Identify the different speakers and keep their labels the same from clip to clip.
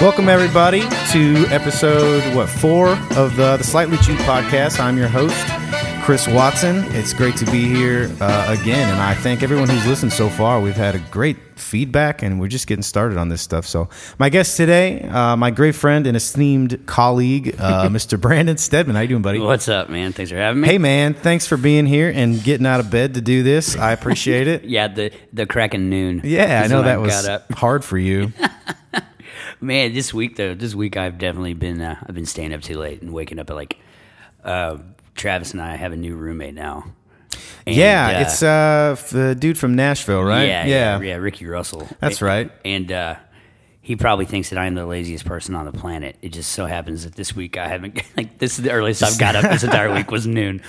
Speaker 1: Welcome everybody to episode what four of the, the Slightly Cheap podcast. I'm your host, Chris Watson. It's great to be here uh, again, and I thank everyone who's listened so far. We've had a great feedback, and we're just getting started on this stuff. So, my guest today, uh, my great friend and esteemed colleague, uh, Mr. Brandon Stedman. How you doing, buddy?
Speaker 2: What's up, man? Thanks for having me.
Speaker 1: Hey man, thanks for being here and getting out of bed to do this. I appreciate it.
Speaker 2: Yeah, the the cracking noon.
Speaker 1: Yeah, I
Speaker 2: is
Speaker 1: know
Speaker 2: when
Speaker 1: that was
Speaker 2: got up.
Speaker 1: hard for you.
Speaker 2: Man, this week though, this week I've definitely been uh, I've been staying up too late and waking up at like. Uh, Travis and I have a new roommate now. And,
Speaker 1: yeah,
Speaker 2: uh,
Speaker 1: it's uh, f- the dude from Nashville, right?
Speaker 2: Yeah, yeah, yeah, Ricky Russell.
Speaker 1: That's
Speaker 2: And-
Speaker 1: right.
Speaker 2: And uh, he probably thinks that I'm the laziest person on the planet. It just so happens that this week I haven't like this is the earliest I've got up this entire week was noon.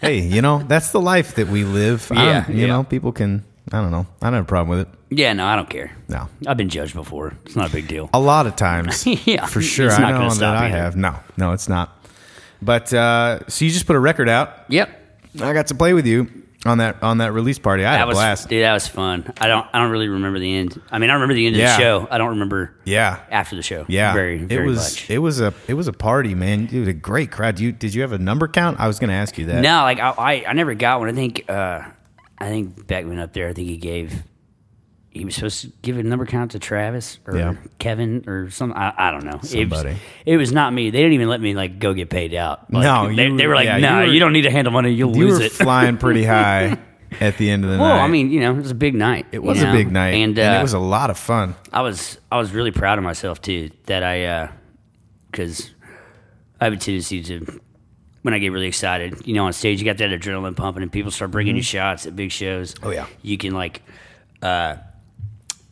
Speaker 1: Hey, you know that's the life that we live. I
Speaker 2: Yeah,
Speaker 1: don't- you
Speaker 2: yeah.
Speaker 1: know people can. I don't know. I don't have a problem with it.
Speaker 2: Yeah, no, I don't care.
Speaker 1: No,
Speaker 2: I've been judged before. It's not a big deal.
Speaker 1: a lot of times,
Speaker 2: Yeah,
Speaker 1: for sure.
Speaker 2: it's
Speaker 1: I
Speaker 2: not
Speaker 1: know
Speaker 2: gonna
Speaker 1: that
Speaker 2: stop
Speaker 1: I
Speaker 2: either.
Speaker 1: have. No, no, it's not. But uh, so you just put a record out.
Speaker 2: Yep.
Speaker 1: I got to play with you on that on that release party. I had
Speaker 2: That
Speaker 1: a
Speaker 2: was
Speaker 1: blast.
Speaker 2: dude. That was fun. I don't. I don't really remember the end. I mean, I remember the end
Speaker 1: Yeah.
Speaker 2: of the show. I don't remember
Speaker 1: Yeah,
Speaker 2: after the show.
Speaker 1: yeah.
Speaker 2: very, very
Speaker 1: it was
Speaker 2: much.
Speaker 1: it was a it was a party, man. Dude, a great crowd. You did you have a number count? I was going to ask you that.
Speaker 2: no, like I, I, I never got one. I think, uh, I think Beckman up there. I think he gave. He was supposed to give a number count to Travis or
Speaker 1: Yeah.
Speaker 2: Kevin or some. I, I don't know. It
Speaker 1: Somebody.
Speaker 2: was, it was not me. They didn't even let me like go get paid out. Like,
Speaker 1: No,
Speaker 2: they,
Speaker 1: you-
Speaker 2: they were like,
Speaker 1: yeah,
Speaker 2: no, nah,
Speaker 1: you
Speaker 2: you,
Speaker 1: were-
Speaker 2: don't need to handle money. You'll
Speaker 1: you
Speaker 2: lose
Speaker 1: were
Speaker 2: it.
Speaker 1: flying pretty high at the end of the
Speaker 2: well,
Speaker 1: night.
Speaker 2: I mean, you know, it was a big night.
Speaker 1: It was a big night,
Speaker 2: and, uh,
Speaker 1: it was a lot of fun.
Speaker 2: I was I was really proud of myself too that I because I have a tendency to when I get really excited, you know, on stage you got that adrenaline pumping and people start bringing you shots at big shows.
Speaker 1: Mm-hmm. Oh, yeah.
Speaker 2: you can like uh,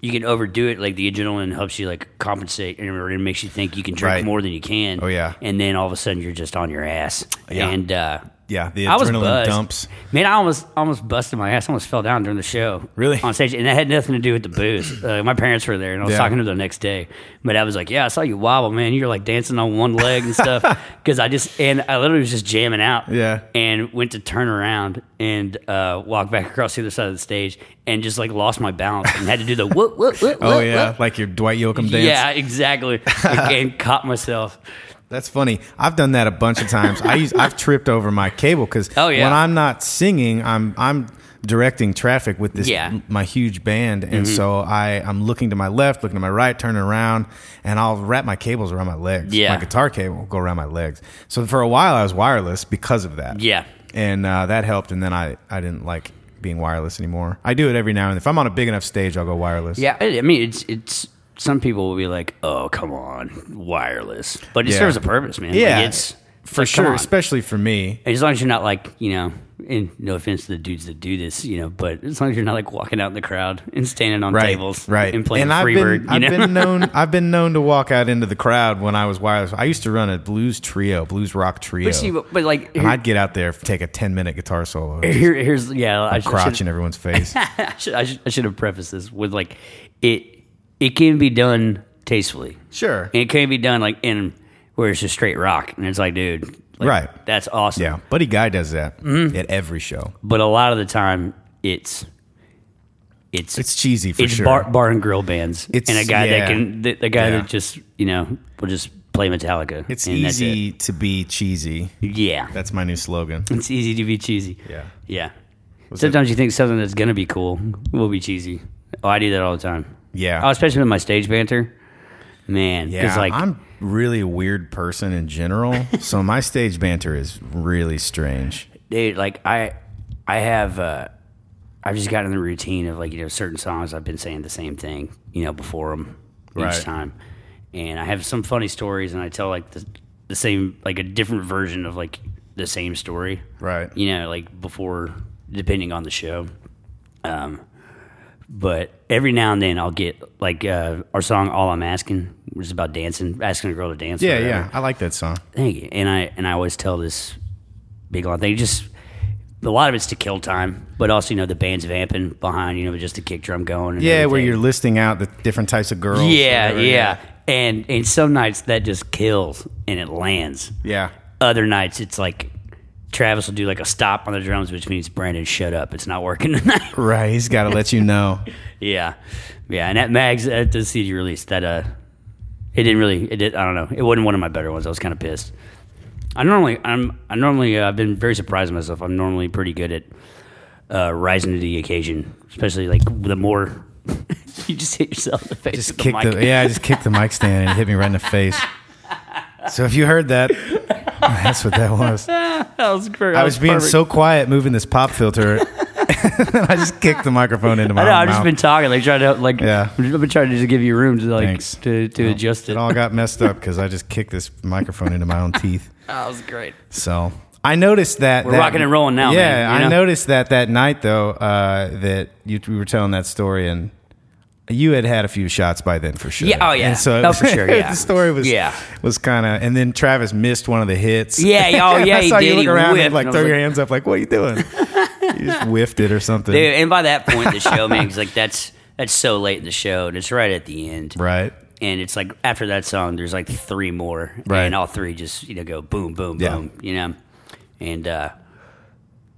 Speaker 2: you can overdo it. Like the adrenaline helps you like compensate and it makes you think you can drink
Speaker 1: Right.
Speaker 2: more than you can.
Speaker 1: Oh, yeah.
Speaker 2: and then all of a sudden you're just on your ass.
Speaker 1: Yeah.
Speaker 2: and uh,
Speaker 1: Yeah, the
Speaker 2: I was
Speaker 1: adrenaline
Speaker 2: buzzed.
Speaker 1: dumps.
Speaker 2: Man, I almost almost busted my ass. I almost fell down during the show.
Speaker 1: Really?
Speaker 2: On stage, and that had nothing to do with the booze. Uh, my parents were there, and I was
Speaker 1: Yeah.
Speaker 2: talking to them the next day. But I was like, "Yeah, I saw you wobble, man. You were like dancing on one leg and stuff." Because I just and I literally was just jamming out.
Speaker 1: Yeah.
Speaker 2: And went to turn around and uh, walk back across the other side of the stage, and just like lost my balance and had to do the whoop whoop whoop.
Speaker 1: Oh
Speaker 2: whoop,
Speaker 1: yeah,
Speaker 2: whoop.
Speaker 1: like your Dwight Yoakam dance.
Speaker 2: Yeah, exactly. and caught myself.
Speaker 1: That's funny. I've done that a bunch of times. I use, I've tripped over my cable because
Speaker 2: Oh, yeah.
Speaker 1: when I'm not singing, I'm I'm directing traffic with this
Speaker 2: Yeah. Mm-hmm.
Speaker 1: my huge band, and so I I'm looking to my left, looking to my right, turning around, and I'll wrap my cables around my legs.
Speaker 2: Yeah.
Speaker 1: my guitar cable will go around my legs. So for a while, I was wireless because of that.
Speaker 2: Yeah.
Speaker 1: and uh, that helped. And then I I didn't like being wireless anymore. I do it every now and then. if I'm on a big enough stage, I'll go wireless.
Speaker 2: Yeah, I I mean, it's it's some people will be like, "Oh, come on, wireless," but it
Speaker 1: Yeah.
Speaker 2: serves a purpose, man. Like,
Speaker 1: Yeah,
Speaker 2: it's
Speaker 1: for
Speaker 2: like, come
Speaker 1: sure,
Speaker 2: on.
Speaker 1: especially for me.
Speaker 2: as long as you're not like you know, and no offense to the dudes that do this, you know, but as long as you're not like walking out in the crowd and standing on
Speaker 1: right,
Speaker 2: tables,
Speaker 1: right,
Speaker 2: and playing
Speaker 1: I've
Speaker 2: Freebird,
Speaker 1: been,
Speaker 2: you
Speaker 1: I've
Speaker 2: know.
Speaker 1: been known, I've been known to walk out into the crowd when I was wireless. I used to run a blues trio, blues rock trio,
Speaker 2: But see, but, but, like
Speaker 1: and
Speaker 2: here,
Speaker 1: I'd get out there, take a ten minute guitar solo,
Speaker 2: here- here's yeah, I should,
Speaker 1: crotch in everyone's face.
Speaker 2: I should, I should I should have prefaced this with like it it can be done tastefully.
Speaker 1: sure,
Speaker 2: And it can be done like in where it's just straight rock and it's like, dude, like,
Speaker 1: Right.
Speaker 2: That's awesome.
Speaker 1: yeah, Buddy Guy does that
Speaker 2: Mm-hmm.
Speaker 1: at every show.
Speaker 2: but a lot of the time it's it's
Speaker 1: It's cheesy for
Speaker 2: it's
Speaker 1: sure.
Speaker 2: bar, bar and grill bands
Speaker 1: It's-
Speaker 2: and a guy
Speaker 1: yeah.
Speaker 2: that can the, the guy
Speaker 1: Yeah.
Speaker 2: that just you know will just play Metallica.
Speaker 1: it's
Speaker 2: and that's it.
Speaker 1: easy to be cheesy.
Speaker 2: Yeah,
Speaker 1: That's my new slogan.
Speaker 2: it's easy to be cheesy.
Speaker 1: Yeah.
Speaker 2: yeah. Sometimes you think something that's gonna be cool will be cheesy. Oh, I do that all the time.
Speaker 1: Yeah.
Speaker 2: oh, especially with my stage banter. Man,
Speaker 1: Yeah,
Speaker 2: it's like
Speaker 1: I'm really a weird person in general, so my stage banter is really strange.
Speaker 2: dude like i i have uh i've just gotten in the routine of like you know certain songs i've been saying the same thing you know before them
Speaker 1: Right.
Speaker 2: each time and i have some funny stories and i tell like the, the same like a different version of like the same story
Speaker 1: Right.
Speaker 2: you know like before depending on the show um but every now and then i'll get like uh our song all i'm asking which is about dancing asking a girl to dance or
Speaker 1: Yeah,
Speaker 2: whatever.
Speaker 1: yeah. I like that song.
Speaker 2: Thank you. And I and I always tell this big long thing. Just a lot of it's to kill time, but also you know the band's vamping behind. You know, just the kick drum going. And
Speaker 1: Yeah, where
Speaker 2: everything.
Speaker 1: you're listing out the different types of girls.
Speaker 2: Yeah,
Speaker 1: whatever,
Speaker 2: yeah. And and some nights that just kills and it lands.
Speaker 1: yeah.
Speaker 2: Other nights it's like Travis will do like a stop on the drums, which means Brandon, shut up. It's not working tonight.
Speaker 1: Right, he's got to let you know.
Speaker 2: yeah, yeah. And at Mags at the CD release, that uh, It didn't really. It did. I don't know. It wasn't one of my better ones. I was kind of pissed. I normally, I'm, I normally, uh, I've been very surprised at myself. I'm normally pretty good at uh, rising to the occasion, especially like the more you just hit yourself in the face.
Speaker 1: Just
Speaker 2: with
Speaker 1: kicked
Speaker 2: the mic.
Speaker 1: the, yeah, I just kicked the mic stand and it hit me right in the face. So if you heard that, that's what that was.
Speaker 2: that was great.
Speaker 1: I was being so quiet moving this pop filter. and I just kicked the microphone into my
Speaker 2: I know.
Speaker 1: own
Speaker 2: I've just
Speaker 1: mouth.
Speaker 2: been talking, like trying to, like,
Speaker 1: Yeah.
Speaker 2: I've been trying to just give you room to, like,
Speaker 1: Thanks.
Speaker 2: to, to adjust it.
Speaker 1: It all got messed up because I just kicked this microphone into my own teeth.
Speaker 2: that was great.
Speaker 1: So I noticed that
Speaker 2: We're
Speaker 1: that-
Speaker 2: rocking and rolling now,
Speaker 1: Yeah,
Speaker 2: man, you
Speaker 1: I
Speaker 2: know?
Speaker 1: noticed that that night though uh, that you we were telling that story and you had had a few shots by then for sure.
Speaker 2: Yeah, oh, yeah.
Speaker 1: And so
Speaker 2: Oh, for sure, yeah.
Speaker 1: the story was
Speaker 2: Yeah.
Speaker 1: was kind of and then Travis missed one of the hits.
Speaker 2: Yeah, oh,
Speaker 1: And
Speaker 2: yeah,
Speaker 1: I
Speaker 2: he
Speaker 1: saw
Speaker 2: did.
Speaker 1: you look
Speaker 2: He
Speaker 1: around
Speaker 2: whiffed,
Speaker 1: and like
Speaker 2: and I was
Speaker 1: throw your
Speaker 2: like-
Speaker 1: hands up like what are you doing? you just whiffed it or something.
Speaker 2: Dude, and by that point, in the show, man, 'cause, like, that's, that's so late in the show, and it's right at the end.
Speaker 1: Right.
Speaker 2: and it's like after that song, there's like three more,
Speaker 1: Right.
Speaker 2: and all three just you know go boom, boom,
Speaker 1: Yeah.
Speaker 2: boom, you know, and uh,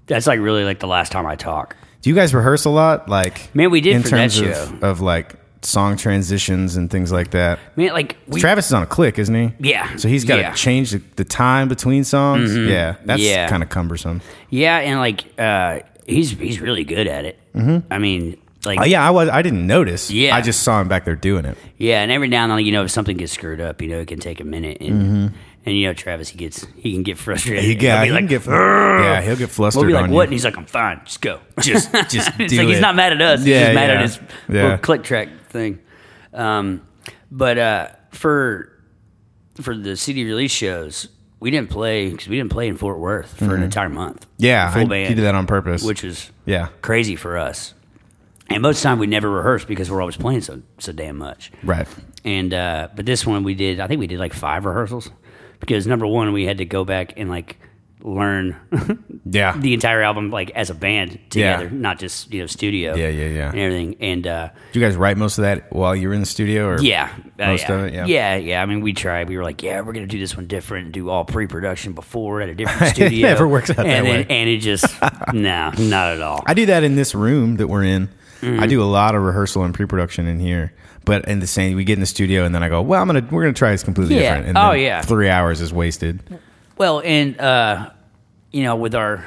Speaker 2: that's like really like the last time I talk.
Speaker 1: Do you guys rehearse a lot? Like
Speaker 2: Man, we did
Speaker 1: in
Speaker 2: for that
Speaker 1: terms
Speaker 2: show.
Speaker 1: of, of like song transitions and things like that.
Speaker 2: Man, like we,
Speaker 1: Travis is on a click, isn't he?
Speaker 2: Yeah.
Speaker 1: So he's got
Speaker 2: Yeah. Mm-hmm.
Speaker 1: to change the, the time between songs. Yeah. That's
Speaker 2: Yeah.
Speaker 1: kind of cumbersome.
Speaker 2: yeah, and like uh, he's he's really good at it. I mean, like
Speaker 1: Mm-hmm. Oh, yeah, I was. I didn't notice.
Speaker 2: Yeah.
Speaker 1: I just saw him back there doing it.
Speaker 2: Yeah, and every now and then, you know, if something gets screwed up, you know, it can take a minute, and and you know, Travis, he gets he can get frustrated.
Speaker 1: Mm-hmm. He, yeah,
Speaker 2: He'll be
Speaker 1: he
Speaker 2: like,
Speaker 1: can get. Yeah, he'll get flustered
Speaker 2: We'll be like,
Speaker 1: on
Speaker 2: what? And
Speaker 1: you.
Speaker 2: he's like, I'm fine. Just go.
Speaker 1: Just- just
Speaker 2: it's
Speaker 1: do
Speaker 2: like he's
Speaker 1: it.
Speaker 2: not mad at us. he's
Speaker 1: Yeah,
Speaker 2: just mad
Speaker 1: yeah.
Speaker 2: at his
Speaker 1: Yeah.
Speaker 2: little click track thing. Um, but uh, for for the CD release shows, we didn't play because we didn't play in Fort Worth for an entire month.
Speaker 1: Mm-hmm. Yeah,
Speaker 2: full
Speaker 1: I,
Speaker 2: band,
Speaker 1: he did that on purpose.
Speaker 2: which was
Speaker 1: yeah,
Speaker 2: crazy for us. And most of the time, we never rehearsed because we're always playing so so damn much.
Speaker 1: right.
Speaker 2: And uh, but this one we did. I think we did like five rehearsals because number one, we had to go back and like learn
Speaker 1: Yeah,
Speaker 2: the entire album like as a band
Speaker 1: Yeah.
Speaker 2: together, not just you know studio.
Speaker 1: Yeah, yeah, yeah.
Speaker 2: and everything. And uh,
Speaker 1: Did you guys write most of that while you were in the studio, or
Speaker 2: yeah, uh,
Speaker 1: Most
Speaker 2: yeah.
Speaker 1: of it, yeah.
Speaker 2: yeah, yeah. I mean, we tried. We were like, yeah, we're gonna do this one different and do all pre-production before at a different studio.
Speaker 1: never works out
Speaker 2: and
Speaker 1: that way.
Speaker 2: And it just no, not at all.
Speaker 1: I do that in this room that we're in.
Speaker 2: Mm-hmm.
Speaker 1: I do a lot of rehearsal and pre-production in here. But in the same, we get in the studio and then I go, well, I'm gonna we're gonna try this completely
Speaker 2: Yeah.
Speaker 1: different. And
Speaker 2: Oh,
Speaker 1: then
Speaker 2: yeah.
Speaker 1: three hours is wasted.
Speaker 2: Well, and uh, you know, with our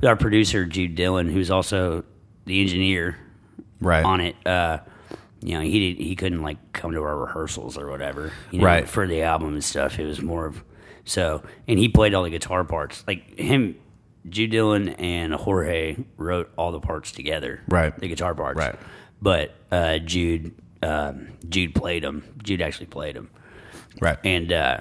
Speaker 2: with our producer Jude Dillon, who's also the engineer
Speaker 1: Right
Speaker 2: on it. Uh, you know, he did, he couldn't like come to our rehearsals or whatever, you know,
Speaker 1: Right.
Speaker 2: For the album and stuff, it was more of so. And he played all the guitar parts, like him, Jude Dillon and Jorge wrote all the parts together,
Speaker 1: Right.
Speaker 2: The guitar parts,
Speaker 1: Right.
Speaker 2: But uh, Jude, um, Jude played them. Jude actually played them,
Speaker 1: Right.
Speaker 2: and uh,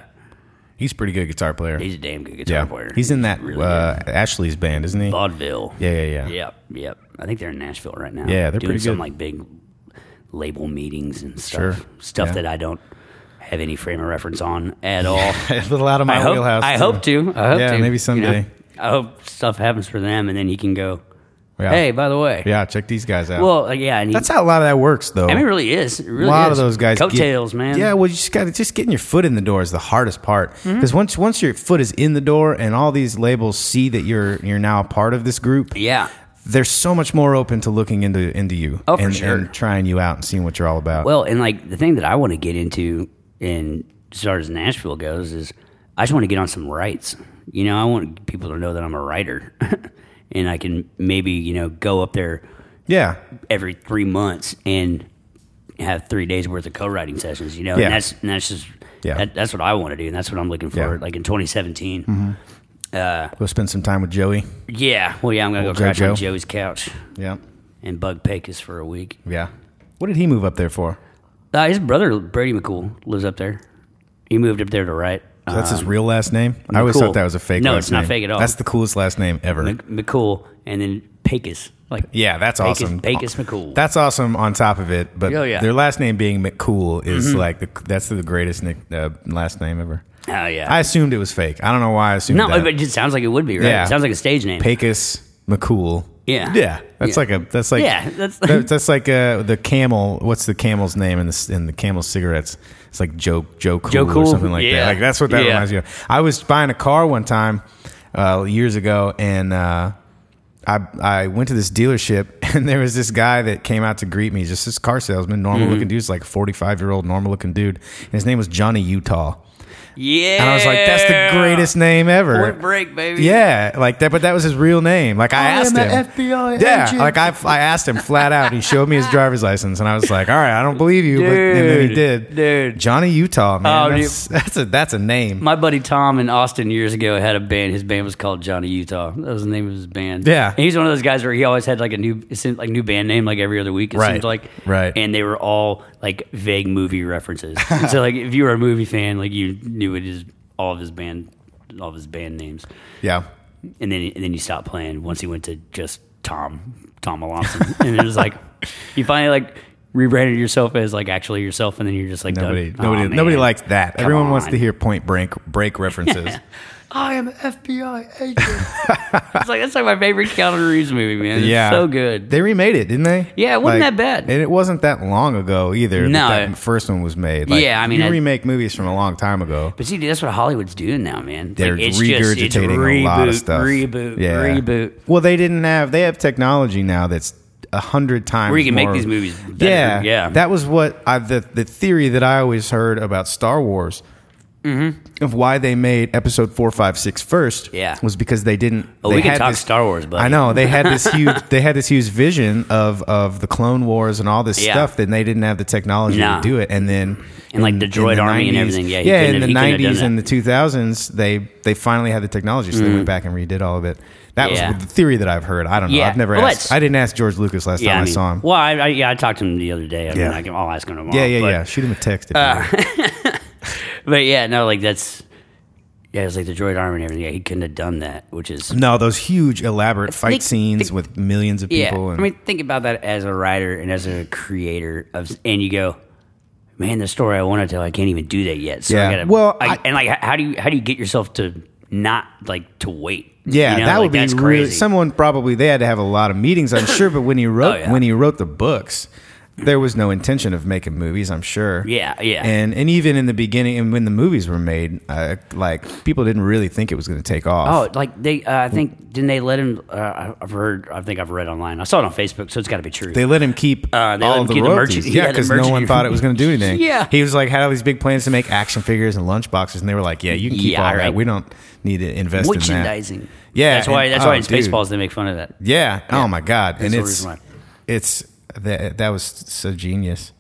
Speaker 1: He's a pretty good guitar player.
Speaker 2: he's a damn good guitar
Speaker 1: yeah.
Speaker 2: player.
Speaker 1: He's in that
Speaker 2: really
Speaker 1: uh, Ashley's band, isn't he?
Speaker 2: vaudeville.
Speaker 1: Yeah, yeah, yeah.
Speaker 2: Yep, yep. I think they're in Nashville right now.
Speaker 1: Yeah, they're
Speaker 2: doing
Speaker 1: pretty
Speaker 2: some
Speaker 1: good.
Speaker 2: like big label meetings and
Speaker 1: Sure,
Speaker 2: stuff. Stuff
Speaker 1: yeah.
Speaker 2: that I don't have any frame of reference on at all.
Speaker 1: a little out of my
Speaker 2: I hope.
Speaker 1: wheelhouse.
Speaker 2: I
Speaker 1: too.
Speaker 2: hope to. I hope
Speaker 1: Yeah,
Speaker 2: to,
Speaker 1: maybe
Speaker 2: you know?
Speaker 1: someday.
Speaker 2: I hope stuff happens for them, and then he can go.
Speaker 1: Yeah.
Speaker 2: Hey, by the way.
Speaker 1: Yeah, check these guys out.
Speaker 2: Well, uh, yeah. And he,
Speaker 1: that's how a lot of that works, though.
Speaker 2: I mean, it really is. It really
Speaker 1: a lot
Speaker 2: is.
Speaker 1: of those guys get-
Speaker 2: Coattails, man.
Speaker 1: Yeah, well, you just got to just getting your foot in the door is the hardest part
Speaker 2: Mm-hmm.
Speaker 1: because once once your foot is in the door and all these labels see that you're you're now a part of this group,
Speaker 2: Yeah.
Speaker 1: they're so much more open to looking into into you
Speaker 2: Oh, for
Speaker 1: and,
Speaker 2: sure.
Speaker 1: and trying you out and seeing what you're all about.
Speaker 2: Well, and like the thing that I want to get into, and as far as Nashville goes, is I just want to get on some rights. You know, I want people to know that I'm a writer, and I can maybe you know go up there
Speaker 1: yeah,
Speaker 2: every three months and have three days worth of co-writing sessions. You know,
Speaker 1: Yeah.
Speaker 2: and that's and that's just
Speaker 1: Yeah.
Speaker 2: that, that's what I want to do, and that's what I'm looking for.
Speaker 1: Yeah. Mm-hmm.
Speaker 2: Like in 2017,
Speaker 1: we'll spend some time with Joey.
Speaker 2: yeah, well, yeah, I'm gonna
Speaker 1: Old
Speaker 2: go crash
Speaker 1: JoJo.
Speaker 2: on Joey's couch
Speaker 1: Yeah,
Speaker 2: and bug Pecos for a week.
Speaker 1: yeah. What did he move up there for?
Speaker 2: Uh, his brother Brady McCool lives up there. He moved up there to write.
Speaker 1: That's his real last name. I always
Speaker 2: Um, cool.
Speaker 1: thought that was a fake.
Speaker 2: No,
Speaker 1: last
Speaker 2: it's not
Speaker 1: name.
Speaker 2: fake at all.
Speaker 1: That's the coolest last name ever.
Speaker 2: Mc- McCool, and then Pecos. Like
Speaker 1: yeah, that's
Speaker 2: Pecos,
Speaker 1: awesome.
Speaker 2: Pecos McCool.
Speaker 1: That's awesome on top of it, but
Speaker 2: Oh, yeah. Mm-hmm.
Speaker 1: their last name being McCool is like the, that's the greatest nick, uh, last name ever.
Speaker 2: oh yeah.
Speaker 1: I assumed it was fake. I don't know why I assumed
Speaker 2: no,
Speaker 1: that.
Speaker 2: but it just sounds like it would be right.
Speaker 1: Yeah.
Speaker 2: It sounds like a stage name.
Speaker 1: Pecos McCool.
Speaker 2: Yeah.
Speaker 1: yeah. That's
Speaker 2: Yeah.
Speaker 1: like a that's like
Speaker 2: Yeah, that's-
Speaker 1: that- that's like uh, the camel. What's the camel's name in the s- in the camel cigarettes? It's like Joe Joe Cool,
Speaker 2: Joe
Speaker 1: or
Speaker 2: Cool?
Speaker 1: something like that.
Speaker 2: Yeah.
Speaker 1: Like that's what that
Speaker 2: Yeah.
Speaker 1: reminds me of. I was buying a car one time uh, years ago, and uh, I I went to this dealership and there was this guy that came out to greet me, just this car salesman, normal
Speaker 2: Mm-hmm.
Speaker 1: looking dude, it's like a forty five year old normal looking dude, and his name was Johnny Utah,
Speaker 2: Yeah.
Speaker 1: and I was like, that's the greatest name ever.
Speaker 2: Point break, baby.
Speaker 1: Yeah, like that, but that was his real name. Like I,
Speaker 3: I am
Speaker 1: asked
Speaker 3: an
Speaker 1: him,
Speaker 3: FBI
Speaker 1: yeah,
Speaker 3: agent.
Speaker 1: like I, I asked him flat out. He showed me his driver's license, and I was like, "All right, I don't believe you," but, and then he
Speaker 2: Dude,
Speaker 1: did.
Speaker 2: dude.
Speaker 1: Johnny Utah, man,
Speaker 2: Oh, dude.
Speaker 1: that's, that's a that's a name.
Speaker 2: My buddy Tom in Austin years ago had a band. His band was called Johnny Utah. That was the name of his band.
Speaker 1: Yeah.
Speaker 2: and he's one of those guys where he always had like a new, it seemed like new band name like every other week. It
Speaker 1: Right.
Speaker 2: seemed like
Speaker 1: Right.
Speaker 2: and they were all like vague movie references. And so like if you were a movie fan, like you knew it is all of his band, all of his band names.
Speaker 1: Yeah,
Speaker 2: And then and then you stopped playing once he went to just Tom Tom Alonso, and it was like you finally like rebranded yourself as like actually yourself, and then you're just like done.
Speaker 1: nobody
Speaker 2: Aw,
Speaker 1: nobody
Speaker 2: man.
Speaker 1: nobody likes that.
Speaker 2: Come
Speaker 1: Everyone wants
Speaker 2: on.
Speaker 1: to hear Point Break break references.
Speaker 3: I am an FBI agent.
Speaker 2: It's like that's like my favorite Keanu Reeves movie, man. It's
Speaker 1: yeah,
Speaker 2: so good.
Speaker 1: They remade it, didn't they?
Speaker 2: Yeah, it wasn't that bad.
Speaker 1: and it wasn't that long ago either. that
Speaker 2: No.
Speaker 1: that first one was made. Like,
Speaker 2: Yeah, I mean,
Speaker 1: you
Speaker 2: I-
Speaker 1: remake movies from a long time ago.
Speaker 2: but see, dude, that's what Hollywood's doing now, man. Like,
Speaker 1: They're
Speaker 2: it's
Speaker 1: regurgitating
Speaker 2: just, it's
Speaker 1: a lot of
Speaker 2: reboot,
Speaker 1: stuff.
Speaker 2: Reboot, reboot.
Speaker 1: Well, they didn't have. They have technology now that's a hundred times
Speaker 2: Where you can make
Speaker 1: more-
Speaker 2: these movies better.
Speaker 1: Yeah,
Speaker 2: yeah.
Speaker 1: That was what I, the the theory that I always heard about Star Wars. Of why they made episode four, five, six first,
Speaker 2: Mm-hmm. Yeah.
Speaker 1: was because they didn't.
Speaker 2: Oh,
Speaker 1: they
Speaker 2: we can
Speaker 1: had
Speaker 2: talk
Speaker 1: this-
Speaker 2: Star Wars, buddy.
Speaker 1: I know they had this huge, they had this huge vision of of the Clone Wars and all this
Speaker 2: Yeah.
Speaker 1: stuff. Then they didn't have the technology
Speaker 2: Nah.
Speaker 1: to do it, and then
Speaker 2: And, like, the
Speaker 1: in
Speaker 2: droid army and
Speaker 1: 90s
Speaker 2: everything. Yeah, he
Speaker 1: yeah,
Speaker 2: couldn't
Speaker 1: in
Speaker 2: have-
Speaker 1: the
Speaker 2: he couldn't have
Speaker 1: nineties
Speaker 2: done
Speaker 1: and the two thousands, they they finally had the technology, so they went back and redid all of it. That
Speaker 2: Mm. Yeah.
Speaker 1: was the theory that I've heard. I don't know.
Speaker 2: Yeah.
Speaker 1: I've never
Speaker 2: Well,
Speaker 1: asked.
Speaker 2: that's-
Speaker 1: I didn't ask George Lucas last
Speaker 2: yeah,
Speaker 1: time I,
Speaker 2: I mean,
Speaker 1: saw him.
Speaker 2: Well, I, I, yeah, I talked to him the other day. I
Speaker 1: Yeah.
Speaker 2: mean, I can, I'll ask him tomorrow.
Speaker 1: Yeah, yeah,
Speaker 2: but,
Speaker 1: yeah. Shoot him a text. If
Speaker 2: Uh,
Speaker 1: you would.
Speaker 2: But yeah, no, like that's yeah, it's like the droid army and everything. Yeah, he couldn't have done that, which is
Speaker 1: no, those huge, elaborate fight
Speaker 2: think-
Speaker 1: scenes
Speaker 2: think-
Speaker 1: with millions of
Speaker 2: Yeah,
Speaker 1: people.
Speaker 2: I
Speaker 1: and,
Speaker 2: mean, think about that as a writer and as a creator of, and you go, man, the story I want to tell, I can't even do that yet. So
Speaker 1: Yeah.
Speaker 2: I gotta,
Speaker 1: Well,
Speaker 2: I,
Speaker 1: I-
Speaker 2: and like, how do you how do you get yourself to not like to wait?
Speaker 1: yeah,
Speaker 2: You know,
Speaker 1: that
Speaker 2: like,
Speaker 1: would be
Speaker 2: that's
Speaker 1: really.
Speaker 2: crazy. Oh,
Speaker 1: Someone probably they had to have a lot of meetings, I'm sure. But when he wrote
Speaker 2: yeah.
Speaker 1: when he wrote the books, there was no intention of making movies. I'm sure.
Speaker 2: Yeah, yeah.
Speaker 1: And and even in the beginning, and when the movies were made, uh, like people didn't really think it was going to take off.
Speaker 2: Oh, like they, uh, I think didn't they let him? Uh, I- I've heard, I think I've read online. I saw it on Facebook, so it's got to be true.
Speaker 1: They let him keep
Speaker 2: Uh, they let
Speaker 1: all
Speaker 2: him
Speaker 1: the
Speaker 2: keep the
Speaker 1: royalties.
Speaker 2: merchant-
Speaker 1: yeah,
Speaker 2: yeah, the
Speaker 1: because no one
Speaker 2: merchant-
Speaker 1: thought it was going to do anything.
Speaker 2: Yeah.
Speaker 1: he was like had all these big plans to make action figures and lunch boxes, and they were like, "Yeah, you can keep
Speaker 2: Yeah,
Speaker 1: all that.
Speaker 2: right.
Speaker 1: We don't need to invest in that."
Speaker 2: Merchandising.
Speaker 1: Yeah,
Speaker 2: that's why.
Speaker 1: and-
Speaker 2: That's
Speaker 1: oh,
Speaker 2: why in
Speaker 1: dude.
Speaker 2: Spaceballs they make fun of that.
Speaker 1: Yeah. Oh my god. and
Speaker 2: the
Speaker 1: it's
Speaker 2: reason why.
Speaker 1: it's that that was so genius.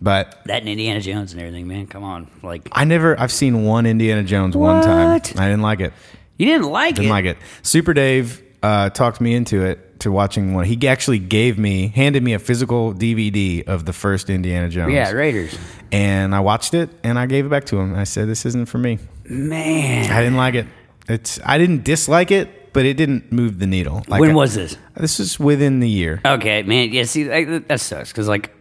Speaker 1: But
Speaker 2: That and Indiana Jones and everything, man. Come on, like
Speaker 1: I never I've seen one Indiana Jones one time. I
Speaker 2: What?
Speaker 1: didn't like it.
Speaker 2: you didn't like
Speaker 1: Didn't
Speaker 2: it.
Speaker 1: like it. Super Dave uh, talked me into it to watching one. He actually gave me handed me a physical DVD of the first Indiana Jones.
Speaker 2: yeah, Raiders.
Speaker 1: and I watched it and I gave it back to him. I said, "This isn't for me.
Speaker 2: Man,
Speaker 1: I didn't like it. It's I didn't dislike it, but it didn't move the needle." Like
Speaker 2: when
Speaker 1: I-
Speaker 2: was this?
Speaker 1: this? Is within the year.
Speaker 2: Okay, man. Yeah, see, like, that, that sucks because like,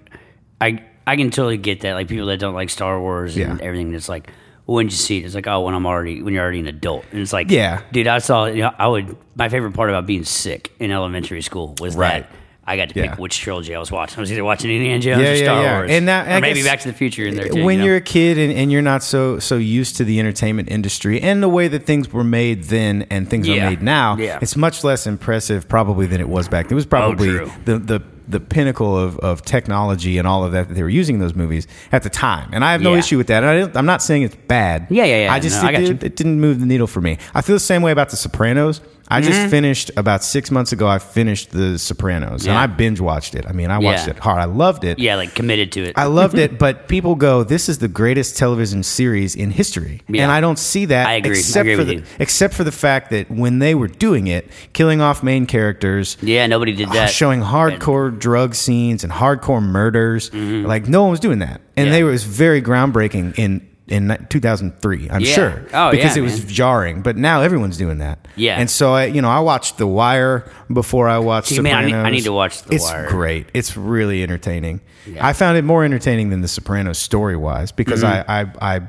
Speaker 2: I I can totally get that. Like people that don't like Star Wars and
Speaker 1: Yeah.
Speaker 2: everything. That's like, when did you see it? It's like, oh, when I'm already when you're already an adult, and it's like,
Speaker 1: Yeah.
Speaker 2: dude, I saw. You know, I would. My favorite part about being sick in elementary school was
Speaker 1: Right.
Speaker 2: that. I got to
Speaker 1: Yeah.
Speaker 2: pick which trilogy I was watching. I was either watching Indiana Jones
Speaker 1: Yeah,
Speaker 2: or
Speaker 1: yeah,
Speaker 2: Star
Speaker 1: yeah.
Speaker 2: Wars,
Speaker 1: And that- I
Speaker 2: or maybe
Speaker 1: guess-
Speaker 2: Back to the Future in there. Too,
Speaker 1: when
Speaker 2: you know?
Speaker 1: you're a kid and, and you're not so so used to the entertainment industry and the way that things were made then and things are
Speaker 2: Yeah.
Speaker 1: made now,
Speaker 2: Yeah. Oh,
Speaker 1: it's much less impressive probably than it was back then. It was probably
Speaker 2: true.
Speaker 1: the the the pinnacle of, of technology and all of that that they were using in those movies at the time. And I have no
Speaker 2: Yeah.
Speaker 1: issue with that. And I didn't, I'm not saying it's bad.
Speaker 2: Yeah, yeah, yeah.
Speaker 1: I just
Speaker 2: No,
Speaker 1: it,
Speaker 2: I got you.
Speaker 1: did, it didn't move the needle for me. I feel the same way about The Sopranos. I
Speaker 2: Mm-hmm.
Speaker 1: just finished about six months ago. I finished The Sopranos and
Speaker 2: Yeah.
Speaker 1: I binge watched it. I mean, I watched
Speaker 2: Yeah.
Speaker 1: it hard. I loved it.
Speaker 2: yeah, like committed to it.
Speaker 1: I loved it, but people go, "This is the greatest television series in history,"
Speaker 2: Yeah.
Speaker 1: and I don't see that.
Speaker 2: I agree. I
Speaker 1: Except
Speaker 2: agree
Speaker 1: for
Speaker 2: with
Speaker 1: the
Speaker 2: you.
Speaker 1: except for the fact that when they were doing it, killing off main characters,
Speaker 2: yeah, nobody
Speaker 1: Oh,
Speaker 2: did that.
Speaker 1: showing hardcore drug scenes and hardcore murders, like no one was doing that, and
Speaker 2: Mm-hmm. Yeah.
Speaker 1: they were, it was very groundbreaking in. In 2003, I'm
Speaker 2: Yeah.
Speaker 1: sure,
Speaker 2: Oh,
Speaker 1: because
Speaker 2: yeah,
Speaker 1: it was
Speaker 2: man.
Speaker 1: jarring. But now everyone's doing that.
Speaker 2: Yeah.
Speaker 1: and so I, you know, I watched The Wire before I watched.
Speaker 2: Dude, man, I need- I
Speaker 1: Sopranos.
Speaker 2: need to watch The
Speaker 1: it's
Speaker 2: Wire.
Speaker 1: great. It's really entertaining.
Speaker 2: Yeah.
Speaker 1: I found it more entertaining than The Sopranos story wise because
Speaker 2: Mm-hmm.
Speaker 1: I, I, I,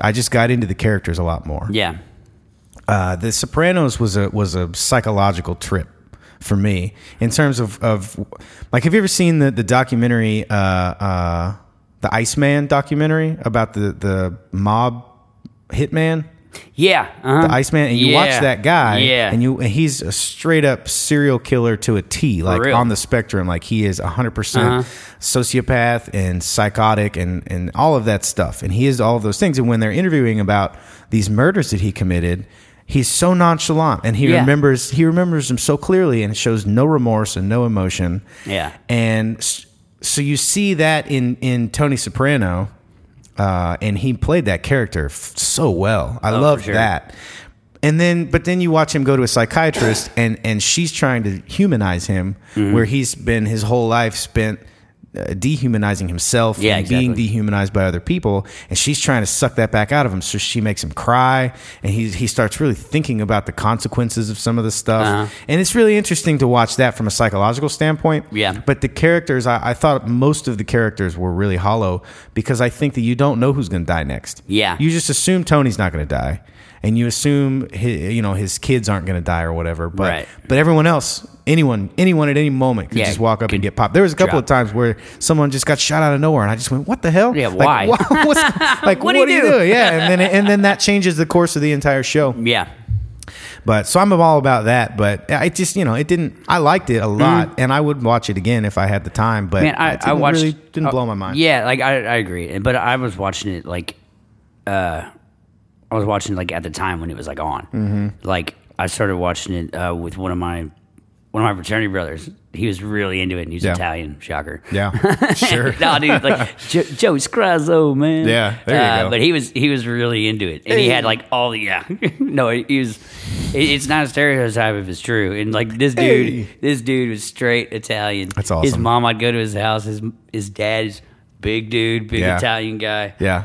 Speaker 1: I just got into the characters a lot more.
Speaker 2: yeah,
Speaker 1: Uh, the Sopranos was a was a psychological trip for me in terms of, of like have you ever seen the the documentary uh, uh, the Iceman documentary about the the mob hitman?
Speaker 2: Yeah. Uh-huh.
Speaker 1: the Iceman, and you watch
Speaker 2: Yeah.
Speaker 1: that guy,
Speaker 2: Yeah.
Speaker 1: and you and he's a straight up serial killer to a T, like
Speaker 2: real. Uh-huh.
Speaker 1: on the spectrum, like he is 100 percent sociopath and psychotic and and all of that stuff, and he is all of those things. And when they're interviewing about these murders that he committed. He's so nonchalant, and he
Speaker 2: Yeah.
Speaker 1: remembers he remembers them so clearly, and shows no remorse and no emotion.
Speaker 2: Yeah.
Speaker 1: and s- so you see that in in Tony Soprano, uh, and he played that character f- so well. I love
Speaker 2: Oh, sure.
Speaker 1: that. And then, but then you watch him go to a psychiatrist, and and she's trying to humanize him,
Speaker 2: Mm-hmm.
Speaker 1: where he's been his whole life spent. Uh, dehumanizing himself
Speaker 2: Yeah,
Speaker 1: and being
Speaker 2: exactly.
Speaker 1: dehumanized by other people and she's trying to suck that back out of him so she makes him cry and he, he starts really thinking about the consequences of some of the stuff
Speaker 2: Uh-huh.
Speaker 1: and it's really interesting to watch that from a psychological standpoint
Speaker 2: Yeah.
Speaker 1: but the characters, I, I thought most of the characters were really hollow because I think that you don't know who's going to die next.
Speaker 2: Yeah.
Speaker 1: you just assume Tony's not going to die, and you assume his, you know his kids aren't going to die or whatever. But
Speaker 2: Right.
Speaker 1: but everyone else, anyone, anyone at any moment could
Speaker 2: Yeah,
Speaker 1: just walk up and
Speaker 2: could
Speaker 1: get popped. There was a couple
Speaker 2: drop.
Speaker 1: of times where someone just got shot out of nowhere, and I just went, "What the hell?
Speaker 2: Yeah,
Speaker 1: Like,
Speaker 2: why?
Speaker 1: wha- what's- like what,
Speaker 2: What'd
Speaker 1: do
Speaker 2: he
Speaker 1: you
Speaker 2: do?
Speaker 1: do? Yeah, and then and then that changes the course of the entire show.
Speaker 2: Yeah.
Speaker 1: But so I'm all about that. But I just you know it didn't. I liked it a lot, and I would watch it again if I had the time. But
Speaker 2: Mm. Man, I,
Speaker 1: it
Speaker 2: I
Speaker 1: didn't
Speaker 2: watched.
Speaker 1: really didn't
Speaker 2: uh,
Speaker 1: blow my mind.
Speaker 2: Yeah, like I, I agree, And- but I was watching it like, uh, I was watching like at the time when it was like on.
Speaker 1: Mm-hmm.
Speaker 2: Like I started watching it uh, with one of my one of my fraternity brothers. He was really into it, and he was
Speaker 1: Yeah.
Speaker 2: Italian. Shocker.
Speaker 1: yeah, sure.
Speaker 2: no, dude, like Joe, Joe Scrazzo, man. Uh,
Speaker 1: Yeah, there you go.
Speaker 2: But he was he was really into it, and he had like all the yeah. no, he, he was. It, it's not a stereotype if it's true, and like this dude,
Speaker 1: Hey.
Speaker 2: this dude was straight Italian.
Speaker 1: That's
Speaker 2: His
Speaker 1: awesome.
Speaker 2: mom, I'd go to his house. His his dad is big dude, big
Speaker 1: Yeah.
Speaker 2: Italian guy.
Speaker 1: Yeah.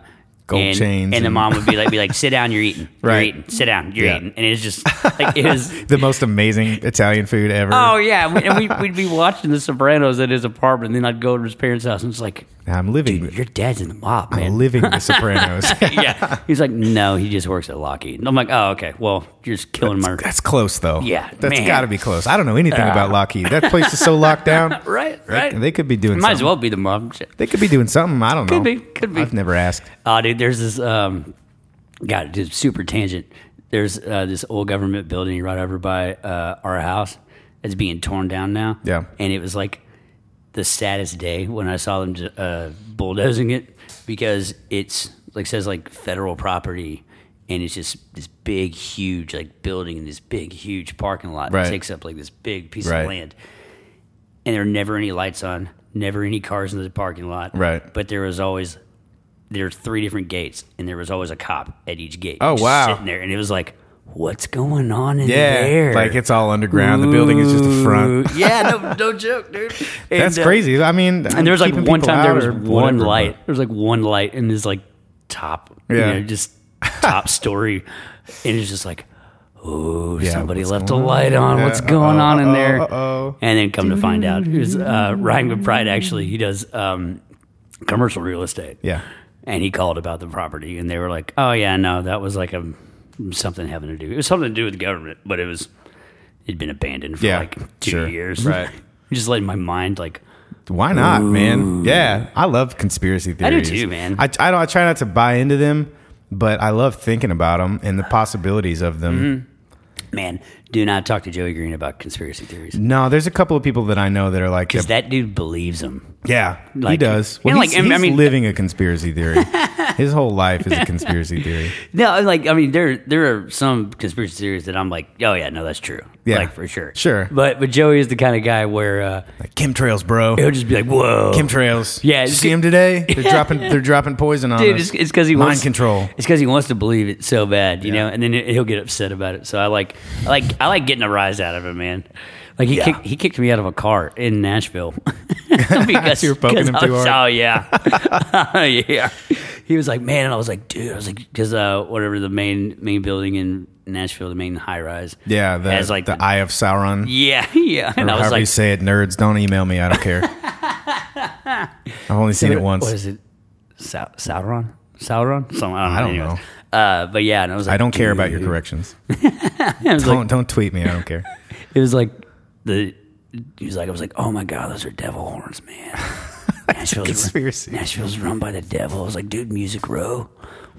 Speaker 2: Uh,
Speaker 1: Gold
Speaker 2: and,
Speaker 1: chains
Speaker 2: and the
Speaker 1: and-
Speaker 2: mom would be like, "Be like, sit down, you're eating,
Speaker 1: Right.
Speaker 2: You're eating, sit down, you're
Speaker 1: Yeah.
Speaker 2: eating," and it's just like it was
Speaker 1: the most amazing Italian food ever.
Speaker 2: Oh yeah, and we- and we, we'd be watching The Sopranos at his apartment, and then I'd go to his parents' house, and it's like,
Speaker 1: I'm living.
Speaker 2: dude, your dad's in the mob,
Speaker 1: I'm
Speaker 2: man.
Speaker 1: living The Sopranos.
Speaker 2: yeah, he's like, no, he just works at Lockheed. And I'm like, oh okay, well, you're just killing my
Speaker 1: That's close though.
Speaker 2: Yeah,
Speaker 1: that's
Speaker 2: man. Uh,
Speaker 1: got to be close. I don't know anything about Lockheed. That place is so locked down.
Speaker 2: right,
Speaker 1: They-
Speaker 2: right.
Speaker 1: They, could be doing.
Speaker 2: might
Speaker 1: something.
Speaker 2: as well be the mob. Shit.
Speaker 1: They could be doing something. I don't know.
Speaker 2: Could be, could be.
Speaker 1: I've never asked.
Speaker 2: Oh, dude, there's this. Um, God, dude, super tangent. There's uh, this old government building right over by uh, our house that's being torn down now.
Speaker 1: Yeah.
Speaker 2: and it was like the saddest day when I saw them uh, bulldozing it because it's like says like federal property. And it's just this big, huge, like building in this big, huge parking lot
Speaker 1: Right.
Speaker 2: that takes up like this big piece
Speaker 1: Right.
Speaker 2: of land and there were never any lights on, never any cars in the parking lot.
Speaker 1: Right.
Speaker 2: But there was always there were three different gates, and there was always a cop at each gate.
Speaker 1: Oh,
Speaker 2: just
Speaker 1: wow.
Speaker 2: sitting there, and it was like, what's going on in
Speaker 1: Yeah,
Speaker 2: there?
Speaker 1: like it's all underground. The building is just the front.
Speaker 2: Ooh, yeah, no, no joke, dude. And,
Speaker 1: That's
Speaker 2: uh,
Speaker 1: crazy. I mean,
Speaker 2: and there was like
Speaker 1: keeping
Speaker 2: one
Speaker 1: people
Speaker 2: time there
Speaker 1: out
Speaker 2: was
Speaker 1: or
Speaker 2: one
Speaker 1: whatever, but-
Speaker 2: light. There was like one light in this like top, you
Speaker 1: Yeah.
Speaker 2: know, just top story, and it's just like. Oh,
Speaker 1: Yeah,
Speaker 2: somebody
Speaker 1: what's
Speaker 2: left a
Speaker 1: going on?
Speaker 2: light on.
Speaker 1: Yeah, Uh,
Speaker 2: What's going
Speaker 1: uh-oh,
Speaker 2: on in
Speaker 1: uh-oh,
Speaker 2: there?
Speaker 1: uh-oh.
Speaker 2: And then come to find out, it was uh, Ryan McBride. Actually, he does um, commercial real estate.
Speaker 1: Yeah.
Speaker 2: and he called about the property, and they were like, "Oh yeah, no, that was like a something having to do. It was something to do with the government, but it was it'd been abandoned for
Speaker 1: Yeah,
Speaker 2: like two
Speaker 1: sure.
Speaker 2: years.
Speaker 1: Right.
Speaker 2: just letting my mind like
Speaker 1: Why not, man? Yeah, I love conspiracy
Speaker 2: I do
Speaker 1: theories.
Speaker 2: too, man.
Speaker 1: I, I don't. I try not to buy into them, but I love thinking about them and the
Speaker 2: Ah.
Speaker 1: possibilities of them.
Speaker 2: Mm-hmm. man, do not talk to Joey Green about conspiracy theories.
Speaker 1: No, there's a couple of people that I know that are like,
Speaker 2: Because that dude believes them.
Speaker 1: yeah, he
Speaker 2: like-
Speaker 1: does. Well,
Speaker 2: and
Speaker 1: he's,
Speaker 2: like, I
Speaker 1: he's
Speaker 2: mean-
Speaker 1: living a conspiracy theory. His whole life is a conspiracy theory.
Speaker 2: No, like I mean, there there are some conspiracy theories that I'm like, oh yeah, no, that's true.
Speaker 1: Yeah.
Speaker 2: like for sure,
Speaker 1: Sure.
Speaker 2: But but Joey is the kind of guy where uh,
Speaker 1: Like chemtrails, bro.
Speaker 2: he'll just be like, whoa,
Speaker 1: Chemtrails. Did you
Speaker 2: Yeah, it's-
Speaker 1: see him today. They're dropping. They're dropping poison on
Speaker 2: dude,
Speaker 1: us.
Speaker 2: it's because he
Speaker 1: mind
Speaker 2: wants
Speaker 1: control.
Speaker 2: It's because he wants to believe it so bad, you know. And then he'll get upset about it. So I like, I like, I like getting a rise out of him, man. Like he kicked, he kicked me out of a car in Nashville because
Speaker 1: You were poking
Speaker 2: 'cause
Speaker 1: him
Speaker 2: I
Speaker 1: too
Speaker 2: was-
Speaker 1: hard.
Speaker 2: Oh yeah, yeah. He was like, man, and I was like, dude, I was like, because uh, whatever the main main building in Nashville, the main high rise,
Speaker 1: Yeah, the,
Speaker 2: has like
Speaker 1: the Eye of Sauron.
Speaker 2: yeah, yeah. And
Speaker 1: Or
Speaker 2: I was
Speaker 1: however you
Speaker 2: like,
Speaker 1: say it, nerds, don't email me. I don't care. I've only seen it once.
Speaker 2: What is it? Sau- Sauron? Sauron? Something,
Speaker 1: I
Speaker 2: I
Speaker 1: don't
Speaker 2: don't know. Anyways. Uh, but yeah, and I was like,
Speaker 1: I don't care about
Speaker 2: dude.
Speaker 1: your corrections.
Speaker 2: I was like-
Speaker 1: Don't don't tweet me. I don't care.
Speaker 2: It was like the he was like I was like, oh my god, those are devil horns, man. Nashville's
Speaker 1: conspiracy.
Speaker 2: Nashville's run by the devil. I was like, dude, Music Row.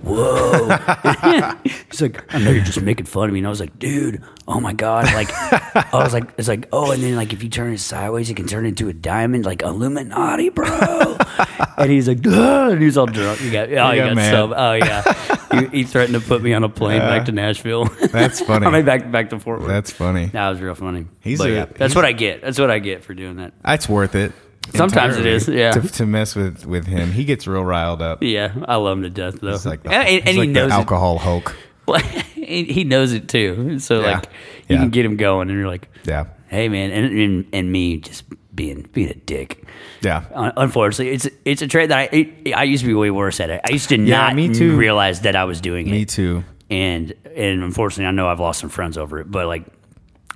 Speaker 2: Whoa. He's like, I know you're just making fun of me. And I was like, dude, oh my God. Like, I was like, it's like, oh, and then like if you turn it sideways, it can turn into a diamond, like Illuminati, bro. and he's like, Duh, and he's all drunk. He got, oh, he
Speaker 1: got
Speaker 2: got
Speaker 1: mad.
Speaker 2: sub. Oh, yeah. he, he threatened to put me on a plane back to Nashville.
Speaker 1: That's funny.
Speaker 2: I mean, back, back to Fort Worth.
Speaker 1: That's funny.
Speaker 2: That was real funny.
Speaker 1: He's
Speaker 2: But
Speaker 1: a-
Speaker 2: yeah, that's
Speaker 1: he's-
Speaker 2: what I get. That's what I get for doing that.
Speaker 1: That's worth it.
Speaker 2: Sometimes it
Speaker 1: entirely,
Speaker 2: is, yeah.
Speaker 1: To, to mess with with him, he gets real riled up.
Speaker 2: Yeah, I love him to death though.
Speaker 1: It's like the,
Speaker 2: and and-
Speaker 1: he's
Speaker 2: and he
Speaker 1: like the
Speaker 2: knows it.
Speaker 1: alcohol Hulk.
Speaker 2: Well, he he knows it too. So
Speaker 1: Yeah.
Speaker 2: like you
Speaker 1: Yeah.
Speaker 2: can get him going, and you're like,
Speaker 1: Yeah,
Speaker 2: hey man, and and, and me just being being a dick.
Speaker 1: yeah.
Speaker 2: Un- Unfortunately, it's it's a trait that I it, I used to be way worse at it. I used to
Speaker 1: Yeah,
Speaker 2: not
Speaker 1: me too.
Speaker 2: realize that I was doing it
Speaker 1: Me too.
Speaker 2: and and unfortunately, I know I've lost some friends over it, but like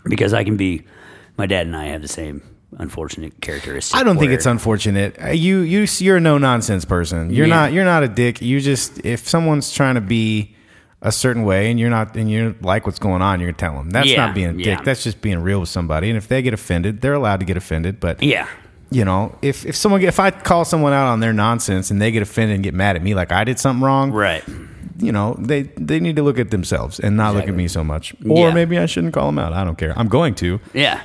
Speaker 2: because I can be, my dad and I have the same unfortunate characteristic.
Speaker 1: I don't think
Speaker 2: where-
Speaker 1: it's unfortunate. Uh, You you you're a no nonsense person. You're
Speaker 2: Yeah.
Speaker 1: not you're not a dick. You just if someone's trying to be a certain way and you're not and you like what's going on, you're gonna tell them. That's
Speaker 2: Yeah,
Speaker 1: not being a
Speaker 2: yeah.
Speaker 1: dick. That's just being real with somebody. And if they get offended, they're allowed to get offended. But
Speaker 2: yeah.
Speaker 1: you know, if if someone if I call someone out on their nonsense and they get offended and get mad at me like I did something wrong,
Speaker 2: Right.
Speaker 1: you know, they they need to look at themselves and not look at me so much. Or
Speaker 2: Yeah.
Speaker 1: maybe I shouldn't call them out. I don't care. I'm going to,
Speaker 2: Yeah.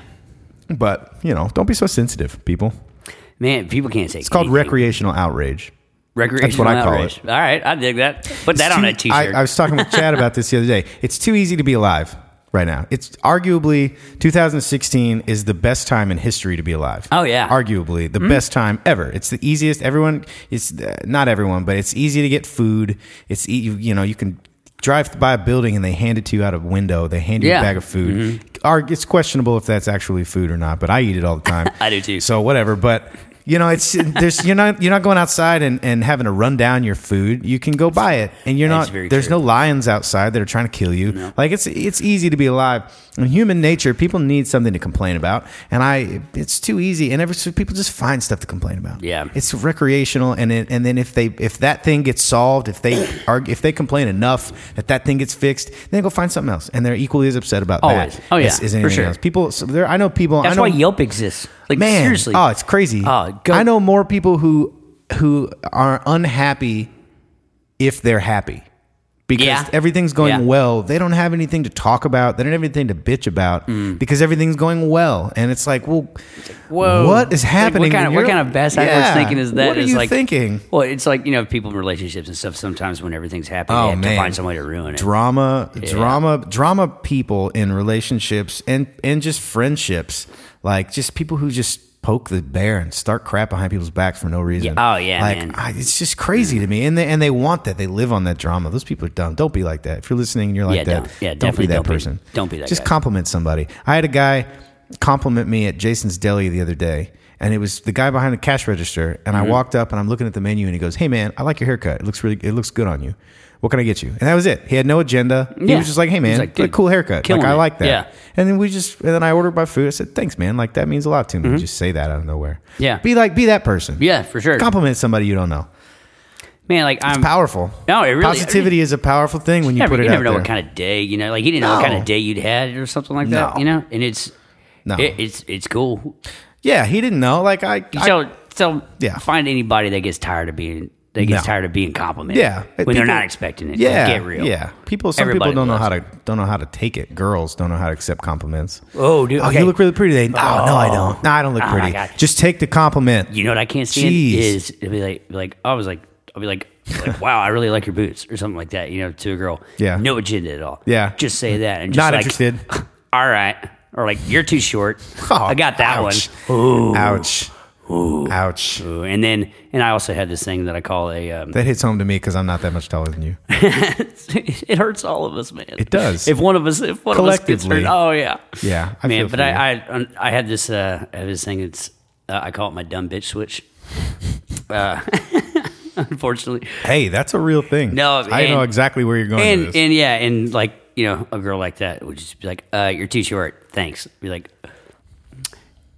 Speaker 1: but you know, don't be so sensitive, people.
Speaker 2: Man, people can't take
Speaker 1: It's called recreational outrage.
Speaker 2: Recreational
Speaker 1: That's what I call
Speaker 2: outrage. All right, I dig that. Put that on a
Speaker 1: It's too- I,
Speaker 2: t-shirt.
Speaker 1: I was talking with Chad about this the other day. It's too easy to be alive right now. It's arguably 2016 is the best time in history to be alive.
Speaker 2: Oh, yeah.
Speaker 1: arguably the best time ever. It's the easiest. Everyone, it's uh, not everyone, but it's easy to get food. It's e- you, you know you can. Drive by a building and they hand it to you out of a window. They hand you
Speaker 2: Yeah. Mm-hmm.
Speaker 1: a bag of food. Ar- It's questionable if that's actually food or not, but I eat it all the time.
Speaker 2: I do too.
Speaker 1: So whatever, but you know, it's there's you're not you're not going outside and, and having to run down your food. You can go buy it, and you're
Speaker 2: That's
Speaker 1: not
Speaker 2: very
Speaker 1: there's
Speaker 2: true.
Speaker 1: no lions outside that are trying to kill you. Like it's it's easy to be alive. In human nature, people need something to complain about, and I it's too easy, and every so people just find stuff to complain about.
Speaker 2: Yeah.
Speaker 1: it's recreational, and it, and then if they if that thing gets solved, if they argue, if they complain enough that that thing gets fixed, then go find something else, and they're equally as upset about
Speaker 2: Always.
Speaker 1: that.
Speaker 2: Oh, yeah,
Speaker 1: as- as
Speaker 2: for
Speaker 1: anything
Speaker 2: sure.
Speaker 1: else. People, so there I know people. I
Speaker 2: That's
Speaker 1: know,
Speaker 2: why Yelp exists. Like
Speaker 1: Man,
Speaker 2: seriously.
Speaker 1: oh, it's crazy.
Speaker 2: Oh, go-
Speaker 1: I know more people who who are unhappy if they're happy because
Speaker 2: Yeah.
Speaker 1: everything's going
Speaker 2: Yeah.
Speaker 1: well. They don't have anything to talk about. They don't have anything to bitch about
Speaker 2: Mm.
Speaker 1: because everything's going well. And it's like, well,
Speaker 2: Whoa.
Speaker 1: what is
Speaker 2: Like,
Speaker 1: happening?
Speaker 2: what, kind
Speaker 1: when
Speaker 2: of, what
Speaker 1: you're-
Speaker 2: kind of bad backwards
Speaker 1: Yeah.
Speaker 2: thinking is that?
Speaker 1: What are
Speaker 2: It's
Speaker 1: you
Speaker 2: like,
Speaker 1: thinking?
Speaker 2: Well, it's like, you know, people in relationships and stuff, sometimes when everything's happy,
Speaker 1: Oh,
Speaker 2: they have
Speaker 1: man.
Speaker 2: to find some way to ruin it.
Speaker 1: drama drama drama people in relationships and and just friendships like just people who just poke the bear and start crap behind people's backs for no reason
Speaker 2: Yeah. Oh, yeah,
Speaker 1: like
Speaker 2: man.
Speaker 1: I, it's just crazy to me and they and they want that they live on that drama those people are dumb don't be like that if you're listening and you're like
Speaker 2: Yeah,
Speaker 1: that
Speaker 2: don't. Yeah,
Speaker 1: be
Speaker 2: definitely
Speaker 1: that
Speaker 2: don't be-
Speaker 1: person
Speaker 2: don't be that
Speaker 1: just
Speaker 2: guy.
Speaker 1: compliment somebody i had a guy compliment me at jason's deli the other day and it was the guy behind the cash register and
Speaker 2: Mm-hmm.
Speaker 1: i walked up and i'm looking at the menu and he goes hey man i like your haircut it looks really it looks good on you what can i get you and that was it he had no agenda he
Speaker 2: Yeah.
Speaker 1: was just like, "Hey man,
Speaker 2: He's like,
Speaker 1: what a
Speaker 2: dude,
Speaker 1: cool haircut. Like
Speaker 2: killing
Speaker 1: I
Speaker 2: it."
Speaker 1: like that."
Speaker 2: Yeah.
Speaker 1: And then we just and then I ordered my food. I said, "Thanks, man. Like that means a lot to me." Just say that out of nowhere.
Speaker 2: Mm-hmm. Yeah.
Speaker 1: Be like, be that person.
Speaker 2: Yeah, for sure.
Speaker 1: Compliment somebody you don't know.
Speaker 2: Man, like, I'm.
Speaker 1: Powerful.
Speaker 2: No, it really-
Speaker 1: positivity is a powerful thing when you
Speaker 2: never,
Speaker 1: put it
Speaker 2: you
Speaker 1: out
Speaker 2: never know
Speaker 1: there.
Speaker 2: what kind of day, you know, like you didn't know what
Speaker 1: No.
Speaker 2: kind of day you'd had or something like that,
Speaker 1: No.
Speaker 2: you know, and it's,
Speaker 1: No.
Speaker 2: it, it's, it's cool.
Speaker 1: yeah, he didn't know. Like I, I-
Speaker 2: So, so
Speaker 1: Yeah.
Speaker 2: find anybody that gets tired of being that gets
Speaker 1: No.
Speaker 2: tired of being complimented.
Speaker 1: yeah,
Speaker 2: when
Speaker 1: People-
Speaker 2: they're not expecting it. Like,
Speaker 1: Yeah,
Speaker 2: get real.
Speaker 1: Yeah, people. Some
Speaker 2: Everybody
Speaker 1: people don't know
Speaker 2: loves
Speaker 1: how to don't know how to take it. Girls don't know how to accept compliments.
Speaker 2: Oh, dude.
Speaker 1: Oh,
Speaker 2: okay.
Speaker 1: you look really pretty today. No, no, I don't. No, I don't look
Speaker 2: Oh, my
Speaker 1: pretty.
Speaker 2: God.
Speaker 1: Just take the compliment.
Speaker 2: You know what I can't stand
Speaker 1: Jeez.
Speaker 2: is it'd be like like I was like I'll be like like wow I really like your boots or something like that you know to a girl
Speaker 1: Yeah.
Speaker 2: no agenda at all
Speaker 1: Yeah.
Speaker 2: just say that and just
Speaker 1: Not
Speaker 2: like,
Speaker 1: interested.
Speaker 2: all right or like you're too short I got that
Speaker 1: Oh, ouch.
Speaker 2: one Ooh.
Speaker 1: Ouch. Ouch.
Speaker 2: Ooh. and then and I also had this thing that I call a um,
Speaker 1: That hits home to me because I'm not that much taller than you.
Speaker 2: it hurts all of us man
Speaker 1: It does.
Speaker 2: if one of us if one of us gets
Speaker 1: Collectively.
Speaker 2: hurt oh yeah
Speaker 1: Yeah, I
Speaker 2: man
Speaker 1: feel
Speaker 2: but
Speaker 1: for
Speaker 2: I, I I had this uh I had this thing it's uh, I call it my dumb bitch switch uh, unfortunately
Speaker 1: Hey, that's a real thing.
Speaker 2: No,
Speaker 1: I know
Speaker 2: and-
Speaker 1: exactly where you're going.
Speaker 2: and
Speaker 1: with this.
Speaker 2: and yeah, and like you know, a girl like that would just be like, uh, "You're too short, thanks." Be like,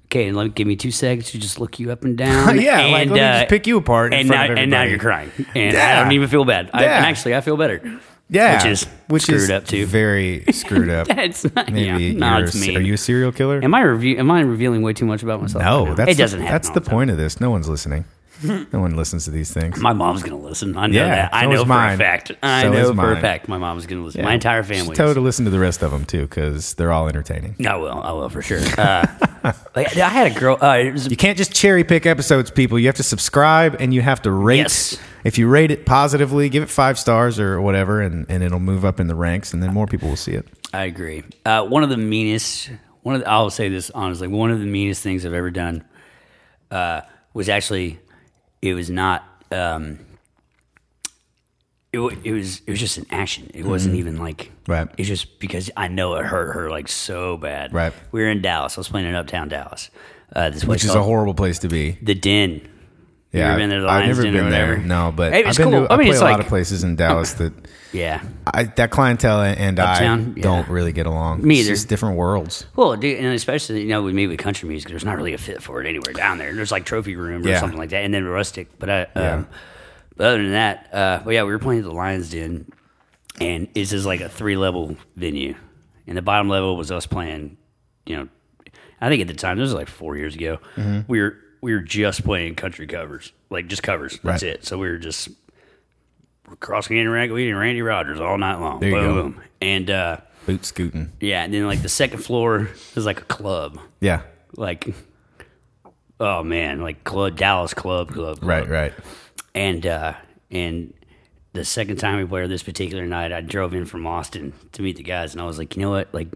Speaker 2: "Okay, and let me give me two seconds to just look you up and down."
Speaker 1: Oh, Yeah,
Speaker 2: and, uh,
Speaker 1: like, let me just pick you apart in
Speaker 2: and
Speaker 1: front
Speaker 2: now,
Speaker 1: of
Speaker 2: and now
Speaker 1: everybody.
Speaker 2: you're crying, and
Speaker 1: Yeah.
Speaker 2: I don't even feel bad. I,
Speaker 1: Yeah.
Speaker 2: and actually, I feel better.
Speaker 1: yeah,
Speaker 2: which is screwed up too.
Speaker 1: Very screwed up.
Speaker 2: it's not.
Speaker 1: Maybe
Speaker 2: yeah, no,
Speaker 1: you're
Speaker 2: it's
Speaker 1: a-
Speaker 2: me.
Speaker 1: Are you a serial killer?
Speaker 2: Am I review? Am I revealing way too much about myself? right
Speaker 1: no,
Speaker 2: now?
Speaker 1: that's
Speaker 2: it doesn't
Speaker 1: the,
Speaker 2: happen.
Speaker 1: That's
Speaker 2: all
Speaker 1: the
Speaker 2: time.
Speaker 1: point of this. No one's listening. No one listens to these things.
Speaker 2: My mom's gonna listen. I know
Speaker 1: Yeah,
Speaker 2: that. I
Speaker 1: so
Speaker 2: know
Speaker 1: is
Speaker 2: for
Speaker 1: mine.
Speaker 2: a fact. I
Speaker 1: So is
Speaker 2: know for
Speaker 1: mine.
Speaker 2: a fact my mom's gonna listen.
Speaker 1: Yeah.
Speaker 2: My entire
Speaker 1: Just
Speaker 2: family.
Speaker 1: Tell her to listen to the rest of them too, because they're all entertaining.
Speaker 2: I will. I will for sure. Uh, like, I had a girl. Uh, it was
Speaker 1: You can't just cherry pick episodes, people. You have to subscribe and you have to rate.
Speaker 2: Yes.
Speaker 1: If you rate it positively, give it five stars or whatever, and, and it'll move up in the ranks, and then more people will see it.
Speaker 2: I agree. Uh, one of the meanest. One of the, I'll say this honestly. One of the meanest things I've ever done uh, was actually. It was not. Um, it, wa- it was it was just an action. It wasn't even like
Speaker 1: Mm-hmm. Right.
Speaker 2: It's just because I know it hurt her like so bad.
Speaker 1: Right.
Speaker 2: We were in Dallas. I was playing in Uptown Dallas. Uh, this
Speaker 1: Which is a horrible place to be.
Speaker 2: the Den. You ever been there? The
Speaker 1: I've
Speaker 2: Lions
Speaker 1: never
Speaker 2: Den or
Speaker 1: been there.
Speaker 2: whatever?
Speaker 1: No, but
Speaker 2: Hey,
Speaker 1: I've
Speaker 2: it's
Speaker 1: been
Speaker 2: cool.
Speaker 1: to. I,
Speaker 2: I mean,
Speaker 1: play
Speaker 2: it's
Speaker 1: a lot
Speaker 2: like-
Speaker 1: of places in Dallas that
Speaker 2: Yeah.
Speaker 1: I, that clientele and
Speaker 2: Uptown?
Speaker 1: I
Speaker 2: Yeah.
Speaker 1: don't really get along.
Speaker 2: Me
Speaker 1: It's
Speaker 2: either.
Speaker 1: just different worlds.
Speaker 2: Well, dude, and especially you know with me with country music, there's not really a fit for it anywhere down there. There's like trophy room or
Speaker 1: Yeah.
Speaker 2: something like that, and then rustic. But I,
Speaker 1: Yeah.
Speaker 2: um, but other than that, uh, but yeah, we were playing at the Lions Den, and it's just like a three level venue, and the bottom level was us playing. You know, I think at the time this was like four years ago.
Speaker 1: Mm-hmm.
Speaker 2: We were we were just playing country covers, like just covers.
Speaker 1: Right.
Speaker 2: That's it. So we were just crossing and Ragweed and Randy Rogers all night long.
Speaker 1: you
Speaker 2: boom,
Speaker 1: go.
Speaker 2: boom, and. uh
Speaker 1: Boot scooting.
Speaker 2: yeah, and then like the second floor is like a club,
Speaker 1: Yeah.
Speaker 2: like oh man, like club Dallas club club, club.
Speaker 1: Right. Right.
Speaker 2: And uh, and the second time we played this particular night, I drove in from Austin to meet the guys, and I was like, you know what, like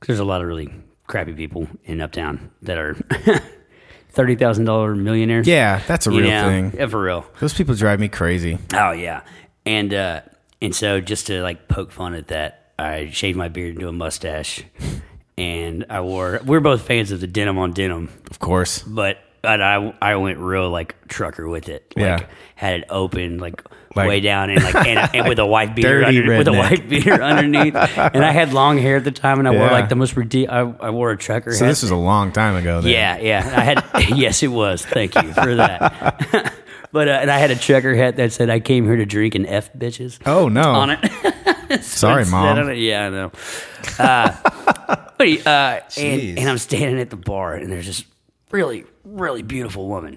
Speaker 2: 'cause there's a lot of really crappy people in Uptown that are thirty thousand dollar millionaires.
Speaker 1: Yeah, that's a
Speaker 2: You
Speaker 1: real
Speaker 2: know?
Speaker 1: thing.
Speaker 2: Yeah, for real.
Speaker 1: Those people drive me crazy.
Speaker 2: Oh yeah, and uh, and so just to like poke fun at that, I shaved my beard into a mustache, and I wore. We're both fans of the denim on denim,
Speaker 1: Of course.
Speaker 2: but and I I went real like trucker with it. Like,
Speaker 1: Yeah.
Speaker 2: had it open like.
Speaker 1: Like-
Speaker 2: way down and like and, and with a white beater
Speaker 1: Dirty
Speaker 2: under, with a
Speaker 1: redneck.
Speaker 2: white beater underneath, and I had long hair at the time, and I wore
Speaker 1: Yeah.
Speaker 2: like the most ridiculous. I, I wore a trucker.
Speaker 1: So
Speaker 2: hat.
Speaker 1: this was a long time ago. Then.
Speaker 2: Yeah, yeah. I had yes, it was. Thank you for that. but uh, and I had a trucker hat that said "I came here to drink and f bitches"
Speaker 1: Oh no.
Speaker 2: on it. So
Speaker 1: Sorry,
Speaker 2: it said
Speaker 1: Mom.
Speaker 2: on it- Yeah, I know. Uh, but he, uh,
Speaker 1: Jeez.
Speaker 2: and, and I'm standing at the bar, and there's this really, really beautiful woman,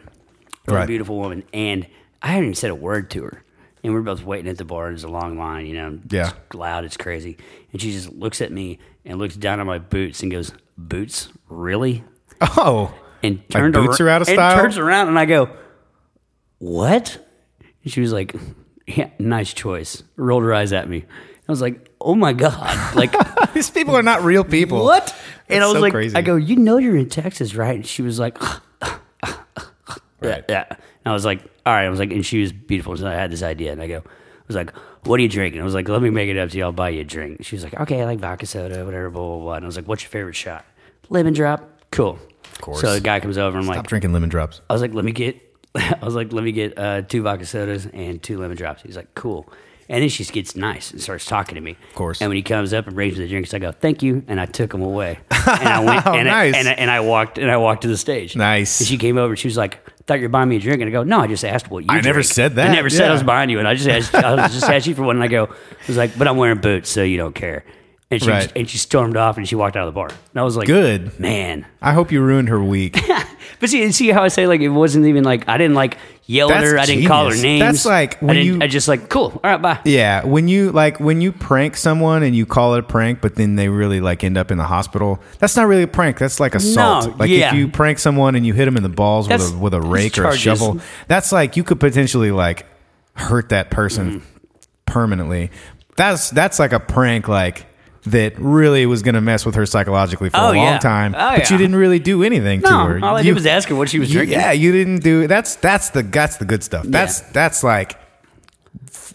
Speaker 2: really
Speaker 1: Right.
Speaker 2: beautiful woman, and I hadn't even said a word to her. And we're both waiting at the bar. There's a long line, you know.
Speaker 1: Yeah.
Speaker 2: It's loud. It's crazy. And she just looks at me and looks down at my boots and goes, "Boots, really?"
Speaker 1: Oh.
Speaker 2: and turned
Speaker 1: boots
Speaker 2: ar-
Speaker 1: are out of
Speaker 2: and
Speaker 1: style?
Speaker 2: turns around and I go, "What?" And she was like, "Yeah, nice choice." Rolled her eyes at me. I was like, "Oh my god!" Like
Speaker 1: These people are not real people.
Speaker 2: what? And
Speaker 1: That's
Speaker 2: I was
Speaker 1: so
Speaker 2: like,
Speaker 1: crazy.
Speaker 2: "I go, you know, you're in Texas, right?" And she was like,
Speaker 1: Right.
Speaker 2: "Yeah." And I was like, "All right." I was like, and she was beautiful. So I had this idea, and I go. I was like, what are you drinking? I was like, let me make it up to you. I'll buy you a drink. She was like, okay, I like vodka soda, whatever, blah, blah, blah. And I was like, what's your favorite shot? Lemon drop. Cool. Of
Speaker 1: course.
Speaker 2: So the guy comes over. I'm like,
Speaker 1: Stop drinking lemon drops.
Speaker 2: I was like, let me get, I was like, let me get uh, two vodka sodas and two lemon drops. He's like, cool. And then she gets nice and starts talking to me. Of
Speaker 1: course.
Speaker 2: And when he comes up and brings me the drinks, I go, "Oh, thank you. And I took them away. And I went and,
Speaker 1: Oh, Nice.
Speaker 2: I, and, I, and I walked and I walked to the stage.
Speaker 1: Nice.
Speaker 2: And she came over and she was like, thought you were buying me a drink. And I go, no, I just asked what you
Speaker 1: I never
Speaker 2: drink."
Speaker 1: said that.
Speaker 2: I never said
Speaker 1: Yeah.
Speaker 2: I was buying you. And I just asked, I was just asking for one. And I go, I was like, but I'm wearing boots, so you don't care. And she,
Speaker 1: Right.
Speaker 2: and she stormed off and she walked out of the bar. And I was like,
Speaker 1: Good.
Speaker 2: Man.
Speaker 1: I hope you ruined her week.
Speaker 2: But see, see how I say like it wasn't even like I didn't like yell at
Speaker 1: That's
Speaker 2: her. I didn't call her
Speaker 1: genius.
Speaker 2: names.
Speaker 1: That's like
Speaker 2: I
Speaker 1: when
Speaker 2: didn't.
Speaker 1: you-
Speaker 2: I just like cool. All right, bye.
Speaker 1: Yeah, when you like when you prank someone and you call it a prank, but then they really like end up in the hospital. That's not really a prank. That's like assault. like
Speaker 2: yeah.
Speaker 1: if you prank someone and you hit them in the balls
Speaker 2: That's-
Speaker 1: with a with a
Speaker 2: that's
Speaker 1: rake or a
Speaker 2: charges.
Speaker 1: shovel, that's like you could potentially like hurt that
Speaker 2: Mm.
Speaker 1: person permanently. That's that's like a prank like that really was going to mess with her psychologically for
Speaker 2: Oh,
Speaker 1: a long
Speaker 2: yeah.
Speaker 1: time,
Speaker 2: Oh,
Speaker 1: but you
Speaker 2: yeah.
Speaker 1: didn't really do anything to
Speaker 2: No,
Speaker 1: her.
Speaker 2: all I
Speaker 1: You-
Speaker 2: did was ask her what she was
Speaker 1: you-
Speaker 2: drinking.
Speaker 1: Yeah, you didn't do that's that's the that's the good stuff. That's that's like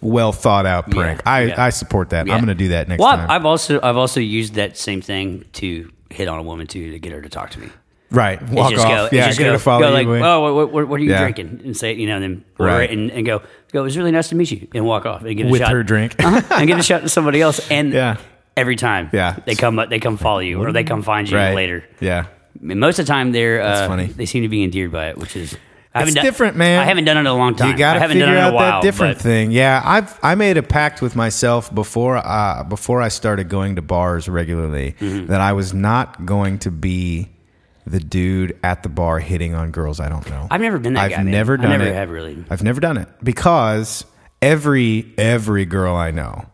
Speaker 1: well thought out prank.
Speaker 2: Yeah,
Speaker 1: I,
Speaker 2: yeah.
Speaker 1: I support that.
Speaker 2: Yeah.
Speaker 1: I'm going to do that next
Speaker 2: Well, I've-
Speaker 1: time.
Speaker 2: I've also I've also used that same thing to hit on a woman too to get her to talk to me.
Speaker 1: right, walk
Speaker 2: just
Speaker 1: off.
Speaker 2: Go,
Speaker 1: yeah,
Speaker 2: just
Speaker 1: get
Speaker 2: go,
Speaker 1: her to follow
Speaker 2: go
Speaker 1: you
Speaker 2: like,
Speaker 1: away.
Speaker 2: oh, what, what, what are you
Speaker 1: Yeah.
Speaker 2: drinking? And say, you know, then order
Speaker 1: Right.
Speaker 2: it and, and go, go. It was really nice to meet you, and walk off and give it
Speaker 1: With
Speaker 2: a shot.
Speaker 1: her drink.
Speaker 2: uh-huh, and give it a shot to somebody else. And
Speaker 1: Yeah.
Speaker 2: every time,
Speaker 1: Yeah.
Speaker 2: they come up, they come follow you, or they come find you
Speaker 1: right
Speaker 2: later.
Speaker 1: Yeah,
Speaker 2: I mean, most of the time, they're uh,
Speaker 1: funny.
Speaker 2: They seem to be endeared by it, which is I haven't
Speaker 1: different, man.
Speaker 2: I haven't done it in a long time.
Speaker 1: you got
Speaker 2: I
Speaker 1: to
Speaker 2: haven't
Speaker 1: figure
Speaker 2: done it in
Speaker 1: out
Speaker 2: a while,
Speaker 1: that different
Speaker 2: but
Speaker 1: thing. Yeah, I've I made a pact with myself before uh,
Speaker 2: Mm-hmm.
Speaker 1: before I started going to bars regularly that I was not going to be the dude at the bar hitting on girls I don't know.
Speaker 2: I've never been that
Speaker 1: I've
Speaker 2: guy, man.
Speaker 1: never
Speaker 2: I
Speaker 1: done
Speaker 2: never
Speaker 1: it.
Speaker 2: have really.
Speaker 1: I've never done it because every every girl I know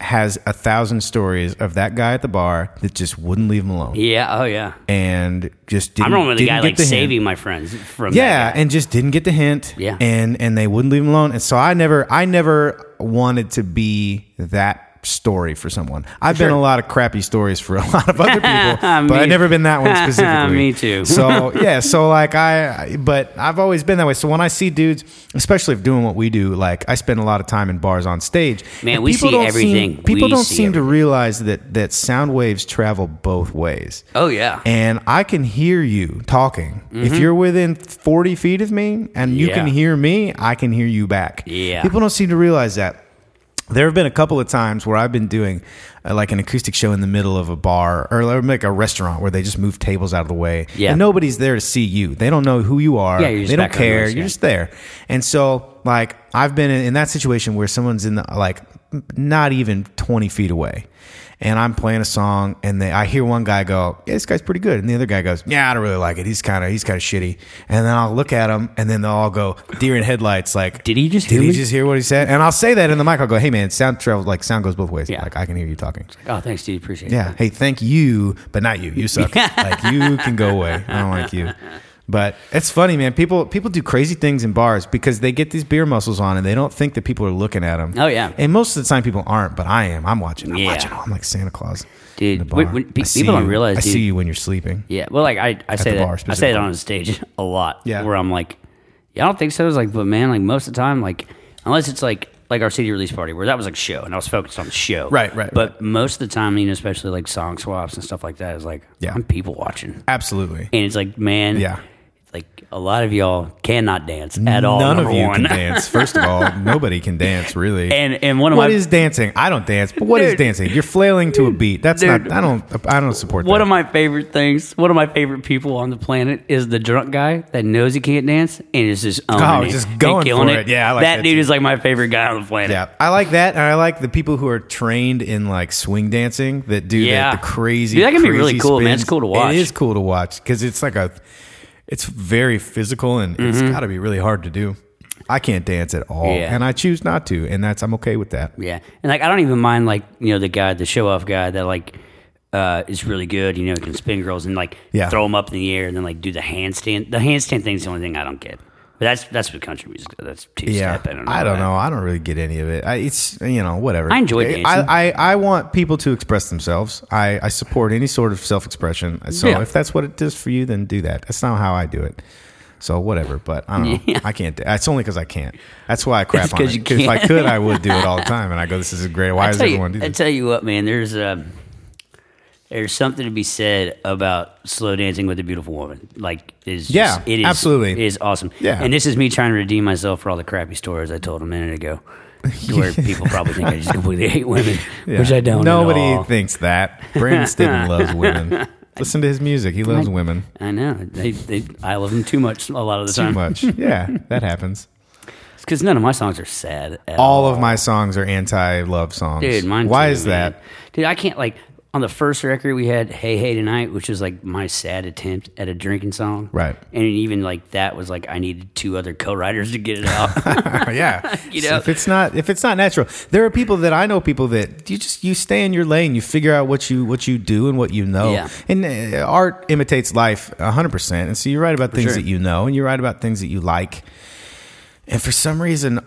Speaker 1: has a thousand stories of that guy at the bar that just wouldn't leave him alone
Speaker 2: Yeah. Oh yeah.
Speaker 1: and just didn't.
Speaker 2: I'm rolling with the
Speaker 1: didn't
Speaker 2: guy
Speaker 1: get
Speaker 2: like
Speaker 1: the hint.
Speaker 2: saving my friends from. that
Speaker 1: Yeah,
Speaker 2: guy.
Speaker 1: and just didn't get the hint.
Speaker 2: Yeah.
Speaker 1: and and they wouldn't leave him alone. And so I never, I never wanted to be that story for someone. I've been a lot of crappy stories for a lot of other people, but
Speaker 2: Me-
Speaker 1: I've never been that one specifically.
Speaker 2: Me too.
Speaker 1: so yeah, so like I, but I've always been that way. So when I see dudes, especially if doing what we do, like I spend a lot of time in bars on stage.
Speaker 2: Man,
Speaker 1: and
Speaker 2: we
Speaker 1: people
Speaker 2: see
Speaker 1: don't seem-
Speaker 2: everything.
Speaker 1: people
Speaker 2: We
Speaker 1: don't
Speaker 2: see
Speaker 1: seem to realize that that sound waves travel both ways
Speaker 2: Oh yeah. Mm-hmm.
Speaker 1: and I can hear you talking. If you're within 40 feet of me and you can
Speaker 2: Yeah.
Speaker 1: hear me, I can hear you back.
Speaker 2: Yeah.
Speaker 1: People don't seem to realize that. There have been a couple of times where I've been doing uh, like an acoustic show in the middle of a bar or like a restaurant where they just move tables out of the way.
Speaker 2: Yeah.
Speaker 1: And nobody's there to see you. They don't know who you are.
Speaker 2: Yeah, you're just
Speaker 1: they don't
Speaker 2: background
Speaker 1: care.
Speaker 2: noise,
Speaker 1: You're
Speaker 2: yeah.
Speaker 1: just there. And so, like, I've been in, in that situation where someone's in the, like, m- not even 20 feet away. And I'm playing a song, and they, I hear one guy go, "Yeah, this guy's pretty good," and the other guy goes, "Yeah, I don't really like it. He's kind of he's kind of shitty." And then I'll look at him, and then they'll all go deer in headlights, like,
Speaker 2: Did he just
Speaker 1: did
Speaker 2: hear
Speaker 1: he
Speaker 2: me?"
Speaker 1: just hear what he said?" And I'll say that in the mic. I'll go, "Hey, man, sound travels like sound goes both ways.
Speaker 2: Yeah.
Speaker 1: Like I can hear you talking.
Speaker 2: oh, thanks, dude. Appreciate it.
Speaker 1: Yeah. Hey, thank you, but not you. You suck. like you can go away. I don't like you. But it's funny, man. People people do crazy things in bars because they get these beer muscles on and they don't think that people are looking at them.
Speaker 2: Oh, yeah.
Speaker 1: And most of the time people aren't, but I am. I'm watching. I'm
Speaker 2: Yeah.
Speaker 1: watching. I'm like Santa Claus.
Speaker 2: Dude,
Speaker 1: in the
Speaker 2: when-
Speaker 1: bar.
Speaker 2: when pe-
Speaker 1: I see
Speaker 2: people don't
Speaker 1: you.
Speaker 2: realize,
Speaker 1: I
Speaker 2: dude.
Speaker 1: see you when you're sleeping.
Speaker 2: Yeah. Well, like I, I say
Speaker 1: the
Speaker 2: that
Speaker 1: bar,
Speaker 2: I say it
Speaker 1: specifically.
Speaker 2: on the stage a lot.
Speaker 1: Yeah.
Speaker 2: Where I'm like, yeah, I don't think so. It's like, but man, like most of the time, like unless it's like like our CD release party where that was like show and I was focused on the show.
Speaker 1: Right, right,
Speaker 2: But most of the time, you know, especially like song swaps and stuff like that, is like
Speaker 1: Yeah.
Speaker 2: I'm people watching,
Speaker 1: Absolutely.
Speaker 2: and it's like man,
Speaker 1: Yeah.
Speaker 2: like a lot of y'all cannot dance at all.
Speaker 1: None of
Speaker 2: number
Speaker 1: you
Speaker 2: one.
Speaker 1: can dance. First of all, nobody can dance really.
Speaker 2: and and one of
Speaker 1: What
Speaker 2: my
Speaker 1: is dancing? I don't dance, but what is
Speaker 2: Dude.
Speaker 1: dancing? You're flailing to a beat. That's
Speaker 2: Dude.
Speaker 1: not. I don't. I don't support
Speaker 2: One
Speaker 1: that.
Speaker 2: of my favorite things, one of my favorite people on the planet is the drunk guy that knows he can't dance and is just owning
Speaker 1: Oh,
Speaker 2: it
Speaker 1: just
Speaker 2: and
Speaker 1: going
Speaker 2: killing
Speaker 1: for it. Yeah, I like that
Speaker 2: dude
Speaker 1: too.
Speaker 2: is like my favorite guy on the planet.
Speaker 1: Yeah, I like that, and I like the people who are trained in like swing dancing that do
Speaker 2: Yeah.
Speaker 1: the, the crazy.
Speaker 2: Dude, that can be
Speaker 1: crazy
Speaker 2: really cool, man. It's
Speaker 1: spins.
Speaker 2: cool to watch.
Speaker 1: It is cool to watch because it's like a, it's very physical and it's got to be really hard to do. I can't dance at all,
Speaker 2: Mm-hmm. Yeah.
Speaker 1: and I choose not to, and that's I'm okay with that.
Speaker 2: Yeah. And like I don't even mind like, you know, the guy, the show off guy that like uh, is really good, you know, can spin girls and like
Speaker 1: Yeah.
Speaker 2: throw them up in the air and then like do the handstand. The handstand thing's the only thing I don't get. But that's that's with country music. though. That's two
Speaker 1: Yeah,
Speaker 2: step. I don't know.
Speaker 1: I don't
Speaker 2: about.
Speaker 1: know. I don't really get any of it. I, it's you know whatever.
Speaker 2: I enjoy
Speaker 1: I,
Speaker 2: dancing.
Speaker 1: I I want people to express themselves. I I support any sort of self expression. So
Speaker 2: Yeah.
Speaker 1: if that's what it does for you, then do that. That's not how I do it. So whatever. But I don't know.
Speaker 2: Yeah.
Speaker 1: I can't. do- It's only because I can't. That's why I crap
Speaker 2: It's
Speaker 1: on
Speaker 2: 'cause
Speaker 1: it.
Speaker 2: you
Speaker 1: 'Cause If I
Speaker 2: can't.
Speaker 1: could, I would do it all the time. And I go, this is great. Why
Speaker 2: I
Speaker 1: does
Speaker 2: tell you-
Speaker 1: everyone do
Speaker 2: I
Speaker 1: this?
Speaker 2: tell you what, man. There's um, there's something to be said about slow dancing with a beautiful woman. Like is just-
Speaker 1: Yeah,
Speaker 2: it is
Speaker 1: absolutely.
Speaker 2: it is awesome.
Speaker 1: Yeah.
Speaker 2: and this is me trying to redeem myself for all the crappy stories I told a minute ago, where people probably think I just completely hate women,
Speaker 1: Yeah.
Speaker 2: which I don't. at
Speaker 1: Nobody
Speaker 2: all.
Speaker 1: thinks that. Brandon Stidham loves women. Listen to his music. He loves women
Speaker 2: I know. They, they, I love them too much a lot of the
Speaker 1: too
Speaker 2: time
Speaker 1: much. Yeah, that happens.
Speaker 2: because none of my songs are sad. At
Speaker 1: all of my songs are anti-love songs.
Speaker 2: Dude, mine.
Speaker 1: Why
Speaker 2: too,
Speaker 1: is
Speaker 2: man.
Speaker 1: that?
Speaker 2: Dude, I can't like on the first record we had "Hey Hey Tonight," which was like my sad attempt at a drinking song.
Speaker 1: Right.
Speaker 2: And even like that was like I needed two other co-writers to get it out.
Speaker 1: yeah.
Speaker 2: You
Speaker 1: So
Speaker 2: know?
Speaker 1: if it's not if it's not natural, there are people that I know people that you just you stay in your lane, you figure out what you what you do and what you know.
Speaker 2: Yeah.
Speaker 1: And uh, art imitates life 100%. And so you write about things
Speaker 2: sure.
Speaker 1: that you know and you write about things that you like. And for some reason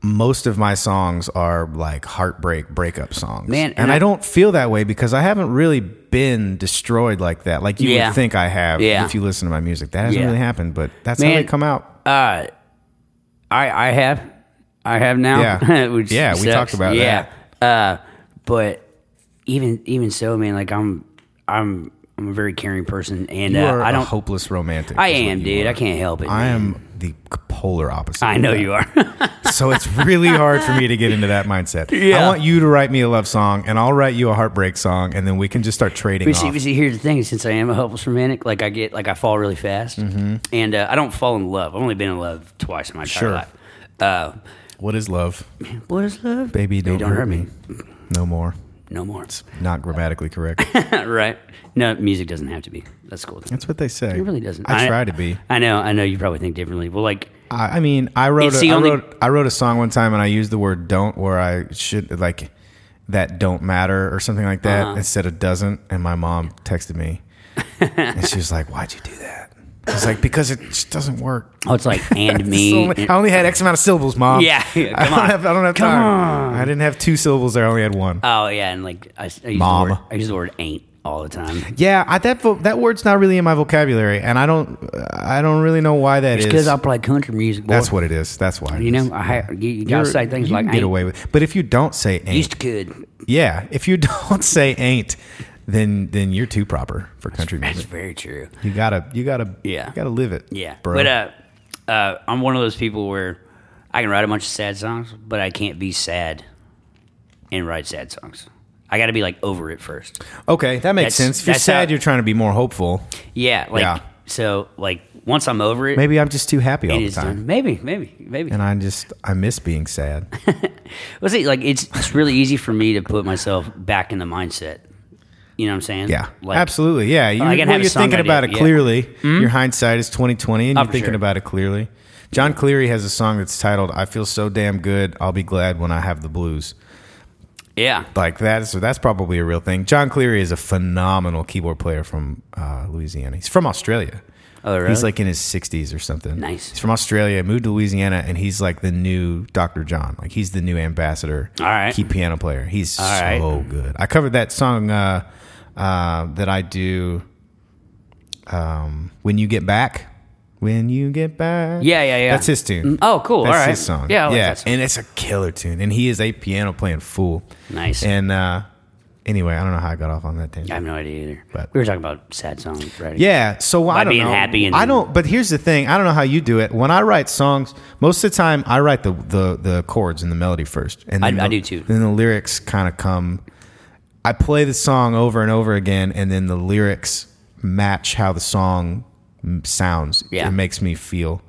Speaker 1: most of my songs are like heartbreak breakup songs.
Speaker 2: Man,
Speaker 1: and,
Speaker 2: and
Speaker 1: I,
Speaker 2: I-
Speaker 1: don't feel that way because I haven't really been destroyed like that. Like you
Speaker 2: Yeah.
Speaker 1: would think I have
Speaker 2: Yeah.
Speaker 1: if you listen to my music. That hasn't
Speaker 2: Yeah.
Speaker 1: really happened, but that's how
Speaker 2: Man,
Speaker 1: they come out.
Speaker 2: uh, I I have, I have now.
Speaker 1: Yeah.
Speaker 2: which
Speaker 1: Yeah, we
Speaker 2: sucks.
Speaker 1: talked about
Speaker 2: yeah. that. Uh, but even even so, man, like I'm I'm I'm a very caring person, and
Speaker 1: You
Speaker 2: uh,
Speaker 1: are
Speaker 2: I
Speaker 1: a
Speaker 2: don't.
Speaker 1: hopeless romantic.
Speaker 2: I
Speaker 1: is what
Speaker 2: am,
Speaker 1: you
Speaker 2: dude.
Speaker 1: are.
Speaker 2: I can't help it.
Speaker 1: I
Speaker 2: man.
Speaker 1: am the polar opposite.
Speaker 2: I
Speaker 1: of
Speaker 2: know
Speaker 1: that.
Speaker 2: you are.
Speaker 1: So it's really hard for me to get into that mindset. I
Speaker 2: Yeah.
Speaker 1: want you to write me a love song, and I'll write you a heartbreak song, and then we can just start trading.
Speaker 2: But see,
Speaker 1: off.
Speaker 2: but see, here's the thing: since I am a hopeless romantic, like I get, like I fall really fast, and uh, I don't fall in love. I've only been in love twice in my entire
Speaker 1: Mm-hmm. Sure.
Speaker 2: life. Uh,
Speaker 1: What is love,
Speaker 2: what is love?
Speaker 1: baby? Don't,
Speaker 2: don't hurt me.
Speaker 1: no more.
Speaker 2: no more.
Speaker 1: Not grammatically correct.
Speaker 2: right? No, music doesn't have to be. That's cool.
Speaker 1: That's what they say.
Speaker 2: It really doesn't.
Speaker 1: I, try to be.
Speaker 2: I know. I know. You probably think differently. Well, like
Speaker 1: I, I mean, I wrote,
Speaker 2: It's
Speaker 1: a,
Speaker 2: the
Speaker 1: I
Speaker 2: only-
Speaker 1: wrote I wrote a song one time and I used the word don't where I should like that don't matter or something like
Speaker 2: Uh-huh.
Speaker 1: that instead of doesn't. And my mom texted me and she was like, "Why'd you do that?" I was like, "Because it just doesn't work."
Speaker 2: oh, it's like and
Speaker 1: It's
Speaker 2: me.
Speaker 1: only- I only had X amount of syllables, mom.
Speaker 2: Yeah, yeah,
Speaker 1: I
Speaker 2: come
Speaker 1: don't
Speaker 2: on.
Speaker 1: have. I don't have time. I didn't have two syllables there. I only had one.
Speaker 2: oh yeah, and like I, I use
Speaker 1: Mom.
Speaker 2: The word, I use the word ain't all the time
Speaker 1: yeah, I, that vo- that word's not really in my vocabulary, and I don't. I don't really know why that is.
Speaker 2: because I play country music. Boy.
Speaker 1: That's what it is. That's why. it
Speaker 2: you
Speaker 1: is.
Speaker 2: know. I ha- you, you gotta
Speaker 1: You're-
Speaker 2: say things
Speaker 1: you
Speaker 2: like
Speaker 1: can get
Speaker 2: ain't.
Speaker 1: away with. But if you don't say ain't,
Speaker 2: Used to could.
Speaker 1: yeah, if you don't say ain't, then then you're too proper for country
Speaker 2: That's
Speaker 1: music.
Speaker 2: very true.
Speaker 1: You gotta you gotta
Speaker 2: Yeah.
Speaker 1: you gotta live it.
Speaker 2: Yeah,
Speaker 1: bro.
Speaker 2: but uh, uh, I'm one of those people where I can write a bunch of sad songs, but I can't be sad and write sad songs. I got to be like over it first.
Speaker 1: okay, that makes
Speaker 2: that's-
Speaker 1: sense. If you're
Speaker 2: that's
Speaker 1: sad,
Speaker 2: how-
Speaker 1: you're trying to be more hopeful.
Speaker 2: Yeah, like
Speaker 1: Yeah.
Speaker 2: so, like once I'm over it,
Speaker 1: Maybe I'm just too happy all
Speaker 2: it
Speaker 1: the
Speaker 2: is
Speaker 1: time,
Speaker 2: done. Maybe, maybe, maybe.
Speaker 1: and I just I miss being sad.
Speaker 2: Well, see, like it's it's really easy for me to put myself back in the mindset. You know what I'm saying?
Speaker 1: Yeah,
Speaker 2: like,
Speaker 1: absolutely. Yeah, you,
Speaker 2: I can
Speaker 1: well,
Speaker 2: have a
Speaker 1: you're
Speaker 2: song
Speaker 1: thinking
Speaker 2: idea,
Speaker 1: about it
Speaker 2: yeah. Hmm?
Speaker 1: clearly. Your hindsight is 2020, and
Speaker 2: Oh,
Speaker 1: you're
Speaker 2: for
Speaker 1: thinking
Speaker 2: sure.
Speaker 1: about it clearly. John Cleary has a song that's titled "I Feel So Damn Good." I'll be glad when I have the blues.
Speaker 2: Yeah,
Speaker 1: Like that, so that's probably a real thing. John Cleary is a phenomenal keyboard player from uh, Louisiana. He's from Australia.
Speaker 2: Oh, really?
Speaker 1: He's like in his 60s or something.
Speaker 2: Nice.
Speaker 1: He's from Australia, moved to Louisiana, and he's like the new Dr. John. Like he's the new ambassador.
Speaker 2: All right.
Speaker 1: Key piano player. He's
Speaker 2: All
Speaker 1: so
Speaker 2: right.
Speaker 1: good. I covered that song uh, uh, that I do um, When You Get Back. When You Get Back.
Speaker 2: yeah, yeah, yeah.
Speaker 1: That's his tune.
Speaker 2: Oh, cool.
Speaker 1: That's
Speaker 2: All right.
Speaker 1: his song.
Speaker 2: Yeah, I like
Speaker 1: yeah.
Speaker 2: that song.
Speaker 1: And it's a killer tune. And he is a piano playing fool.
Speaker 2: Nice.
Speaker 1: And uh, anyway, I don't know how I got off on that tangent.
Speaker 2: I have no idea either.
Speaker 1: But-
Speaker 2: we were talking about sad songs, right?
Speaker 1: Yeah. So I don't
Speaker 2: being
Speaker 1: know.
Speaker 2: happy and-
Speaker 1: I don't. But here's the thing. I don't know how you do it. When I write songs, most of the time I write the the, the chords and the melody first, and
Speaker 2: I-
Speaker 1: then
Speaker 2: I
Speaker 1: the-
Speaker 2: do too.
Speaker 1: Then the lyrics kind of come. I play the song over and over again, and then the lyrics match how the song m- sounds.
Speaker 2: Yeah.
Speaker 1: It makes me feel.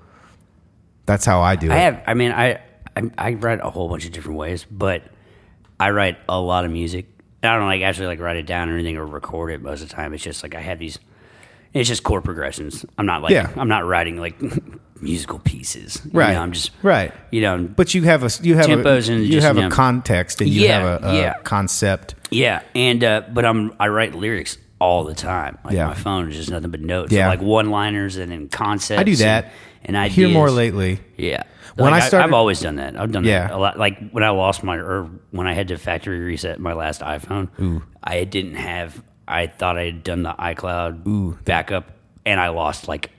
Speaker 1: That's how I do
Speaker 2: I
Speaker 1: it.
Speaker 2: have. I mean, I, I I write a whole bunch of different ways, but I write a lot of music. I don't like actually like write it down or anything or record it most of the time. It's just like I have these. It's just chord progressions. I'm not like
Speaker 1: Yeah.
Speaker 2: I'm not writing like musical pieces. You
Speaker 1: right.
Speaker 2: know, I'm just
Speaker 1: right.
Speaker 2: You know. But
Speaker 1: But you have a you have
Speaker 2: Tempos
Speaker 1: a,
Speaker 2: and
Speaker 1: you
Speaker 2: just,
Speaker 1: have
Speaker 2: you
Speaker 1: a
Speaker 2: know-
Speaker 1: context and you
Speaker 2: Yeah,
Speaker 1: have a, a
Speaker 2: yeah.
Speaker 1: concept.
Speaker 2: yeah, and uh, but I'm I write lyrics all the time. Like
Speaker 1: Yeah.
Speaker 2: my phone is just nothing but notes.
Speaker 1: Yeah.
Speaker 2: Like one liners and then concepts.
Speaker 1: I do that.
Speaker 2: And, and ideas.
Speaker 1: Hear more lately.
Speaker 2: Yeah.
Speaker 1: When
Speaker 2: Like,
Speaker 1: I started-
Speaker 2: have always done that. I've done
Speaker 1: Yeah.
Speaker 2: that a lot. Like when I lost my, or when I had to factory reset my last iPhone, I didn't have, I thought I had done the iCloud backup and I lost like,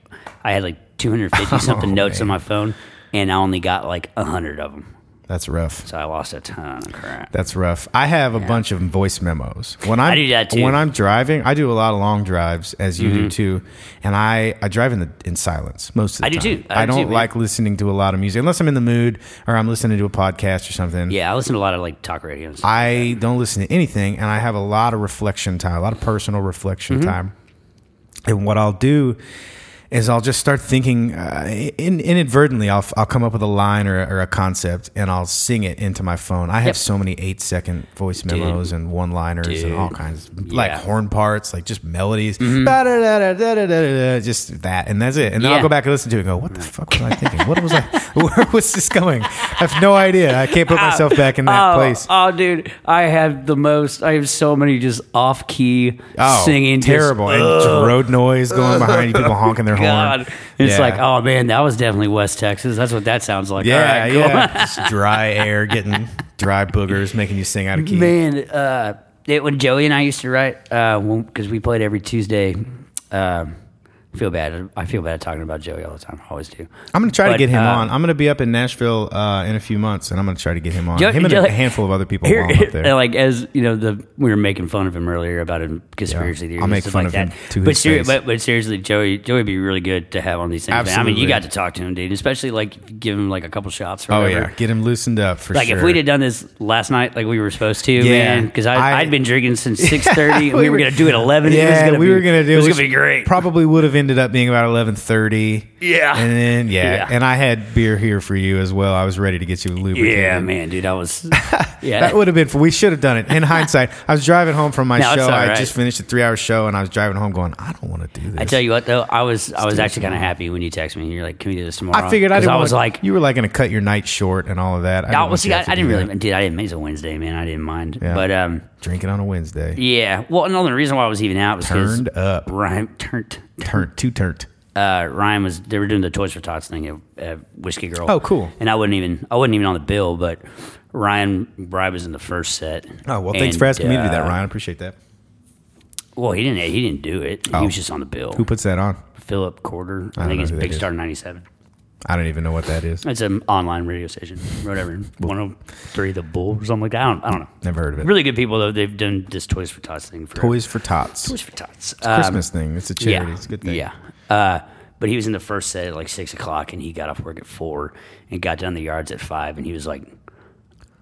Speaker 2: I had like 250
Speaker 1: Oh,
Speaker 2: something notes on my phone and I only got like 100 of them.
Speaker 1: That's rough.
Speaker 2: So I lost a ton of crap.
Speaker 1: That's rough. I have a bunch of voice memos. When I'm,
Speaker 2: do that too. Mm-hmm.
Speaker 1: When I'm driving, I do a lot of long drives, as you do too. And I, I drive in the in silence most of the
Speaker 2: I do
Speaker 1: time.
Speaker 2: too. I do
Speaker 1: not
Speaker 2: too, man.
Speaker 1: like listening to a lot of music unless I'm in the mood or I'm listening to a podcast or something.
Speaker 2: Yeah. I listen to a lot of like talk radio and stuff.
Speaker 1: I don't listen to anything, and I have a lot of reflection time, a lot of personal reflection
Speaker 2: Mm-hmm.
Speaker 1: time. And what I'll do is I'll just start thinking uh, in, inadvertently. I'll I'll come up with a line or, or a concept, and I'll sing it into my phone. I have
Speaker 2: Yep.
Speaker 1: so many eight second voice memos and one liners and all
Speaker 2: Dude.
Speaker 1: kinds, like
Speaker 2: Yeah. Mm-hmm.
Speaker 1: horn parts, like just melodies, Ba-da-da-da-da-da-da-da, just that, and that's it. And then I'll
Speaker 2: Yeah.
Speaker 1: go back and listen to it. and Go, what the fuck was I thinking? What was I? Where was this going? I have no idea. I can't put myself back in that
Speaker 2: oh,
Speaker 1: place.
Speaker 2: Oh, dude, I have the most. I have so many just off key
Speaker 1: Oh,
Speaker 2: singing, just,
Speaker 1: terrible, and
Speaker 2: ugh.
Speaker 1: just road noise going behind you, people honking their horn.
Speaker 2: God. It's
Speaker 1: Yeah.
Speaker 2: like, oh man, that was definitely West Texas. That's what that sounds like.
Speaker 1: yeah,
Speaker 2: All right, cool.
Speaker 1: yeah, Just dry air, getting dry boogers, making you sing out of key.
Speaker 2: Man, uh, it, when Joey and I used to write, because we played every Tuesday. Um, feel bad. I feel bad talking about Joey all the time. I always do.
Speaker 1: I'm gonna try to
Speaker 2: But,
Speaker 1: get him
Speaker 2: uh,
Speaker 1: on. I'm gonna be up in Nashville uh, in a few months, and I'm gonna try to get him on.
Speaker 2: Joe-
Speaker 1: him and
Speaker 2: Joe-
Speaker 1: a handful of other people
Speaker 2: Here,
Speaker 1: while I'm up there.
Speaker 2: and like as you know, the we were making fun of him earlier about him conspiracy
Speaker 1: Yeah.
Speaker 2: theories.
Speaker 1: I'll
Speaker 2: and
Speaker 1: make
Speaker 2: stuff
Speaker 1: fun
Speaker 2: like
Speaker 1: of
Speaker 2: that.
Speaker 1: him to
Speaker 2: but,
Speaker 1: his face.
Speaker 2: but but seriously, Joey, Joey would be really good to have on these things. man. I mean,
Speaker 1: Absolutely.
Speaker 2: you got to talk to him, dude. Especially like give him like a couple shots. Or
Speaker 1: Oh
Speaker 2: whatever.
Speaker 1: yeah, get him loosened up for
Speaker 2: Like
Speaker 1: sure.
Speaker 2: if we'd have done this last night, like we were supposed to,
Speaker 1: Yeah.
Speaker 2: man, because
Speaker 1: I-
Speaker 2: I'd been drinking since six thirty, and
Speaker 1: we
Speaker 2: we were
Speaker 1: were-
Speaker 2: gonna do it at eleven. it was
Speaker 1: yeah,
Speaker 2: gonna
Speaker 1: we
Speaker 2: be-
Speaker 1: were gonna do.
Speaker 2: It was
Speaker 1: we
Speaker 2: gonna be great.
Speaker 1: Probably would have ended up being about eleven thirty.
Speaker 2: Yeah.
Speaker 1: and then yeah.
Speaker 2: Yeah.
Speaker 1: and I had beer here for you as well. I was ready to get you lubricated.
Speaker 2: Yeah, man, dude, I was. Yeah,
Speaker 1: That would have been. For, we should have done it. In hindsight, I was driving home from my
Speaker 2: No, it's
Speaker 1: show.
Speaker 2: all
Speaker 1: I
Speaker 2: right.
Speaker 1: just finished a three-hour show, and I was driving home going, "I don't want to do this."
Speaker 2: I tell you what though, I was I was actually kind of happy when you texted me. You're like, "Can we do this tomorrow?"
Speaker 1: I figured I
Speaker 2: 'Cause
Speaker 1: didn't.
Speaker 2: I was
Speaker 1: wanna-
Speaker 2: like,
Speaker 1: you were like going to cut your night short and all of that. I,
Speaker 2: I,
Speaker 1: want
Speaker 2: was,
Speaker 1: you to
Speaker 2: I,
Speaker 1: have to
Speaker 2: I didn't
Speaker 1: do
Speaker 2: really,
Speaker 1: that.
Speaker 2: dude. I didn't. It's a Wednesday, man. I didn't mind.
Speaker 1: Yeah.
Speaker 2: But um,
Speaker 1: drinking on a Wednesday.
Speaker 2: yeah. Well, another reason why I was even out was because
Speaker 1: Turned up.
Speaker 2: Ryan turned.
Speaker 1: Turnt, too turnt.
Speaker 2: Uh, Ryan was. They were doing the Toys for Tots thing at, at Whiskey Girl.
Speaker 1: Oh, cool.
Speaker 2: And I wasn't even. I wasn't even on the bill, but Ryan Bry was in the first set.
Speaker 1: Oh well, thanks for
Speaker 2: And,
Speaker 1: asking me to do that,
Speaker 2: uh,
Speaker 1: Ryan. I appreciate that.
Speaker 2: Well, he didn't. He didn't do it.
Speaker 1: Oh.
Speaker 2: He was just on the bill.
Speaker 1: Who puts that on?
Speaker 2: Philip Corder. I,
Speaker 1: don't
Speaker 2: think
Speaker 1: know
Speaker 2: it's
Speaker 1: who that
Speaker 2: Big
Speaker 1: is.
Speaker 2: Star ninety seven.
Speaker 1: I don't even know what that is.
Speaker 2: It's an online radio station, whatever. 103 The Bull or something like that. I don't, I don't know.
Speaker 1: Never heard of it.
Speaker 2: Really good people, though. They've done this Toys for Tots thing for
Speaker 1: Toys for Tots.
Speaker 2: Toys for Tots.
Speaker 1: Christmas thing. It's a charity.
Speaker 2: Um, Yeah.
Speaker 1: It's a good thing.
Speaker 2: Yeah. Uh, but he was in the first set at like six o'clock and he got off work at four and got down the yards at five and he was like,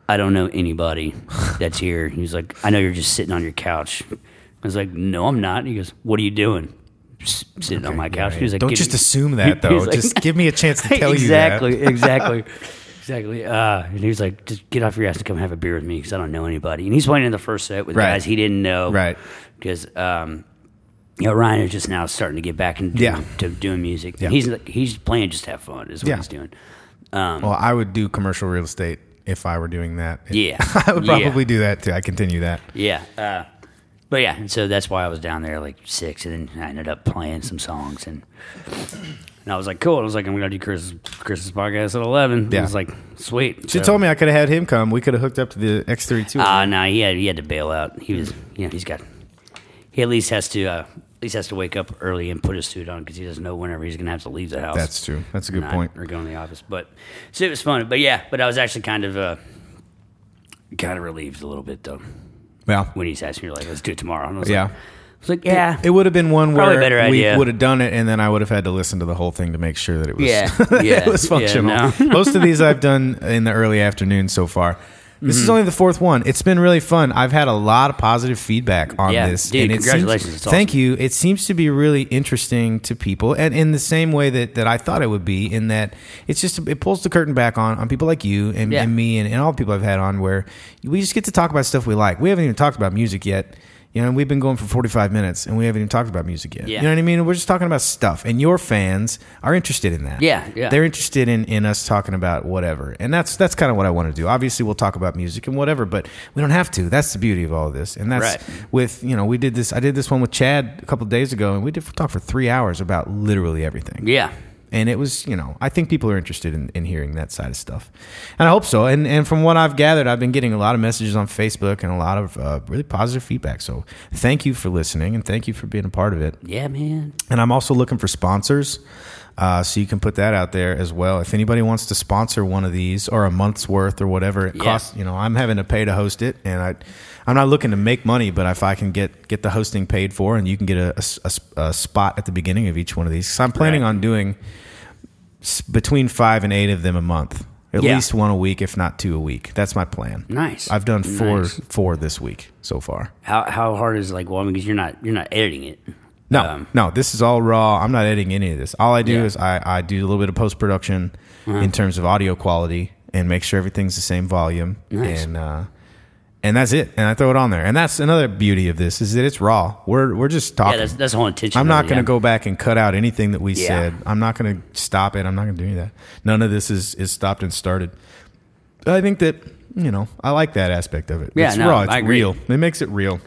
Speaker 2: I don't know anybody that's here. He was like, I know you're just sitting on your couch. I was like, No, I'm not. He goes, What are you doing? "S- Sitting on my couch. He was like,
Speaker 1: Don't
Speaker 2: "Give
Speaker 1: just
Speaker 2: me-"
Speaker 1: assume that
Speaker 2: He
Speaker 1: though.
Speaker 2: was like-
Speaker 1: just give me a chance to tell
Speaker 2: exactly,
Speaker 1: you that.
Speaker 2: exactly, exactly. Uh, and he was like, "Just get off your ass and come have a beer with me because I don't know anybody." And he's playing in the first set with
Speaker 1: Right.
Speaker 2: guys he didn't know,
Speaker 1: Right.
Speaker 2: Because um, you know Ryan is just now starting to get back into
Speaker 1: Yeah.
Speaker 2: to doing music.
Speaker 1: Yeah.
Speaker 2: He's he's playing just to have fun is what
Speaker 1: Yeah.
Speaker 2: he's doing.
Speaker 1: Well, I would do commercial real estate if I were doing that.
Speaker 2: Yeah.
Speaker 1: I would
Speaker 2: Yeah.
Speaker 1: probably do that too. I continue that.
Speaker 2: Yeah. Uh, but yeah, and so that's why I was down there like six, and then I ended up playing some songs, and and I was like, cool. I was like, I'm gonna do Chris Chris's podcast at eleven. And
Speaker 1: Yeah.
Speaker 2: I was like, sweet.
Speaker 1: She
Speaker 2: So-
Speaker 1: told me I could have had him come. We could have hooked up to the X thirty two.
Speaker 2: Uh, no, he had he had to bail out. He was, you know, he's got. He at least has to uh, at least has to wake up early and put his suit on because he doesn't know whenever he's gonna have to leave the house.
Speaker 1: That's true. That's a good
Speaker 2: Not-
Speaker 1: point.
Speaker 2: Or go in the office, but so it was fun. But yeah, but I was actually kind of uh, kind of relieved a little bit though
Speaker 1: Well,
Speaker 2: when he's asking me like, "Let's do it tomorrow." And I was
Speaker 1: yeah.
Speaker 2: like, I was like, yeah,
Speaker 1: It would have been one
Speaker 2: Probably
Speaker 1: where
Speaker 2: better
Speaker 1: we
Speaker 2: idea.
Speaker 1: would have done it, and then I would have had to listen to the whole thing to make sure that it was
Speaker 2: Yeah.
Speaker 1: that
Speaker 2: Yeah.
Speaker 1: it was
Speaker 2: Yeah,
Speaker 1: functional.
Speaker 2: no.
Speaker 1: Most of these I've done in the early afternoon so far. This
Speaker 2: Mm-hmm.
Speaker 1: is only the fourth one. It's been really fun. I've had a lot of positive feedback on
Speaker 2: Yeah.
Speaker 1: this.
Speaker 2: Dude,
Speaker 1: it seems-
Speaker 2: congratulations. It's awesome.
Speaker 1: Thank you. It seems to be really interesting to people, and in the same way that, that I thought it would be, in that it's just it pulls the curtain back on on people like you and,
Speaker 2: Yeah.
Speaker 1: and me and, and all the people I've had on, where we just get to talk about stuff we like. We haven't even talked about music yet. You know, and we've been going for 45 minutes and we haven't even talked about music yet.
Speaker 2: Yeah.
Speaker 1: You know what I mean? We're just talking about stuff, and your fans are interested in that.
Speaker 2: Yeah, yeah.
Speaker 1: They're interested in, in us talking about whatever. And that's that's kind of what I want to do. Obviously, we'll talk about music and whatever, but we don't have to. That's the beauty of all of this. And that's
Speaker 2: Right.
Speaker 1: with, you know, we did this. I did this one with Chad a couple of days ago, and we did talk for three hours about literally everything.
Speaker 2: yeah,
Speaker 1: And it was, you know, I think people are interested in, in hearing that side of stuff. And I hope so. And, and from what I've gathered, I've been getting a lot of messages on Facebook and a lot of uh, really positive feedback. So thank you for listening and thank you for being a part of it.
Speaker 2: yeah, man.
Speaker 1: And I'm also looking for sponsors. Uh, so you can put that out there as well. If anybody wants to sponsor one of these or a month's worth or whatever it
Speaker 2: Yeah.
Speaker 1: costs, you know, I'm having to pay to host it, and I, I'm not looking to make money, but if I can get get the hosting paid for, and you can get a, a s- a s- a spot at the beginning of each one of these, 'Cause I'm planning
Speaker 2: Right.
Speaker 1: on doing s- between five and eight of them a month, at
Speaker 2: Yeah.
Speaker 1: least one a week, if not two a week. That's my plan.
Speaker 2: Nice.
Speaker 1: I've done four
Speaker 2: Nice.
Speaker 1: four this week so far.
Speaker 2: How how hard is it, like well, because you're not you're not editing it.
Speaker 1: Uh, No,
Speaker 2: Um,
Speaker 1: no, this is all raw. I'm not editing any of this. All I do
Speaker 2: Yeah. Uh-huh.
Speaker 1: is I, I do a little bit of post production in terms of audio quality and make sure everything's the same volume
Speaker 2: Nice.
Speaker 1: and uh, and that's it. And I throw it on there. And that's another beauty of this is that it's raw. We're we're just
Speaker 2: Yeah,
Speaker 1: talking.
Speaker 2: that's that's the whole intention.
Speaker 1: I'm
Speaker 2: of
Speaker 1: not
Speaker 2: it,
Speaker 1: going to
Speaker 2: yeah.
Speaker 1: go back and cut out anything that we
Speaker 2: Yeah.
Speaker 1: said. I'm not going to stop it. I'm not going to do any of that. None of this is is stopped and started. But I think that you know I like that aspect of it.
Speaker 2: Yeah,
Speaker 1: it's
Speaker 2: no,
Speaker 1: raw.
Speaker 2: I
Speaker 1: It's
Speaker 2: agree.
Speaker 1: real. It makes it real.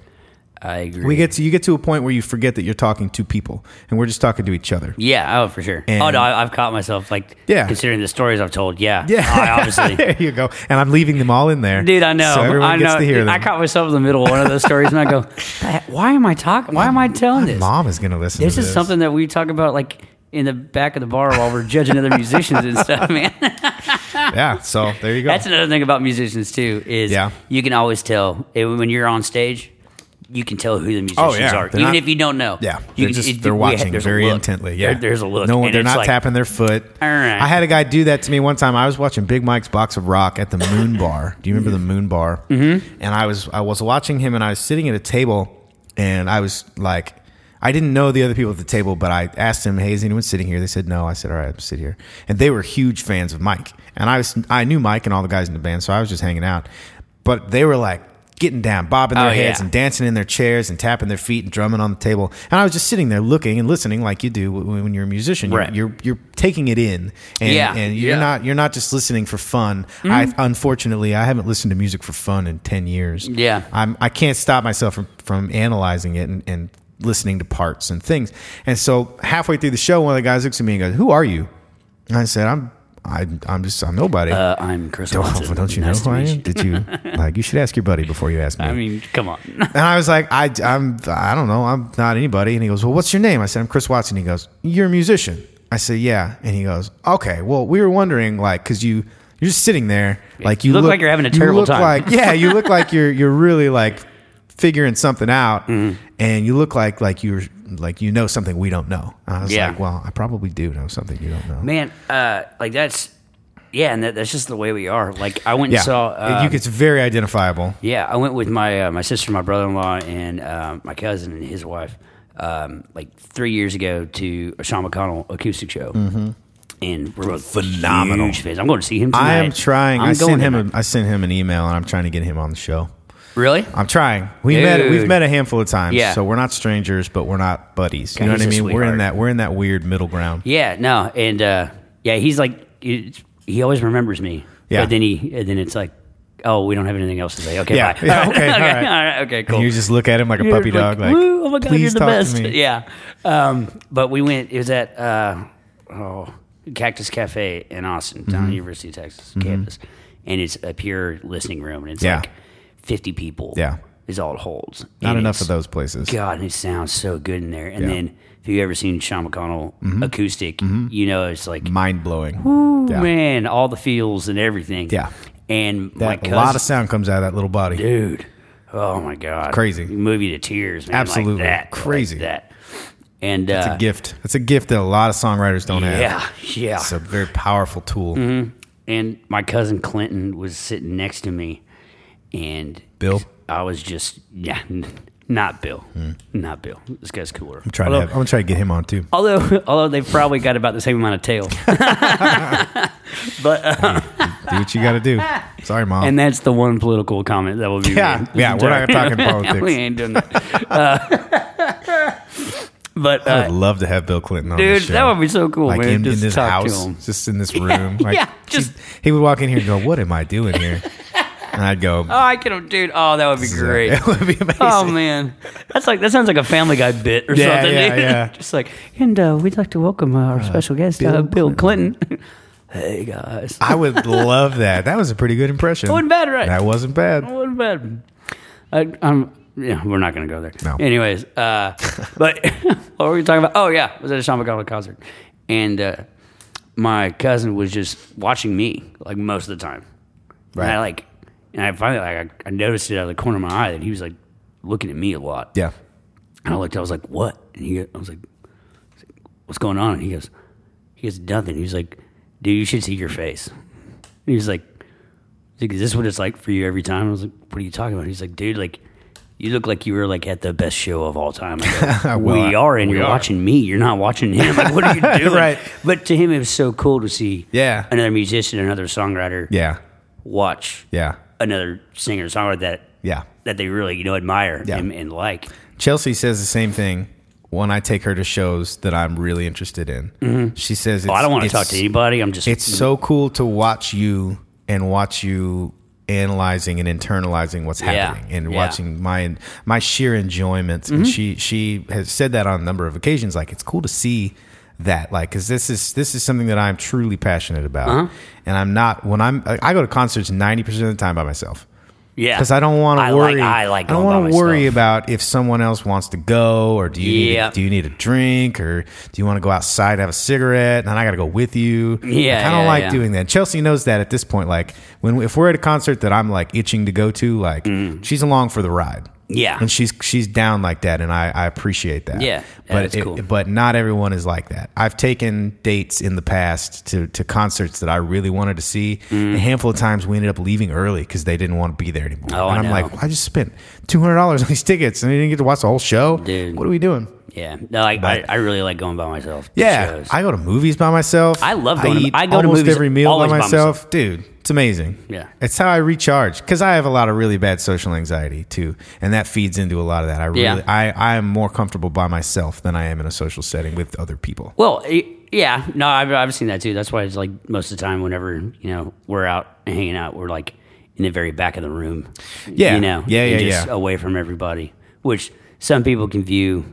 Speaker 2: I agree.
Speaker 1: We get to you get to a point where you forget that you're talking to people, and we're just talking to each other.
Speaker 2: Yeah, oh for sure.
Speaker 1: And-
Speaker 2: oh no, I, I've caught myself like
Speaker 1: Yeah.
Speaker 2: considering the stories I've told. Yeah,
Speaker 1: Yeah,
Speaker 2: I, obviously,
Speaker 1: there you go. And I'm leaving them all in there,
Speaker 2: dude. I know.
Speaker 1: So everyone
Speaker 2: I know.
Speaker 1: gets to hear them.
Speaker 2: I caught myself in the middle of one of those stories, and I go, "Why- "Why am I talking? Why am I telling this?
Speaker 1: Mom is going to listen.
Speaker 2: This
Speaker 1: to
Speaker 2: is
Speaker 1: this
Speaker 2: something that we talk about like in the back of the bar while we're judging other musicians and stuff, man.
Speaker 1: Yeah. So there you go.
Speaker 2: That's another thing about musicians too is
Speaker 1: Yeah.
Speaker 2: you can always tell eh, when you're on stage." You can tell who the musicians
Speaker 1: Oh, yeah.
Speaker 2: are,
Speaker 1: They're
Speaker 2: even
Speaker 1: not-
Speaker 2: if you don't know.
Speaker 1: Yeah, they're
Speaker 2: you can-
Speaker 1: just
Speaker 2: it-
Speaker 1: they're
Speaker 2: we-
Speaker 1: watching
Speaker 2: there's a
Speaker 1: very
Speaker 2: look.
Speaker 1: intently. Yeah,
Speaker 2: There- there's a look.
Speaker 1: No,
Speaker 2: and
Speaker 1: they're
Speaker 2: it's
Speaker 1: not
Speaker 2: like-
Speaker 1: tapping their foot.
Speaker 2: All right.
Speaker 1: I had a guy do that to me one time. I was watching Big Mike's Box of Rock at the Moon Bar. Do you remember the Moon Bar? Mm-hmm. And I was I was watching him, and I was sitting at a table, and I was like. I didn't know the other people at the table, but I asked him, "Hey, is anyone sitting here?" They said no. I said, "All right, I'll sit here." And they were huge fans of Mike, and I was I knew Mike and all the guys in the band, so I was just hanging out. But they were like getting down, bobbing their
Speaker 2: Oh,
Speaker 1: heads
Speaker 2: yeah.
Speaker 1: and dancing in their chairs and tapping their feet and drumming on the table. And I was just sitting there looking and listening, like you do when when you're a musician. You're-
Speaker 2: Right.
Speaker 1: You're, you're taking it in, and,
Speaker 2: Yeah.
Speaker 1: and you're
Speaker 2: Yeah. Mm-hmm.
Speaker 1: not you're not just listening for fun. I unfortunately I haven't listened to music for fun in ten years.
Speaker 2: Yeah.
Speaker 1: I'm, I can't stop myself from, from analyzing it and, and listening to parts and things. And so halfway through the show, one of the guys looks at me and goes, "Who are you?" And I said, "I'm I, I'm just I'm nobody."
Speaker 2: Uh, I'm Chris
Speaker 1: don't,
Speaker 2: Watson.
Speaker 1: don't you know who
Speaker 2: Nice to
Speaker 1: I
Speaker 2: meet
Speaker 1: am?
Speaker 2: you.
Speaker 1: Did you like? You should ask your buddy before you ask me.
Speaker 2: I mean, come on.
Speaker 1: And I was like, I, I'm, I don't know, I'm not anybody. And he goes, Well, what's your name? I said, I'm Chris Watson. He goes, You're a musician. I said, Yeah. And he goes, Okay. Well, we were wondering, like, because you, you're just sitting there, like you
Speaker 2: look like you're having a
Speaker 1: you
Speaker 2: terrible
Speaker 1: look
Speaker 2: time.
Speaker 1: Like, yeah, you look like you're, you're really like figuring something out,
Speaker 2: Mm-hmm.
Speaker 1: and you look like, like you're, like you know something we don't know. And I was
Speaker 2: Yeah.
Speaker 1: like, Well, I probably do know something you don't know.
Speaker 2: Man, uh, like that's, yeah, and that, that's just the way we are. Like, I went
Speaker 1: yeah,
Speaker 2: and saw.
Speaker 1: you,
Speaker 2: um,
Speaker 1: it's very identifiable.
Speaker 2: Yeah, I went with my uh, my sister, my brother in law, and uh, my cousin and his wife, um, like three years ago to a Sean McConnell acoustic show, mm-hmm. and we're both
Speaker 1: Phenomenal.
Speaker 2: huge fans. I'm going to see him. Tonight.
Speaker 1: I am trying.
Speaker 2: I'm
Speaker 1: I sent him.
Speaker 2: tonight.
Speaker 1: A, I sent him an email, and I'm trying to get him on the show.
Speaker 2: really.
Speaker 1: I'm trying. We met. We've
Speaker 2: Dude.
Speaker 1: met a handful of times.
Speaker 2: Yeah.
Speaker 1: So we're not strangers, but we're not buddies. You
Speaker 2: God,
Speaker 1: know what I
Speaker 2: he's a
Speaker 1: mean? We're in
Speaker 2: sweetheart.
Speaker 1: that. We're in that weird middle ground.
Speaker 2: Yeah, no, and uh, yeah, he's like he, he always remembers me.
Speaker 1: Yeah.
Speaker 2: but then he and then it's like, oh, we don't have anything else to say. Okay,
Speaker 1: Yeah.
Speaker 2: bye.
Speaker 1: Yeah,
Speaker 2: All right.
Speaker 1: okay, all right.
Speaker 2: all right, okay, cool.
Speaker 1: And you just look at him like a
Speaker 2: You're
Speaker 1: puppy dog. Like,
Speaker 2: "Woo, oh my god,
Speaker 1: please
Speaker 2: you're the
Speaker 1: talk to
Speaker 2: best.
Speaker 1: me."
Speaker 2: Yeah. Um, but we went. It was at uh, oh, Cactus Cafe in Austin, down at
Speaker 1: Mm-hmm.
Speaker 2: the University of Texas campus, and it's a pure listening room, and it's
Speaker 1: Yeah.
Speaker 2: like fifty people.
Speaker 1: Yeah.
Speaker 2: is all it holds.
Speaker 1: Not
Speaker 2: And
Speaker 1: enough
Speaker 2: it's-
Speaker 1: of those places.
Speaker 2: God, and it sounds so good in there. And
Speaker 1: Yeah.
Speaker 2: then if you've ever seen Sean McConnell acoustic, you know it's like
Speaker 1: Mind blowing. yeah.
Speaker 2: man, all the feels and everything.
Speaker 1: Yeah.
Speaker 2: and my
Speaker 1: That, a
Speaker 2: cousin,
Speaker 1: lot of sound comes out of that little body.
Speaker 2: dude. Oh my god,
Speaker 1: Crazy.
Speaker 2: movie to tears, man.
Speaker 1: Absolutely.
Speaker 2: like that, like
Speaker 1: Crazy.
Speaker 2: that. And uh,
Speaker 1: It's a gift. It's a gift that a lot of songwriters don't have.
Speaker 2: yeah, Mm-hmm. yeah.
Speaker 1: It's a very powerful tool.
Speaker 2: and my cousin Clinton was sitting next to me, and
Speaker 1: Bill? Hmm.
Speaker 2: I was just yeah, n- not Bill, not Bill. This guy's cooler.
Speaker 1: I'm trying to. Have, I'm gonna try to get him on too.
Speaker 2: Although, although they've probably got about the same amount of tail, but uh,
Speaker 1: Do what you got to do. Sorry, mom.
Speaker 2: and that's the one political comment that will be
Speaker 1: Yeah,
Speaker 2: made.
Speaker 1: yeah, we're not talking
Speaker 2: we
Speaker 1: politics.
Speaker 2: ain't doing that. Uh, but
Speaker 1: I'd
Speaker 2: uh,
Speaker 1: love to have Bill Clinton on
Speaker 2: dude,
Speaker 1: this show.
Speaker 2: that would be so cool,
Speaker 1: like
Speaker 2: man.
Speaker 1: in, in
Speaker 2: just
Speaker 1: this
Speaker 2: talk
Speaker 1: house,
Speaker 2: to him.
Speaker 1: just in this room. like,
Speaker 2: yeah, just-
Speaker 1: he- he would walk in here and go, "What am I doing here?" And I'd go,
Speaker 2: Oh, I could have, dude. Oh, that would be great.
Speaker 1: It would be amazing.
Speaker 2: Oh man, that's like that sounds like a Family Guy bit or
Speaker 1: Yeah,
Speaker 2: something.
Speaker 1: yeah,
Speaker 2: dude.
Speaker 1: yeah.
Speaker 2: Just like, and uh, we'd like to welcome uh, our special guest, Bill, uh,
Speaker 1: Bill
Speaker 2: Bill Clinton. hey guys,
Speaker 1: I would love that. That was a pretty good impression.
Speaker 2: That wasn't bad, right? Oh.
Speaker 1: That wasn't bad.
Speaker 2: What bad. I, I'm. Yeah, we're not going to go there.
Speaker 1: No.
Speaker 2: Anyways, uh, but what were we talking about? Oh yeah, I was at a Sean McConnell concert, and uh, my cousin was just watching me like most of the time. And
Speaker 1: Right.
Speaker 2: I like, and I finally like I, I noticed it out of the corner of my eye that he was like looking at me a lot.
Speaker 1: Yeah.
Speaker 2: And I looked, I was like, what? And he, I was like, what's going on? And he goes, he goes, nothing. He was like, dude, you should see your face. And he was like, he's like, is this what it's like for you every time? I was like, what are you talking about? He's like, dude, like, you look like you were like at the best show of all time. I go,
Speaker 1: Well,
Speaker 2: we
Speaker 1: I-
Speaker 2: are, and
Speaker 1: we
Speaker 2: you're
Speaker 1: are.
Speaker 2: watching me. You're not watching him. Like, what are you doing?
Speaker 1: Right.
Speaker 2: But to him, it was so cool to see
Speaker 1: Yeah.
Speaker 2: another musician, another songwriter,
Speaker 1: Yeah.
Speaker 2: watch
Speaker 1: Yeah.
Speaker 2: another singer songwriter that
Speaker 1: Yeah.
Speaker 2: that they really you know admire
Speaker 1: Yeah.
Speaker 2: and, and like.
Speaker 1: Chelsea says the same thing when I take her to shows that I'm really interested in. She says,
Speaker 2: Well, Mm-hmm. Oh, I don't want to
Speaker 1: it's-
Speaker 2: talk to anybody. I'm just
Speaker 1: It's so cool to watch you and watch you analyzing and internalizing what's
Speaker 2: Yeah,
Speaker 1: happening and
Speaker 2: yeah. Mm-hmm.
Speaker 1: watching my my sheer enjoyment. And she she has said that on a number of occasions. Like it's cool to see that like because this is this is something that i'm truly passionate about
Speaker 2: Uh-huh.
Speaker 1: and i'm not when i'm I- i go to concerts 90% of the time by myself
Speaker 2: Yeah,
Speaker 1: because I don't want
Speaker 2: I
Speaker 1: to worry.
Speaker 2: Like, I like.
Speaker 1: I don't
Speaker 2: going by
Speaker 1: want to worry
Speaker 2: myself.
Speaker 1: about if someone else wants to go, or do you
Speaker 2: Yeah.
Speaker 1: need, do you need a drink, or do you want to go outside have a cigarette, and then I got to go with you.
Speaker 2: Yeah,
Speaker 1: Like, I don't
Speaker 2: yeah,
Speaker 1: like
Speaker 2: yeah.
Speaker 1: doing that. Chelsea knows that at this point. Like when if we're at a concert that I'm like itching to go to, like she's along for the ride.
Speaker 2: Mm. Yeah.
Speaker 1: and she's she's down like that, and I, I appreciate that.
Speaker 2: Yeah, yeah,
Speaker 1: but
Speaker 2: that's
Speaker 1: it-
Speaker 2: cool.
Speaker 1: but not everyone is like that. I've taken dates in the past to, to concerts that I really wanted to see.
Speaker 2: Mm.
Speaker 1: A handful of times we ended up leaving early because they didn't want to be there anymore.
Speaker 2: Oh, I
Speaker 1: and I'm
Speaker 2: know.
Speaker 1: like, I just spent two hundred dollars on these tickets and I didn't get to watch the whole show.
Speaker 2: Dude.
Speaker 1: What are we doing?
Speaker 2: Yeah. No, I, I,
Speaker 1: But-
Speaker 2: I really like going by myself. to
Speaker 1: Yeah,
Speaker 2: shows.
Speaker 1: I go to movies by myself.
Speaker 2: I love going
Speaker 1: I
Speaker 2: to-
Speaker 1: eat
Speaker 2: I go to
Speaker 1: almost
Speaker 2: movies
Speaker 1: every meal by
Speaker 2: always by
Speaker 1: myself.
Speaker 2: myself.
Speaker 1: dude. It's amazing.
Speaker 2: Yeah.
Speaker 1: it's how I recharge because I have a lot of really bad social anxiety too, and that feeds into a lot of that. I really,
Speaker 2: Yeah.
Speaker 1: I, I am more comfortable by myself than I am in a social setting with other people.
Speaker 2: Well, y- yeah, no, I've, I've seen that too. That's why it's like most of the time, whenever you know we're out and hanging out, we're like in the very back of the room.
Speaker 1: Yeah.
Speaker 2: you know,
Speaker 1: Yeah,
Speaker 2: and
Speaker 1: yeah,
Speaker 2: just
Speaker 1: yeah.
Speaker 2: away from everybody. Which some people can view,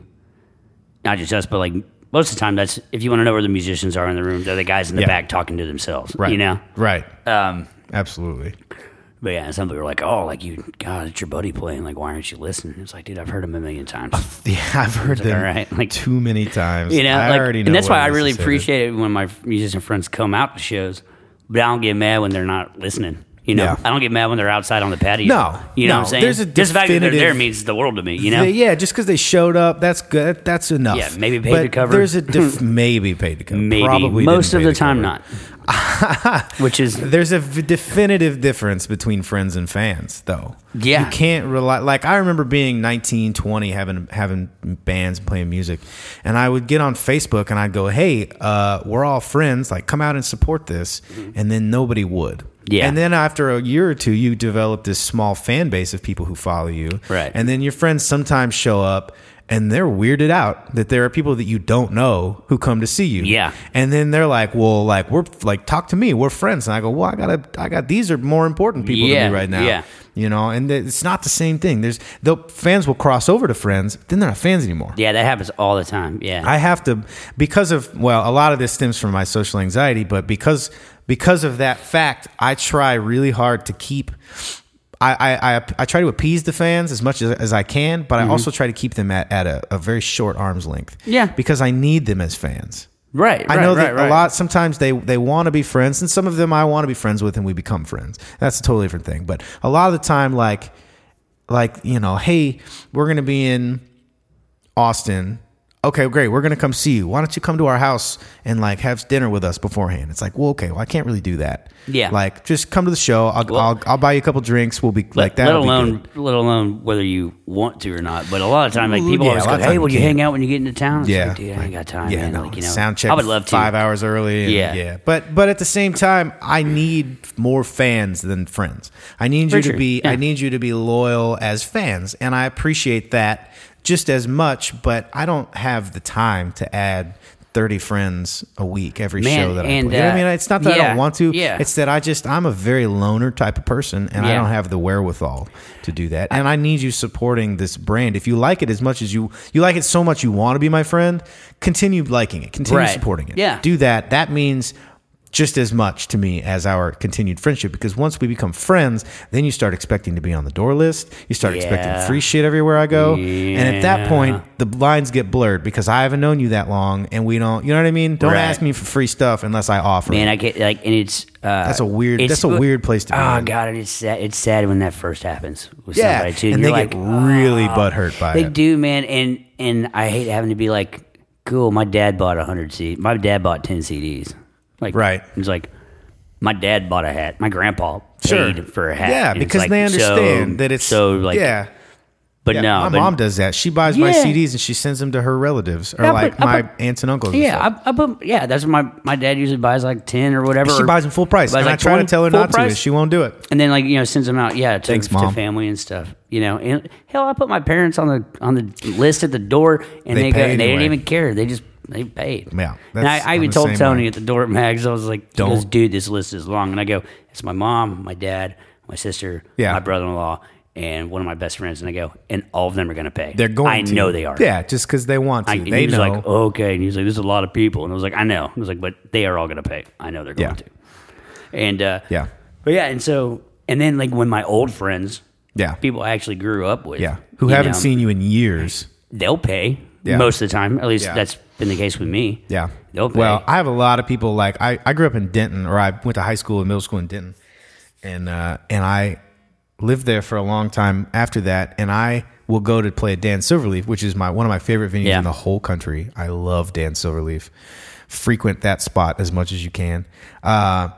Speaker 2: not just us, but like most of the time, that's if you want to know where the musicians are in the room, they're the guys in the
Speaker 1: Yeah.
Speaker 2: back talking to themselves.
Speaker 1: Right.
Speaker 2: You know.
Speaker 1: Right.
Speaker 2: Um,
Speaker 1: Absolutely.
Speaker 2: but yeah, some people are like, "Oh, like you, God, it's your buddy playing. Like, why aren't you listening?" It's like, dude, I've heard him a million times.
Speaker 1: Yeah, I've heard
Speaker 2: like,
Speaker 1: that
Speaker 2: all right, like-
Speaker 1: too many times.
Speaker 2: You know,
Speaker 1: I
Speaker 2: like,
Speaker 1: already know
Speaker 2: and that's
Speaker 1: what
Speaker 2: why I
Speaker 1: this
Speaker 2: really
Speaker 1: is.
Speaker 2: appreciate it when my musician friends come out to shows, but I don't get mad when they're not listening. You know,
Speaker 1: Yeah.
Speaker 2: I don't get mad when they're outside on the patio.
Speaker 1: No,
Speaker 2: you know
Speaker 1: no,
Speaker 2: what I'm saying.
Speaker 1: there's a
Speaker 2: Just the fact that they're there
Speaker 1: definitive-
Speaker 2: means the world to me. You know,
Speaker 1: They- yeah, just because they showed up, that's good. That's enough.
Speaker 2: Yeah, maybe paid
Speaker 1: But
Speaker 2: to cover.
Speaker 1: There's a diff- maybe paid to cover.
Speaker 2: maybe
Speaker 1: Probably
Speaker 2: most
Speaker 1: didn't
Speaker 2: of
Speaker 1: pay
Speaker 2: the
Speaker 1: to
Speaker 2: time
Speaker 1: cover.
Speaker 2: not. Which is
Speaker 1: There's a v- definitive difference between friends and fans, though.
Speaker 2: Yeah.
Speaker 1: you can't rely. Like I remember being 19, 20, having having bands and playing music, and I would get on Facebook and I'd go, "Hey, uh, we're all friends. Like, come out and support this," and then nobody would.
Speaker 2: Mm-hmm. Yeah.
Speaker 1: And then after a year or two, you develop this small fan base of people who follow you.
Speaker 2: Right.
Speaker 1: And then your friends sometimes show up and they're weirded out that there are people that you don't know who come to see you.
Speaker 2: Yeah.
Speaker 1: And then they're like, well, like we're like talk to me, we're friends. And I go, well, I gotta, I got these are more important people to
Speaker 2: Yeah,
Speaker 1: me right now.
Speaker 2: yeah.
Speaker 1: You know, and th- it's not the same thing. There's the fans will cross over to friends, but then they're not fans anymore.
Speaker 2: yeah, that happens all the time. Yeah,
Speaker 1: I have to because of well, a lot of this stems from my social anxiety, but because because of that fact, I try really hard to keep. I, I, I, I try to appease the fans as much as, as I can, but I also try to keep them at, at a, a very short arm's length.
Speaker 2: Mm-hmm. Yeah.
Speaker 1: Because I need them as fans.
Speaker 2: right, right.
Speaker 1: I know
Speaker 2: right,
Speaker 1: that
Speaker 2: right.
Speaker 1: a lot. Sometimes they they want to be friends, and some of them I want to be friends with, and we become friends. That's a totally different thing. But a lot of the time, like like you know, hey, we're gonna be in Austin. Okay, great. We're gonna come see you. Why don't you come to our house and like have dinner with us beforehand? It's like, well, okay, well, I can't really do that.
Speaker 2: Yeah.
Speaker 1: like just come to the show. I'll I'll, I'll buy you a couple drinks. We'll be like that.
Speaker 2: let alone let alone whether you want to or not. But a lot of time, like people
Speaker 1: Yeah,
Speaker 2: always
Speaker 1: a lot
Speaker 2: go,
Speaker 1: of time
Speaker 2: "Hey,
Speaker 1: you
Speaker 2: will you
Speaker 1: can't."
Speaker 2: hang out when you get into town?" It's
Speaker 1: Yeah,
Speaker 2: like, dude, I ain't got time.
Speaker 1: Yeah,
Speaker 2: man.
Speaker 1: no.
Speaker 2: Like, you know,
Speaker 1: sound check.
Speaker 2: I would love to.
Speaker 1: five hours early. and-
Speaker 2: Yeah.
Speaker 1: yeah. But but at the same time, I need more fans than friends. I need you
Speaker 2: For
Speaker 1: to
Speaker 2: sure,
Speaker 1: be I
Speaker 2: yeah.
Speaker 1: need you to be loyal as fans, and I appreciate that just as much. But I don't have the time to add. 30 friends a week every
Speaker 2: Man,
Speaker 1: show that I play.
Speaker 2: and,
Speaker 1: You know what I
Speaker 2: uh,
Speaker 1: mean, it's not that I
Speaker 2: yeah,
Speaker 1: don't want to.
Speaker 2: yeah.
Speaker 1: It's that I just I'm a very loner type of person and I
Speaker 2: Yeah.
Speaker 1: don't have the wherewithal to do that. And I need you supporting this brand. If you like it as much as you you like it so much you want to be my friend, continue liking it. Continue continue
Speaker 2: Right.
Speaker 1: supporting it.
Speaker 2: Yeah.
Speaker 1: Do that. That means just as much to me as our continued friendship because once we become friends, then you start expecting to be on the door list. You start expecting
Speaker 2: Yeah.
Speaker 1: free shit everywhere I go. And at that
Speaker 2: Yeah.
Speaker 1: point, the lines get blurred because I haven't known you that long and we don't, you know what I mean? Don't
Speaker 2: Right.
Speaker 1: ask me for free stuff unless I offer.
Speaker 2: Man,
Speaker 1: it.
Speaker 2: I get like, and it's uh, that's
Speaker 1: a weird- that's a weird place to be
Speaker 2: Oh
Speaker 1: in.
Speaker 2: god, and it's sad. It's sad when that first happens with
Speaker 1: yeah.
Speaker 2: somebody too.
Speaker 1: and they
Speaker 2: you're
Speaker 1: get
Speaker 2: like, "Ah."
Speaker 1: really butthurt by
Speaker 2: They
Speaker 1: it.
Speaker 2: do, man, and and I hate having to be like, cool. My dad bought a hundred C. My dad bought ten CDs. Like,
Speaker 1: Right.
Speaker 2: He's like, my dad bought a hat. My grandpa
Speaker 1: Sure.
Speaker 2: paid for a hat.
Speaker 1: Yeah,
Speaker 2: And it's
Speaker 1: because
Speaker 2: like,
Speaker 1: they
Speaker 2: so-
Speaker 1: understand that it's
Speaker 2: so like.
Speaker 1: yeah.
Speaker 2: but
Speaker 1: Yeah,
Speaker 2: no,
Speaker 1: my
Speaker 2: but-
Speaker 1: mom does that. She buys my
Speaker 2: Yeah.
Speaker 1: CDs and she sends them to her relatives or
Speaker 2: Yeah,
Speaker 1: like
Speaker 2: but- uh,
Speaker 1: my
Speaker 2: but-
Speaker 1: aunts and uncles. and
Speaker 2: Yeah,
Speaker 1: stuff.
Speaker 2: I, I put, yeah, that's what my my dad usually buys like ten or whatever.
Speaker 1: She
Speaker 2: or
Speaker 1: buys them full price.
Speaker 2: buys,
Speaker 1: And I
Speaker 2: like,
Speaker 1: try to
Speaker 2: 20
Speaker 1: tell her
Speaker 2: full
Speaker 1: not to,
Speaker 2: price.
Speaker 1: and she won't do it.
Speaker 2: and then like you know sends them out yeah to,
Speaker 1: Thanks,
Speaker 2: to
Speaker 1: Mom.
Speaker 2: family and stuff you know and hell i put my parents on the on the list at the door and
Speaker 1: They
Speaker 2: they, go
Speaker 1: pay
Speaker 2: and they didn't
Speaker 1: anyway.
Speaker 2: even care they just they paid
Speaker 1: Yeah,
Speaker 2: and
Speaker 1: that's-
Speaker 2: I, I
Speaker 1: I'm
Speaker 2: even
Speaker 1: the
Speaker 2: told
Speaker 1: same
Speaker 2: Tony
Speaker 1: way.
Speaker 2: at the door at Mags I was like
Speaker 1: Don't.
Speaker 2: he goes, dude this list is long and I go it's my mom my dad my sister
Speaker 1: Yeah.
Speaker 2: my brother in law and one of my best friends and I go and all of them are gonna pay
Speaker 1: They're going.
Speaker 2: I
Speaker 1: to.
Speaker 2: know they are
Speaker 1: Yeah, just because they want to.
Speaker 2: I, and
Speaker 1: they
Speaker 2: he was
Speaker 1: know.
Speaker 2: like oh, okay and he was like this is a lot of people and I was like I know I was like but they are all gonna pay I know they're going
Speaker 1: Yeah.
Speaker 2: to and uh,
Speaker 1: yeah,
Speaker 2: but yeah, and so and then like when my old friends,
Speaker 1: yeah,
Speaker 2: people I actually grew up with,
Speaker 1: yeah. Who
Speaker 2: you
Speaker 1: haven't
Speaker 2: know,
Speaker 1: seen you in years.
Speaker 2: they'll pay
Speaker 1: Yeah.
Speaker 2: most of the time. At least
Speaker 1: Yeah.
Speaker 2: that's been the case with me.
Speaker 1: Yeah.
Speaker 2: they'll pay.
Speaker 1: Well, I have a lot of people like I, I grew up in Denton or I went to high school and middle school in Denton and uh, and I lived there for a long time after that and I will go to play at Dan Silverleaf, which is my one of my favorite venues
Speaker 2: Yeah.
Speaker 1: in the whole country. I love Dan Silverleaf. Frequent that spot as much as you can. Uh,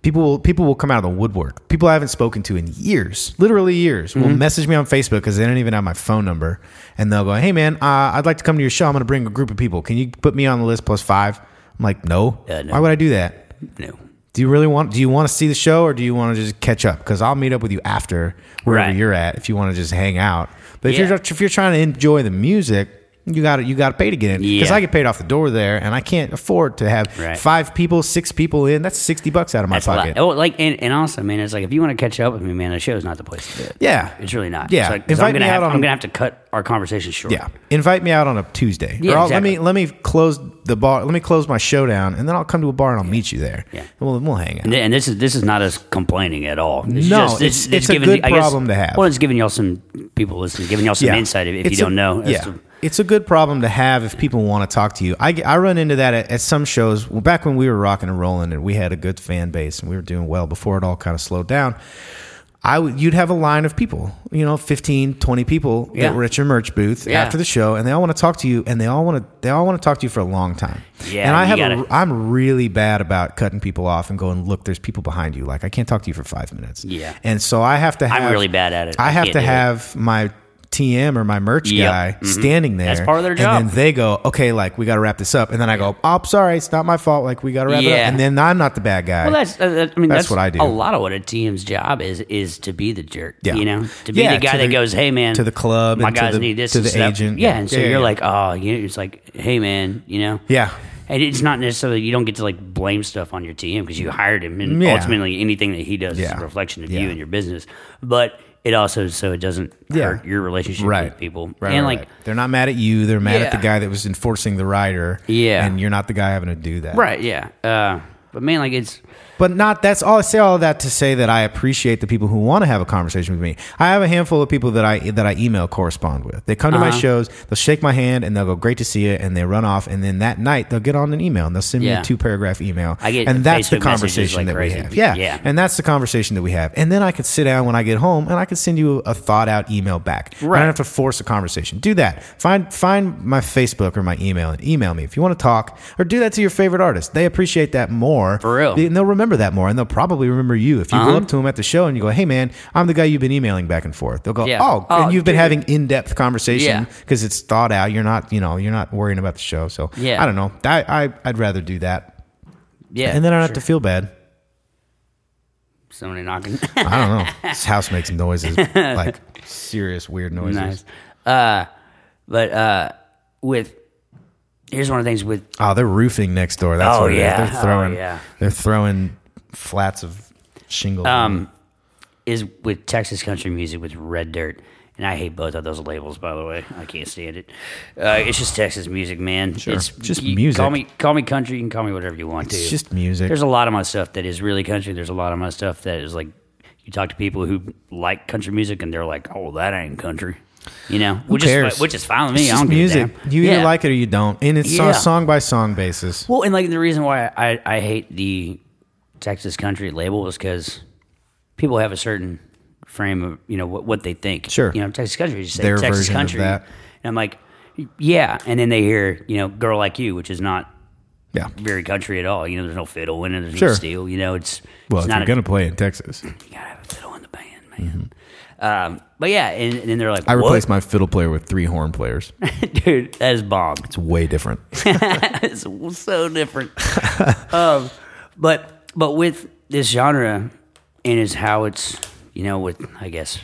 Speaker 1: People will people will come out of the woodwork. People I haven't spoken to in years, literally years, will
Speaker 2: Mm-hmm.
Speaker 1: message me on Facebook because they don't even have my phone number, and they'll go, "Hey man, uh, I'd like to come to your show. I'm going to bring a group of people. Can you put me on the list plus five? I'm like, no.
Speaker 2: Yeah, no.
Speaker 1: Why would I do that?
Speaker 2: No.
Speaker 1: Do you really want? Do you want to see the show or do you want to just catch up? Because I'll meet up with you after wherever
Speaker 2: Right.
Speaker 1: you're at if you want to just hang out. But if
Speaker 2: Yeah.
Speaker 1: you're if you're trying to enjoy the music, you got to you got to pay to get in. Because
Speaker 2: Yeah.
Speaker 1: I get paid off the door there, and I can't afford to have
Speaker 2: Right.
Speaker 1: five people, six people in. That's sixty bucks out of my
Speaker 2: That's a
Speaker 1: pocket.
Speaker 2: lot. Oh, like and, and also, man, it's like if you want to catch up with me, man, the show's not the place to do it.
Speaker 1: Yeah,
Speaker 2: It's really not.
Speaker 1: Yeah,
Speaker 2: It's like, 'cause
Speaker 1: Invite
Speaker 2: I'm gonna
Speaker 1: me out
Speaker 2: have
Speaker 1: on
Speaker 2: I'm
Speaker 1: a-
Speaker 2: gonna have to cut our conversation short.
Speaker 1: Yeah, invite me out on a Tuesday.
Speaker 2: Yeah,
Speaker 1: or I'll,
Speaker 2: exactly.
Speaker 1: Let me let me close the bar. Let me close my show down, and then I'll come to a bar and I'll meet you there.
Speaker 2: Yeah.
Speaker 1: and we'll, we'll hang out.
Speaker 2: And th- and this is this is not us complaining at all. It's
Speaker 1: No,
Speaker 2: just,
Speaker 1: it's- it's a good
Speaker 2: I guess-
Speaker 1: problem to have.
Speaker 2: Well, it's giving y'all some people listening, giving y'all some insight if, if you
Speaker 1: It's
Speaker 2: don't
Speaker 1: a-
Speaker 2: know. as
Speaker 1: Yeah.
Speaker 2: to-
Speaker 1: it's a good problem to have if people want to talk to you. I, get- I run into that at, at some shows. Well, back when we were rocking and rolling and we had a good fan base and we were doing well before it all kind of slowed down, I would you'd have a line of people, you know, 15, 20 people
Speaker 2: Yeah.
Speaker 1: that were at your merch booth
Speaker 2: Yeah.
Speaker 1: after the show and they all want to talk to you and they all want to they all want to talk to you for a long time.
Speaker 2: Yeah,
Speaker 1: and I
Speaker 2: you
Speaker 1: have
Speaker 2: gotta-
Speaker 1: a, I'm really bad about cutting people off and going, "Look, there's people behind you. Like I can't talk to you for 5 minutes."
Speaker 2: Yeah.
Speaker 1: And so I have to have
Speaker 2: I'm really bad at it.
Speaker 1: I
Speaker 2: I
Speaker 1: have
Speaker 2: can't
Speaker 1: to
Speaker 2: do it.
Speaker 1: have my TM or my merch
Speaker 2: Yep.
Speaker 1: guy
Speaker 2: Mhm.
Speaker 1: standing there.
Speaker 2: That's part of their job.
Speaker 1: And then they go, okay, like we got to wrap this up. And then I go, oh, I'm sorry, it's not my fault. Like we got to wrap it up.
Speaker 2: Yeah.
Speaker 1: And then I'm not the bad guy.
Speaker 2: Well, that's uh, that- I mean
Speaker 1: That's what I do.
Speaker 2: A lot of what a TM's job is is to be the jerk.
Speaker 1: Yeah.
Speaker 2: You know, to be
Speaker 1: Yeah,
Speaker 2: the guy
Speaker 1: to
Speaker 2: that
Speaker 1: the-
Speaker 2: goes, "Hey, man,
Speaker 1: to the club
Speaker 2: my
Speaker 1: and to
Speaker 2: guys
Speaker 1: the-
Speaker 2: need this
Speaker 1: to
Speaker 2: and
Speaker 1: the
Speaker 2: stuff."
Speaker 1: agent.
Speaker 2: Yeah, and so
Speaker 1: Yeah,
Speaker 2: you're
Speaker 1: yeah.
Speaker 2: like, "Oh, you know, it's like, hey, man, you know."
Speaker 1: yeah,
Speaker 2: And it's not necessarily you don't get to like blame stuff on your TM because you hired him, and
Speaker 1: Yeah.
Speaker 2: ultimately anything that he does
Speaker 1: Yeah.
Speaker 2: is a reflection of
Speaker 1: Yeah.
Speaker 2: you and your business. But it also so it doesn't
Speaker 1: Yeah.
Speaker 2: hurt your relationship
Speaker 1: right.
Speaker 2: with people,
Speaker 1: Right,
Speaker 2: and
Speaker 1: right,
Speaker 2: like
Speaker 1: right. they're not mad at you. They're mad at the
Speaker 2: Yeah.
Speaker 1: guy that was enforcing the rider.
Speaker 2: Yeah.
Speaker 1: and you're not the guy having to do that.
Speaker 2: right, yeah. Uh, but man, like it's
Speaker 1: But not that's all I say all that to say that I appreciate the people who want to have a conversation with me. I have a handful of people that I that I email correspond with. They come to
Speaker 2: Uh-huh.
Speaker 1: my shows, they'll shake my hand and they'll go, Great to see you, and they run off and then that night they'll get on an email and they'll send me
Speaker 2: Yeah.
Speaker 1: a two paragraph email.
Speaker 2: I get
Speaker 1: and that's the
Speaker 2: Facebook messages
Speaker 1: conversation
Speaker 2: like
Speaker 1: that
Speaker 2: crazy.
Speaker 1: we have. Yeah.
Speaker 2: Yeah.
Speaker 1: And that's the conversation that we have. And then I could sit down when I get home and I could send you a thought out email back. I
Speaker 2: Right.
Speaker 1: don't have to force a conversation. Do that. Find find my Facebook or my email and email me if you want to talk or do that to your favorite artist. They appreciate that more.
Speaker 2: For real. Uh-huh.
Speaker 1: They- and they'll remember that more, and they'll probably remember you if you go up to them at the show and you go, "Hey, man, I'm the guy you've been emailing back and forth." They'll go,
Speaker 2: Yeah.
Speaker 1: "Oh,
Speaker 2: Oh,
Speaker 1: and you've been
Speaker 2: dude.
Speaker 1: having in-depth
Speaker 2: Yeah.
Speaker 1: conversation because it's thought out. You're not, you know, you're not worrying about the show." So
Speaker 2: Yeah.
Speaker 1: I don't know. I, I I'd rather do that,
Speaker 2: yeah,
Speaker 1: and then I don't have
Speaker 2: sure.
Speaker 1: to feel bad.
Speaker 2: somebody knocking.
Speaker 1: I don't know. this house makes noises, like serious weird noises.
Speaker 2: nice. Uh, but uh, with here's one of the things with
Speaker 1: Oh, they're roofing next door. That's
Speaker 2: Oh,
Speaker 1: what it is.
Speaker 2: yeah.
Speaker 1: They're
Speaker 2: Oh,
Speaker 1: throwing.
Speaker 2: yeah.
Speaker 1: They're throwing flats of shingle.
Speaker 2: um is with Texas country music with Red Dirt. And I hate both of those labels, by the way. I can't stand it. Uh, it's just Texas music, man. It's
Speaker 1: Just
Speaker 2: you-
Speaker 1: music.
Speaker 2: Call me, call me country. You can call me whatever you want to.
Speaker 1: it's just music.
Speaker 2: There's a lot of my stuff that is really country. There's a lot of my stuff that is like you talk to people who like country music and they're like, "Oh, that ain't country," you know, which is
Speaker 1: cares?
Speaker 2: fi- which is fine with me.
Speaker 1: It's
Speaker 2: I
Speaker 1: just
Speaker 2: don't
Speaker 1: music.
Speaker 2: Give a damn.
Speaker 1: You either
Speaker 2: Yeah.
Speaker 1: like it or you don't, and it's on
Speaker 2: Yeah.
Speaker 1: a song by song basis.
Speaker 2: Well, and like the reason why I, I hate the Texas country label is because people have a certain frame of you know what, what they think.
Speaker 1: Sure.
Speaker 2: you know Texas country. You just say
Speaker 1: Their
Speaker 2: Texas
Speaker 1: version of
Speaker 2: country,
Speaker 1: that.
Speaker 2: and I'm like, yeah. And then they hear you know "Girl Like You," which is not
Speaker 1: Yeah.
Speaker 2: very country at all. You know, there's no fiddle in it. There's
Speaker 1: Sure.
Speaker 2: no steel. You know, it's
Speaker 1: Well,
Speaker 2: it's
Speaker 1: if
Speaker 2: not
Speaker 1: you're
Speaker 2: a-
Speaker 1: gonna play in Texas,
Speaker 2: you gotta have a fiddle in the band, man. Um, but yeah, and, and then they're like,
Speaker 1: I
Speaker 2: what?
Speaker 1: replaced my fiddle player with three horn players.
Speaker 2: dude. That is bomb.
Speaker 1: It's way different.
Speaker 2: it's so different. um, but but with this genre and is how it's you know with I guess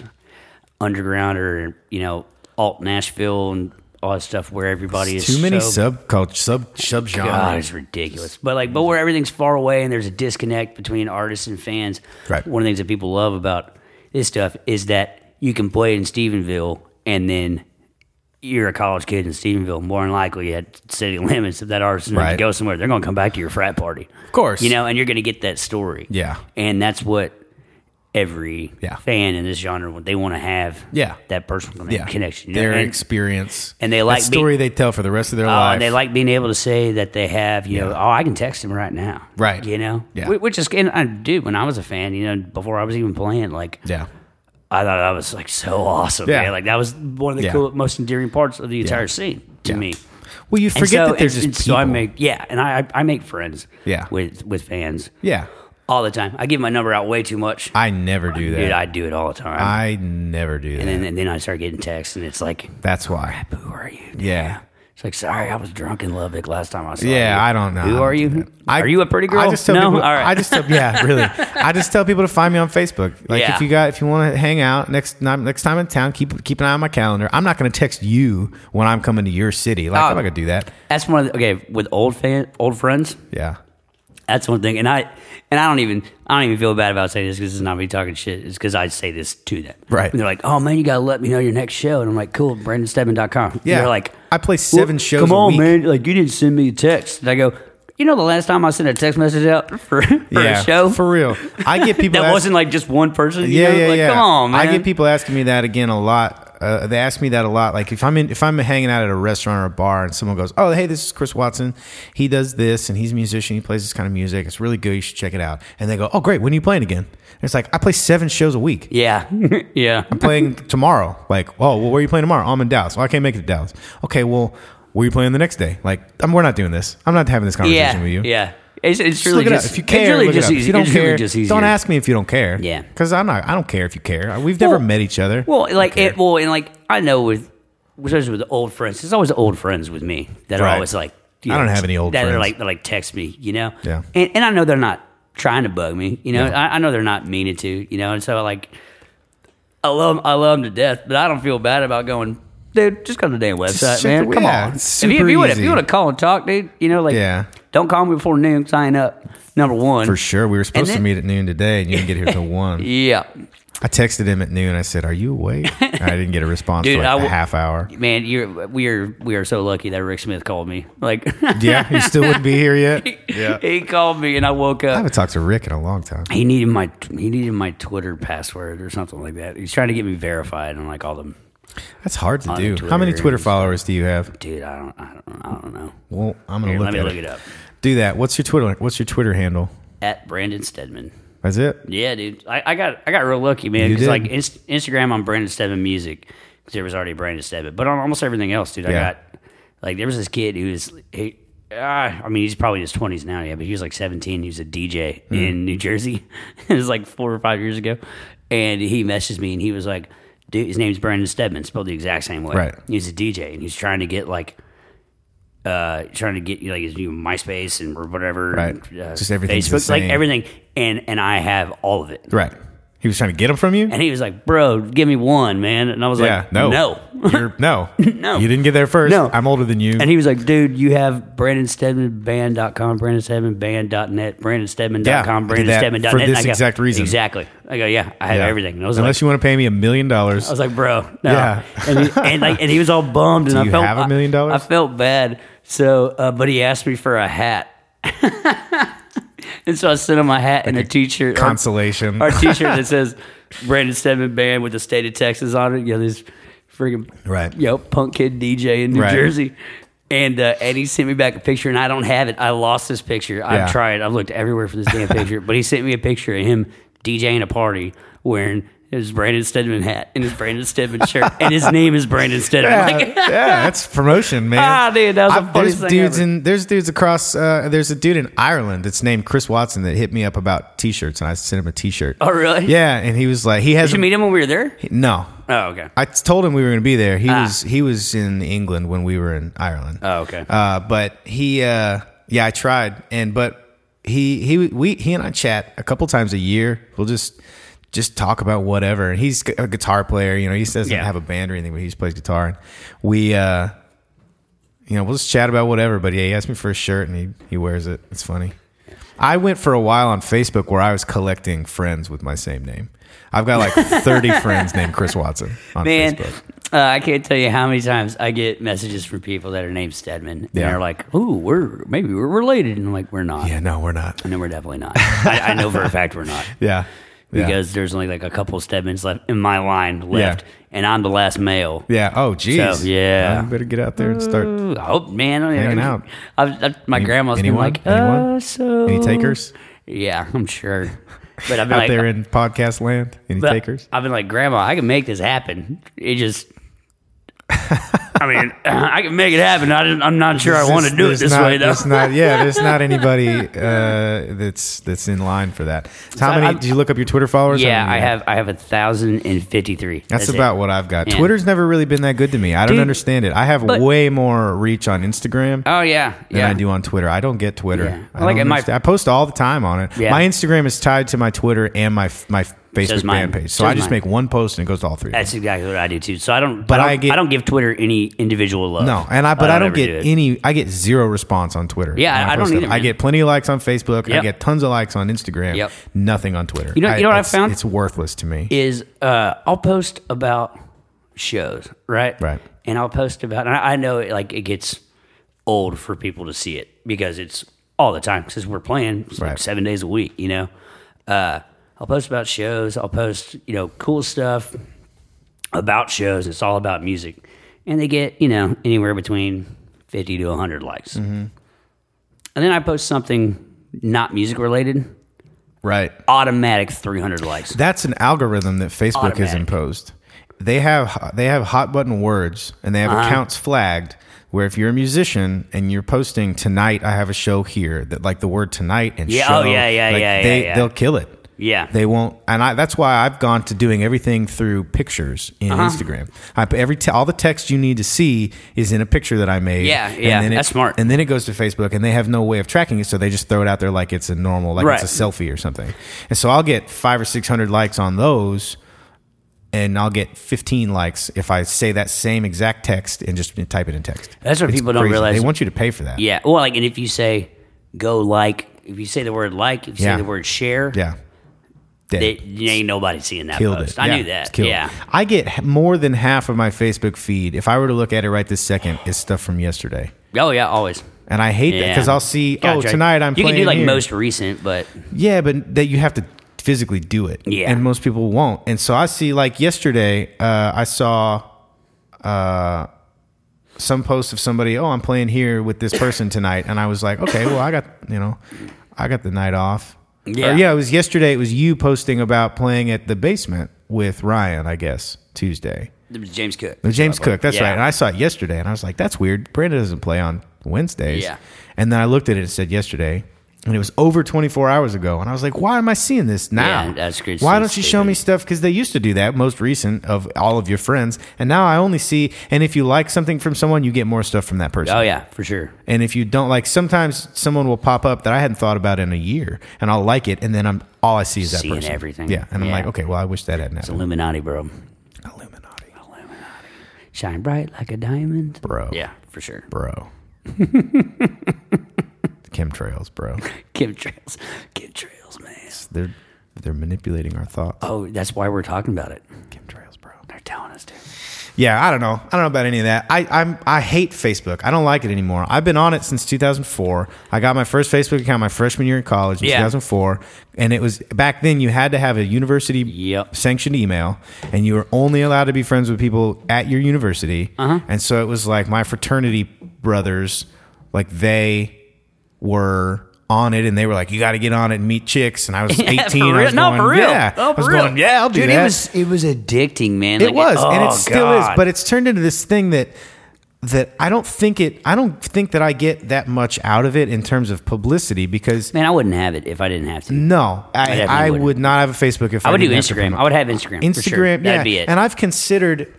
Speaker 2: underground or you know alt Nashville and all that stuff where everybody is
Speaker 1: Too many
Speaker 2: so,
Speaker 1: subculture, sub
Speaker 2: God,
Speaker 1: subgenres.
Speaker 2: Oh, it's ridiculous. But like, but where everything's far away and there's a disconnect between artists and fans.
Speaker 1: Right.
Speaker 2: One of the things that people love about this stuff is that you can play in Stephenville and then you're a college kid in Stephenville, more than likely at city limits. If that artist needs
Speaker 1: Right.
Speaker 2: to go somewhere, they're going to come back to your frat party, of
Speaker 1: course.
Speaker 2: You know, and you're going to get that story.
Speaker 1: Yeah.
Speaker 2: And that's what every
Speaker 1: Yeah.
Speaker 2: fan in this genre they want to have.
Speaker 1: Yeah.
Speaker 2: That personal
Speaker 1: Yeah,
Speaker 2: connection. you know,
Speaker 1: Their
Speaker 2: and-
Speaker 1: experience
Speaker 2: and they
Speaker 1: that
Speaker 2: like being-
Speaker 1: story they tell for the rest of their
Speaker 2: Oh,
Speaker 1: life.
Speaker 2: and they like being able to say that they have, you know, oh, I can text him right now.
Speaker 1: Right.
Speaker 2: You know?
Speaker 1: Yeah.
Speaker 2: Wh- Which is, and I, dude, when I was a fan, you know, before I was even playing, like,
Speaker 1: yeah,
Speaker 2: I thought that was, like, so awesome.
Speaker 1: Yeah.
Speaker 2: Yeah. Like, that was one of the
Speaker 1: Yeah.
Speaker 2: cool, most endearing parts of the entire scene to
Speaker 1: Yeah.
Speaker 2: me.
Speaker 1: well, you
Speaker 2: And
Speaker 1: forget
Speaker 2: so-
Speaker 1: that they're
Speaker 2: and-
Speaker 1: just
Speaker 2: and
Speaker 1: people.
Speaker 2: So I make, yeah, and I, I I make friends
Speaker 1: Yeah.
Speaker 2: with, with fans
Speaker 1: yeah,
Speaker 2: all the time. I give my number out way too much.
Speaker 1: I never do that.
Speaker 2: Dude, I do it all the time.
Speaker 1: I never do that.
Speaker 2: and then, and then I start getting texts, and it's like,
Speaker 1: That's why.
Speaker 2: "Who are you?"
Speaker 1: Yeah.
Speaker 2: It's like, "Sorry, I was drunk in Lubbock last time I saw you."
Speaker 1: Yeah, I don't know. I
Speaker 2: Who
Speaker 1: don't
Speaker 2: are
Speaker 1: do
Speaker 2: you?
Speaker 1: that. I-
Speaker 2: are you a pretty girl?
Speaker 1: I just tell
Speaker 2: no,
Speaker 1: people.
Speaker 2: all right.
Speaker 1: I just tell, yeah, really. I just tell people to find me on Facebook. Like
Speaker 2: Yeah.
Speaker 1: if you got if you want to hang out next time- next time in town, keep keep an eye on my calendar. I'm not going to text you when I'm coming to your city. Like I'm
Speaker 2: Oh.
Speaker 1: not going to do that.
Speaker 2: that's one of the, okay with old fan, old friends.
Speaker 1: Yeah.
Speaker 2: That's one thing, and I and I don't even I don't even feel bad about saying this because it's not me talking shit. It's because I say this to them.
Speaker 1: Right.
Speaker 2: And they're like, "Oh man, you gotta let me know your next show," and I'm like, "Cool, BrandonStebman.com."
Speaker 1: Yeah.
Speaker 2: They're like,
Speaker 1: I play seven
Speaker 2: "Well,
Speaker 1: shows
Speaker 2: Come
Speaker 1: a
Speaker 2: on,
Speaker 1: week."
Speaker 2: man! Like you didn't send me a text." And I go, "You know, the last time I sent a text message out for, for
Speaker 1: yeah.
Speaker 2: a show
Speaker 1: for real. I get people
Speaker 2: that
Speaker 1: ask-
Speaker 2: wasn't like just one person. you
Speaker 1: yeah,
Speaker 2: know?
Speaker 1: yeah,
Speaker 2: like,
Speaker 1: yeah.
Speaker 2: Come on, man!
Speaker 1: I get people asking me that again a lot. Uh, they ask me that a lot. Like if I'm in, if I'm hanging out at a restaurant or a bar, and someone goes, "Oh, hey, this is Chris Watson. He does this, and he's a musician. He plays this kind of music. It's really good. You should check it out." And they go, "Oh, great. When are you playing again?" And it's like I play seven shows a week.
Speaker 2: Yeah, yeah.
Speaker 1: I'm playing tomorrow. Like, oh, well, where are you playing tomorrow? I'm in Dallas. Well, I can't make it to Dallas. Okay, well, where are you playing the next day? Like, I'm, we're not doing this. I'm not having this conversation
Speaker 2: yeah,
Speaker 1: with you.
Speaker 2: Yeah. It's, it's
Speaker 1: Just
Speaker 2: really
Speaker 1: look it
Speaker 2: just
Speaker 1: up. If you care,
Speaker 2: it's really
Speaker 1: look
Speaker 2: just
Speaker 1: it up. If
Speaker 2: easy.
Speaker 1: you don't
Speaker 2: it's
Speaker 1: care,
Speaker 2: really just easy.
Speaker 1: don't ask me if you don't care.
Speaker 2: Yeah.
Speaker 1: because I'm not. I don't care if you care. We've never
Speaker 2: Well-
Speaker 1: met each other.
Speaker 2: Well, like
Speaker 1: care.
Speaker 2: it. Well, and like I know with especially with old friends, there's always old friends with me that are
Speaker 1: Right.
Speaker 2: always like, you
Speaker 1: I don't have any old
Speaker 2: that Are
Speaker 1: friends.
Speaker 2: like, they're like text me, you know.
Speaker 1: Yeah.
Speaker 2: And, and I know they're not trying to bug me, you know. I, I know they're not meaning to, you know. And so like, I love I love them to death, but I don't feel bad about going. Dude, just go to the damn website,
Speaker 1: check
Speaker 2: man.
Speaker 1: the-
Speaker 2: Come
Speaker 1: yeah,
Speaker 2: on.
Speaker 1: it's
Speaker 2: If you, if
Speaker 1: super
Speaker 2: you want if
Speaker 1: easy.
Speaker 2: you want to call and talk, dude, you know, like,
Speaker 1: Yeah.
Speaker 2: don't call me before noon. Sign up. Number one,
Speaker 1: for sure, we were supposed
Speaker 2: then-
Speaker 1: to meet at noon today, and you didn't get here till one.
Speaker 2: Yeah,
Speaker 1: I texted him at noon. I said, "Are you awake?" And I didn't get a response
Speaker 2: Dude,
Speaker 1: for like
Speaker 2: I
Speaker 1: a
Speaker 2: w-
Speaker 1: half hour.
Speaker 2: man, you're we are we are so lucky that Rick Smith called me. Like,
Speaker 1: Yeah, you still wouldn't be here yet. Yeah,
Speaker 2: he called me and I woke
Speaker 1: I
Speaker 2: up.
Speaker 1: haven't talked to Rick in a long time.
Speaker 2: He needed my he needed my Twitter password or something like that. He's trying to get me verified on like all them.
Speaker 1: That's hard to
Speaker 2: On
Speaker 1: do.
Speaker 2: Twitter
Speaker 1: How many Twitter
Speaker 2: and stuff.
Speaker 1: followers do you have?
Speaker 2: Dude, I don't I don't I don't know.
Speaker 1: Well, I'm gonna
Speaker 2: Here,
Speaker 1: look
Speaker 2: let me
Speaker 1: at
Speaker 2: look
Speaker 1: it.
Speaker 2: it up.
Speaker 1: Do that. What's your Twitter? What's your Twitter handle?
Speaker 2: At Brandon Stedman.
Speaker 1: That's it.
Speaker 2: Yeah, dude. I, I got I got real lucky, man.
Speaker 1: You
Speaker 2: Because
Speaker 1: did.
Speaker 2: like inst- Instagram, I'm Brandon Stedman Music because there was already Brandon Stedman. But on almost everything else, dude, I
Speaker 1: Yeah.
Speaker 2: got like there was this kid who was he, uh, I mean he's probably in his 20s now, yeah, but he was like 17. He was a DJ
Speaker 1: Hmm.
Speaker 2: in New Jersey. it was like four or five years ago, and he messaged me and he was like, "Dude, his name's Brandon Stedman, spelled the exact same way.
Speaker 1: Right.
Speaker 2: He was a DJ and he's trying to get like." Uh, trying to get you know, like his new MySpace and or whatever,
Speaker 1: Right.
Speaker 2: and, uh,
Speaker 1: Just everything's the
Speaker 2: Facebook, like
Speaker 1: same.
Speaker 2: everything, and and I have all of it.
Speaker 1: Right. He was trying to get them from you.
Speaker 2: And he was like, "Bro, give me one, man." And I was
Speaker 1: yeah.
Speaker 2: like,
Speaker 1: No.
Speaker 2: "No, no."
Speaker 1: You're, no.
Speaker 2: No.
Speaker 1: You didn't get there first.
Speaker 2: No.
Speaker 1: I'm older than you.
Speaker 2: And he was like, "Dude, you have Brandon Stedman Band.com, Brandon Stedman Band.net, Brandon Stedman.com,
Speaker 1: Yeah, I did
Speaker 2: Brandon
Speaker 1: that
Speaker 2: Stedman.net."
Speaker 1: for
Speaker 2: And
Speaker 1: this
Speaker 2: I go,
Speaker 1: exact reason.
Speaker 2: Exactly. I go, "Yeah, I have
Speaker 1: Yeah.
Speaker 2: everything." And I was
Speaker 1: Unless
Speaker 2: like, Oh,
Speaker 1: you want to pay me a million
Speaker 2: "I
Speaker 1: dollars.
Speaker 2: was like, bro, no."
Speaker 1: Yeah.
Speaker 2: And, he, and like, and he was all bummed, and I
Speaker 1: you
Speaker 2: felt
Speaker 1: have a
Speaker 2: I-
Speaker 1: million dollars?
Speaker 2: I felt bad. So, uh, but he asked me for a hat, and so I sent him a hat and a t-shirt. or-
Speaker 1: Consolation.
Speaker 2: our t-shirt that says Brandon Stedman Band with the state of Texas on it. You know, this freaking
Speaker 1: Right.
Speaker 2: yo punk kid DJ in New
Speaker 1: Right.
Speaker 2: Jersey. And uh, and he sent me back a picture, and I don't have it. I lost this picture.
Speaker 1: Yeah.
Speaker 2: I've tried. I've looked everywhere for this damn picture, but he sent me a picture of him DJing a party wearing his Brandon Stedman hat and his Brandon Stedman shirt, and his name is Brandon Stedman.
Speaker 1: yeah,
Speaker 2: Like,
Speaker 1: yeah, that's promotion, man.
Speaker 2: Ah, dude, that was the
Speaker 1: I've-
Speaker 2: funniest
Speaker 1: there's
Speaker 2: thing
Speaker 1: dudes
Speaker 2: ever.
Speaker 1: in there's dudes across. Uh, there's a dude in Ireland that's named Chris Watson that hit me up about t-shirts, and I sent him a t-shirt.
Speaker 2: oh, really?
Speaker 1: Yeah, and he was like, he has
Speaker 2: Did you meet him when we were there?
Speaker 1: no.
Speaker 2: Oh, okay.
Speaker 1: I told him we were going to be there. He
Speaker 2: Ah.
Speaker 1: was he was in England when we were in Ireland.
Speaker 2: Oh, okay.
Speaker 1: Uh, but he, uh, yeah, I tried, and but he he we he and I chat a couple times a year. We'll just just talk about whatever. And he's a guitar player, you know. He doesn't
Speaker 2: Yeah.
Speaker 1: have a band or anything, but he just plays guitar. And we, uh, you know, we'll just chat about whatever. But yeah, he asked me for a shirt, and he he wears it. It's funny. I went for a while on Facebook where I was collecting friends with my same name. I've got like 30 friends named Chris Watson on
Speaker 2: Man,
Speaker 1: Facebook.
Speaker 2: uh, I can't tell you how many times I get messages from people that are named Stedman.
Speaker 1: Yeah.
Speaker 2: And they're like, ooh, we're maybe we're related. And I'm like, we're not.
Speaker 1: Yeah, no, we're not.
Speaker 2: No, we're definitely not. I, I know for a fact we're not.
Speaker 1: Yeah. Yeah.
Speaker 2: Because there's only like a couple Stedmans left in my line left. And I'm the last male.
Speaker 1: Yeah. Oh, geez.
Speaker 2: So, yeah.
Speaker 1: I better get out there and start.
Speaker 2: Ooh, I hope, man. I mean,
Speaker 1: Hanging out.
Speaker 2: I've, I've- my
Speaker 1: Any-
Speaker 2: grandma's
Speaker 1: anyone?
Speaker 2: been like,
Speaker 1: Anyone?
Speaker 2: uh, so.
Speaker 1: Any takers
Speaker 2: Yeah, I'm sure. But I've been
Speaker 1: out
Speaker 2: like, uh,
Speaker 1: there in podcast land? Any
Speaker 2: But
Speaker 1: takers?
Speaker 2: I've been like, Grandma, I can make this happen. It just, I mean, I can make it happen. I didn't, I'm not sure I want to do it
Speaker 1: There's
Speaker 2: this
Speaker 1: not-
Speaker 2: way, though.
Speaker 1: there's not- yeah, there's not anybody uh, that's that's in line for that. So how
Speaker 2: So
Speaker 1: many?
Speaker 2: I'm-
Speaker 1: Did you look up your Twitter followers? How
Speaker 2: Yeah,
Speaker 1: many
Speaker 2: I
Speaker 1: you
Speaker 2: have I have a thousand and fifty three.
Speaker 1: That's, about what I've got.
Speaker 2: Yeah.
Speaker 1: Twitter's never really been that good to me. I don't
Speaker 2: Dude,
Speaker 1: understand it. I have
Speaker 2: but-
Speaker 1: way more reach on Instagram
Speaker 2: Oh yeah,
Speaker 1: than
Speaker 2: yeah.
Speaker 1: I do on Twitter. I don't get Twitter.
Speaker 2: Yeah.
Speaker 1: I,
Speaker 2: Like,
Speaker 1: don't
Speaker 2: in my-
Speaker 1: understand- I post all the time on it.
Speaker 2: Yeah.
Speaker 1: My Instagram is tied to my Twitter and my f- my Facebook
Speaker 2: mine.
Speaker 1: fan page. So
Speaker 2: Says
Speaker 1: I just
Speaker 2: mine.
Speaker 1: make one post and it goes to all three. of
Speaker 2: That's exactly what I do too. So I don't.
Speaker 1: But
Speaker 2: I don't,
Speaker 1: I
Speaker 2: I,
Speaker 1: get-
Speaker 2: don't give Twitter any individual love.
Speaker 1: No, and I but I don't,
Speaker 2: ever
Speaker 1: get
Speaker 2: do it.
Speaker 1: any. I get zero response on Twitter.
Speaker 2: Yeah,
Speaker 1: when
Speaker 2: I don't
Speaker 1: post
Speaker 2: either,
Speaker 1: up. I
Speaker 2: man.
Speaker 1: get plenty of likes on Facebook. I
Speaker 2: Yep.
Speaker 1: get tons of likes on Instagram.
Speaker 2: Yep.
Speaker 1: Nothing on Twitter.
Speaker 2: You know- you know what I
Speaker 1: it's-
Speaker 2: found?
Speaker 1: It's worthless to me.
Speaker 2: Is uh, I'll post about shows, right?
Speaker 1: Right.
Speaker 2: And I'll post about. And I, I know it, like it gets old for people to see it because it's all the time because we're playing it's
Speaker 1: Right.
Speaker 2: like seven days a week. You know. Uh, I'll post about shows. I'll post you know cool stuff about shows. It's all about music, and they get you know anywhere between fifty to hundred likes.
Speaker 1: Mm-hmm.
Speaker 2: And then I post something not music related,
Speaker 1: right.
Speaker 2: automatic 300 likes.
Speaker 1: That's an algorithm that Facebook has
Speaker 2: Automatic.
Speaker 1: imposed. They have they have hot button words and they
Speaker 2: Uh-huh.
Speaker 1: have accounts flagged where if you're a musician and you're posting tonight I have a show here that like the word tonight and
Speaker 2: Yeah,
Speaker 1: show
Speaker 2: oh, yeah, yeah,
Speaker 1: like,
Speaker 2: yeah,
Speaker 1: they
Speaker 2: yeah, yeah.
Speaker 1: they'll kill it.
Speaker 2: Yeah.
Speaker 1: They won't, and I, that's why I've gone to doing everything through pictures in
Speaker 2: Uh-huh.
Speaker 1: Instagram. I, put every te- all the text you need to see is in a picture that I made.
Speaker 2: Yeah, yeah,
Speaker 1: it-
Speaker 2: that's smart.
Speaker 1: And then it goes to Facebook, and they have no way of tracking it, so they just throw it out there like it's a normal, like
Speaker 2: Right.
Speaker 1: it's a selfie or something. And so I'll get five or six hundred likes on those, and I'll get fifteen likes if I say that same exact text and just type it in text.
Speaker 2: That's what
Speaker 1: It's
Speaker 2: people don't
Speaker 1: crazy.
Speaker 2: realize.
Speaker 1: They want you to pay for that.
Speaker 2: yeah. Well, like, and if you say go like, if you say the word like, if you
Speaker 1: Yeah.
Speaker 2: say the word share,
Speaker 1: yeah. Dead.
Speaker 2: they, ain't nobody seeing that
Speaker 1: killed
Speaker 2: post.
Speaker 1: it.
Speaker 2: I
Speaker 1: Yeah,
Speaker 2: knew
Speaker 1: it's
Speaker 2: that.
Speaker 1: killed it.
Speaker 2: Yeah.
Speaker 1: I get h- more than half of my Facebook feed. If I were to look at it right this second, is stuff from yesterday,
Speaker 2: Oh, yeah, always.
Speaker 1: and I hate that
Speaker 2: Yeah.
Speaker 1: because I'll see. Oh,
Speaker 2: Gotcha.
Speaker 1: tonight I'm.
Speaker 2: You
Speaker 1: playing
Speaker 2: can do like
Speaker 1: here."
Speaker 2: most recent, but
Speaker 1: Yeah, but that you have to physically do it.
Speaker 2: Yeah.
Speaker 1: and most people won't. And so I see like yesterday, uh, I saw. Uh, some post of somebody, oh, I'm playing here with this person tonight, and I was like, okay, well, I got you know, I got the night off.
Speaker 2: Yeah.
Speaker 1: Or, yeah. It was yesterday. It was you posting about playing at the basement with Ryan, I guess Tuesday.
Speaker 2: it was James Cook.
Speaker 1: The James Cook, that's
Speaker 2: Yeah.
Speaker 1: right. And I saw it yesterday, and I was like, "That's weird. Brandon doesn't play on Wednesdays."
Speaker 2: Yeah.
Speaker 1: And then I looked at it and said yesterday, and it was over 24 hours ago, and I was like, "Why am I seeing this now?
Speaker 2: Yeah, that's crazy.
Speaker 1: Why don't you show me stuff? Because they used to do that, most recent of all of your friends, and now I only see. And if you like something from someone, you get more stuff from that person.
Speaker 2: Oh, yeah, for sure.
Speaker 1: And if you don't like, sometimes someone will pop up that I hadn't thought about in a year, and I'll like it, and then I'm all I see is that
Speaker 2: Seeing
Speaker 1: person.
Speaker 2: everything.
Speaker 1: Yeah. And I'm
Speaker 2: Yeah.
Speaker 1: like, okay, well, I wish that hadn't happened.
Speaker 2: Illuminati, bro.
Speaker 1: Illuminati,
Speaker 2: Shine bright like a diamond.
Speaker 1: bro.
Speaker 2: Yeah, for sure.
Speaker 1: bro. Chemtrails, bro.
Speaker 2: Chemtrails. Chemtrails, man.
Speaker 1: They're they're manipulating our thoughts.
Speaker 2: Oh, that's why we're talking about it.
Speaker 1: Chemtrails, bro.
Speaker 2: They're telling us to.
Speaker 1: Yeah, I don't know. I don't know about any of that. I I'm, I hate Facebook. I don't like it anymore. I've been on it since 2004. I got my first Facebook account my freshman year in college in
Speaker 2: Yeah.
Speaker 1: 2004, and it was back then you had to have a university
Speaker 2: Yep.
Speaker 1: sanctioned email, and you were only allowed to be friends with people at your university.
Speaker 2: Uh-huh.
Speaker 1: And so it was like my fraternity brothers, like they were on it and they were like, You gotta get on it and meet chicks and I was
Speaker 2: Yeah,
Speaker 1: eighteen.
Speaker 2: for
Speaker 1: I
Speaker 2: real.
Speaker 1: was
Speaker 2: no,
Speaker 1: going,
Speaker 2: for real.
Speaker 1: Yeah.
Speaker 2: Oh,
Speaker 1: I was
Speaker 2: for real.
Speaker 1: going, Yeah, I'll do
Speaker 2: Dude,
Speaker 1: that.
Speaker 2: It was, it was addicting, man.
Speaker 1: It was, and
Speaker 2: oh,
Speaker 1: it still is,
Speaker 2: God.
Speaker 1: but it's turned into this thing that that I don't think it. I don't think that I get that much out of it in terms of publicity because
Speaker 2: man, I wouldn't have it if I didn't have to.
Speaker 1: no, I,
Speaker 2: definitely
Speaker 1: I,
Speaker 2: wouldn't.
Speaker 1: would not have a Facebook if I,
Speaker 2: I would do
Speaker 1: didn't have to
Speaker 2: Instagram.
Speaker 1: promote-
Speaker 2: I would have Instagram. for
Speaker 1: Instagram,
Speaker 2: sure.
Speaker 1: yeah,
Speaker 2: that'd be it.
Speaker 1: and I've considered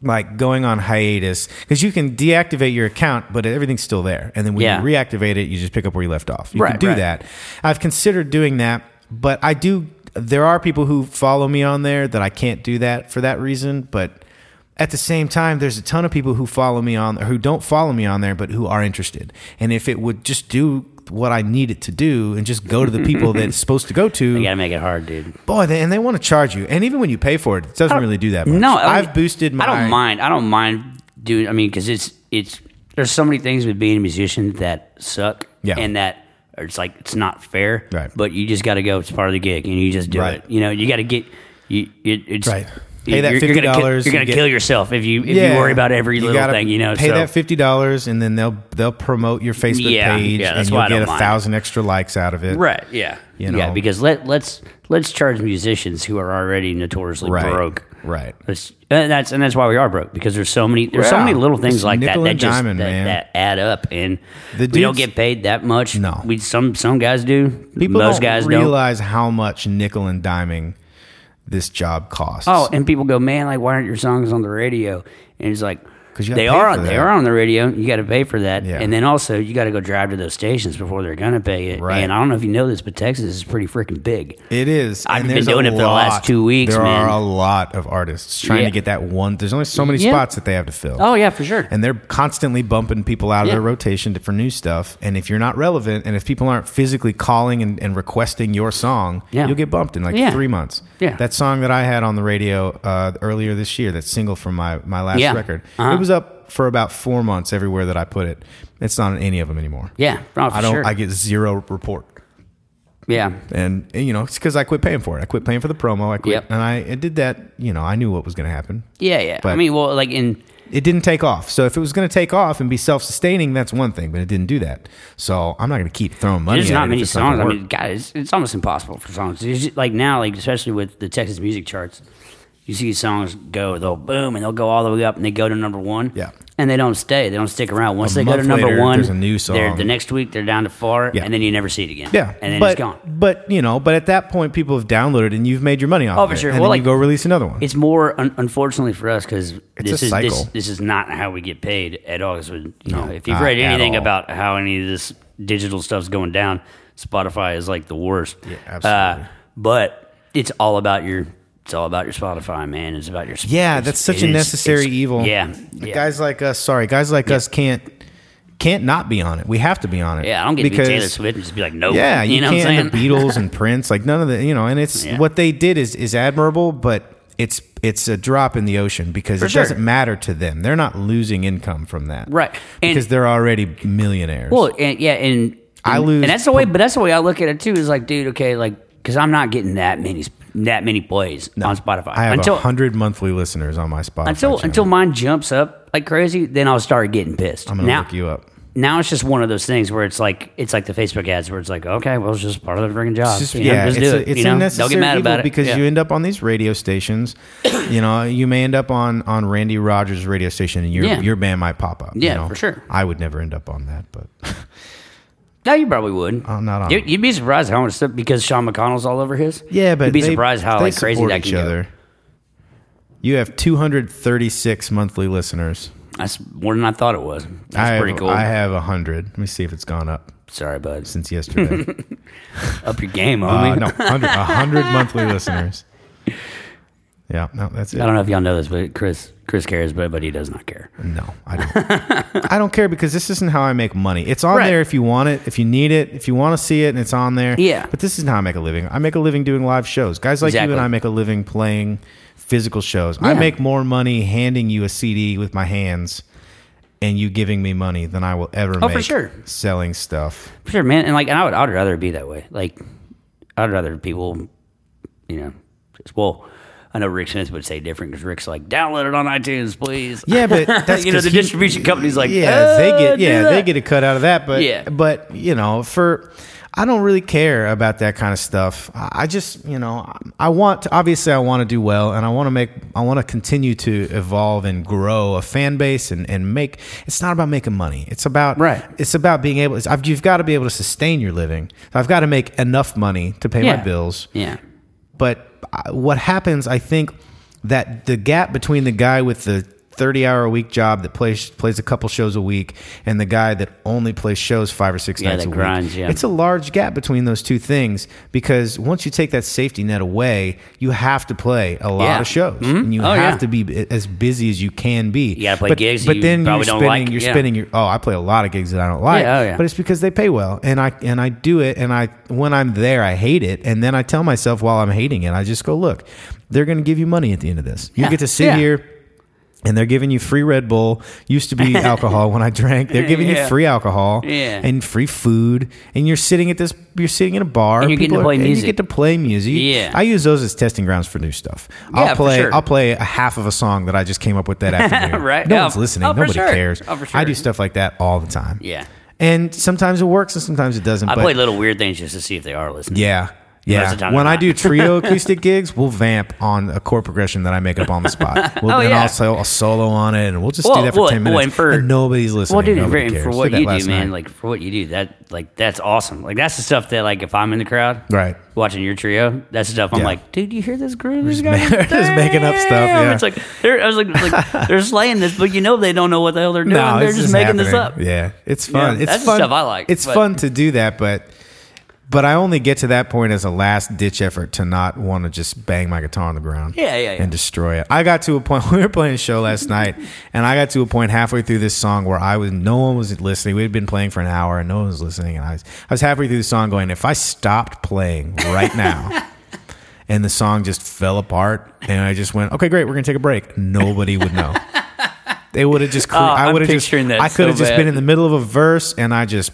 Speaker 1: like going on hiatus because you can deactivate your account, but everything's still there, and then when
Speaker 2: Yeah.
Speaker 1: you reactivate it, you just pick up where you left off. You can
Speaker 2: Right,
Speaker 1: do
Speaker 2: right.
Speaker 1: that. I've considered doing that, but I do. There are people who follow me on there that I can't do that for that reason, but. At the same time, there's a ton of people who follow me on, who don't follow me on there, but who are interested. And if it would just do what I need it to do, and just go to the people that it's supposed to go to,
Speaker 2: you gotta make it hard, dude.
Speaker 1: Boy, they, and they want to charge you, and even when you pay for it, it doesn't really do that much.
Speaker 2: Oh, No, I
Speaker 1: I've
Speaker 2: mean,
Speaker 1: boosted my.
Speaker 2: I don't mind. I don't mind doing. I mean, because it's it's there's so many things with being a musician that suck.
Speaker 1: Yeah.
Speaker 2: and that or it's like it's not fair.
Speaker 1: Right.
Speaker 2: But you just got to go. It's part of the gig, and you just do
Speaker 1: Right.
Speaker 2: it. You know, you got to get. You, it, it's
Speaker 1: Right. Pay that
Speaker 2: You're- you're gonna ki-
Speaker 1: $50
Speaker 2: You're
Speaker 1: and
Speaker 2: gonna
Speaker 1: get-
Speaker 2: kill yourself if you if
Speaker 1: Yeah.
Speaker 2: you worry about every
Speaker 1: You
Speaker 2: little
Speaker 1: gotta
Speaker 2: thing. You know,
Speaker 1: pay
Speaker 2: so
Speaker 1: that fifty dollars, and then they'll they'll promote your Facebook
Speaker 2: Yeah,
Speaker 1: page,
Speaker 2: yeah, that's
Speaker 1: and you'll
Speaker 2: why I
Speaker 1: get
Speaker 2: don't
Speaker 1: a
Speaker 2: mind.
Speaker 1: thousand extra likes out of it.
Speaker 2: right, yeah,
Speaker 1: You know.
Speaker 2: yeah. Because let let's let's charge musicians who are already notoriously
Speaker 1: right,
Speaker 2: broke.
Speaker 1: right.
Speaker 2: That's- and that's and that's why we are broke because there's so many there's so
Speaker 1: Yeah.
Speaker 2: many little things
Speaker 1: It's
Speaker 2: like that
Speaker 1: nickel
Speaker 2: that
Speaker 1: and
Speaker 2: just
Speaker 1: diamond,
Speaker 2: that,
Speaker 1: man.
Speaker 2: that add up and
Speaker 1: The
Speaker 2: we don't
Speaker 1: dudes-
Speaker 2: get paid that much.
Speaker 1: No.
Speaker 2: we some some guys do.
Speaker 1: People
Speaker 2: Most
Speaker 1: don't
Speaker 2: guys don't.
Speaker 1: realize how much nickel and diming this job costs.
Speaker 2: Oh, and people go, man, like why aren't your songs on the radio? And it's like
Speaker 1: 'Cause you gotta
Speaker 2: they
Speaker 1: pay
Speaker 2: are
Speaker 1: for
Speaker 2: they
Speaker 1: that.
Speaker 2: are on the radio. You got to pay for that,
Speaker 1: Yeah.
Speaker 2: and then also you got to go drive to those stations before they're gonna pay it.
Speaker 1: Right.
Speaker 2: And I don't know if you know this, but Texas is pretty freaking big.
Speaker 1: It is.
Speaker 2: I've
Speaker 1: and
Speaker 2: been
Speaker 1: there's
Speaker 2: doing
Speaker 1: a
Speaker 2: it for the last
Speaker 1: lot-
Speaker 2: two weeks,
Speaker 1: There
Speaker 2: man.
Speaker 1: are a lot of artists trying
Speaker 2: Yeah.
Speaker 1: to get that one. There's only so many
Speaker 2: Yeah.
Speaker 1: spots that they have to fill.
Speaker 2: Oh yeah, for sure.
Speaker 1: and they're constantly bumping people out of
Speaker 2: Yeah.
Speaker 1: their rotation to- for new stuff. And if you're not relevant, and if people aren't physically calling and, and requesting your song,
Speaker 2: Yeah.
Speaker 1: you'll get bumped in like
Speaker 2: Yeah.
Speaker 1: three months.
Speaker 2: Yeah.
Speaker 1: that song that I had on the radio uh, earlier this year, that single from my my last
Speaker 2: Yeah.
Speaker 1: record,
Speaker 2: Uh-huh.
Speaker 1: it was up for about four months everywhere that I put it. It's not on any of them anymore.
Speaker 2: yeah, no, for
Speaker 1: I don't.
Speaker 2: sure.
Speaker 1: I get zero report.
Speaker 2: yeah,
Speaker 1: And, and, you know, it's because I quit paying for it. I quit paying for the promo. I quit,
Speaker 2: Yep.
Speaker 1: and I it did that. You know, I knew what was going to happen.
Speaker 2: yeah, yeah. I
Speaker 1: But-
Speaker 2: mean, well, like in
Speaker 1: it didn't take off. So if it was going to take off and be self-sustaining, that's one thing, but it didn't do that. So I'm not going to keep throwing money.
Speaker 2: There's
Speaker 1: at it
Speaker 2: not
Speaker 1: if
Speaker 2: many
Speaker 1: it's gonna
Speaker 2: songs. I
Speaker 1: work.
Speaker 2: mean, God, it's, it's almost impossible for songs. There's just- like now, like especially with the Texas music charts, you see songs go, they'll boom, and they'll go all the way up, and they go to number one.
Speaker 1: Yeah.
Speaker 2: and they don't stay. They don't stick around. Once
Speaker 1: A
Speaker 2: they go to
Speaker 1: month
Speaker 2: number
Speaker 1: later,
Speaker 2: one,
Speaker 1: there's a new
Speaker 2: They're,
Speaker 1: song.
Speaker 2: the next week, they're down to four,
Speaker 1: Yeah.
Speaker 2: and then you never see it again.
Speaker 1: yeah,
Speaker 2: and then
Speaker 1: but,
Speaker 2: it's gone.
Speaker 1: But you know, but at that point, people have downloaded and you've made your money off.
Speaker 2: Oh,
Speaker 1: of
Speaker 2: for
Speaker 1: it,
Speaker 2: sure.
Speaker 1: And
Speaker 2: Well,
Speaker 1: then
Speaker 2: like,
Speaker 1: you go release another one.
Speaker 2: It's more un- unfortunately for us because
Speaker 1: It's
Speaker 2: this
Speaker 1: a
Speaker 2: is this,
Speaker 1: cycle.
Speaker 2: this is not how we get paid at all. So, you know, if you've
Speaker 1: not
Speaker 2: read
Speaker 1: at
Speaker 2: anything
Speaker 1: all.
Speaker 2: about how any of this digital stuff's going down, Spotify is like the worst. Yeah,
Speaker 1: absolutely.
Speaker 2: but it's all about your it's all about your Spotify, man. It's about your sp-
Speaker 1: yeah,
Speaker 2: it's-
Speaker 1: that's such
Speaker 2: it
Speaker 1: a
Speaker 2: is-
Speaker 1: necessary
Speaker 2: it's-
Speaker 1: evil.
Speaker 2: Yeah,
Speaker 1: Like,
Speaker 2: yeah.
Speaker 1: guys like us. Sorry, guys like us can't can't not be on it. We have to be on it.
Speaker 2: yeah. I don't get
Speaker 1: because
Speaker 2: to be Taylor Swift and just be like, no.
Speaker 1: Yeah, you,
Speaker 2: Oh, you, know what
Speaker 1: can't.
Speaker 2: I'm
Speaker 1: and the
Speaker 2: saying?
Speaker 1: Beatles and Prince, like none of the, you know, and it's
Speaker 2: Yeah.
Speaker 1: what they did is is admirable, but it's it's a drop in the ocean because it
Speaker 2: sure.
Speaker 1: doesn't matter to them. They're not losing income from that,
Speaker 2: Right. And-
Speaker 1: Because they're already millionaires.
Speaker 2: Well, and, yeah, and
Speaker 1: I
Speaker 2: and-
Speaker 1: lose
Speaker 2: and that's the way. But that's the way I look at it too. Is like, dude, okay, like, because I'm not getting that many that many plays on Spotify
Speaker 1: I have a
Speaker 2: until
Speaker 1: hundred monthly listeners on my Spotify.
Speaker 2: until
Speaker 1: channel.
Speaker 2: until mine jumps up like crazy. Then I'll start getting pissed.
Speaker 1: I'm gonna
Speaker 2: now,
Speaker 1: look you up.
Speaker 2: Now it's just one of those things where it's like it's like the Facebook ads where it's like, okay, well, it's just part of the freaking job.
Speaker 1: It's just-
Speaker 2: You know,
Speaker 1: yeah,
Speaker 2: just
Speaker 1: it's,
Speaker 2: do
Speaker 1: a,
Speaker 2: it.
Speaker 1: it's
Speaker 2: you know,
Speaker 1: unnecessary
Speaker 2: don't get mad
Speaker 1: evil
Speaker 2: about it
Speaker 1: because
Speaker 2: Yeah.
Speaker 1: you end up on these radio stations. you know, you may end up on on Randy Rogers' radio station, and your
Speaker 2: Yeah.
Speaker 1: your band might pop up.
Speaker 2: Yeah,
Speaker 1: you know?
Speaker 2: for sure.
Speaker 1: I would never end up on that, but
Speaker 2: No, you probably would.
Speaker 1: I'm not on
Speaker 2: You,
Speaker 1: it.
Speaker 2: you'd be surprised how much stuff because Sean McConnell's all over his.
Speaker 1: Yeah, but
Speaker 2: you'd be
Speaker 1: they-
Speaker 2: surprised how
Speaker 1: they
Speaker 2: like crazy
Speaker 1: support
Speaker 2: that can
Speaker 1: each
Speaker 2: go.
Speaker 1: other. You have 236 monthly listeners.
Speaker 2: That's more than I thought it was. That's
Speaker 1: I have,
Speaker 2: pretty cool.
Speaker 1: I have 100. Let me see if it's gone up
Speaker 2: Sorry, bud.
Speaker 1: since yesterday.
Speaker 2: Up your game, homie.
Speaker 1: uh, no, 100, 100 monthly listeners. Yeah, no, that's it.
Speaker 2: I don't know if y'all know this, but Chris Chris cares, but but he does not care.
Speaker 1: No, I don't. I don't care because this isn't how I make money. It's on
Speaker 2: Right.
Speaker 1: there if you want it, if you need it, if you want to see it, and it's on there.
Speaker 2: Yeah.
Speaker 1: But this isn't how I make a living. I make a living doing live shows. Guys like
Speaker 2: Exactly.
Speaker 1: you and I make a living playing physical shows. I
Speaker 2: Yeah.
Speaker 1: make more money handing you a CD with my hands and you giving me money than I will ever
Speaker 2: Oh,
Speaker 1: make
Speaker 2: for sure.
Speaker 1: selling stuff.
Speaker 2: For sure, man. And like, and I would I would rather it be that way. Like, I'd rather people, you know, just well. I know Rick Smith would say different because Rick's like, download it on iTunes, please.
Speaker 1: Yeah, but that's
Speaker 2: you know
Speaker 1: 'cause
Speaker 2: the
Speaker 1: he-
Speaker 2: distribution company's like, "Uh,
Speaker 1: yeah, they get yeah, they
Speaker 2: that."
Speaker 1: get a cut out of that. But
Speaker 2: Yeah.
Speaker 1: but you know, for I don't really care about that kind of stuff. I I just you know I- I want to, obviously I want to do well, and I want to make I want to continue to evolve and grow a fan base and and make. It's not about making money. It's about
Speaker 2: Right.
Speaker 1: It's about being able. It's, I've, you've got to be able to sustain your living. I've got to make enough money to pay my
Speaker 2: Yeah.
Speaker 1: bills
Speaker 2: yeah,
Speaker 1: but I- what happens i think that the gap between the guy with the 30 hour a week job that plays plays a couple shows a week and the guy that only plays shows five or six
Speaker 2: Yeah,
Speaker 1: nights
Speaker 2: that
Speaker 1: a
Speaker 2: grinds,
Speaker 1: week
Speaker 2: yeah.
Speaker 1: it's a large gap between those two things because once you take that safety net away you have to play a lot
Speaker 2: Yeah.
Speaker 1: of shows and you
Speaker 2: Oh,
Speaker 1: have
Speaker 2: yeah.
Speaker 1: to be b- as busy as you can be
Speaker 2: You gotta play
Speaker 1: but,
Speaker 2: gigs that
Speaker 1: but
Speaker 2: you
Speaker 1: then
Speaker 2: probably
Speaker 1: you're
Speaker 2: don't
Speaker 1: spinning
Speaker 2: like,
Speaker 1: you're
Speaker 2: yeah.
Speaker 1: spinning your oh i play a lot of gigs that i don't like
Speaker 2: Yeah, oh, yeah.
Speaker 1: but it's because they pay well and i and i do it and i when i'm there i hate it and then i tell myself while i'm hating it i just go look they're going to give you money at the end of this you
Speaker 2: Yeah.
Speaker 1: get to sit
Speaker 2: Yeah.
Speaker 1: here and they're giving you free Red Bull. Used to be alcohol when I drank. They're giving
Speaker 2: Yeah.
Speaker 1: you free alcohol
Speaker 2: Yeah.
Speaker 1: and free food, and you're sitting at this. You're sitting in a bar.
Speaker 2: And you're getting
Speaker 1: people
Speaker 2: to play
Speaker 1: and
Speaker 2: music.
Speaker 1: You get to play music.
Speaker 2: Yeah.
Speaker 1: I use those as testing grounds for new stuff.
Speaker 2: Yeah,
Speaker 1: I'll
Speaker 2: for
Speaker 1: play.
Speaker 2: sure.
Speaker 1: I'll play a half of a song that I just came up with that afternoon.
Speaker 2: Right.
Speaker 1: No
Speaker 2: Oh,
Speaker 1: one's listening.
Speaker 2: oh, for
Speaker 1: Nobody
Speaker 2: sure.
Speaker 1: cares.
Speaker 2: Oh, for
Speaker 1: I
Speaker 2: sure.
Speaker 1: do stuff like that all the time.
Speaker 2: Yeah.
Speaker 1: And sometimes it works, and sometimes it doesn't.
Speaker 2: I
Speaker 1: but
Speaker 2: play little weird things just to see if they are listening.
Speaker 1: yeah.
Speaker 2: Most
Speaker 1: Yeah.
Speaker 2: of the time
Speaker 1: When
Speaker 2: they're
Speaker 1: I
Speaker 2: not.
Speaker 1: do trio acoustic gigs, we'll vamp on a chord progression that I make up on the spot. We'll,
Speaker 2: Oh,
Speaker 1: and
Speaker 2: yeah.
Speaker 1: also I'll solo on it, and we'll just do
Speaker 2: Well,
Speaker 1: that for
Speaker 2: well,
Speaker 1: 10
Speaker 2: well,
Speaker 1: minutes.
Speaker 2: and for-
Speaker 1: and nobody's listening.
Speaker 2: Well, dude,
Speaker 1: Nobody
Speaker 2: and for
Speaker 1: cares.
Speaker 2: what
Speaker 1: Did that
Speaker 2: you
Speaker 1: last
Speaker 2: do, man,
Speaker 1: night.
Speaker 2: like for what you do, that like that's awesome. Like that's the stuff that like if I'm in the crowd,
Speaker 1: Right.
Speaker 2: watching your trio, that's the stuff I'm
Speaker 1: Yeah.
Speaker 2: like, dude, you hear this groove? This
Speaker 1: ma-
Speaker 2: guy
Speaker 1: just making up stuff,
Speaker 2: Damn.
Speaker 1: yeah.
Speaker 2: It's like they're, I was like, like they're slaying this, but you know they don't know what the hell they're doing.
Speaker 1: no,
Speaker 2: they're
Speaker 1: it's
Speaker 2: just, making this up.
Speaker 1: happening. Yeah, it's fun.
Speaker 2: Yeah,
Speaker 1: it's
Speaker 2: that's the
Speaker 1: fun.
Speaker 2: stuff I like,
Speaker 1: It's
Speaker 2: but-
Speaker 1: fun to do that, but but I only get to that point as a last ditch effort to not want to just bang my guitar on the ground.
Speaker 2: Yeah, yeah, yeah.
Speaker 1: And destroy it. I got to a point. We were playing a show last night, and I got to a point halfway through this song where I was no one was listening. We had been playing for an hour, and no one was listening. And I was I was halfway through the song going, if I stopped playing right now. And the song just fell apart, and I just went, "Okay, great, we're gonna take a break." Nobody would know. They would have just. Cre- I
Speaker 2: Oh, I'm
Speaker 1: would have just.
Speaker 2: picturing that
Speaker 1: I could have
Speaker 2: so
Speaker 1: just
Speaker 2: bad.
Speaker 1: been in the middle of a verse, and I just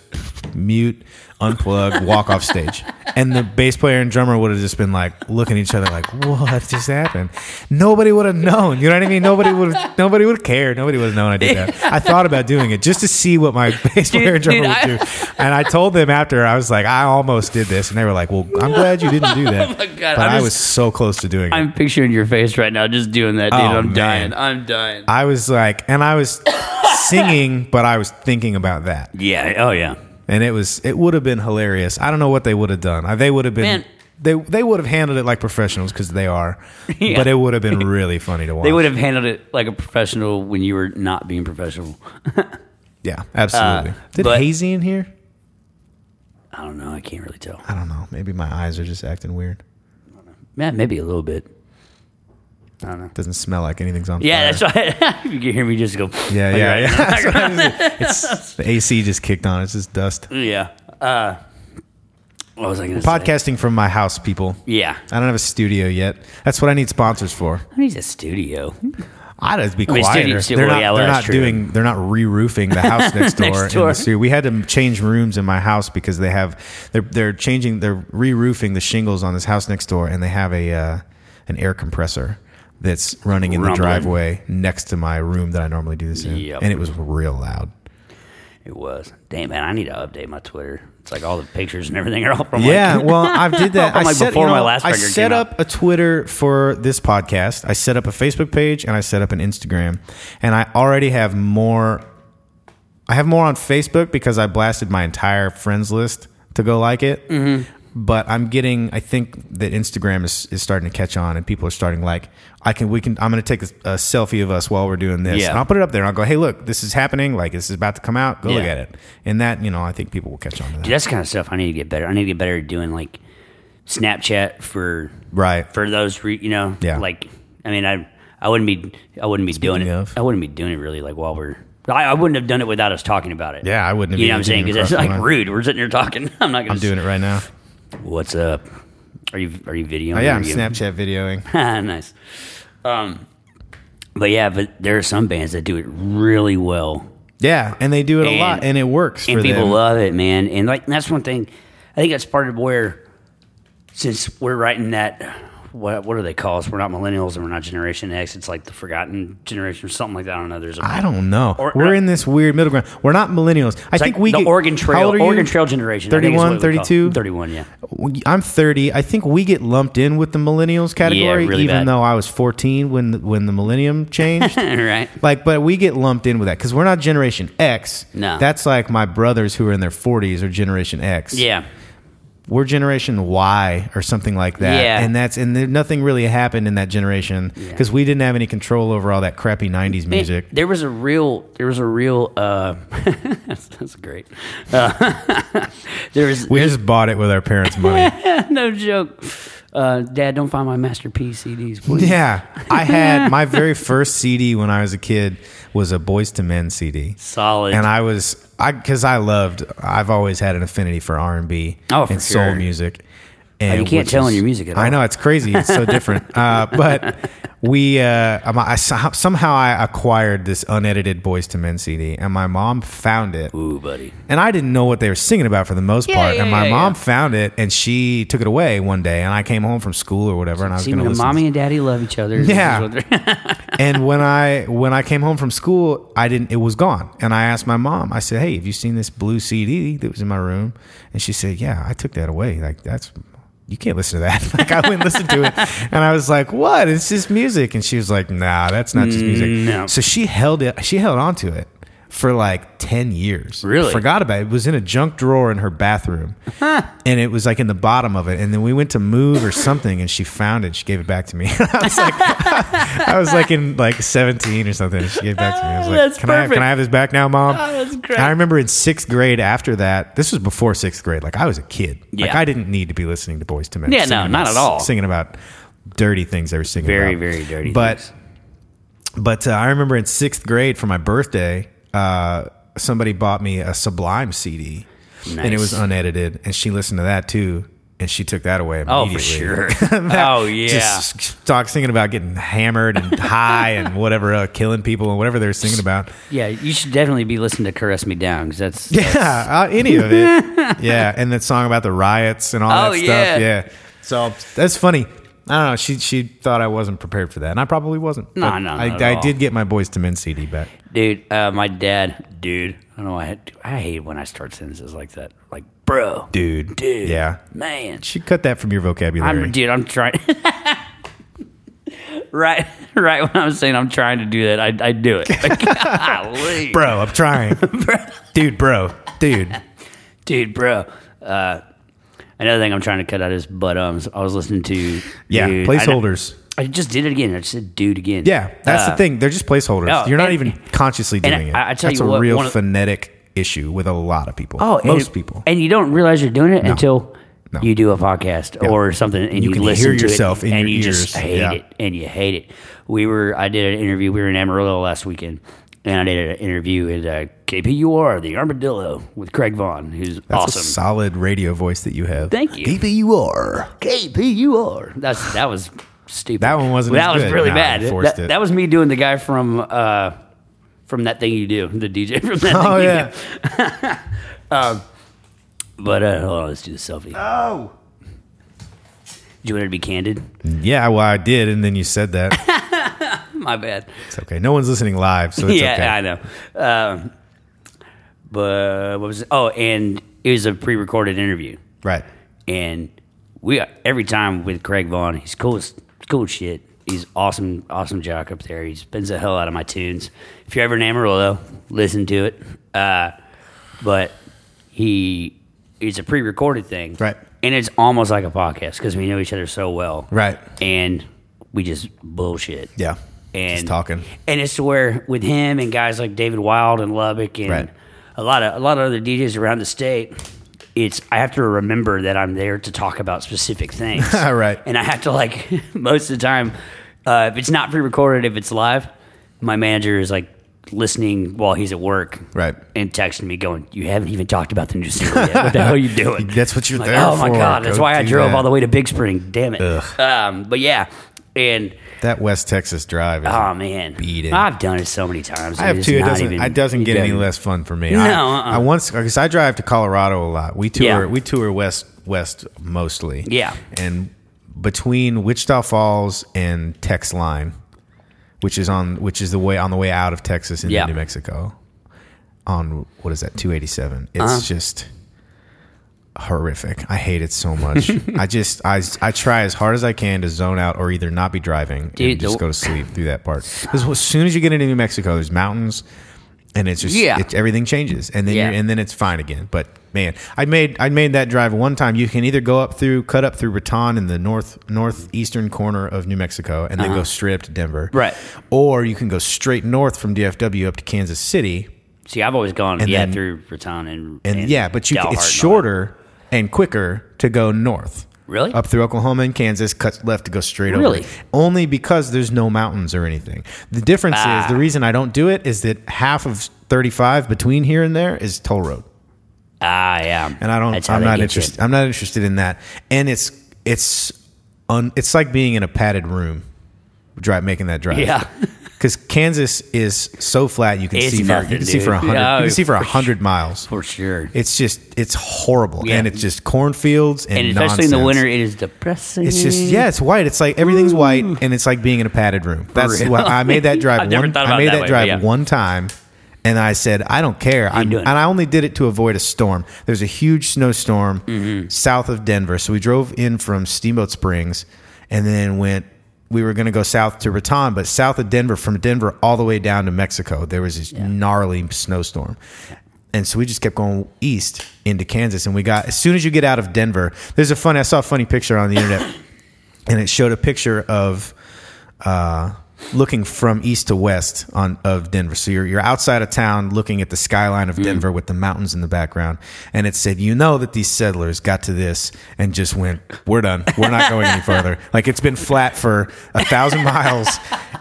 Speaker 1: mute, unplug, walk off stage, and the bass player and drummer would have just been like looking at each other, like, "What just happened?" Nobody would have known. You know what I mean? Nobody would. have Nobody would care. Nobody would have known I did that. I thought about doing it just to see what my bass player and drummer
Speaker 2: dude, I-
Speaker 1: would do, and I told them after I was like, "I almost did this," and they were like, "Well, I'm glad you didn't do that."
Speaker 2: Oh my God,
Speaker 1: but
Speaker 2: I'm
Speaker 1: I
Speaker 2: just-
Speaker 1: was so close to doing it.
Speaker 2: I'm picturing your face right now, just doing that, dude.
Speaker 1: Oh,
Speaker 2: I'm
Speaker 1: man.
Speaker 2: dying. I'm dying.
Speaker 1: I was like, and I was singing, but I was thinking about that,
Speaker 2: yeah. Oh yeah.
Speaker 1: and it was it would have been hilarious. I don't know what they would have done. Uh, They would have been
Speaker 2: Man.
Speaker 1: they they would have handled it like professionals because they are,
Speaker 2: Yeah.
Speaker 1: but it would have been really funny to watch.
Speaker 2: They would have handled it like a professional when you were not being professional.
Speaker 1: yeah, absolutely.
Speaker 2: Uh,
Speaker 1: Did
Speaker 2: but-
Speaker 1: hazy in here?
Speaker 2: I don't know. I can't really tell.
Speaker 1: I don't know. Maybe my eyes are just acting weird.
Speaker 2: Yeah, maybe a little bit.
Speaker 1: Doesn't smell like anything's on
Speaker 2: Yeah,
Speaker 1: fire.
Speaker 2: that's right. you can hear me just go.
Speaker 1: yeah,
Speaker 2: like
Speaker 1: yeah,
Speaker 2: right
Speaker 1: yeah. That's what I'm saying. it's, the AC just kicked on. It's just dust.
Speaker 2: now. yeah. Uh, what was I going to say?
Speaker 1: Podcasting from my house, people.
Speaker 2: Yeah,
Speaker 1: I don't have a studio yet. That's what I need sponsors for.
Speaker 2: I need a studio.
Speaker 1: I'd just be
Speaker 2: mean,
Speaker 1: quieter.
Speaker 2: studio- studio-
Speaker 1: they're
Speaker 2: well,
Speaker 1: not,
Speaker 2: yeah, well,
Speaker 1: they're not
Speaker 2: that's true.
Speaker 1: doing. They're not re-roofing the house next door.
Speaker 2: Next
Speaker 1: in the
Speaker 2: door.
Speaker 1: studio. we had to change rooms in my house because they have. They're they're changing. They're re-roofing the shingles on this house next door, and they have a uh, an air compressor that's running in the
Speaker 2: Rumbling.
Speaker 1: driveway next to my room that I normally do this in,
Speaker 2: Yep.
Speaker 1: and it was real loud.
Speaker 2: It was. Damn man, I need to update my Twitter. It's like all the pictures and everything are all from.
Speaker 1: Yeah,
Speaker 2: Like,
Speaker 1: well, I did that.
Speaker 2: I'm
Speaker 1: I
Speaker 2: like,
Speaker 1: set,
Speaker 2: before
Speaker 1: you know,
Speaker 2: my last
Speaker 1: I
Speaker 2: record
Speaker 1: set
Speaker 2: came out.
Speaker 1: up a Twitter for this podcast. I set up a Facebook page and I set up an Instagram, and I already have more. I have more on Facebook because I blasted my entire friends list to go like it.
Speaker 2: Mm-hmm.
Speaker 1: But I'm getting. I think that Instagram is, is starting to catch on, and people are starting like, I can. We can. I'm going to take a, a selfie of us while we're doing this,
Speaker 2: Yeah.
Speaker 1: and I'll put it up there. And I'll go, Hey, look, this is happening. Like this is about to come out. Go look
Speaker 2: Yeah.
Speaker 1: at it. And that, you know, I think people will catch on to that.
Speaker 2: dude, that's the kind of stuff I need to get better. I need to get better at doing like Snapchat for
Speaker 1: Right.
Speaker 2: for those. Re, you know,
Speaker 1: Yeah.
Speaker 2: Like, I mean, I I wouldn't be I wouldn't be doing
Speaker 1: Speaking of.
Speaker 2: it. I wouldn't be doing it really like while we're. I, I wouldn't have done it without us talking about it.
Speaker 1: Yeah, I wouldn't have
Speaker 2: You know
Speaker 1: either.
Speaker 2: what I'm saying?
Speaker 1: Didn't even
Speaker 2: Because that's
Speaker 1: cross my
Speaker 2: like
Speaker 1: mind.
Speaker 2: rude. We're sitting here talking. I'm not gonna.
Speaker 1: I'm doing it right now.
Speaker 2: What's up? Are you are you videoing?
Speaker 1: Oh, yeah,
Speaker 2: or
Speaker 1: I'm
Speaker 2: you- Ah,
Speaker 1: Snapchat videoing.
Speaker 2: nice. Um, but yeah, but there are some bands that do it really well,
Speaker 1: Yeah, and they do it a lot, and it works
Speaker 2: and
Speaker 1: for
Speaker 2: people
Speaker 1: them.
Speaker 2: love it, man. And like that's one thing. I think that's part of where, since we're writing that, what what do they call us? We're not millennials and we're not Generation X. It's like the forgotten generation or something like that. I don't know. There's a
Speaker 1: I don't know.
Speaker 2: Or- uh,
Speaker 1: We're in this weird middle ground. We're not millennials. I
Speaker 2: it's
Speaker 1: think
Speaker 2: like
Speaker 1: we
Speaker 2: the
Speaker 1: get,
Speaker 2: Oregon
Speaker 1: How old
Speaker 2: Trail,
Speaker 1: are you?
Speaker 2: Oregon Trail generation. I think is
Speaker 1: 31,
Speaker 2: what we call it.
Speaker 1: 32?
Speaker 2: 31, yeah.
Speaker 1: I'm 30. I think we get lumped in with the millennials category,
Speaker 2: really
Speaker 1: even
Speaker 2: bad.
Speaker 1: though I was 14 when the, when the millennium changed.
Speaker 2: right.
Speaker 1: like, but we get lumped in with that because we're not Generation X.
Speaker 2: No.
Speaker 1: that's like my brothers who are in their 40s or Generation X.
Speaker 2: Yeah.
Speaker 1: we're Generation Y or something like that.
Speaker 2: Yeah.
Speaker 1: And that's and there, nothing really happened in that generation because we didn't have any control over all that crappy '90s
Speaker 2: Man,
Speaker 1: music.
Speaker 2: There was a real. There was a real. Uh, that's, that's great. Uh, there was
Speaker 1: We just bought it with our parents' money.
Speaker 2: no joke. Uh, Dad, don't find my masterpiece CDs, please.
Speaker 1: yeah, I had my very first CD when I was a kid was a Boys to Men CD,
Speaker 2: Solid.
Speaker 1: and I was I because I loved. I've always had an affinity for R and B
Speaker 2: Oh, for
Speaker 1: and soul
Speaker 2: sure. Oh,
Speaker 1: music. And
Speaker 2: you can't
Speaker 1: which
Speaker 2: tell in
Speaker 1: is-
Speaker 2: your music at
Speaker 1: I
Speaker 2: all.
Speaker 1: know it's crazy. It's so different. Uh, but we uh, um, I, so- somehow I acquired this unedited Boys to Men CD, and my mom found it.
Speaker 2: Ooh, buddy.
Speaker 1: And I didn't know what they were singing about for the most
Speaker 2: Yeah,
Speaker 1: part.
Speaker 2: yeah,
Speaker 1: and my
Speaker 2: yeah,
Speaker 1: mom
Speaker 2: yeah.
Speaker 1: found it, and she took it away one day. And I came home from school or whatever, and I was
Speaker 2: See,
Speaker 1: going to
Speaker 2: when a
Speaker 1: listen.
Speaker 2: mommy and daddy love each other, this is
Speaker 1: Yeah.
Speaker 2: what they're-
Speaker 1: and when I when I came home from school, I didn't. It was gone. And I asked my mom. I said, "Hey, have you seen this blue CD that was in my room?" And she said, "Yeah, I took that away. Like that's." You can't listen to that. Like I wouldn't listen to it, and I was like, "What? It's just music." And she was like, "Nah, that's not just music."
Speaker 2: Mm, No.
Speaker 1: So she held it. She held on to it for like ten years.
Speaker 2: Really?
Speaker 1: Forgot about it. It was in a junk drawer in her bathroom, and it was like in the bottom of it. And then we went to move or something, and she found it. She gave it back to me. I was like, I was like in like 17 or something. and She gave it back to me. I was like,
Speaker 2: That's
Speaker 1: can, I have, can
Speaker 2: perfect.
Speaker 1: I have this back now, mom?
Speaker 2: Oh, that's great.
Speaker 1: I remember in sixth grade after that, this was before sixth grade. Like I was a kid. Like
Speaker 2: Yeah.
Speaker 1: I didn't need to be listening to Boys to Men.
Speaker 2: Yeah, no,
Speaker 1: singing
Speaker 2: not
Speaker 1: about-
Speaker 2: at all.
Speaker 1: Singing about dirty things they were singing
Speaker 2: Very,
Speaker 1: about.
Speaker 2: very dirty
Speaker 1: But
Speaker 2: things.
Speaker 1: but uh, I remember in sixth grade for my birthday, uh, somebody bought me a Sublime CD, and it
Speaker 2: Nice.
Speaker 1: was unedited, and she listened to that too, and she took that away.
Speaker 2: Oh, for
Speaker 1: immediately.
Speaker 2: sure. Oh, yeah.
Speaker 1: Just start singing about getting hammered and high and whatever, uh, killing people and whatever they're singing about.
Speaker 2: yeah, you should definitely be listening to "Caress Me Down" because that's
Speaker 1: Yeah, uh, any of it. yeah, and that song about the riots and all
Speaker 2: Oh,
Speaker 1: that stuff.
Speaker 2: yeah.
Speaker 1: yeah. So that's funny. I don't know. She she thought I wasn't prepared for that, and I probably wasn't.
Speaker 2: No,
Speaker 1: But
Speaker 2: no,
Speaker 1: I,
Speaker 2: not at
Speaker 1: I
Speaker 2: all.
Speaker 1: did get my Boys to Men CD back.
Speaker 2: dude. Uh, my dad, dude. I don't know. I I hate when I start sentences like that. Like, bro,
Speaker 1: dude.
Speaker 2: dude,
Speaker 1: Yeah.
Speaker 2: man.
Speaker 1: She cut that from your vocabulary.
Speaker 2: I'm, dude, I'm trying. right, right. When I was saying I'm trying to do that, I, I do it. Like, golly.
Speaker 1: bro, I'm trying. dude, bro. Dude.
Speaker 2: dude, bro. Uh, another thing I'm trying to cut out is butt ums. I was listening to
Speaker 1: Yeah,
Speaker 2: dude, I-
Speaker 1: placeholders.
Speaker 2: I, just did it again. I just said dude again.
Speaker 1: Yeah, that's
Speaker 2: Uh,
Speaker 1: the thing. They're just placeholders.
Speaker 2: no,
Speaker 1: You're not
Speaker 2: and-
Speaker 1: even consciously
Speaker 2: and
Speaker 1: doing it.
Speaker 2: I- I tell
Speaker 1: that's
Speaker 2: you
Speaker 1: a
Speaker 2: what,
Speaker 1: real
Speaker 2: one of-
Speaker 1: phonetic issue with a lot of people.
Speaker 2: Oh, and-
Speaker 1: most people.
Speaker 2: And you don't realize you're doing it until
Speaker 1: No.
Speaker 2: you do a podcast or something, and
Speaker 1: You
Speaker 2: you,
Speaker 1: can
Speaker 2: listen
Speaker 1: hear
Speaker 2: to
Speaker 1: yourself
Speaker 2: it,
Speaker 1: in
Speaker 2: and
Speaker 1: your
Speaker 2: you
Speaker 1: ears.
Speaker 2: just hate
Speaker 1: Yeah.
Speaker 2: it, and you hate it. We were, I did an interview. We were in Amarillo last weekend, and I did an interview at uh, KPUR, the Armadillo, with Craig Vaughn, who's
Speaker 1: that's a
Speaker 2: awesome.
Speaker 1: solid radio voice that you have.
Speaker 2: Thank you.
Speaker 1: KPUR.
Speaker 2: KPUR. That's that was stupid.
Speaker 1: That one wasn't
Speaker 2: That
Speaker 1: as
Speaker 2: was
Speaker 1: good.
Speaker 2: really
Speaker 1: No,
Speaker 2: bad.
Speaker 1: you forced
Speaker 2: That,
Speaker 1: it.
Speaker 2: that was me doing the guy from uh, from that thing you do, the DJ from that.
Speaker 1: Oh
Speaker 2: thing you
Speaker 1: yeah.
Speaker 2: do. But uh, hold on, let's do the selfie. Oh. Do you want it to be candid?
Speaker 1: Yeah, well I did and then you said that.
Speaker 2: My bad.
Speaker 1: It's okay. No one's listening live, so it's
Speaker 2: yeah,
Speaker 1: okay.
Speaker 2: I know. Um, but what was it? Oh, and it was a pre-recorded interview,
Speaker 1: Right.
Speaker 2: and we every time with Craig Vaughn, he's cool as cool as shit. He's awesome, awesome jock up there. He spins the hell out of my tunes. If you're ever in Amarillo, listen to it. Uh, but he it's a pre-recorded thing,
Speaker 1: Right.
Speaker 2: And it's almost like a podcast because we know each other so well,
Speaker 1: Right.
Speaker 2: And we just bullshit,
Speaker 1: Yeah.
Speaker 2: and
Speaker 1: just talking.
Speaker 2: And it's to where with him and guys like David Wild and Lubbock and
Speaker 1: Right.
Speaker 2: a lot of a lot of other DJs around the state, it's I have to remember that I'm there to talk about specific things.
Speaker 1: Right.
Speaker 2: And I have to like most of the time, uh, if it's not pre-recorded, if it's live, my manager is like listening while he's at work,
Speaker 1: Right.
Speaker 2: And texting me going, "You haven't even talked about the new single yet. What the hell are you doing?"
Speaker 1: That's what you're
Speaker 2: Like,
Speaker 1: there
Speaker 2: oh my
Speaker 1: for.
Speaker 2: god, that's
Speaker 1: Go
Speaker 2: why I
Speaker 1: do
Speaker 2: drove
Speaker 1: that.
Speaker 2: all the way to Big Spring. Damn it.
Speaker 1: Ugh.
Speaker 2: Um, but yeah, and.
Speaker 1: That West Texas drive is
Speaker 2: Oh man,
Speaker 1: Beat it.
Speaker 2: I've done it so many times.
Speaker 1: I have
Speaker 2: It's
Speaker 1: two. It
Speaker 2: not
Speaker 1: doesn't.
Speaker 2: even-
Speaker 1: it doesn't get any
Speaker 2: doesn't-
Speaker 1: less fun for me.
Speaker 2: No,
Speaker 1: I,
Speaker 2: uh-uh.
Speaker 1: I once because I drive to Colorado a lot. We tour.
Speaker 2: Yeah.
Speaker 1: We tour west west mostly.
Speaker 2: Yeah.
Speaker 1: and between Wichita Falls and Tex Line, which is on which is the way on the way out of Texas into
Speaker 2: Yeah.
Speaker 1: New Mexico, on what is that two eighty seven? It's
Speaker 2: Uh-huh.
Speaker 1: just horrific. I hate it so much. I just I I try as hard as I can to zone out or either not be driving and
Speaker 2: Dude,
Speaker 1: just
Speaker 2: the-
Speaker 1: go to sleep through that part. Because as soon as you get into New Mexico, there's mountains, and it's just
Speaker 2: Yeah.
Speaker 1: it, everything changes, and then
Speaker 2: Yeah.
Speaker 1: you're, and then it's fine again. But man, I made I made that drive one time. You can either go up through cut up through Raton in the north northeastern corner of New Mexico, and then go straight up to Denver,
Speaker 2: Uh-huh. Right.
Speaker 1: Or you can go straight north from DFW up to Kansas City,
Speaker 2: See, I've always gone yeah
Speaker 1: then-
Speaker 2: through Raton and,
Speaker 1: and, yeah, but you,
Speaker 2: Dalhart
Speaker 1: can-
Speaker 2: and
Speaker 1: it's
Speaker 2: all
Speaker 1: shorter and quicker to go north.
Speaker 2: Really?
Speaker 1: Up through Oklahoma and Kansas, cuts left to go straight over.
Speaker 2: Really?
Speaker 1: it. Only because there's no mountains or anything. The difference is the reason I don't do it is that half of 35 between here and there is toll road,
Speaker 2: that. Ah, yeah.
Speaker 1: and I don't.
Speaker 2: That's how
Speaker 1: I'm
Speaker 2: they
Speaker 1: not
Speaker 2: get you.
Speaker 1: interested. I'm not interested in that. And it's it's un, it's like being in a padded room, drive making that drive.
Speaker 2: Yeah.
Speaker 1: because Kansas is so flat you can
Speaker 2: It's
Speaker 1: see for,
Speaker 2: nothing,
Speaker 1: you can see for
Speaker 2: dude.
Speaker 1: hundred
Speaker 2: No,
Speaker 1: you can see for
Speaker 2: for
Speaker 1: hundred miles.
Speaker 2: for sure.
Speaker 1: It's just it's horrible,
Speaker 2: Yeah.
Speaker 1: and it's just cornfields and,
Speaker 2: and especially in the
Speaker 1: nonsense.
Speaker 2: winter, it is depressing.
Speaker 1: It's just yeah, it's white. It's like everything's white, and it's like being in a padded room. That's
Speaker 2: Mm. real.
Speaker 1: why I made that drive.
Speaker 2: I've
Speaker 1: one,
Speaker 2: never thought
Speaker 1: I
Speaker 2: about
Speaker 1: made
Speaker 2: it
Speaker 1: that,
Speaker 2: that way,
Speaker 1: drive
Speaker 2: yeah.
Speaker 1: one time, and I said I don't care. I'm,
Speaker 2: doing
Speaker 1: and
Speaker 2: it.
Speaker 1: I only did it to avoid a storm. There's a huge snowstorm
Speaker 2: Mm-hmm.
Speaker 1: south of Denver, so we drove in from Steamboat Springs, and then went. We were going to go south to Raton, but south of Denver, from Denver all the way down to Mexico, there was this gnarly snowstorm. And so we just kept going east into Kansas. And we got, as soon as you get out of Denver, there's a funny, I saw a funny picture on the internet and it showed a picture of uh, looking from east to west on of Denver. So you're you're outside of town, looking at the skyline
Speaker 2: Hmm.
Speaker 1: of Denver with the mountains in the background, and it said, "You know that these settlers got to this and just went, we're done. We're not going any further. Like it's been flat for a thousand miles,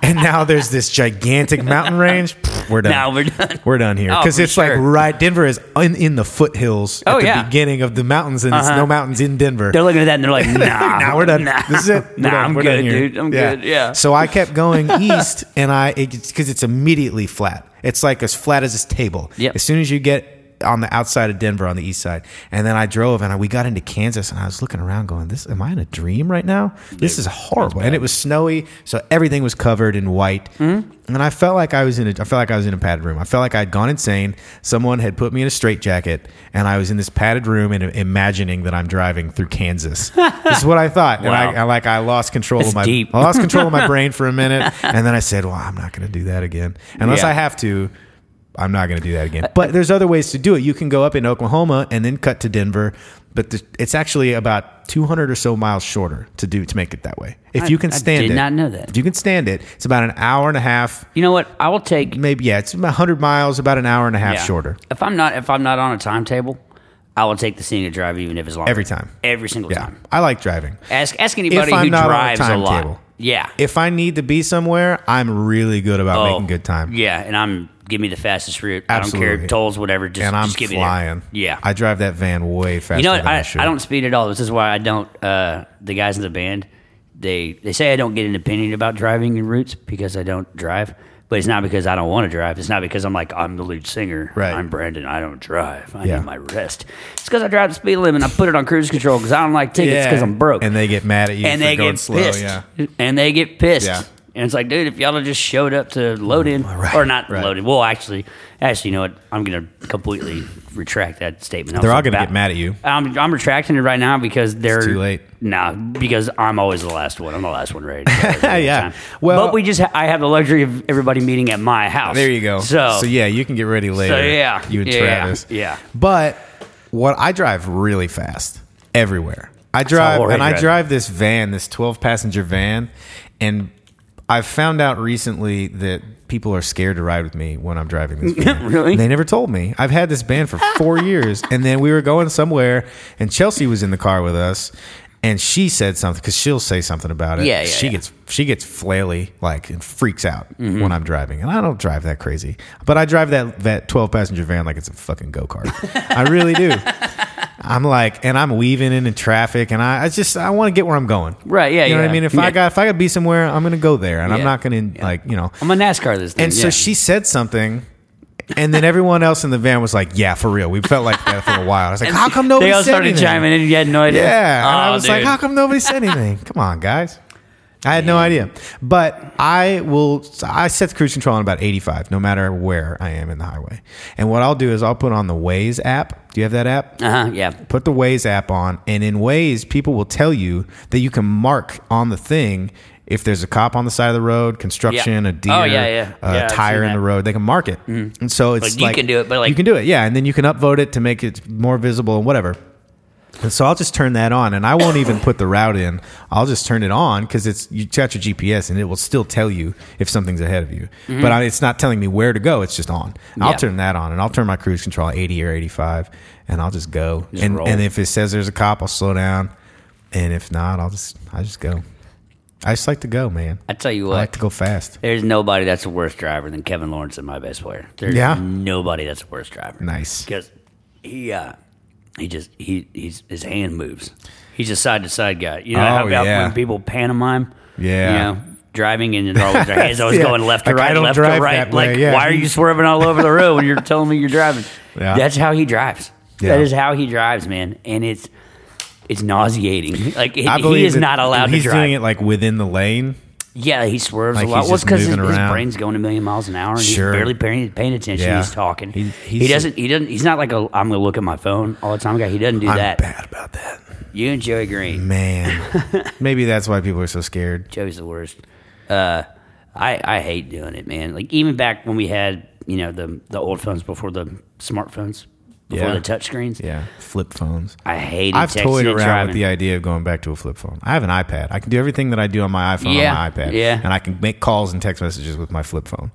Speaker 1: and now there's this gigantic mountain range. Pfft, we're done.
Speaker 2: Now we're done.
Speaker 1: We're done here
Speaker 2: Oh,
Speaker 1: because
Speaker 2: for
Speaker 1: it's like
Speaker 2: sure.
Speaker 1: right. Denver is in, in the foothills at
Speaker 2: Oh,
Speaker 1: the
Speaker 2: yeah. Uh-huh.
Speaker 1: beginning of the mountains, and there's no mountains in Denver.
Speaker 2: they're looking at that and they're like, nah,
Speaker 1: Nah, we're done.
Speaker 2: Nah,
Speaker 1: This is it. We're
Speaker 2: nah,
Speaker 1: done.
Speaker 2: I'm
Speaker 1: We're done
Speaker 2: good,
Speaker 1: here.
Speaker 2: dude. I'm good. Yeah.
Speaker 1: So I kept going east, and I because it's, immediately flat. It's like as flat as this table.
Speaker 2: Yep.
Speaker 1: As soon as you get on the outside of Denver, on the east side, and then I drove, and I, we got into Kansas, and I was looking around, going, "This am I in a dream right now? This is horrible." And it was snowy, so everything was covered in white,
Speaker 2: Mm-hmm.
Speaker 1: and I felt like I was in a I felt like I was in a padded room. I felt like I'd gone insane. Someone had put me in a straitjacket, and I was in this padded room and imagining that I'm driving through Kansas. this is what I thought, and I,
Speaker 2: Wow.
Speaker 1: I like I lost control
Speaker 2: That's
Speaker 1: of my
Speaker 2: deep.
Speaker 1: I lost control of my brain for a minute, and then I said, "Well, I'm not going to do that again unless
Speaker 2: Yeah. Uh,
Speaker 1: I have to." I'm not going to do that again. But there's other ways to do it. You can go up in Oklahoma and then cut to Denver, but the, it's actually about 200 or so miles shorter to do to make it that way. If
Speaker 2: I-
Speaker 1: you can
Speaker 2: I
Speaker 1: stand
Speaker 2: did
Speaker 1: it,
Speaker 2: not know that.
Speaker 1: If you can stand it, it's about an hour and a half.
Speaker 2: You know what? I will take
Speaker 1: Maybe yeah, it's about 100 miles, about an hour and a half
Speaker 2: yeah.
Speaker 1: shorter.
Speaker 2: If I'm not if I'm not on a timetable, I will take the senior drive even if it's long.
Speaker 1: Every time.
Speaker 2: Every single
Speaker 1: Yeah,
Speaker 2: time.
Speaker 1: I like driving.
Speaker 2: Ask ask anybody
Speaker 1: I'm
Speaker 2: who
Speaker 1: not on a
Speaker 2: drives a,
Speaker 1: timetable.
Speaker 2: lot. Yeah.
Speaker 1: If I need to be somewhere, I'm really good about
Speaker 2: Oh,
Speaker 1: making good time.
Speaker 2: Yeah, and I'm give me the fastest route. I don't
Speaker 1: Absolutely.
Speaker 2: care tolls, whatever. Just
Speaker 1: and I'm
Speaker 2: just give
Speaker 1: flying.
Speaker 2: Me there. Yeah,
Speaker 1: I drive that van way faster.
Speaker 2: you know what?
Speaker 1: than
Speaker 2: I,
Speaker 1: I,
Speaker 2: I,
Speaker 1: should.
Speaker 2: don't speed at all. This is why I don't. Uh, the guys in the band, they they say I don't get an opinion about driving and routes because I don't drive. But it's not because I don't want to drive. It's not because I'm like I'm the lead singer.
Speaker 1: Right.
Speaker 2: I'm Brandon. I don't drive. I
Speaker 1: Yeah.
Speaker 2: need my rest. It's because I drive the speed limit. and I put it on cruise control because I don't like tickets because I'm broke.
Speaker 1: And they get mad at you
Speaker 2: And
Speaker 1: for
Speaker 2: they
Speaker 1: going
Speaker 2: get
Speaker 1: slow.
Speaker 2: pissed.
Speaker 1: Yeah.
Speaker 2: And they get pissed.
Speaker 1: Yeah. Mm,
Speaker 2: And it's like, dude, if y'all had just showed up to load in
Speaker 1: Right,
Speaker 2: or not
Speaker 1: right.
Speaker 2: load in, well, actually, actually, you know what? I'm gonna completely retract that statement. I
Speaker 1: They're
Speaker 2: was
Speaker 1: all going to
Speaker 2: about-
Speaker 1: get mad at you.
Speaker 2: I'm, I'm retracting it right now because they're
Speaker 1: too late.
Speaker 2: Nah, because I'm always the last one. I'm the last one ready. To go every
Speaker 1: Yeah.
Speaker 2: time.
Speaker 1: Well-
Speaker 2: but we just ha- I have the luxury of everybody meeting at my house.
Speaker 1: There you go.
Speaker 2: So,
Speaker 1: yeah, you can get ready later.
Speaker 2: yeah,
Speaker 1: You and
Speaker 2: yeah,
Speaker 1: Travis.
Speaker 2: yeah.
Speaker 1: But what I drive really fast everywhere. I drive
Speaker 2: all right,
Speaker 1: and I
Speaker 2: right.
Speaker 1: drive this van, this 12 passenger van, and I've found out recently that people are scared to ride with me when I'm driving this van.
Speaker 2: Really?
Speaker 1: They never told me. I've had this van for 4 years and then we were going somewhere and Chelsea was in the car with us. And she said something because she'll say something about it.
Speaker 2: Yeah, yeah,
Speaker 1: She
Speaker 2: yeah. Mm-hmm.
Speaker 1: gets gets- she gets flaily like and freaks out when I'm driving, and I don't drive that crazy, but I drive that that 12 passenger van like it's a fucking go kart. I really do. I'm like, and I'm weaving into traffic, and I, I just I want to get where I'm going.
Speaker 2: Right, yeah,
Speaker 1: You know what
Speaker 2: yeah.
Speaker 1: I mean? If
Speaker 2: Yeah.
Speaker 1: I got if I got to be somewhere, I'm gonna go there, and I'm
Speaker 2: Yeah.
Speaker 1: not gonna like you know.
Speaker 2: I'm a NASCAR this thing.
Speaker 1: And
Speaker 2: yeah.
Speaker 1: so she said something. And then everyone else in the van was like, "Yeah, for real." We felt like that for a while. I was like, "How come nobody?"
Speaker 2: they all
Speaker 1: said
Speaker 2: started
Speaker 1: anything?
Speaker 2: chiming in. You had no idea.
Speaker 1: Yeah. and I
Speaker 2: Oh,
Speaker 1: was like,
Speaker 2: dude.
Speaker 1: how come nobody said anything? come on, guys. I had no idea. But I will, I set the cruise control on about 85, no matter where I am in the highway. And what I'll do is I'll put on the Waze app. Do you have that app?
Speaker 2: Uh-huh, yeah.
Speaker 1: Put the Waze app on, and in Waze, people will tell you that you can mark on the thing if there's a cop on the side of the road, construction,
Speaker 2: Yeah.
Speaker 1: a deer,
Speaker 2: Oh, yeah, yeah.
Speaker 1: a
Speaker 2: Yeah, I've
Speaker 1: tire in
Speaker 2: seen
Speaker 1: the
Speaker 2: that. Mm-hmm.
Speaker 1: road. They can mark it, and so it's
Speaker 2: Like, you can do it, but, like-
Speaker 1: you can do it, yeah. And then you can upvote it to make it more visible and whatever. And so I'll just turn that on, and I won't even put the route in. I'll just turn it on because it's you got your GPS, and it will still tell you if something's ahead of you. But I, it's not telling me where to go. It's just on. I'll
Speaker 2: Mm-hmm. Yeah.
Speaker 1: turn that on, and I'll turn my cruise control at eighty or eighty-five, and I'll just go. and
Speaker 2: roll.
Speaker 1: and if it says there's a cop, I'll slow down, and if not, I'll just I just go. I just like to go, man.
Speaker 2: I tell you
Speaker 1: I
Speaker 2: what.
Speaker 1: like to go fast.
Speaker 2: There's nobody that's a worse driver than Kevin Lawrence and my best player. There's
Speaker 1: Yeah.
Speaker 2: nobody that's a worse driver.
Speaker 1: Nice.
Speaker 2: Because he uh he just he he's his hand moves. He's a side to side guy. You know
Speaker 1: Oh,
Speaker 2: how about
Speaker 1: yeah.
Speaker 2: when people pantomime?
Speaker 1: Yeah.
Speaker 2: You know, driving and they're always, their hands always
Speaker 1: Yeah.
Speaker 2: going left to
Speaker 1: Like, I
Speaker 2: right,
Speaker 1: don't
Speaker 2: left to
Speaker 1: drive
Speaker 2: right.
Speaker 1: that way,
Speaker 2: Like,
Speaker 1: yeah.
Speaker 2: why are you swerving all over the road when you're telling me you're driving?
Speaker 1: Yeah.
Speaker 2: That's how he drives.
Speaker 1: Yeah.
Speaker 2: That is how he drives, man. And it's it's nauseating. Like he-
Speaker 1: I
Speaker 2: he
Speaker 1: believe
Speaker 2: is
Speaker 1: that
Speaker 2: not allowed to
Speaker 1: He's
Speaker 2: drive.
Speaker 1: doing it like within the lane.
Speaker 2: Yeah, he swerves
Speaker 1: Like,
Speaker 2: a lot.
Speaker 1: he's
Speaker 2: Well, it's
Speaker 1: just
Speaker 2: because his,
Speaker 1: moving
Speaker 2: his
Speaker 1: around.
Speaker 2: brain's going a million miles an hour, and
Speaker 1: Sure.
Speaker 2: he's barely paying, paying attention.
Speaker 1: Yeah.
Speaker 2: He's talking.
Speaker 1: He-
Speaker 2: He,
Speaker 1: he's-
Speaker 2: doesn't. He doesn't. He's not like a. I'm going to look at my phone all the time. Guy. He doesn't do
Speaker 1: I'm
Speaker 2: that.
Speaker 1: bad about that,
Speaker 2: You and Joey Green.
Speaker 1: man. Maybe that's why people are so scared.
Speaker 2: Joey's the worst. Uh, I I hate doing it, man. Like even back when we had you know the the old phones before the smartphones, before
Speaker 1: Yeah.
Speaker 2: the touchscreens.
Speaker 1: Yeah, flip phones.
Speaker 2: I hated.
Speaker 1: I've
Speaker 2: texting
Speaker 1: toyed
Speaker 2: and
Speaker 1: around
Speaker 2: driving.
Speaker 1: with the idea of going back to a flip phone. I have an iPad. I can do everything that I do on my iPhone
Speaker 2: Yeah,
Speaker 1: on my iPad.
Speaker 2: yeah.
Speaker 1: And I can make calls and text messages with my flip phone.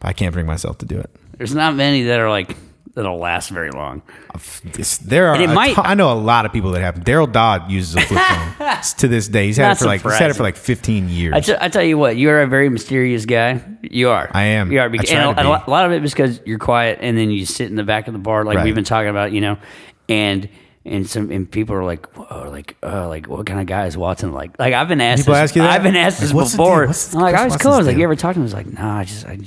Speaker 1: But I can't bring myself to do it.
Speaker 2: There's not many that are like that'll last very long.
Speaker 1: It's- there are.
Speaker 2: And it
Speaker 1: a
Speaker 2: might-
Speaker 1: ton- I know a lot of people that have. Daryl Dodd uses a flip phone It's to this day. He's had
Speaker 2: Not
Speaker 1: it for like he's had it for
Speaker 2: surprising.
Speaker 1: like 15 years.
Speaker 2: I, t- I tell you what, you are a very mysterious guy. You are.
Speaker 1: I am.
Speaker 2: You are.
Speaker 1: I
Speaker 2: Because,
Speaker 1: try
Speaker 2: and
Speaker 1: to
Speaker 2: a, a
Speaker 1: be.
Speaker 2: lot- a lot of it is because you're quiet, and then you sit in the back of the bar, like
Speaker 1: Right.
Speaker 2: we've been talking about, you know, and and some and people are like, Whoa, like, oh, like, what kind of guy is Watson like? Like, I've been asked.
Speaker 1: People
Speaker 2: this,
Speaker 1: ask you that?
Speaker 2: I've been asked
Speaker 1: Like,
Speaker 2: this
Speaker 1: what's the
Speaker 2: before.
Speaker 1: deal? What's the-
Speaker 2: I'm like,
Speaker 1: what's
Speaker 2: I was
Speaker 1: Watson's
Speaker 2: cool. I was like,
Speaker 1: deal?
Speaker 2: you ever talk to him? I was like, no, I just, I,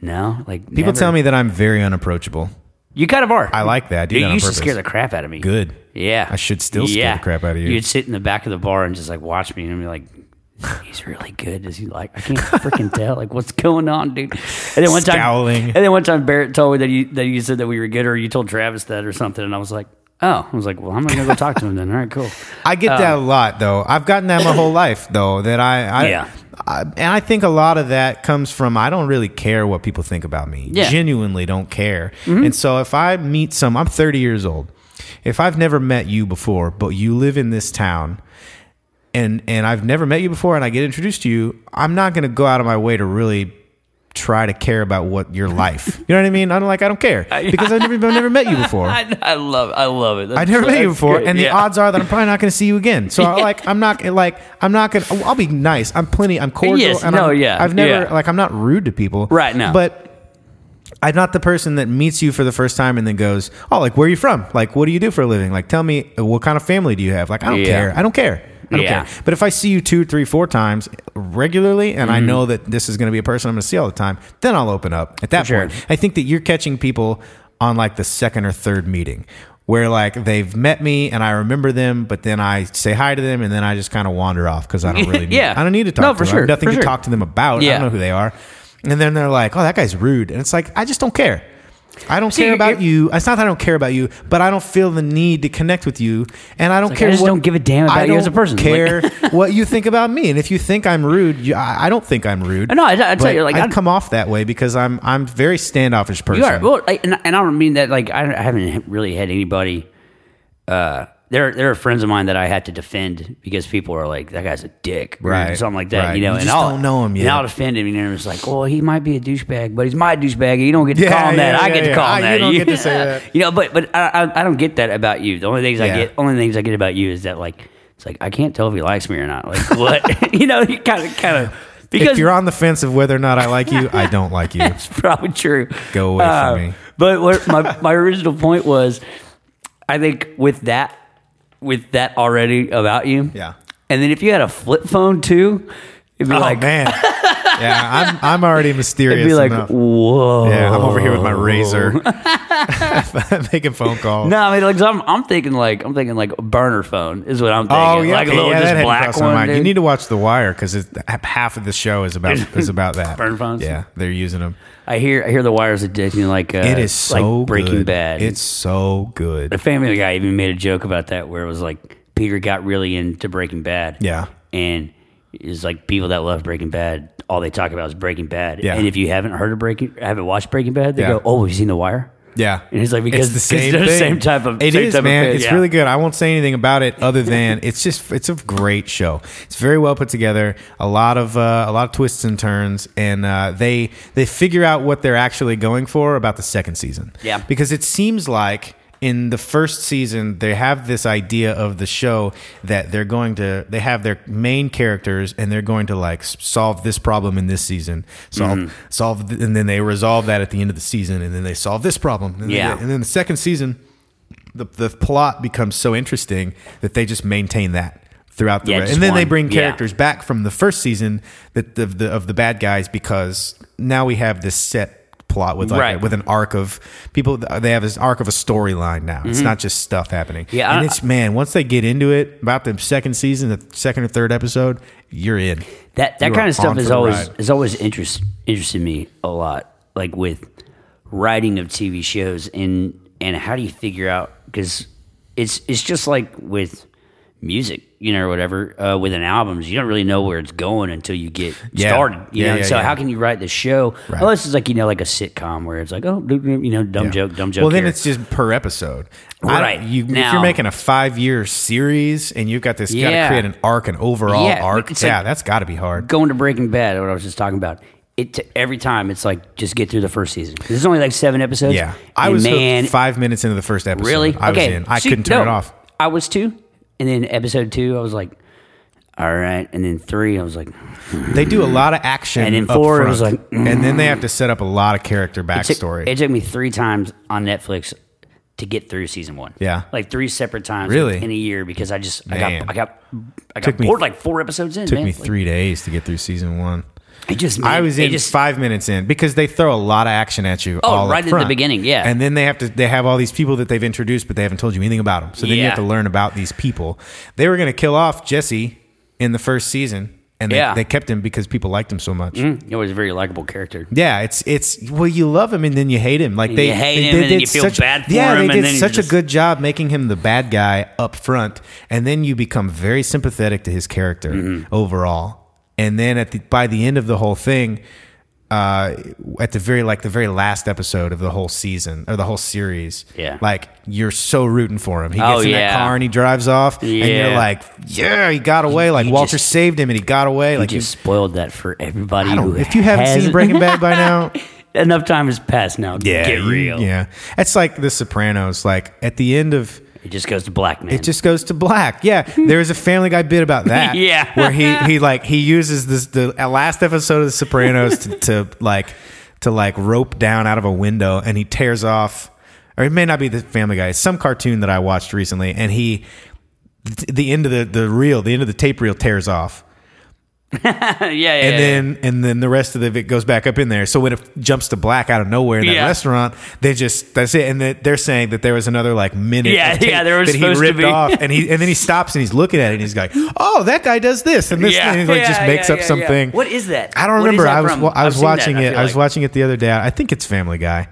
Speaker 2: no, like,
Speaker 1: people tell me that I'm very unapproachable.
Speaker 2: you kind of are.
Speaker 1: I like that. I do
Speaker 2: You
Speaker 1: that on
Speaker 2: used
Speaker 1: purpose.
Speaker 2: to scare the crap out of me.
Speaker 1: Good.
Speaker 2: Yeah.
Speaker 1: I should still scare the crap out of you.
Speaker 2: You'd sit in the back of the bar and just like watch me and be like, he's really good. Does he like, I can't freaking tell. Like, what's going on, dude? And then one time,
Speaker 1: Scowling.
Speaker 2: and then one time Barrett told me that you, that you said that we were good or you told Travis that or something. And I was like, oh, I was like, well, I'm going to go talk to him then. All right, cool.
Speaker 1: I get that a
Speaker 2: Um,
Speaker 1: lot though. I've gotten that my whole life though. That I, I
Speaker 2: Yeah.
Speaker 1: I, and I think a lot of that comes from I don't really care what people think about me.
Speaker 2: Yeah. Mm-hmm.
Speaker 1: Genuinely don't care. And so if I meet some, I'm 30 years old. If I've never met you before, but you live in this town, and and I've never met you before, and I get introduced to you, I'm not going to go out of my way to really try to care about what your life. you know what I mean? I'm like I don't care because I've never, I've never met you before.
Speaker 2: I, I love I love it.
Speaker 1: I
Speaker 2: That's-
Speaker 1: never met you
Speaker 2: that's
Speaker 1: before,
Speaker 2: good.
Speaker 1: and the
Speaker 2: Yeah.
Speaker 1: odds are that I'm probably not going to see you again. So I, like, I'm not like I'm not going. to I'll be nice. I'm plenty. I'm cordial.
Speaker 2: Yes,
Speaker 1: and
Speaker 2: no,
Speaker 1: I'm,
Speaker 2: yeah,
Speaker 1: I've never
Speaker 2: yeah.
Speaker 1: like I'm not rude to people.
Speaker 2: Right, no.
Speaker 1: but I'm not the person that meets you for the first time and then goes, "Oh, like where are you from? Like what do you do for a living? Like tell me what kind of family do you have? Like I don't
Speaker 2: Yeah.
Speaker 1: care. I don't care. I don't
Speaker 2: Yeah.
Speaker 1: care. But if I see you two, three, four times regularly, and
Speaker 2: Mm-hmm.
Speaker 1: I know that this is going to be a person I'm going to see all the time, then I'll open up. At that
Speaker 2: sure.
Speaker 1: point, I think that you're catching people on like the second or third meeting where like they've met me and I remember them, but then I say hi to them and then I just kind of wander off because I don't really need,
Speaker 2: Yeah.
Speaker 1: I don't need to talk
Speaker 2: No,
Speaker 1: to
Speaker 2: for
Speaker 1: them. I
Speaker 2: sure,
Speaker 1: have nothing to
Speaker 2: for sure.
Speaker 1: talk to them about. I
Speaker 2: Yeah.
Speaker 1: don't know who they are. And then they're like, oh, that guy's rude. And it's like, I just don't care. I don't
Speaker 2: See,
Speaker 1: care
Speaker 2: you're-
Speaker 1: about
Speaker 2: you're-
Speaker 1: you. It's not that I don't care about you, but I don't feel the need to connect with you. And I don't
Speaker 2: like, I
Speaker 1: care.
Speaker 2: just
Speaker 1: what-
Speaker 2: don't give a damn
Speaker 1: I
Speaker 2: about you as a
Speaker 1: don't
Speaker 2: person. Like-
Speaker 1: Care what you think about me. And if you think I'm rude, you, I, I don't think I'm rude.
Speaker 2: No, I- I tell
Speaker 1: But
Speaker 2: you, like,
Speaker 1: I
Speaker 2: I'm-
Speaker 1: come off that way because I'm I'm very standoffish person.
Speaker 2: You are well, like, and, and I don't mean that. Like I, I haven't really had anybody. Uh, there, there are friends of mine that I had to defend because people are like, "That guy's a dick," or
Speaker 1: Right,
Speaker 2: something like that.
Speaker 1: right.
Speaker 2: You know,
Speaker 1: You
Speaker 2: and
Speaker 1: just
Speaker 2: I'll
Speaker 1: don't know him
Speaker 2: And
Speaker 1: yet.
Speaker 2: I'll defend him, and then it's like, "Well, he might be a douchebag, but he's my douchebag. and You don't get to
Speaker 1: Yeah,
Speaker 2: call him that.
Speaker 1: yeah,
Speaker 2: I
Speaker 1: yeah,
Speaker 2: get
Speaker 1: yeah.
Speaker 2: to call him
Speaker 1: I-
Speaker 2: that.
Speaker 1: you don't get to say that.
Speaker 2: You know, but but I, I, I don't get that about you. The only things
Speaker 1: Yeah.
Speaker 2: I get, only things I get about you is that like, it's like I can't tell if he likes me or not. Like what? you know, you kind of kind of because
Speaker 1: if you're on the fence of whether or not I like you, I don't like you.
Speaker 2: It's probably true. Uh,
Speaker 1: Go away from me.
Speaker 2: But what my, my original point was, I think with that, with that already about you,
Speaker 1: Yeah.
Speaker 2: And then if you had a flip phone too, it'd be
Speaker 1: Oh
Speaker 2: like,
Speaker 1: man, yeah, I'm I'm already mysterious.
Speaker 2: it'd be like,
Speaker 1: enough.
Speaker 2: whoa,
Speaker 1: yeah, I'm over here with my razor, making phone calls.
Speaker 2: No, I mean, like, so I'm, I'm thinking like, I'm thinking like a burner phone is what I'm thinking.
Speaker 1: Oh yeah,
Speaker 2: like a little
Speaker 1: yeah, that
Speaker 2: just
Speaker 1: hadn't
Speaker 2: black
Speaker 1: crossed my
Speaker 2: one.
Speaker 1: mind. You
Speaker 2: dude.
Speaker 1: need to watch The Wire because half of the show is about is about that.
Speaker 2: Burn phones?
Speaker 1: Yeah, they're using them.
Speaker 2: I hear, I hear the wires addicting. Like, uh,
Speaker 1: It is so
Speaker 2: like Breaking
Speaker 1: good.
Speaker 2: Bad.
Speaker 1: It's so good.
Speaker 2: The Family Guy even made a joke about that, where it was like Peter got really into Breaking Bad.
Speaker 1: Yeah.
Speaker 2: and it's like people that love Breaking Bad, all they talk about is Breaking Bad.
Speaker 1: Yeah.
Speaker 2: And if you haven't heard of Breaking, haven't watched Breaking Bad, they
Speaker 1: Yeah.
Speaker 2: go, "Oh, have you seen The Wire?"
Speaker 1: Yeah,
Speaker 2: And it's like, because-
Speaker 1: the
Speaker 2: because
Speaker 1: same,
Speaker 2: they're the
Speaker 1: thing.
Speaker 2: same type of-
Speaker 1: It
Speaker 2: same
Speaker 1: is,
Speaker 2: type of
Speaker 1: man.
Speaker 2: thing,
Speaker 1: It's
Speaker 2: yeah.
Speaker 1: really good. I won't say anything about it other than it's just it's a great show. It's very well put together. A lot of uh, a lot of twists and turns, and uh, they they figure out what they're actually going for about the second season.
Speaker 2: Yeah.
Speaker 1: because it seems like. In the first season, they have this idea of the show that they're going to, they have their main characters and they're going to like s- solve this problem in this season, solve,
Speaker 2: Mm-hmm.
Speaker 1: solve, th- and then they resolve that at the end of the season and then they solve this problem. And then
Speaker 2: Yeah.
Speaker 1: they- and then the second season, the, the plot becomes so interesting that they just maintain that throughout the
Speaker 2: Yeah,
Speaker 1: rest.
Speaker 2: just
Speaker 1: And then they
Speaker 2: one.
Speaker 1: bring
Speaker 2: Yeah.
Speaker 1: characters back from the first season that the, the of the bad guys because now we have this set plot with like
Speaker 2: Right.
Speaker 1: a, with an arc of people they have this arc of a storyline now. It's not just stuff happening.
Speaker 2: Mm-hmm. Yeah,
Speaker 1: and
Speaker 2: I-
Speaker 1: it's man, once they get into it about the second season, the second or third episode, you're in.
Speaker 2: That that
Speaker 1: You
Speaker 2: kind
Speaker 1: are
Speaker 2: of stuff
Speaker 1: on
Speaker 2: is
Speaker 1: for the
Speaker 2: always
Speaker 1: ride.
Speaker 2: is always interest interested me a lot. Like with writing of TV shows and and how do you figure out because it's it's just like with music, you know, or whatever. Uh, with an album, you don't really know where it's going until you get
Speaker 1: Yeah.
Speaker 2: started. You
Speaker 1: Yeah,
Speaker 2: know,
Speaker 1: yeah,
Speaker 2: so
Speaker 1: yeah.
Speaker 2: how can you write the show
Speaker 1: Right.
Speaker 2: unless it's like you know like a sitcom where it's like oh you know dumb joke dumb joke.
Speaker 1: Well, then
Speaker 2: here.
Speaker 1: it's just per episode. I don't-
Speaker 2: Right.
Speaker 1: You, if you're
Speaker 2: Now-
Speaker 1: making a five year series and you've got this, you got to
Speaker 2: Yeah.
Speaker 1: create an arc, an overall
Speaker 2: Yeah,
Speaker 1: arc.
Speaker 2: it's
Speaker 1: Yeah,
Speaker 2: like-
Speaker 1: that's got to be hard.
Speaker 2: going to Breaking Bad, what I was just talking about. It t- every time it's like just get through the first season. 'Cause There's only like seven episodes.
Speaker 1: Yeah. I
Speaker 2: And
Speaker 1: was hooked
Speaker 2: man,
Speaker 1: five minutes into the first episode.
Speaker 2: really.
Speaker 1: I
Speaker 2: okay,
Speaker 1: was in. I
Speaker 2: See,
Speaker 1: couldn't turn it
Speaker 2: no,
Speaker 1: off.
Speaker 2: I was too, and then episode two, I was like, all right, and then three, I was like,
Speaker 1: They do a lot of action.
Speaker 2: And in
Speaker 1: up
Speaker 2: four, it
Speaker 1: front,
Speaker 2: was like,
Speaker 1: and then they have to set up a lot of character
Speaker 2: took-
Speaker 1: backstory.
Speaker 2: It took me three times on Netflix to get through season one.
Speaker 1: Yeah.
Speaker 2: like three separate times.
Speaker 1: Really?
Speaker 2: in a year because I just
Speaker 1: Man.
Speaker 2: I got I got I got
Speaker 1: Took me-
Speaker 2: bored like four episodes in.
Speaker 1: took
Speaker 2: man.
Speaker 1: me
Speaker 2: Like,
Speaker 1: three days to get through season one.
Speaker 2: it just
Speaker 1: I
Speaker 2: made-
Speaker 1: was
Speaker 2: it
Speaker 1: in
Speaker 2: just,
Speaker 1: five minutes in because they throw a lot of action at you.
Speaker 2: Oh,
Speaker 1: all up
Speaker 2: right at the
Speaker 1: front.
Speaker 2: beginning, yeah.
Speaker 1: And then they have to they have all these people that they've introduced, but they haven't told you anything about them. So then you
Speaker 2: Yeah.
Speaker 1: have to learn about these people. They were going to kill off Jesse in the first season, and they,
Speaker 2: Yeah.
Speaker 1: they kept him because people liked him so much.
Speaker 2: It was a very likable character.
Speaker 1: Yeah, it's it's well, you love him and then you hate him. Like they
Speaker 2: You hate
Speaker 1: they,
Speaker 2: him
Speaker 1: they
Speaker 2: and then
Speaker 1: did
Speaker 2: you feel
Speaker 1: such-
Speaker 2: bad for
Speaker 1: yeah,
Speaker 2: him and
Speaker 1: they did
Speaker 2: then you're
Speaker 1: such a
Speaker 2: just-
Speaker 1: good job making him the bad guy up front, and then you become very sympathetic to his character
Speaker 2: Mm-hmm.
Speaker 1: overall. And then at the by the end of the whole thing, uh, at the very like the very last episode of the whole season or the whole series,
Speaker 2: Yeah.
Speaker 1: like you're so rooting for him. He gets
Speaker 2: Oh,
Speaker 1: in that
Speaker 2: yeah.
Speaker 1: car and he drives off, and you're
Speaker 2: Yeah.
Speaker 1: like, yeah, he got away. Like
Speaker 2: you
Speaker 1: Walter
Speaker 2: just-
Speaker 1: saved him, and he got away. Like
Speaker 2: you just spoiled that for everybody.
Speaker 1: I
Speaker 2: who
Speaker 1: don't, if you haven't seen
Speaker 2: hasn't-
Speaker 1: Breaking Bad by now,
Speaker 2: enough time has passed now.
Speaker 1: Yeah,
Speaker 2: get
Speaker 1: you-
Speaker 2: real.
Speaker 1: Yeah, it's like The Sopranos. Like at the end of
Speaker 2: It just goes to black man.
Speaker 1: it, just goes to black. Yeah, there is a Family Guy bit about that.
Speaker 2: Yeah.
Speaker 1: where he he like he uses this the last episode of The Sopranos to, to like to like rope down out of a window, and he tears off. Or it may not be the Family Guy. It's some cartoon that I watched recently, and he th- the end of the the reel, the end of the tape reel tears off
Speaker 2: yeah, yeah.
Speaker 1: and
Speaker 2: yeah.
Speaker 1: then and then the rest of the- it goes back up in there. So when it jumps to black out of nowhere in that
Speaker 2: Yeah.
Speaker 1: restaurant, they just that's it. And they- they're saying that there was another like minute. of
Speaker 2: Yeah,
Speaker 1: tape
Speaker 2: yeah, there was
Speaker 1: that he
Speaker 2: supposed to
Speaker 1: ripped
Speaker 2: be.
Speaker 1: off, and he and then he stops and he's looking at it and he's like, "Oh, that guy does this and this,"
Speaker 2: Yeah,
Speaker 1: and he like just
Speaker 2: yeah,
Speaker 1: makes
Speaker 2: yeah,
Speaker 1: up
Speaker 2: yeah, yeah.
Speaker 1: something.
Speaker 2: What is that?
Speaker 1: I don't
Speaker 2: What is
Speaker 1: remember.
Speaker 2: that
Speaker 1: I was
Speaker 2: from?
Speaker 1: wa- I
Speaker 2: I've
Speaker 1: was
Speaker 2: seen that,
Speaker 1: watching
Speaker 2: I
Speaker 1: it.
Speaker 2: feel
Speaker 1: I was
Speaker 2: like.
Speaker 1: watching it the other day. I think it's Family Guy.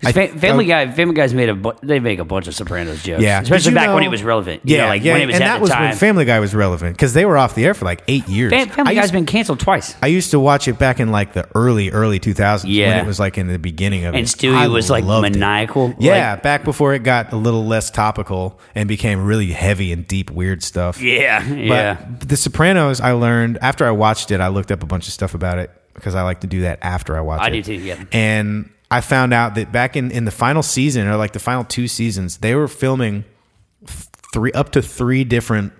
Speaker 1: I-
Speaker 2: Fa- Family Guy, Family Guy's made a bu- they make a bunch of Sopranos
Speaker 1: Oh.
Speaker 2: jokes,
Speaker 1: Yeah, Did
Speaker 2: especially
Speaker 1: you
Speaker 2: back when
Speaker 1: know-
Speaker 2: it was relevant.
Speaker 1: Yeah,
Speaker 2: you know, like
Speaker 1: yeah,
Speaker 2: when it was
Speaker 1: and
Speaker 2: at
Speaker 1: that
Speaker 2: the
Speaker 1: was
Speaker 2: time.
Speaker 1: when Family Guy was relevant because they were off the air for like eight years.
Speaker 2: Fam- Family
Speaker 1: I
Speaker 2: Guy's
Speaker 1: used-
Speaker 2: been canceled twice,
Speaker 1: I used to watch it back in like the early early 2000s when
Speaker 2: Yeah.
Speaker 1: it was like in the beginning of it.
Speaker 2: and Stewie
Speaker 1: I
Speaker 2: was like
Speaker 1: loved it.
Speaker 2: maniacal.
Speaker 1: Yeah,
Speaker 2: like,
Speaker 1: back before it got a little less topical and became really heavy and deep, weird stuff.
Speaker 2: yeah,
Speaker 1: But
Speaker 2: yeah.
Speaker 1: The Sopranos, I learned after I watched it, I looked up a bunch of stuff about it because I like to do that after I watch
Speaker 2: I
Speaker 1: it.
Speaker 2: do too, yeah.
Speaker 1: And I found out that back in, in the final season or like the final two seasons, they were filming th- three up to three different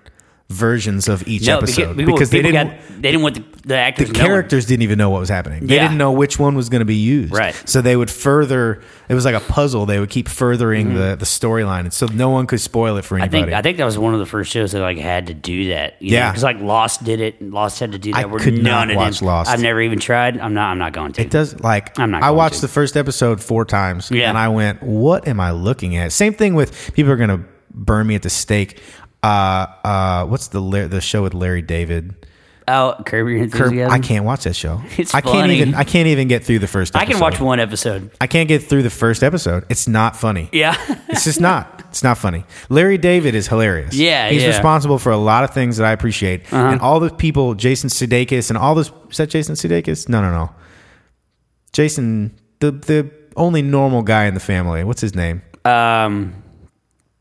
Speaker 1: versions of each
Speaker 2: no,
Speaker 1: episode
Speaker 2: because, people,
Speaker 1: they
Speaker 2: people
Speaker 1: didn't
Speaker 2: got, they didn't want the, the actors
Speaker 1: the
Speaker 2: knowing.
Speaker 1: characters didn't even know what was happening. They
Speaker 2: Yeah.
Speaker 1: didn't know which one was going to be used.
Speaker 2: Right.
Speaker 1: So they would further. It was like a puzzle. They would keep furthering the the storyline, and so no one could spoil it for
Speaker 2: Mm-hmm. I
Speaker 1: anybody.
Speaker 2: think I think that was one of the first shows that like had to do that. You
Speaker 1: Yeah.
Speaker 2: because like Lost did it, and Lost had to do that.
Speaker 1: I
Speaker 2: where
Speaker 1: could not
Speaker 2: none of
Speaker 1: watch
Speaker 2: them-
Speaker 1: Lost.
Speaker 2: I've never even tried. I'm not. I'm not going to.
Speaker 1: it does like
Speaker 2: I'm not
Speaker 1: I
Speaker 2: going
Speaker 1: watched
Speaker 2: to.
Speaker 1: the first episode four times,
Speaker 2: Yeah.
Speaker 1: and I went, "What am I looking at?" Same thing with people are going to burn me at the stake. Uh, uh, what's the Lar- the show with Larry David?
Speaker 2: Oh, Curb Your
Speaker 1: Or-
Speaker 2: Enthusiasm.
Speaker 1: I can't watch that show.
Speaker 2: It's
Speaker 1: I can't
Speaker 2: funny.
Speaker 1: even. I can't even get through the first.
Speaker 2: I
Speaker 1: Episode.
Speaker 2: can watch one episode.
Speaker 1: I can't get through the first episode. It's not funny.
Speaker 2: Yeah.
Speaker 1: It's just not. It's not funny. Larry David is hilarious.
Speaker 2: Yeah,
Speaker 1: he's
Speaker 2: yeah. Uh-huh.
Speaker 1: responsible for a lot of things that I appreciate, and all the people, Jason Sudeikis, and all those. Is that Jason Sudeikis? No, no, no. Jason, the the only normal guy in the family. What's his name?
Speaker 2: um,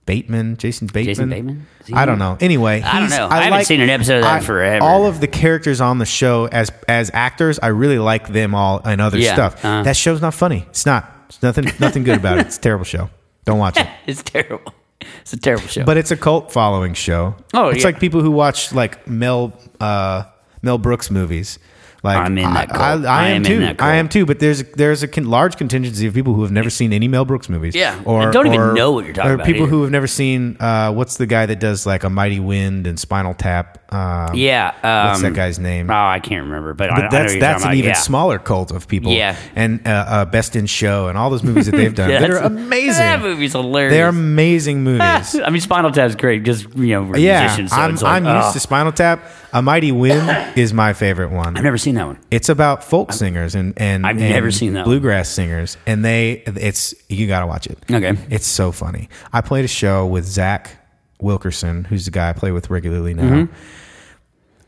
Speaker 1: Bateman, Jason Bateman.
Speaker 2: Bateman? Is he
Speaker 1: I don't know. Anyway,
Speaker 2: I don't
Speaker 1: he's-
Speaker 2: know. I haven't seen an episode of
Speaker 1: I-
Speaker 2: that forever.
Speaker 1: All of the characters on the show as as actors, I really like them all and other
Speaker 2: Yeah,
Speaker 1: stuff.
Speaker 2: uh-huh.
Speaker 1: That show's not funny. It's not. It's nothing. Nothing good about it. It's a terrible show. Don't watch it.
Speaker 2: it's terrible. It's a terrible show.
Speaker 1: But it's a cult following show.
Speaker 2: Oh,
Speaker 1: it's
Speaker 2: yeah.
Speaker 1: like people who watch like Mel uh, Mel Brooks movies. Like
Speaker 2: I'm in that
Speaker 1: I- I,
Speaker 2: cult.
Speaker 1: I,
Speaker 2: I
Speaker 1: am
Speaker 2: am
Speaker 1: too.
Speaker 2: in that
Speaker 1: I
Speaker 2: cult.
Speaker 1: am too. But there's there's a con- large contingency of people who have never seen any Mel Brooks movies.
Speaker 2: Yeah, and don't even know what you're talking
Speaker 1: or
Speaker 2: about
Speaker 1: People
Speaker 2: either.
Speaker 1: who have never seen uh, what's the guy that does like a Mighty Wind and Spinal Tap. Um,
Speaker 2: Yeah. Um,
Speaker 1: what's that guy's name?
Speaker 2: Oh, I can't remember. But, I,
Speaker 1: But
Speaker 2: I know
Speaker 1: that's
Speaker 2: who you're
Speaker 1: that's
Speaker 2: talking
Speaker 1: an
Speaker 2: about.
Speaker 1: even
Speaker 2: yeah.
Speaker 1: smaller cult of people.
Speaker 2: Yeah.
Speaker 1: and uh, uh, Best in Show and all those movies that they've done.
Speaker 2: Yeah,
Speaker 1: They're
Speaker 2: that's- That
Speaker 1: amazing.
Speaker 2: movie's hilarious.
Speaker 1: They're amazing movies.
Speaker 2: I mean, Spinal Tap's great. Just you know, we're
Speaker 1: Yeah,
Speaker 2: musicians. So
Speaker 1: I'm,
Speaker 2: it's like,
Speaker 1: I'm used
Speaker 2: oh.
Speaker 1: to Spinal Tap. A Mighty Wind is my favorite one.
Speaker 2: I've never seen that one.
Speaker 1: It's about folk singers and and
Speaker 2: I've
Speaker 1: and
Speaker 2: never seen that one.
Speaker 1: bluegrass singers, and they it's you got to watch it.
Speaker 2: Okay.
Speaker 1: It's so funny. I played a show with Zach Wilkerson, who's the guy I play with regularly now.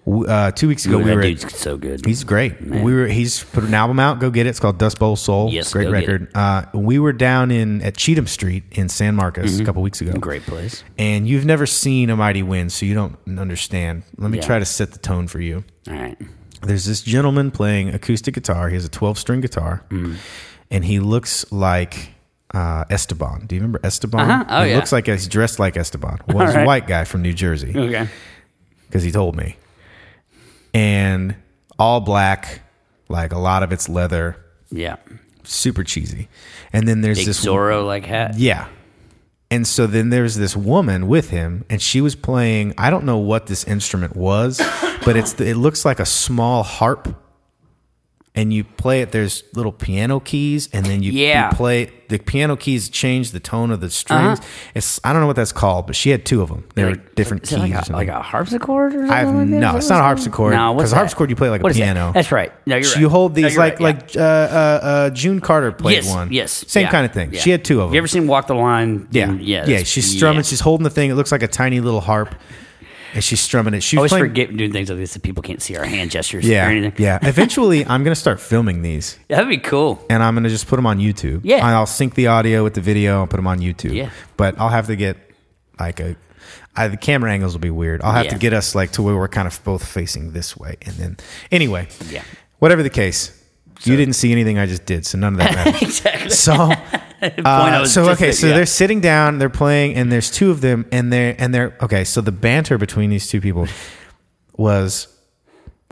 Speaker 1: W- Uh, two weeks ago, we
Speaker 2: Mm-hmm. that
Speaker 1: were at-
Speaker 2: dude's so good.
Speaker 1: He's great. We were he's put an album out. Go get it. It's called Dust Bowl Soul.
Speaker 2: Yes,
Speaker 1: great
Speaker 2: go get
Speaker 1: record. Uh, we were down in at Cheatham Street in San Marcos
Speaker 2: Mm-hmm.
Speaker 1: a couple weeks ago.
Speaker 2: great place.
Speaker 1: And you've never seen a mighty wind, so you don't understand. Let me
Speaker 2: Yeah.
Speaker 1: try to set the tone for you.
Speaker 2: All right.
Speaker 1: There's this gentleman playing acoustic guitar. He has a 12 string guitar,
Speaker 2: Mm.
Speaker 1: and he looks like uh, Esteban. Do you remember Esteban?
Speaker 2: Uh-huh. Oh,
Speaker 1: he
Speaker 2: yeah.
Speaker 1: looks like he's dressed like Esteban. Well, he's a
Speaker 2: right.
Speaker 1: white guy from New Jersey
Speaker 2: Okay.
Speaker 1: because he told me. And all black, like a lot of it's leather,
Speaker 2: Yeah.
Speaker 1: super cheesy. And then there's
Speaker 2: Big
Speaker 1: this
Speaker 2: Zorro like hat.
Speaker 1: yeah. And so then there's this woman with him, and she was playing. I don't know what this instrument was, but it's the, it looks like a small harp. And you play it. There's little piano keys, and then you, you
Speaker 2: Yeah.
Speaker 1: play the piano keys change the tone of the strings. It's I don't know what that's called, but she had two of them. They were different
Speaker 2: Is
Speaker 1: keys. or
Speaker 2: it like a,
Speaker 1: something.
Speaker 2: like a harpsichord or something
Speaker 1: I have
Speaker 2: like that? Is
Speaker 1: no.
Speaker 2: that
Speaker 1: It's
Speaker 2: what
Speaker 1: not a
Speaker 2: called?
Speaker 1: harpsichord.
Speaker 2: No, what's
Speaker 1: because
Speaker 2: that?
Speaker 1: harpsichord you play like
Speaker 2: What
Speaker 1: a
Speaker 2: is that?
Speaker 1: piano.
Speaker 2: That's right. No, you're
Speaker 1: So
Speaker 2: right.
Speaker 1: You hold
Speaker 2: No,
Speaker 1: these
Speaker 2: you're
Speaker 1: like
Speaker 2: right, yeah.
Speaker 1: like uh, uh, uh, June Carter played
Speaker 2: yes,
Speaker 1: one.
Speaker 2: Yes.
Speaker 1: same
Speaker 2: yeah,
Speaker 1: kind of thing.
Speaker 2: yeah.
Speaker 1: She had two of them.
Speaker 2: You ever seen Walk the Line?
Speaker 1: Yeah,
Speaker 2: Yeah.
Speaker 1: yeah.
Speaker 2: that's-
Speaker 1: She's strumming.
Speaker 2: yeah.
Speaker 1: She's holding the thing. It looks like a tiny little harp, and she's strumming it. She
Speaker 2: I
Speaker 1: was
Speaker 2: always
Speaker 1: playing.
Speaker 2: forget doing things like this that people can't see our hand gestures
Speaker 1: yeah,
Speaker 2: or anything.
Speaker 1: yeah. Eventually, I'm gonna start filming these,
Speaker 2: That'd be cool.
Speaker 1: and I'm gonna just put them on YouTube.
Speaker 2: Yeah.
Speaker 1: and I'll sync the audio with the video and put them on YouTube.
Speaker 2: Yeah.
Speaker 1: but I'll have to get like a. I, the camera angles will be weird. I'll have to
Speaker 2: Yeah.
Speaker 1: get us like to where we're kind of both facing this way, and then anyway,
Speaker 2: Yeah.
Speaker 1: Whatever the case, you didn't see anything I just did, so none of that matters.
Speaker 2: exactly.
Speaker 1: so
Speaker 2: The point I
Speaker 1: Uh,
Speaker 2: was
Speaker 1: so
Speaker 2: just
Speaker 1: okay,
Speaker 2: at-
Speaker 1: so
Speaker 2: yeah.
Speaker 1: they're sitting down, they're playing, and there's two of them, and they're and they're okay. So the banter between these two people was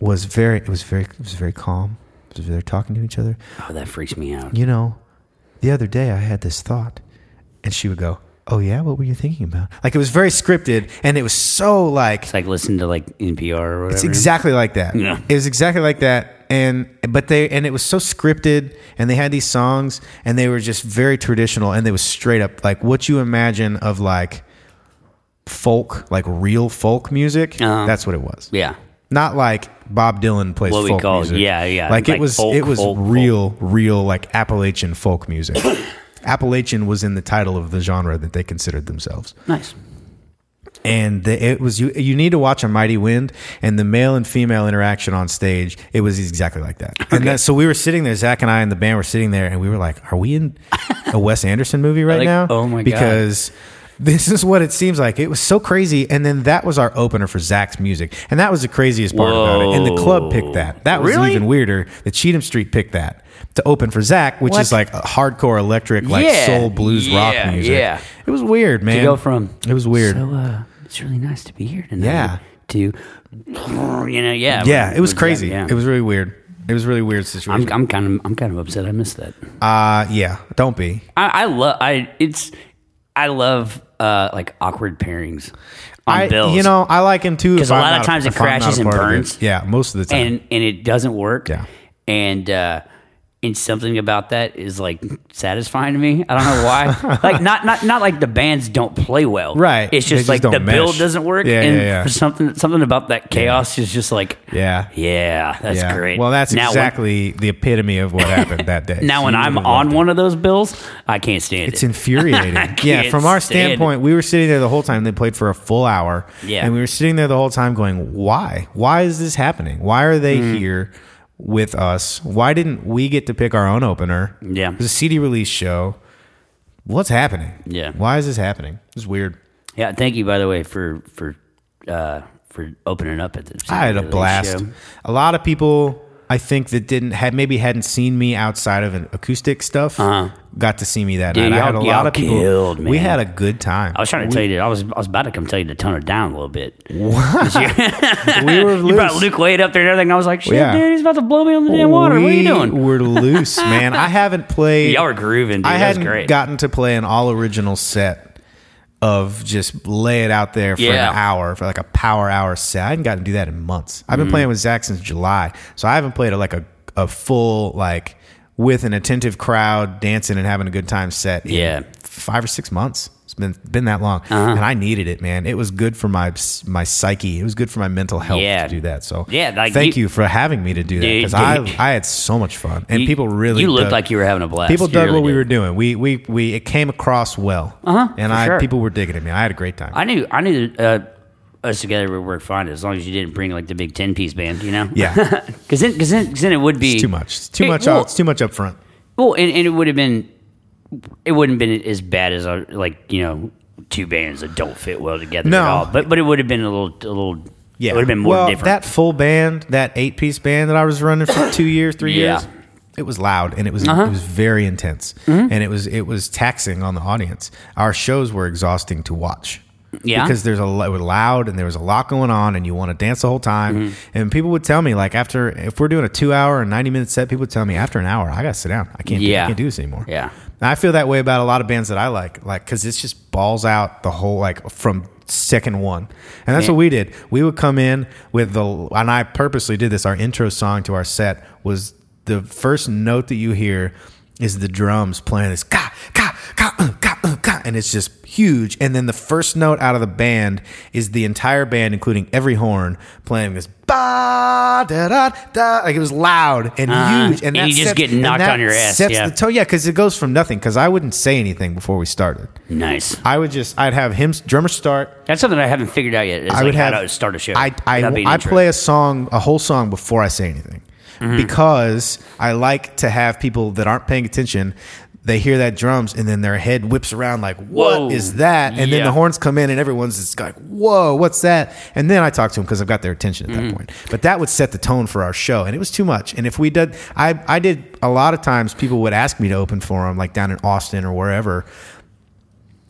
Speaker 1: was very it was very it was very calm. It was- They're talking to each other.
Speaker 2: Oh, that freaks me out.
Speaker 1: You know, the other day I had this thought, and she would go, "Oh yeah, what were you thinking about?" Like it was very scripted, and it was so like
Speaker 2: It's like listen to like NPR or whatever.
Speaker 1: it's exactly like that.
Speaker 2: Yeah.
Speaker 1: It was exactly like that. And but they and it was so scripted and they had these songs and they were just very traditional and they was straight up like what you imagine of like folk, like real folk music.
Speaker 2: Uh-huh.
Speaker 1: That's what it was.
Speaker 2: yeah.
Speaker 1: Not like Bob Dylan plays
Speaker 2: What we
Speaker 1: folk
Speaker 2: call-
Speaker 1: music.
Speaker 2: yeah, yeah,
Speaker 1: Like, it
Speaker 2: like
Speaker 1: was
Speaker 2: folk,
Speaker 1: it was
Speaker 2: folk, folk.
Speaker 1: real, real like Appalachian folk music. Appalachian was in the title of the genre that they considered themselves
Speaker 2: Nice.
Speaker 1: and the, it was you. You need to watch a mighty wind and the male and female interaction on stage. It was exactly like that. And that, so we were sitting there. Zach and I and the band were sitting there, and we were like, "Are we in a Wes Anderson movie right
Speaker 2: Like,
Speaker 1: now?"
Speaker 2: oh my God.
Speaker 1: Because this is what it seems like. It was so crazy. And then that was our opener for Zach's music, and that was the craziest part about it. And the club picked that. That was
Speaker 2: Really?
Speaker 1: even weirder. The Cheatham Street picked that to open for Zach, which is like
Speaker 2: What?
Speaker 1: hardcore electric, like
Speaker 2: Yeah.
Speaker 1: soul blues rock
Speaker 2: Yeah,
Speaker 1: music.
Speaker 2: yeah.
Speaker 1: It was weird, man.
Speaker 2: To go from
Speaker 1: it was weird.
Speaker 2: So uh, it's really nice to be here tonight.
Speaker 1: Yeah.
Speaker 2: To you know, yeah.
Speaker 1: Yeah, it was
Speaker 2: that-
Speaker 1: crazy.
Speaker 2: yeah.
Speaker 1: It was really weird. It was a really weird situation.
Speaker 2: I'm, I'm kind of I'm kind of upset. I missed that.
Speaker 1: uh yeah, don't be.
Speaker 2: I, I love I it's I love uh like awkward pairings on
Speaker 1: I
Speaker 2: bills.
Speaker 1: you know I like him too if
Speaker 2: 'Cause a
Speaker 1: I'm
Speaker 2: lot of
Speaker 1: not
Speaker 2: times it
Speaker 1: if I'm not
Speaker 2: crashes
Speaker 1: a
Speaker 2: and
Speaker 1: part of it.
Speaker 2: burns.
Speaker 1: Yeah, most of the time.
Speaker 2: and and it doesn't work.
Speaker 1: Yeah.
Speaker 2: And uh and something about that is like satisfying to me. I don't know why. like not not not like the bands don't play well.
Speaker 1: Right.
Speaker 2: It's
Speaker 1: They
Speaker 2: just
Speaker 1: just
Speaker 2: like
Speaker 1: don't
Speaker 2: the build
Speaker 1: mesh.
Speaker 2: doesn't work.
Speaker 1: Yeah,
Speaker 2: and
Speaker 1: yeah, yeah.
Speaker 2: for something something about that chaos is just like
Speaker 1: yeah.
Speaker 2: Yeah, that's
Speaker 1: yeah.
Speaker 2: great.
Speaker 1: Well, that's
Speaker 2: now When,
Speaker 1: exactly the epitome of what happened that day.
Speaker 2: now when
Speaker 1: You
Speaker 2: I'm
Speaker 1: would
Speaker 2: on
Speaker 1: love
Speaker 2: one of those bills, I can't stand
Speaker 1: It's
Speaker 2: it.
Speaker 1: infuriating. yeah,
Speaker 2: can't
Speaker 1: from our
Speaker 2: stand it.
Speaker 1: standpoint, we were sitting there the whole time. They played for a full hour.
Speaker 2: Yeah.
Speaker 1: And we were sitting there the whole time going, why? Why is this happening? Why are they
Speaker 2: Mm-hmm.
Speaker 1: here with us? Why didn't we get to pick our own opener?
Speaker 2: Yeah.
Speaker 1: It was a CD release show. What's happening?
Speaker 2: Yeah.
Speaker 1: Why is this happening? It's weird.
Speaker 2: yeah, thank you by the way for for uh for opening up at the
Speaker 1: I had a
Speaker 2: show.
Speaker 1: blast. A lot of people I think that didn't had maybe hadn't seen me outside of an acoustic stuff got to see me that
Speaker 2: Uh-huh. Dude,
Speaker 1: night. I had a
Speaker 2: y'all-
Speaker 1: lot
Speaker 2: y'all
Speaker 1: of people.
Speaker 2: killed,
Speaker 1: We
Speaker 2: man.
Speaker 1: had a good time.
Speaker 2: I was trying to tell you that I was I was about to come tell you to tone it down a little bit.
Speaker 1: we were
Speaker 2: You brought
Speaker 1: loose.
Speaker 2: Luke Wade up there and everything. I was like, shit,
Speaker 1: Yeah.
Speaker 2: dude, he's about to blow me on the damn water. what are you doing?
Speaker 1: We're loose, man. I haven't played.
Speaker 2: Y'all were grooving, dude.
Speaker 1: I
Speaker 2: that was
Speaker 1: hadn't
Speaker 2: great.
Speaker 1: gotten to play an all original set of just lay it out there for
Speaker 2: Yeah.
Speaker 1: an hour for like a power hour set. I hadn't gotten to do that in months. I've
Speaker 2: Mm.
Speaker 1: been playing with Zach since July, so I haven't played a, like a a full like with an attentive crowd dancing and having a good time set. in
Speaker 2: Yeah. Uh-huh.
Speaker 1: five or six months. It's been been that long, and I needed it, man. It was good for my my psyche. It was good for my mental health
Speaker 2: Yeah.
Speaker 1: to do that. So
Speaker 2: Yeah, like
Speaker 1: thank you,
Speaker 2: you-
Speaker 1: for having me to do that
Speaker 2: Dude,
Speaker 1: because I
Speaker 2: dude.
Speaker 1: I had so much fun, and
Speaker 2: You-
Speaker 1: people really
Speaker 2: You looked
Speaker 1: dug-
Speaker 2: like you were having a blast.
Speaker 1: People
Speaker 2: You
Speaker 1: dug
Speaker 2: really
Speaker 1: what we
Speaker 2: did.
Speaker 1: were doing. We we we it came across well,
Speaker 2: Uh-huh,
Speaker 1: and
Speaker 2: for
Speaker 1: I
Speaker 2: sure.
Speaker 1: people were digging at me. I had a great time.
Speaker 2: I knew I knew uh, us together would work fine as long as you didn't bring like the big ten piece band, you know?
Speaker 1: yeah,
Speaker 2: Because then, cause then, 'cause then it would be
Speaker 1: it's too much. It's too
Speaker 2: Hey,
Speaker 1: much.
Speaker 2: well-
Speaker 1: out, it's too much up front.
Speaker 2: Well, and, and it would have been, it wouldn't have been as bad as uh, like you know two bands that don't fit well together
Speaker 1: No.
Speaker 2: at all. But but it would have been a little a little.
Speaker 1: Yeah,
Speaker 2: it would have been more
Speaker 1: well,
Speaker 2: different.
Speaker 1: That full band, that eight piece band that I was running for two years, three
Speaker 2: Yeah. Uh-huh.
Speaker 1: years, it was loud and it was it was very intense
Speaker 2: Mm-hmm.
Speaker 1: and it was it was taxing on the audience. Our shows were exhausting to watch.
Speaker 2: Yeah.
Speaker 1: because there's a lo- it was loud and there was a lot going on and you want to dance the whole time
Speaker 2: Mm-hmm.
Speaker 1: and people would tell me like after if we're doing a two hour and ninety minute set people would tell me after an hour I gotta sit down I can't do- I
Speaker 2: Yeah.
Speaker 1: can't do this anymore
Speaker 2: Yeah.
Speaker 1: and I feel that way about a lot of bands that I like, like because it's just balls out the whole like from second one, and that's what we did. We would come in with the, and I purposely did this. Our intro song to our set was the first note that you hear is the drums playing this ka ka ka uh, ka uh, ka, and it's just huge. And then the first note out of the band is the entire band, including every horn, playing this. Ba da da da, like it was loud and
Speaker 2: Uh-huh.
Speaker 1: huge, and,
Speaker 2: And
Speaker 1: that
Speaker 2: you just
Speaker 1: sets-
Speaker 2: get
Speaker 1: and
Speaker 2: knocked
Speaker 1: that
Speaker 2: on your ass,
Speaker 1: Sets
Speaker 2: yeah.
Speaker 1: the tone, yeah, because it goes from nothing. Because I wouldn't say anything before we started.
Speaker 2: nice.
Speaker 1: I would just, I'd have him drummer start.
Speaker 2: That's something I haven't figured out yet. Is
Speaker 1: I
Speaker 2: like
Speaker 1: would have
Speaker 2: how to start a show.
Speaker 1: I I,
Speaker 2: That'd be an
Speaker 1: I
Speaker 2: intro.
Speaker 1: play a song, a whole song before I say anything,
Speaker 2: Mm-hmm.
Speaker 1: because I like to have people that aren't paying attention. They hear that drums and then their head whips around like, what is
Speaker 2: Whoa.
Speaker 1: that? And then
Speaker 2: Yeah.
Speaker 1: the horns come in and everyone's just like, whoa, what's that? And then I talk to them because I've got their attention at
Speaker 2: Mm-hmm.
Speaker 1: that point. But that would set the tone for our show, and it was too much. And if we did, I I did a lot of times. People would ask me to open for them, like down in Austin or wherever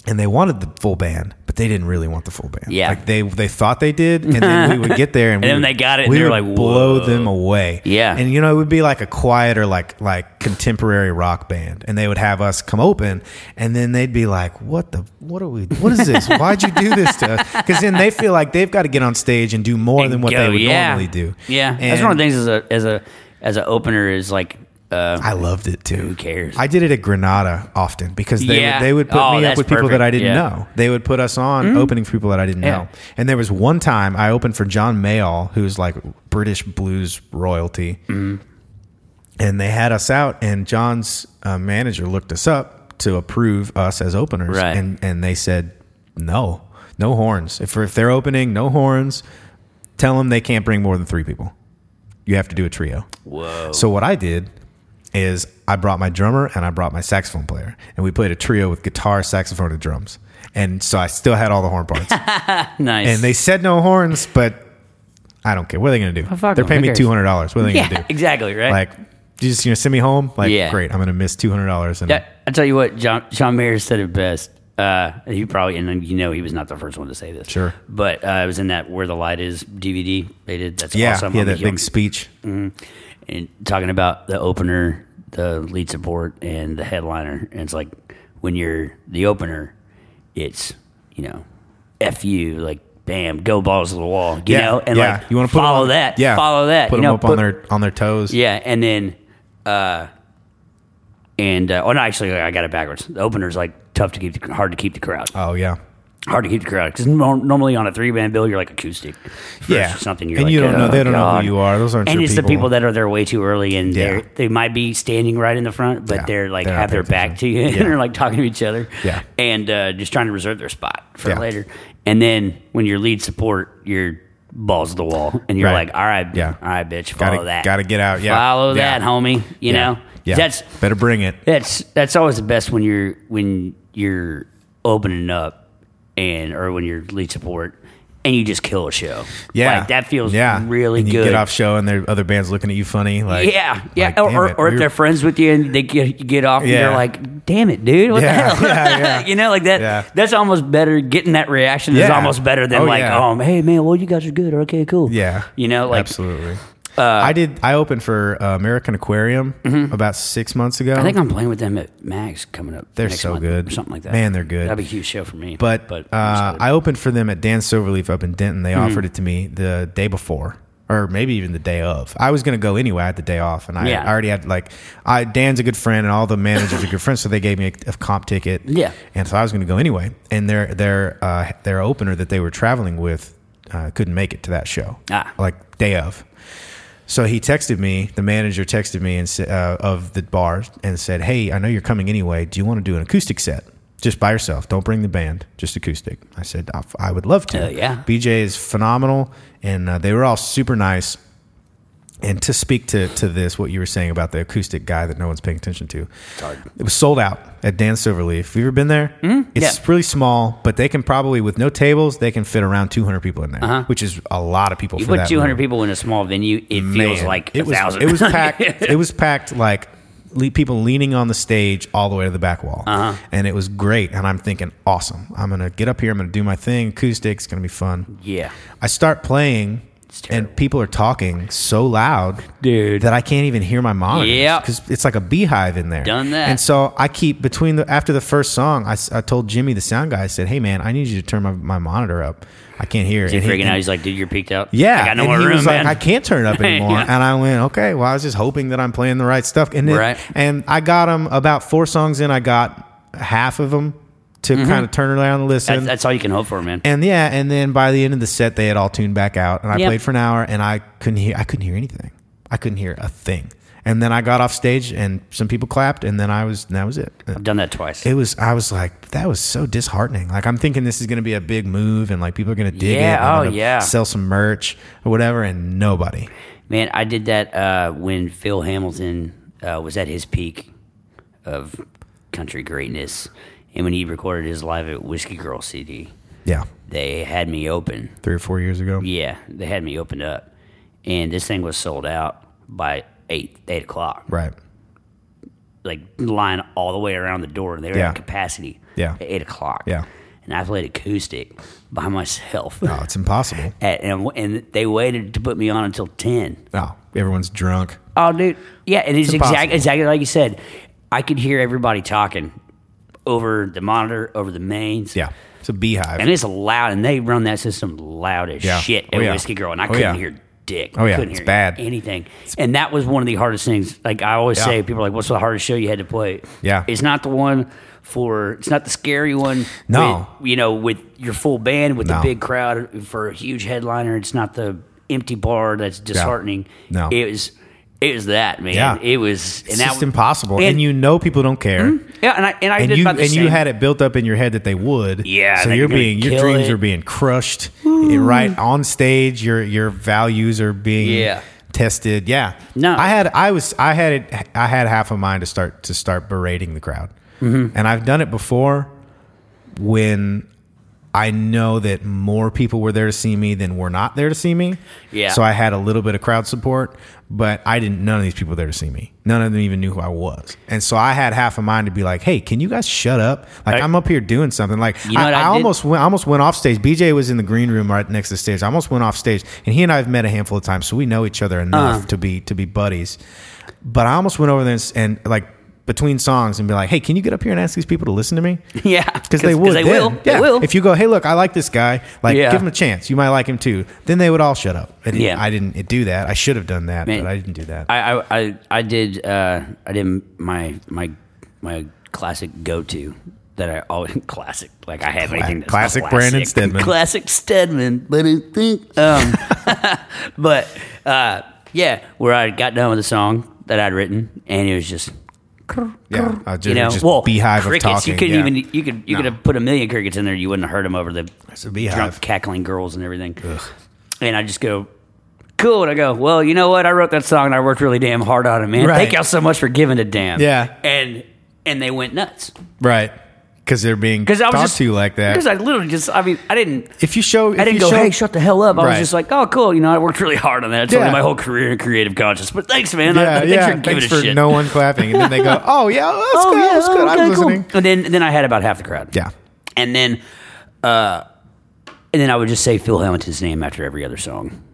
Speaker 1: and they wanted the full band, but they didn't really want the full band.
Speaker 2: Yeah.
Speaker 1: like they they thought they did, and then we would get there, and, we
Speaker 2: And then
Speaker 1: would-
Speaker 2: they got it, and
Speaker 1: we
Speaker 2: they were
Speaker 1: would
Speaker 2: like,
Speaker 1: blow
Speaker 2: "Whoa."
Speaker 1: them away.
Speaker 2: Yeah.
Speaker 1: and you know it would be like a quieter, like like contemporary rock band, and they would have us come open, and then they'd be like, "What the? What are we? What is this? Why'd you do this to us?" Because then they feel like they've got to get on stage and do more than what
Speaker 2: Go,
Speaker 1: they would
Speaker 2: yeah.
Speaker 1: normally do.
Speaker 2: Yeah, that's
Speaker 1: And
Speaker 2: one of the things as a as a as an opener is like uh,
Speaker 1: I loved it too. Who
Speaker 2: cares?
Speaker 1: I did it at Granada often because they
Speaker 2: Yeah.
Speaker 1: would, they would put
Speaker 2: Oh,
Speaker 1: me up
Speaker 2: that's
Speaker 1: with people
Speaker 2: perfect.
Speaker 1: that I didn't
Speaker 2: Yeah. Mm-hmm.
Speaker 1: know. They would put us on opening for people that I didn't
Speaker 2: Yeah.
Speaker 1: know. And there was one time I opened for John Mayall, who's like British blues royalty,
Speaker 2: Mm-hmm.
Speaker 1: and they had us out, and John's uh, manager looked us up to approve us as openers,
Speaker 2: Right.
Speaker 1: and and they said no, no horns. If if they're opening, no horns. Tell them they can't bring more than three people. You have to do a trio.
Speaker 2: whoa.
Speaker 1: So what I did is I brought my drummer and I brought my saxophone player, and we played a trio with guitar, saxophone, and drums. And so I still had all the horn parts.
Speaker 2: nice.
Speaker 1: and they said no horns, but I don't care. What are they going to do?
Speaker 2: fuck
Speaker 1: They're
Speaker 2: them.
Speaker 1: paying
Speaker 2: Who
Speaker 1: me
Speaker 2: cares?
Speaker 1: two hundred dollars. What are they going
Speaker 2: yeah,
Speaker 1: to do?
Speaker 2: exactly right.
Speaker 1: Like, you just going to send me home? Like,
Speaker 2: Yeah.
Speaker 1: great. I'm going to miss two hundred dollars. And
Speaker 2: Yeah, I tell you what, John, John Mayer said it best. Uh, he probably, and you know, he was not the first one to say this.
Speaker 1: Sure.
Speaker 2: but uh, it was in that "Where the Light Is" DVD. They did that's
Speaker 1: yeah,
Speaker 2: awesome.
Speaker 1: yeah,
Speaker 2: I'm a
Speaker 1: that
Speaker 2: human-
Speaker 1: big speech.
Speaker 2: and talking about the opener, the lead support, and the headliner. And it's like when you're the opener, it's you know, f you, like bam, go balls to the wall, you
Speaker 1: yeah,
Speaker 2: know, and
Speaker 1: yeah.
Speaker 2: like follow
Speaker 1: them on-
Speaker 2: that, follow that,
Speaker 1: Put them
Speaker 2: you know,
Speaker 1: up on their on their toes.
Speaker 2: yeah, and then, uh, and uh, oh no, actually, I got it backwards. The opener's like tough to keep, the, hard to keep the crowd,
Speaker 1: Oh yeah.
Speaker 2: hard to keep the crowd because normally on a three band bill, you're like acoustic, first
Speaker 1: Yeah.
Speaker 2: or something. You're
Speaker 1: And
Speaker 2: like,
Speaker 1: you don't know-
Speaker 2: "Oh,
Speaker 1: they don't know who
Speaker 2: God."
Speaker 1: you are. Those aren't
Speaker 2: and
Speaker 1: your
Speaker 2: it's the
Speaker 1: people.
Speaker 2: people that are there way too early, and
Speaker 1: Yeah.
Speaker 2: they're they might be standing right in the front, but
Speaker 1: Yeah,
Speaker 2: they're like
Speaker 1: they're not
Speaker 2: have their
Speaker 1: paying
Speaker 2: back to you and
Speaker 1: Yeah.
Speaker 2: they're like talking to each other,
Speaker 1: Yeah.
Speaker 2: and uh, just trying to reserve their spot for
Speaker 1: Yeah.
Speaker 2: later. And then when your lead support, you're balls to the wall, and you're
Speaker 1: Right.
Speaker 2: like, all right,
Speaker 1: Yeah.
Speaker 2: all right, bitch, follow
Speaker 1: Gotta-
Speaker 2: that,
Speaker 1: gotta get out, yeah.
Speaker 2: follow
Speaker 1: Yeah.
Speaker 2: that, homie.
Speaker 1: yeah.
Speaker 2: You know,
Speaker 1: Yeah.
Speaker 2: that's
Speaker 1: better bring it.
Speaker 2: that's that's always the best when you're when you're opening up and or when you're lead support and you just kill a show.
Speaker 1: Yeah,
Speaker 2: Like, that feels
Speaker 1: yeah.
Speaker 2: really
Speaker 1: and you
Speaker 2: good.
Speaker 1: Get off show and their other bands looking at you funny. Like
Speaker 2: yeah, yeah,
Speaker 1: like,
Speaker 2: or,
Speaker 1: damn
Speaker 2: or,
Speaker 1: it,
Speaker 2: or
Speaker 1: we
Speaker 2: if
Speaker 1: were-
Speaker 2: they're friends with you and they get, you get off, and
Speaker 1: Yeah.
Speaker 2: you're like, "Damn it, dude! What
Speaker 1: Yeah,
Speaker 2: the hell?"
Speaker 1: yeah, yeah.
Speaker 2: you know, like that.
Speaker 1: Yeah.
Speaker 2: That's almost better. Getting that reaction is
Speaker 1: Yeah.
Speaker 2: almost better than
Speaker 1: Oh,
Speaker 2: like,
Speaker 1: yeah.
Speaker 2: "Oh, hey, man, well, you guys are good. Okay, cool."
Speaker 1: Yeah.
Speaker 2: you know, like uh,
Speaker 1: absolutely. I did. I opened for uh, American Aquarium about six months ago.
Speaker 2: Mm-hmm. I think I'm playing with them at Max coming up.
Speaker 1: They're
Speaker 2: next
Speaker 1: so
Speaker 2: month
Speaker 1: good.
Speaker 2: or something like that.
Speaker 1: Man, they're good.
Speaker 2: That'd be a huge show for me.
Speaker 1: but
Speaker 2: but
Speaker 1: uh, I opened for them at Dan Silverleaf up in Denton. They offered it to me the day before, or maybe even the day of. I was going to go anyway. I had the day off, and I,
Speaker 2: Yeah.
Speaker 1: I already had like I Dan's a good friend, and all the managers are good friends, so they gave me a, a comp ticket.
Speaker 2: Yeah.
Speaker 1: and so I was going to go anyway. And their their uh, their opener that they were traveling with uh, couldn't make it to that show.
Speaker 2: Ah.
Speaker 1: like day of. So he texted me. The manager texted me and sa- uh, of the bar and said, "Hey, I know you're coming anyway. Do you want to do an acoustic set just by yourself? Don't bring the band, just acoustic." I said, "I- "I would love to."
Speaker 2: Hell yeah.
Speaker 1: BJ is phenomenal, and uh, they were all super nice. And to speak to to this, what you were saying about the acoustic guy that no one's paying attention to, it was sold out at Dan Silverleaf. Have you ever been there? Mm-hmm. It's
Speaker 2: Yeah.
Speaker 1: really small, but they can probably with no tables, they can fit around 200 people in there, which is a lot of people.
Speaker 2: Uh-huh. you
Speaker 1: for
Speaker 2: put
Speaker 1: that
Speaker 2: 200
Speaker 1: room.
Speaker 2: people in a small venue, it feels
Speaker 1: Man,
Speaker 2: like
Speaker 1: it
Speaker 2: a
Speaker 1: was,
Speaker 2: thousand.
Speaker 1: It was packed. it was packed like le- people leaning on the stage all the way to the back wall,
Speaker 2: Uh-huh.
Speaker 1: and it was great. And I'm thinking, awesome. I'm gonna get up here. I'm gonna do my thing. Acoustics gonna be fun.
Speaker 2: yeah,
Speaker 1: I start playing.
Speaker 2: terrible.
Speaker 1: And people are talking so loud,
Speaker 2: Dude.
Speaker 1: that I can't even hear my monitor.
Speaker 2: Yep.
Speaker 1: because it's like a beehive in there.
Speaker 2: Done that.
Speaker 1: And so I keep between the after the first song, I, s- I told Jimmy the sound guy, I said, "Hey man, I need you to turn my, my monitor up. I can't hear."
Speaker 2: He's
Speaker 1: And he-
Speaker 2: freaking
Speaker 1: and-
Speaker 2: out. He's like, "Dude, you're peaked out."
Speaker 1: yeah,
Speaker 2: I got no
Speaker 1: and
Speaker 2: more
Speaker 1: he
Speaker 2: room,
Speaker 1: was
Speaker 2: man.
Speaker 1: like, "I can't turn it up anymore,"
Speaker 2: Yeah.
Speaker 1: and I went, "Okay, well, I was just hoping that I'm playing the right stuff." And then-
Speaker 2: Right.
Speaker 1: and I got him about four songs in. I got half of them to kind of turn around and listen.
Speaker 2: Mm-hmm. That's, that's all you can hope for, man.
Speaker 1: and yeah, and then by the end of the set, they had all tuned back out, and I
Speaker 2: Yep.
Speaker 1: played for an hour, and I couldn't hear. I couldn't hear anything. I couldn't hear a thing. And then I got off stage, and some people clapped, and then I was. And that was it.
Speaker 2: I've done that twice.
Speaker 1: It was. I was like, that was so disheartening. Like, I'm thinking this is going to be a big move, and like people are going to dig
Speaker 2: Yeah,
Speaker 1: it. and I'm
Speaker 2: oh,
Speaker 1: gonna
Speaker 2: yeah.
Speaker 1: Sell some merch or whatever, and nobody.
Speaker 2: Man, I did that uh, when Phil Hamilton uh, was at his peak of country greatness, and when he recorded his live at Whiskey Girl CD,
Speaker 1: Yeah,
Speaker 2: they had me open.
Speaker 1: three or four years ago.
Speaker 2: Yeah, they had me opened up, and this thing was sold out by eight eight o'clock.
Speaker 1: Right.
Speaker 2: Like line all the way around the door, and they were
Speaker 1: Yeah.
Speaker 2: at capacity.
Speaker 1: Yeah.
Speaker 2: at eight o'clock.
Speaker 1: Yeah.
Speaker 2: and I played acoustic by myself.
Speaker 1: Oh, it's impossible.
Speaker 2: At, and, and they waited to put me on until ten.
Speaker 1: Oh, everyone's drunk.
Speaker 2: Oh, dude. Yeah, and it's,
Speaker 1: impossible.
Speaker 2: exactly exactly like you said. I could hear everybody talking over the monitor, over the mains.
Speaker 1: Yeah, it's a beehive.
Speaker 2: and it's loud, and they run that system loud as
Speaker 1: Yeah.
Speaker 2: shit
Speaker 1: Oh,
Speaker 2: at
Speaker 1: yeah.
Speaker 2: Whiskey Girl, and I
Speaker 1: Oh,
Speaker 2: couldn't
Speaker 1: yeah.
Speaker 2: hear dick.
Speaker 1: Oh, yeah.
Speaker 2: couldn't
Speaker 1: It's
Speaker 2: hear
Speaker 1: bad.
Speaker 2: anything. And that was one of the hardest things. Like I always
Speaker 1: Yeah.
Speaker 2: say, people are like, "What's the hardest show you had to play?"
Speaker 1: Yeah.
Speaker 2: it's not the one for. It's not the scary one.
Speaker 1: No.
Speaker 2: with, you know, with your full band, with
Speaker 1: No.
Speaker 2: the big crowd for a huge headliner. It's not the empty bar that's disheartening.
Speaker 1: No.
Speaker 2: it was. It was that man.
Speaker 1: Yeah.
Speaker 2: It was.
Speaker 1: it's
Speaker 2: and Mm-hmm. that
Speaker 1: just
Speaker 2: was-
Speaker 1: impossible. And, you know people don't care.
Speaker 2: yeah, and I and I
Speaker 1: And
Speaker 2: did
Speaker 1: you
Speaker 2: about the
Speaker 1: and you
Speaker 2: same.
Speaker 1: had it built up in your head that they would.
Speaker 2: Yeah,
Speaker 1: So
Speaker 2: that
Speaker 1: you're
Speaker 2: you're gonna
Speaker 1: being your
Speaker 2: kill
Speaker 1: dreams
Speaker 2: it.
Speaker 1: are being crushed eh, right on stage. Your your values are being
Speaker 2: Yeah.
Speaker 1: tested. Yeah.
Speaker 2: No.
Speaker 1: I had I was I had it I had half a mind to start to start berating the crowd.
Speaker 2: Mm-hmm.
Speaker 1: And I've done it before when I know that more people were there to see me than were not there to see me.
Speaker 2: Yeah.
Speaker 1: So I had a little bit of crowd support, but I didn't. None of these people were there to see me. None of them even knew who I was, and so I had half a mind to be like, "Hey, can you guys shut up? Like
Speaker 2: Right.
Speaker 1: I'm up here doing something." Like
Speaker 2: You know
Speaker 1: I,
Speaker 2: what I
Speaker 1: I
Speaker 2: did?
Speaker 1: almost went, I almost went off stage. BJ was in the green room right next to the stage. I almost went off stage, and he and I have met a handful of times, so we know each other enough
Speaker 2: Uh.
Speaker 1: to be to be buddies. But I almost went over there and, s- and like between songs and be like, "Hey, can you get up here and ask these people to listen to me?"
Speaker 2: yeah,
Speaker 1: because they would.
Speaker 2: They
Speaker 1: then.
Speaker 2: will. They
Speaker 1: Yeah.
Speaker 2: will.
Speaker 1: If you go, hey, look, I like this guy. Like,
Speaker 2: Yeah.
Speaker 1: give him a chance. You might like him too. Then they would all shut up. I didn't,
Speaker 2: Yeah.
Speaker 1: I didn't do that. I should have done that,
Speaker 2: Man.
Speaker 1: but I didn't do that.
Speaker 2: I I I, I did uh, I did my my my classic go to that I always classic like I have anything that's
Speaker 1: classic
Speaker 2: classic
Speaker 1: Brandon Stedman.
Speaker 2: classic Stedman but I think um but uh yeah where I got done with a song that I'd written and it was just
Speaker 1: yeah, I just,
Speaker 2: you know
Speaker 1: just
Speaker 2: well
Speaker 1: beehive
Speaker 2: crickets
Speaker 1: of talking.
Speaker 2: you couldn't
Speaker 1: yeah.
Speaker 2: even e you could
Speaker 1: No.
Speaker 2: you could have put a million crickets in there you wouldn't have heard them over the
Speaker 1: It's a beehive.
Speaker 2: drunk cackling girls and everything and I just go cool. And I go, well, you know what? I wrote that song and I worked really damn hard on it, man.
Speaker 1: Right.
Speaker 2: Thank y'all so much for giving a damn.
Speaker 1: Yeah.
Speaker 2: And and they went nuts
Speaker 1: right. because they're being
Speaker 2: Because I was
Speaker 1: talked
Speaker 2: just
Speaker 1: to like that.
Speaker 2: Because I literally just, I mean, I didn't.
Speaker 1: if you show, if
Speaker 2: I didn't
Speaker 1: you
Speaker 2: go,
Speaker 1: show,
Speaker 2: hey, shut the hell up. I
Speaker 1: Right.
Speaker 2: was just like, oh, cool. You know, I worked really hard on that. It's
Speaker 1: Yeah.
Speaker 2: only my whole career in creative conscience. But thanks, man. I,
Speaker 1: yeah,
Speaker 2: thanks
Speaker 1: yeah,
Speaker 2: for giving
Speaker 1: thanks
Speaker 2: a
Speaker 1: for
Speaker 2: shit.
Speaker 1: no one clapping, and then they go, oh yeah, that's
Speaker 2: oh,
Speaker 1: good,
Speaker 2: yeah,
Speaker 1: that's
Speaker 2: oh,
Speaker 1: good,
Speaker 2: okay,
Speaker 1: I'm
Speaker 2: cool.
Speaker 1: listening.
Speaker 2: And then, then I had about half the crowd.
Speaker 1: Yeah,
Speaker 2: And then, uh, and then I would just say Phil Hamilton's name after every other song.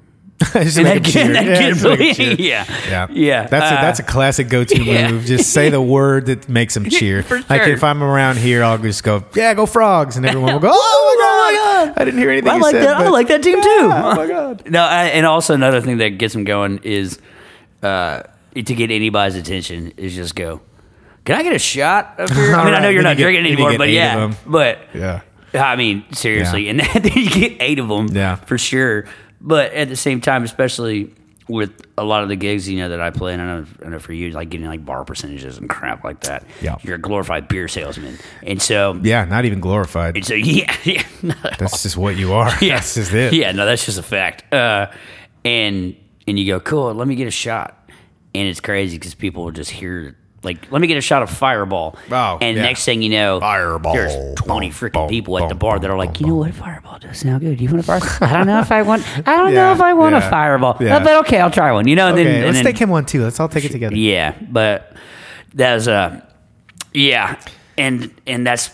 Speaker 1: Just
Speaker 2: And
Speaker 1: make them
Speaker 2: that kid,
Speaker 1: cheer.
Speaker 2: that
Speaker 1: Yeah,
Speaker 2: kid
Speaker 1: just make them cheer.
Speaker 2: really, yeah,
Speaker 1: Yeah,
Speaker 2: yeah.
Speaker 1: That's a,
Speaker 2: Uh,
Speaker 1: that's a classic go-to
Speaker 2: yeah.
Speaker 1: move. Just say the word that makes them cheer.
Speaker 2: For
Speaker 1: Like
Speaker 2: sure.
Speaker 1: if I'm around here, I'll just go, "Yeah, go frogs," and everyone will go, "Oh, my, god.
Speaker 2: my God.
Speaker 1: I didn't hear anything."
Speaker 2: I
Speaker 1: you
Speaker 2: like
Speaker 1: said,
Speaker 2: that. I
Speaker 1: but-
Speaker 2: like that team too.
Speaker 1: Yeah, oh my god.
Speaker 2: No, I, and also another thing that gets them going is uh, to get anybody's attention is just go. Can I get a shot of your? I mean, I know
Speaker 1: Alright,
Speaker 2: you're
Speaker 1: then
Speaker 2: not
Speaker 1: you get-
Speaker 2: drinking
Speaker 1: then you
Speaker 2: anymore,
Speaker 1: get
Speaker 2: but
Speaker 1: eight
Speaker 2: yeah,
Speaker 1: of 'em.
Speaker 2: but
Speaker 1: Yeah.
Speaker 2: I mean, seriously,
Speaker 1: Yeah.
Speaker 2: and then you get eight of them,
Speaker 1: Yeah.
Speaker 2: for sure. But at the same time, especially with a lot of the gigs, you know, that I play, and I know, I know for you, like getting like bar percentages and crap like that.
Speaker 1: Yeah.
Speaker 2: you're a glorified beer salesman, and so,
Speaker 1: Yeah, not even glorified.
Speaker 2: and so, yeah, yeah,
Speaker 1: That's just what you are.
Speaker 2: yeah.
Speaker 1: That's just it.
Speaker 2: Yeah, no, that's just a fact. Uh, and and you go, cool. Let me get a shot. And it's crazy because people will just hear like, let me get a shot of Fireball.
Speaker 1: Oh,
Speaker 2: and
Speaker 1: yeah.
Speaker 2: next thing you know,
Speaker 1: Fireball.
Speaker 2: There's twenty freaking
Speaker 1: Boom,
Speaker 2: people at the
Speaker 1: boom,
Speaker 2: bar that are like, you know what, Fireball does sound good. Do you want a Fireball? I don't know if I want. I don't
Speaker 1: Yeah,
Speaker 2: know if I want
Speaker 1: yeah,
Speaker 2: a Fireball.
Speaker 1: yeah.
Speaker 2: But okay, I'll try one. You know, and
Speaker 1: Okay,
Speaker 2: then and
Speaker 1: let's
Speaker 2: then-
Speaker 1: take him one too. Let's all take it together.
Speaker 2: yeah, but that's uh, yeah, and and that's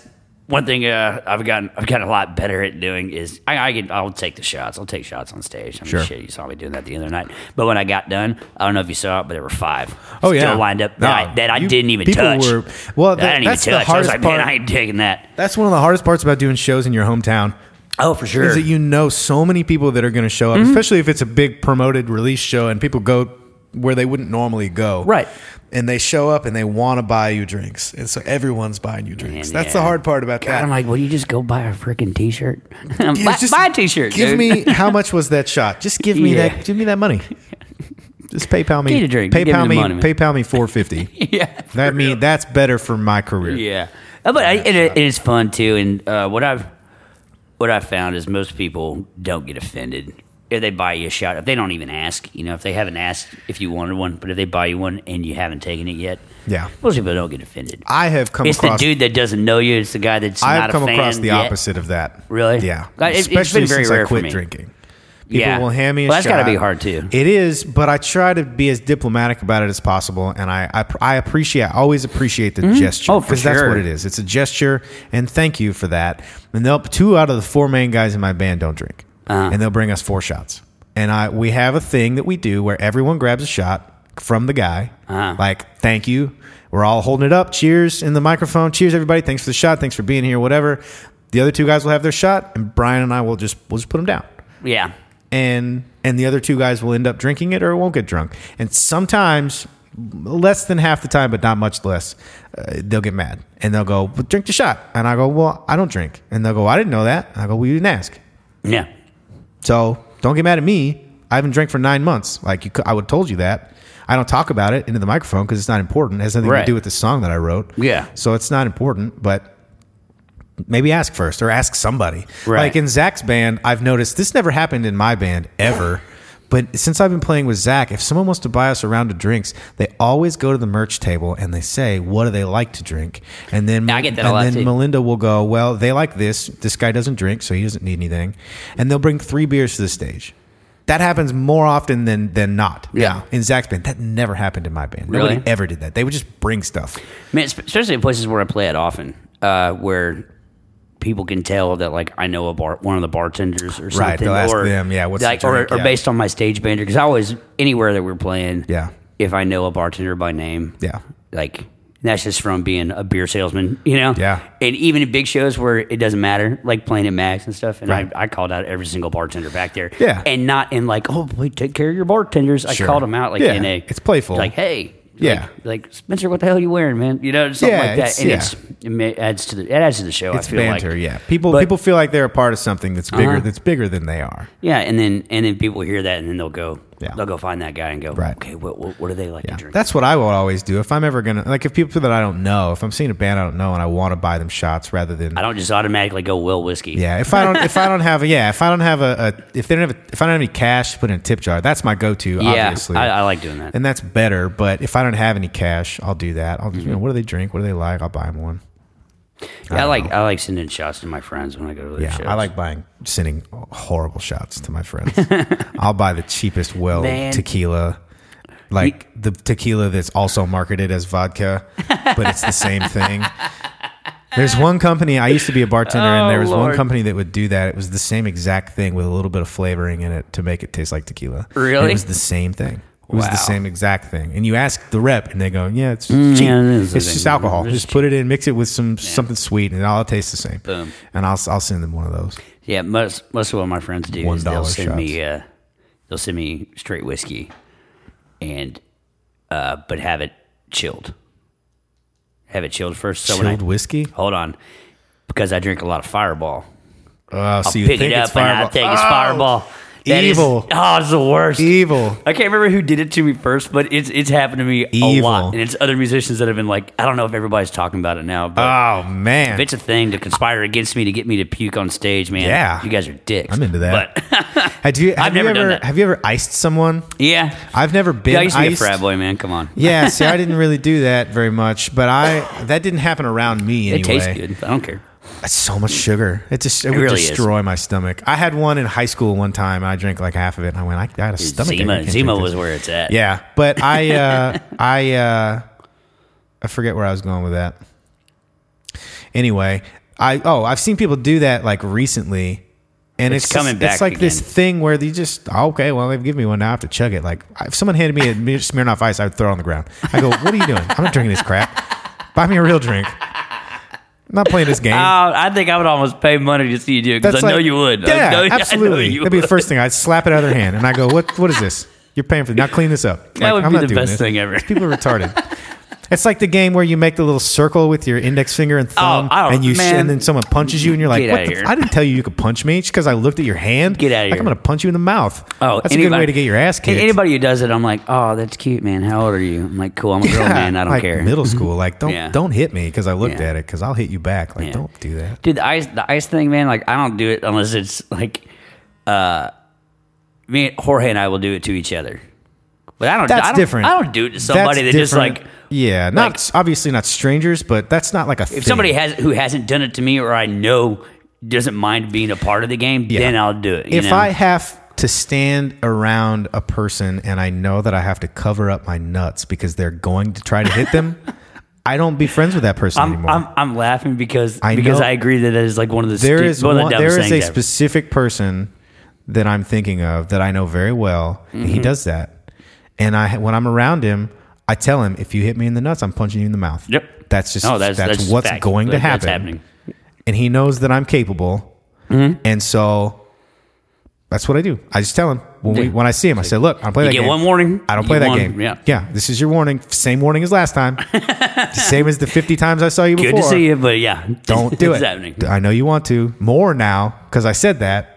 Speaker 2: one thing uh, I've gotten I've gotten a lot better at doing is I, I can I'll take the shots I'll take shots on stage. I mean,
Speaker 1: Sure.
Speaker 2: shit, you saw me doing that the other night. But when I got done, I don't know if you saw it, but there were five.
Speaker 1: Oh yeah,
Speaker 2: still lined up that
Speaker 1: No,
Speaker 2: I, that I
Speaker 1: you-
Speaker 2: didn't even
Speaker 1: people
Speaker 2: touch.
Speaker 1: Were, well,
Speaker 2: I
Speaker 1: that,
Speaker 2: didn't even
Speaker 1: that's
Speaker 2: touch.
Speaker 1: the
Speaker 2: I was
Speaker 1: hardest
Speaker 2: like,
Speaker 1: part.
Speaker 2: man, I ain't taking that.
Speaker 1: that's one of the hardest parts about doing shows in your hometown.
Speaker 2: Oh, for sure. Mm-hmm.
Speaker 1: Is that you know so many people that are going to show up, especially if it's a big promoted release show and people go where they wouldn't normally go.
Speaker 2: Right.
Speaker 1: And they show up and they want to buy you drinks. And so everyone's buying you drinks.
Speaker 2: Man,
Speaker 1: That's
Speaker 2: yeah.
Speaker 1: the hard part about
Speaker 2: God,
Speaker 1: that.
Speaker 2: I'm like, will you just go buy a freaking t-shirt?
Speaker 1: Yeah,
Speaker 2: buy,
Speaker 1: just
Speaker 2: buy a t-shirt.
Speaker 1: Give
Speaker 2: dude.
Speaker 1: me how much was that shot? Just give me
Speaker 2: Yeah.
Speaker 1: that give me that money. Just PayPal me.
Speaker 2: Get a drink. Give me
Speaker 1: PayPal
Speaker 2: the
Speaker 1: me,
Speaker 2: money, man.
Speaker 1: PayPal me 450.
Speaker 2: yeah.
Speaker 1: that mean that's better for my career.
Speaker 2: Yeah, Uh, but I, it, it is fun too. And uh, what I've what I've found is most people don't get offended if they buy you a shot. If they don't even ask, you know, if they haven't asked if you wanted one, but if they buy you one and you haven't taken it yet,
Speaker 1: Yeah.
Speaker 2: most people don't get offended.
Speaker 1: I have come
Speaker 2: it's the
Speaker 1: across
Speaker 2: dude that doesn't know you. It's the guy that's
Speaker 1: I've
Speaker 2: not
Speaker 1: come
Speaker 2: a fan
Speaker 1: across the
Speaker 2: yet.
Speaker 1: opposite of that.
Speaker 2: Really?
Speaker 1: Yeah.
Speaker 2: I- it- it's been
Speaker 1: Especially
Speaker 2: very
Speaker 1: since I
Speaker 2: rare for
Speaker 1: quit
Speaker 2: me.
Speaker 1: drinking. People
Speaker 2: Yeah.
Speaker 1: will hand me a
Speaker 2: Well, that's
Speaker 1: shot.
Speaker 2: gotta be hard, too.
Speaker 1: It is, but I try to be as diplomatic about it as possible, and I I, pr- I appreciate I always appreciate the gesture
Speaker 2: Oh, for
Speaker 1: that's
Speaker 2: sure.
Speaker 1: what it is. It's a gesture, and thank you for that. And they'll two out of the four main guys in my band don't drink, and they'll bring us four shots. And I we have a thing that we do where everyone grabs a shot from the guy, like thank you. We're all holding it up. Cheers in the microphone. Cheers everybody. Thanks for the shot. Thanks for being here. Whatever. The other two guys will have their shot, and Brian and I will just we'll just put them down
Speaker 2: Yeah,
Speaker 1: and and the other two guys will end up drinking it or it won't get drunk. And sometimes, less than half the time, but not much less, uh, they'll get mad and they'll go, well, "Drink the shot," and I go, "Well, I don't drink," and they'll go, "I didn't know that." And I go, "Well, you didn't ask."
Speaker 2: yeah,
Speaker 1: So don't get mad at me. I haven't drank for nine months. Like you, cou- I would have told you that. I don't talk about it into the microphone because it's not important. It has nothing to
Speaker 2: Right.
Speaker 1: do with the song that I wrote.
Speaker 2: Yeah.
Speaker 1: So it's not important, but maybe ask first or ask somebody.
Speaker 2: Right.
Speaker 1: Like in Zach's band, I've noticed this never happened in my band ever. But since I've been playing with Zach, if someone wants to buy us a round of drinks, they always go to the merch table and they say, "What do they like to drink?" And then
Speaker 2: I get that a
Speaker 1: and
Speaker 2: lot,
Speaker 1: then
Speaker 2: too.
Speaker 1: Melinda will go, Well, they like this. This guy doesn't drink, so he doesn't need anything. And they'll bring three beers to the stage. That happens more often than than not.
Speaker 2: Yeah.
Speaker 1: In Zach's band. That never happened in my band. Nobody
Speaker 2: Really?
Speaker 1: ever did that. They would just bring stuff.
Speaker 2: man. espe- Especially in places where I play it often, uh, where people can tell that like I know a bar, one of the bartenders or something,
Speaker 1: Right, they'll ask
Speaker 2: or
Speaker 1: them, yeah, what's the
Speaker 2: like,
Speaker 1: drink,
Speaker 2: or, or
Speaker 1: yeah.
Speaker 2: based on my stage banter because I always anywhere that we're playing,
Speaker 1: Yeah.
Speaker 2: If I know a bartender by name,
Speaker 1: Yeah.
Speaker 2: like that's just from being a beer salesman, you know,
Speaker 1: Yeah.
Speaker 2: And even in big shows where it doesn't matter, like playing at Max and stuff, and
Speaker 1: Right.
Speaker 2: I, I called out every single bartender back there,
Speaker 1: Yeah.
Speaker 2: and not in like, oh, wait, take care of your bartenders. I
Speaker 1: Sure.
Speaker 2: called them out like
Speaker 1: Yeah,
Speaker 2: in a
Speaker 1: it's playful.
Speaker 2: like hey.
Speaker 1: Yeah.
Speaker 2: like, like Spencer, what the hell are you wearing, man? You know, something
Speaker 1: Yeah,
Speaker 2: like that,
Speaker 1: it's-
Speaker 2: and
Speaker 1: yeah.
Speaker 2: it's it ma- adds to the it adds to the show.
Speaker 1: It's
Speaker 2: I feel
Speaker 1: banter,
Speaker 2: like.
Speaker 1: yeah. People
Speaker 2: But-
Speaker 1: people feel like they're a part of something that's bigger
Speaker 2: Uh-huh.
Speaker 1: that's bigger than they are.
Speaker 2: yeah, and then and then people hear that, and then they'll go,
Speaker 1: Yeah.
Speaker 2: they'll go find that guy and go,
Speaker 1: Right.
Speaker 2: okay, what what, what do they like to drink?
Speaker 1: That's what I will always do. If I'm ever gonna like if people that I don't know, if I'm seeing a band I don't know and I want to buy them shots rather than
Speaker 2: I don't just automatically go well whiskey.
Speaker 1: Yeah, if I don't, if I don't have, a, yeah, if I don't have a, a if they don't have, a, if I don't have any cash to put in a tip jar, that's my go-to.
Speaker 2: Yeah,
Speaker 1: obviously,
Speaker 2: I- I like doing that.
Speaker 1: and that's better.
Speaker 2: Mm-hmm.
Speaker 1: But if I don't have any cash, I'll do that. I'll, you know, what do they drink? What do they like? I'll buy them one.
Speaker 2: I, like I like sending shots to my friends when I go to their
Speaker 1: uh, Yeah,
Speaker 2: shows.
Speaker 1: I like buying, sending horrible shots to my friends. I'll buy the cheapest well
Speaker 2: Man.
Speaker 1: tequila, like the tequila that's also marketed as vodka, but it's the same thing. There's one company I used to be a bartender,
Speaker 2: Oh,
Speaker 1: and there was one
Speaker 2: Lord.
Speaker 1: company that would do that. It was the same exact thing with a little bit of flavoring in it to make it taste like tequila. And
Speaker 2: Really?
Speaker 1: it was the same thing. It was
Speaker 2: Wow.
Speaker 1: the same exact thing. And you ask the rep, and they go, "Yeah, it's cheap.
Speaker 2: yeah, it is the
Speaker 1: it's
Speaker 2: same.
Speaker 1: just alcohol.
Speaker 2: It's
Speaker 1: Just put it in, mix it with some something sweet, and it all tastes the same."
Speaker 2: Boom.
Speaker 1: And I'll I'll send them one of those.
Speaker 2: Yeah, most most of what my friends do is
Speaker 1: $1
Speaker 2: they'll send
Speaker 1: shots.
Speaker 2: me uh, they'll send me straight whiskey, and uh, but have it chilled. Have it chilled first. So
Speaker 1: Chilled
Speaker 2: when I,
Speaker 1: whiskey.
Speaker 2: hold on, because I drink a lot of Fireball.
Speaker 1: Oh, so you
Speaker 2: Pick
Speaker 1: think
Speaker 2: it
Speaker 1: it's
Speaker 2: up and I
Speaker 1: fireball?
Speaker 2: think it's
Speaker 1: Oh,
Speaker 2: Fireball. That is-
Speaker 1: evil. E-
Speaker 2: oh, it's the worst.
Speaker 1: Evil.
Speaker 2: I can't remember who did it to me first, but it's it's happened to me a
Speaker 1: Evil.
Speaker 2: lot, and it's other musicians that have been like, I don't know if everybody's talking about it now, but
Speaker 1: Oh man,
Speaker 2: if it's a thing to conspire against me to get me to puke on stage, man,
Speaker 1: Yeah.
Speaker 2: you guys are dicks.
Speaker 1: I'm into that.
Speaker 2: But
Speaker 1: have you have
Speaker 2: I've
Speaker 1: you
Speaker 2: never
Speaker 1: ever
Speaker 2: done that.
Speaker 1: have you ever iced someone?
Speaker 2: yeah,
Speaker 1: I've never been
Speaker 2: I used to be a
Speaker 1: iced.
Speaker 2: frat boy, man. Come on,
Speaker 1: yeah, see, I didn't really do that very much, but I that didn't happen around me anyway.
Speaker 2: it tastes good. I don't care.
Speaker 1: That's so much sugar. It just it, would
Speaker 2: really is.
Speaker 1: destroy my stomach. I had one in high school one time. And I drank like half of it, and I went, I, I had a stomach. ache. I
Speaker 2: Zima,
Speaker 1: can't
Speaker 2: Zima
Speaker 1: drink this.
Speaker 2: was where it's at.
Speaker 1: Yeah, but I, uh, I, uh, I forget where I was going with that. Anyway, I oh, I've seen people do that like recently, and it's,
Speaker 2: It's coming
Speaker 1: just- It's
Speaker 2: back
Speaker 1: like this
Speaker 2: again.
Speaker 1: thing where they just oh, okay, well they've given me one now, I have to chug it. Like if someone handed me a Mir- Smirnoff Ice, I would throw it on the ground. I go, what are you doing? I'm not drinking this crap. Buy me a real drink. I'm not playing this game.
Speaker 2: Oh, I think I would almost pay money to see you do it because I know
Speaker 1: like-
Speaker 2: you would. I
Speaker 1: Yeah,
Speaker 2: know- I know
Speaker 1: absolutely.
Speaker 2: you
Speaker 1: That'd be the
Speaker 2: would.
Speaker 1: first thing. I'd slap it out of their hand and I go, "What? What is this? You're paying for this. Now clean this up."
Speaker 2: That would
Speaker 1: I'm
Speaker 2: be
Speaker 1: not
Speaker 2: the
Speaker 1: doing
Speaker 2: best
Speaker 1: this.
Speaker 2: thing ever.
Speaker 1: These people are retarded. It's like the game where you make the little circle with your index finger and thumb,
Speaker 2: I don't-
Speaker 1: and you sh-
Speaker 2: Oh, man.
Speaker 1: and then someone punches you, and you're like,
Speaker 2: Get
Speaker 1: "What?
Speaker 2: outta
Speaker 1: The f-
Speaker 2: here.
Speaker 1: I didn't tell you you could punch me because I looked at your hand.
Speaker 2: Get outta
Speaker 1: Like, I'm
Speaker 2: here.
Speaker 1: gonna punch you in the mouth.
Speaker 2: Oh,
Speaker 1: that's a good
Speaker 2: anybody-
Speaker 1: way to get your ass kicked.
Speaker 2: Anybody who does it, I'm like, oh, that's cute, man. How old are you? I'm like, cool. I'm a girl,
Speaker 1: Yeah,
Speaker 2: man. I don't
Speaker 1: like
Speaker 2: care.
Speaker 1: Middle school, like don't
Speaker 2: Yeah.
Speaker 1: don't hit me because I looked
Speaker 2: Yeah.
Speaker 1: at it because I'll hit you back. Like
Speaker 2: Yeah.
Speaker 1: don't do that.
Speaker 2: dude the ice the ice thing man like i don't do it unless it's like uh me and jorge and i will do it to each other but i don't
Speaker 1: That's
Speaker 2: I don't,
Speaker 1: different.
Speaker 2: i don't do it to somebody that just
Speaker 1: different.
Speaker 2: like
Speaker 1: yeah, not obviously not strangers, but that's not like a
Speaker 2: if somebody has who hasn't done it to me or i know doesn't mind being a part of the game then i'll do it you
Speaker 1: if
Speaker 2: know?
Speaker 1: I have to stand around a person and I know that I have to cover up my nuts because they're going to try to hit them, I don't be friends with that person
Speaker 2: I'm,
Speaker 1: anymore.
Speaker 2: I'm I'm laughing because
Speaker 1: I
Speaker 2: because
Speaker 1: know-
Speaker 2: I agree that that is like one of the
Speaker 1: there
Speaker 2: stu-
Speaker 1: is
Speaker 2: one,
Speaker 1: one,
Speaker 2: of the dumbest
Speaker 1: there is a
Speaker 2: things ever.
Speaker 1: specific person that I'm thinking of that I know very well. and
Speaker 2: Mm-hmm.
Speaker 1: He does that, and I when I'm around him, I tell him if you hit me in the nuts, I'm punching you in the mouth.
Speaker 2: Yep.
Speaker 1: that's just
Speaker 2: no that's
Speaker 1: that's,
Speaker 2: that's,
Speaker 1: what's
Speaker 2: fact.
Speaker 1: going to
Speaker 2: That-
Speaker 1: happen.
Speaker 2: that's happening.
Speaker 1: and he knows that I'm capable.
Speaker 2: Mm-hmm.
Speaker 1: And so that's what I do. I just tell him when we
Speaker 2: Yeah.
Speaker 1: when I see him, I say, "Look, I don't play
Speaker 2: You
Speaker 1: that
Speaker 2: get
Speaker 1: game.
Speaker 2: one warning,
Speaker 1: I don't play
Speaker 2: you
Speaker 1: that
Speaker 2: won."
Speaker 1: game.
Speaker 2: Yeah.
Speaker 1: this is your warning. Same warning as last time. The same as the fifty times I saw you
Speaker 2: Good
Speaker 1: before.
Speaker 2: to see you, but yeah,
Speaker 1: Don't do
Speaker 2: it's
Speaker 1: it.
Speaker 2: Happening.
Speaker 1: I know you want to more now because I said that.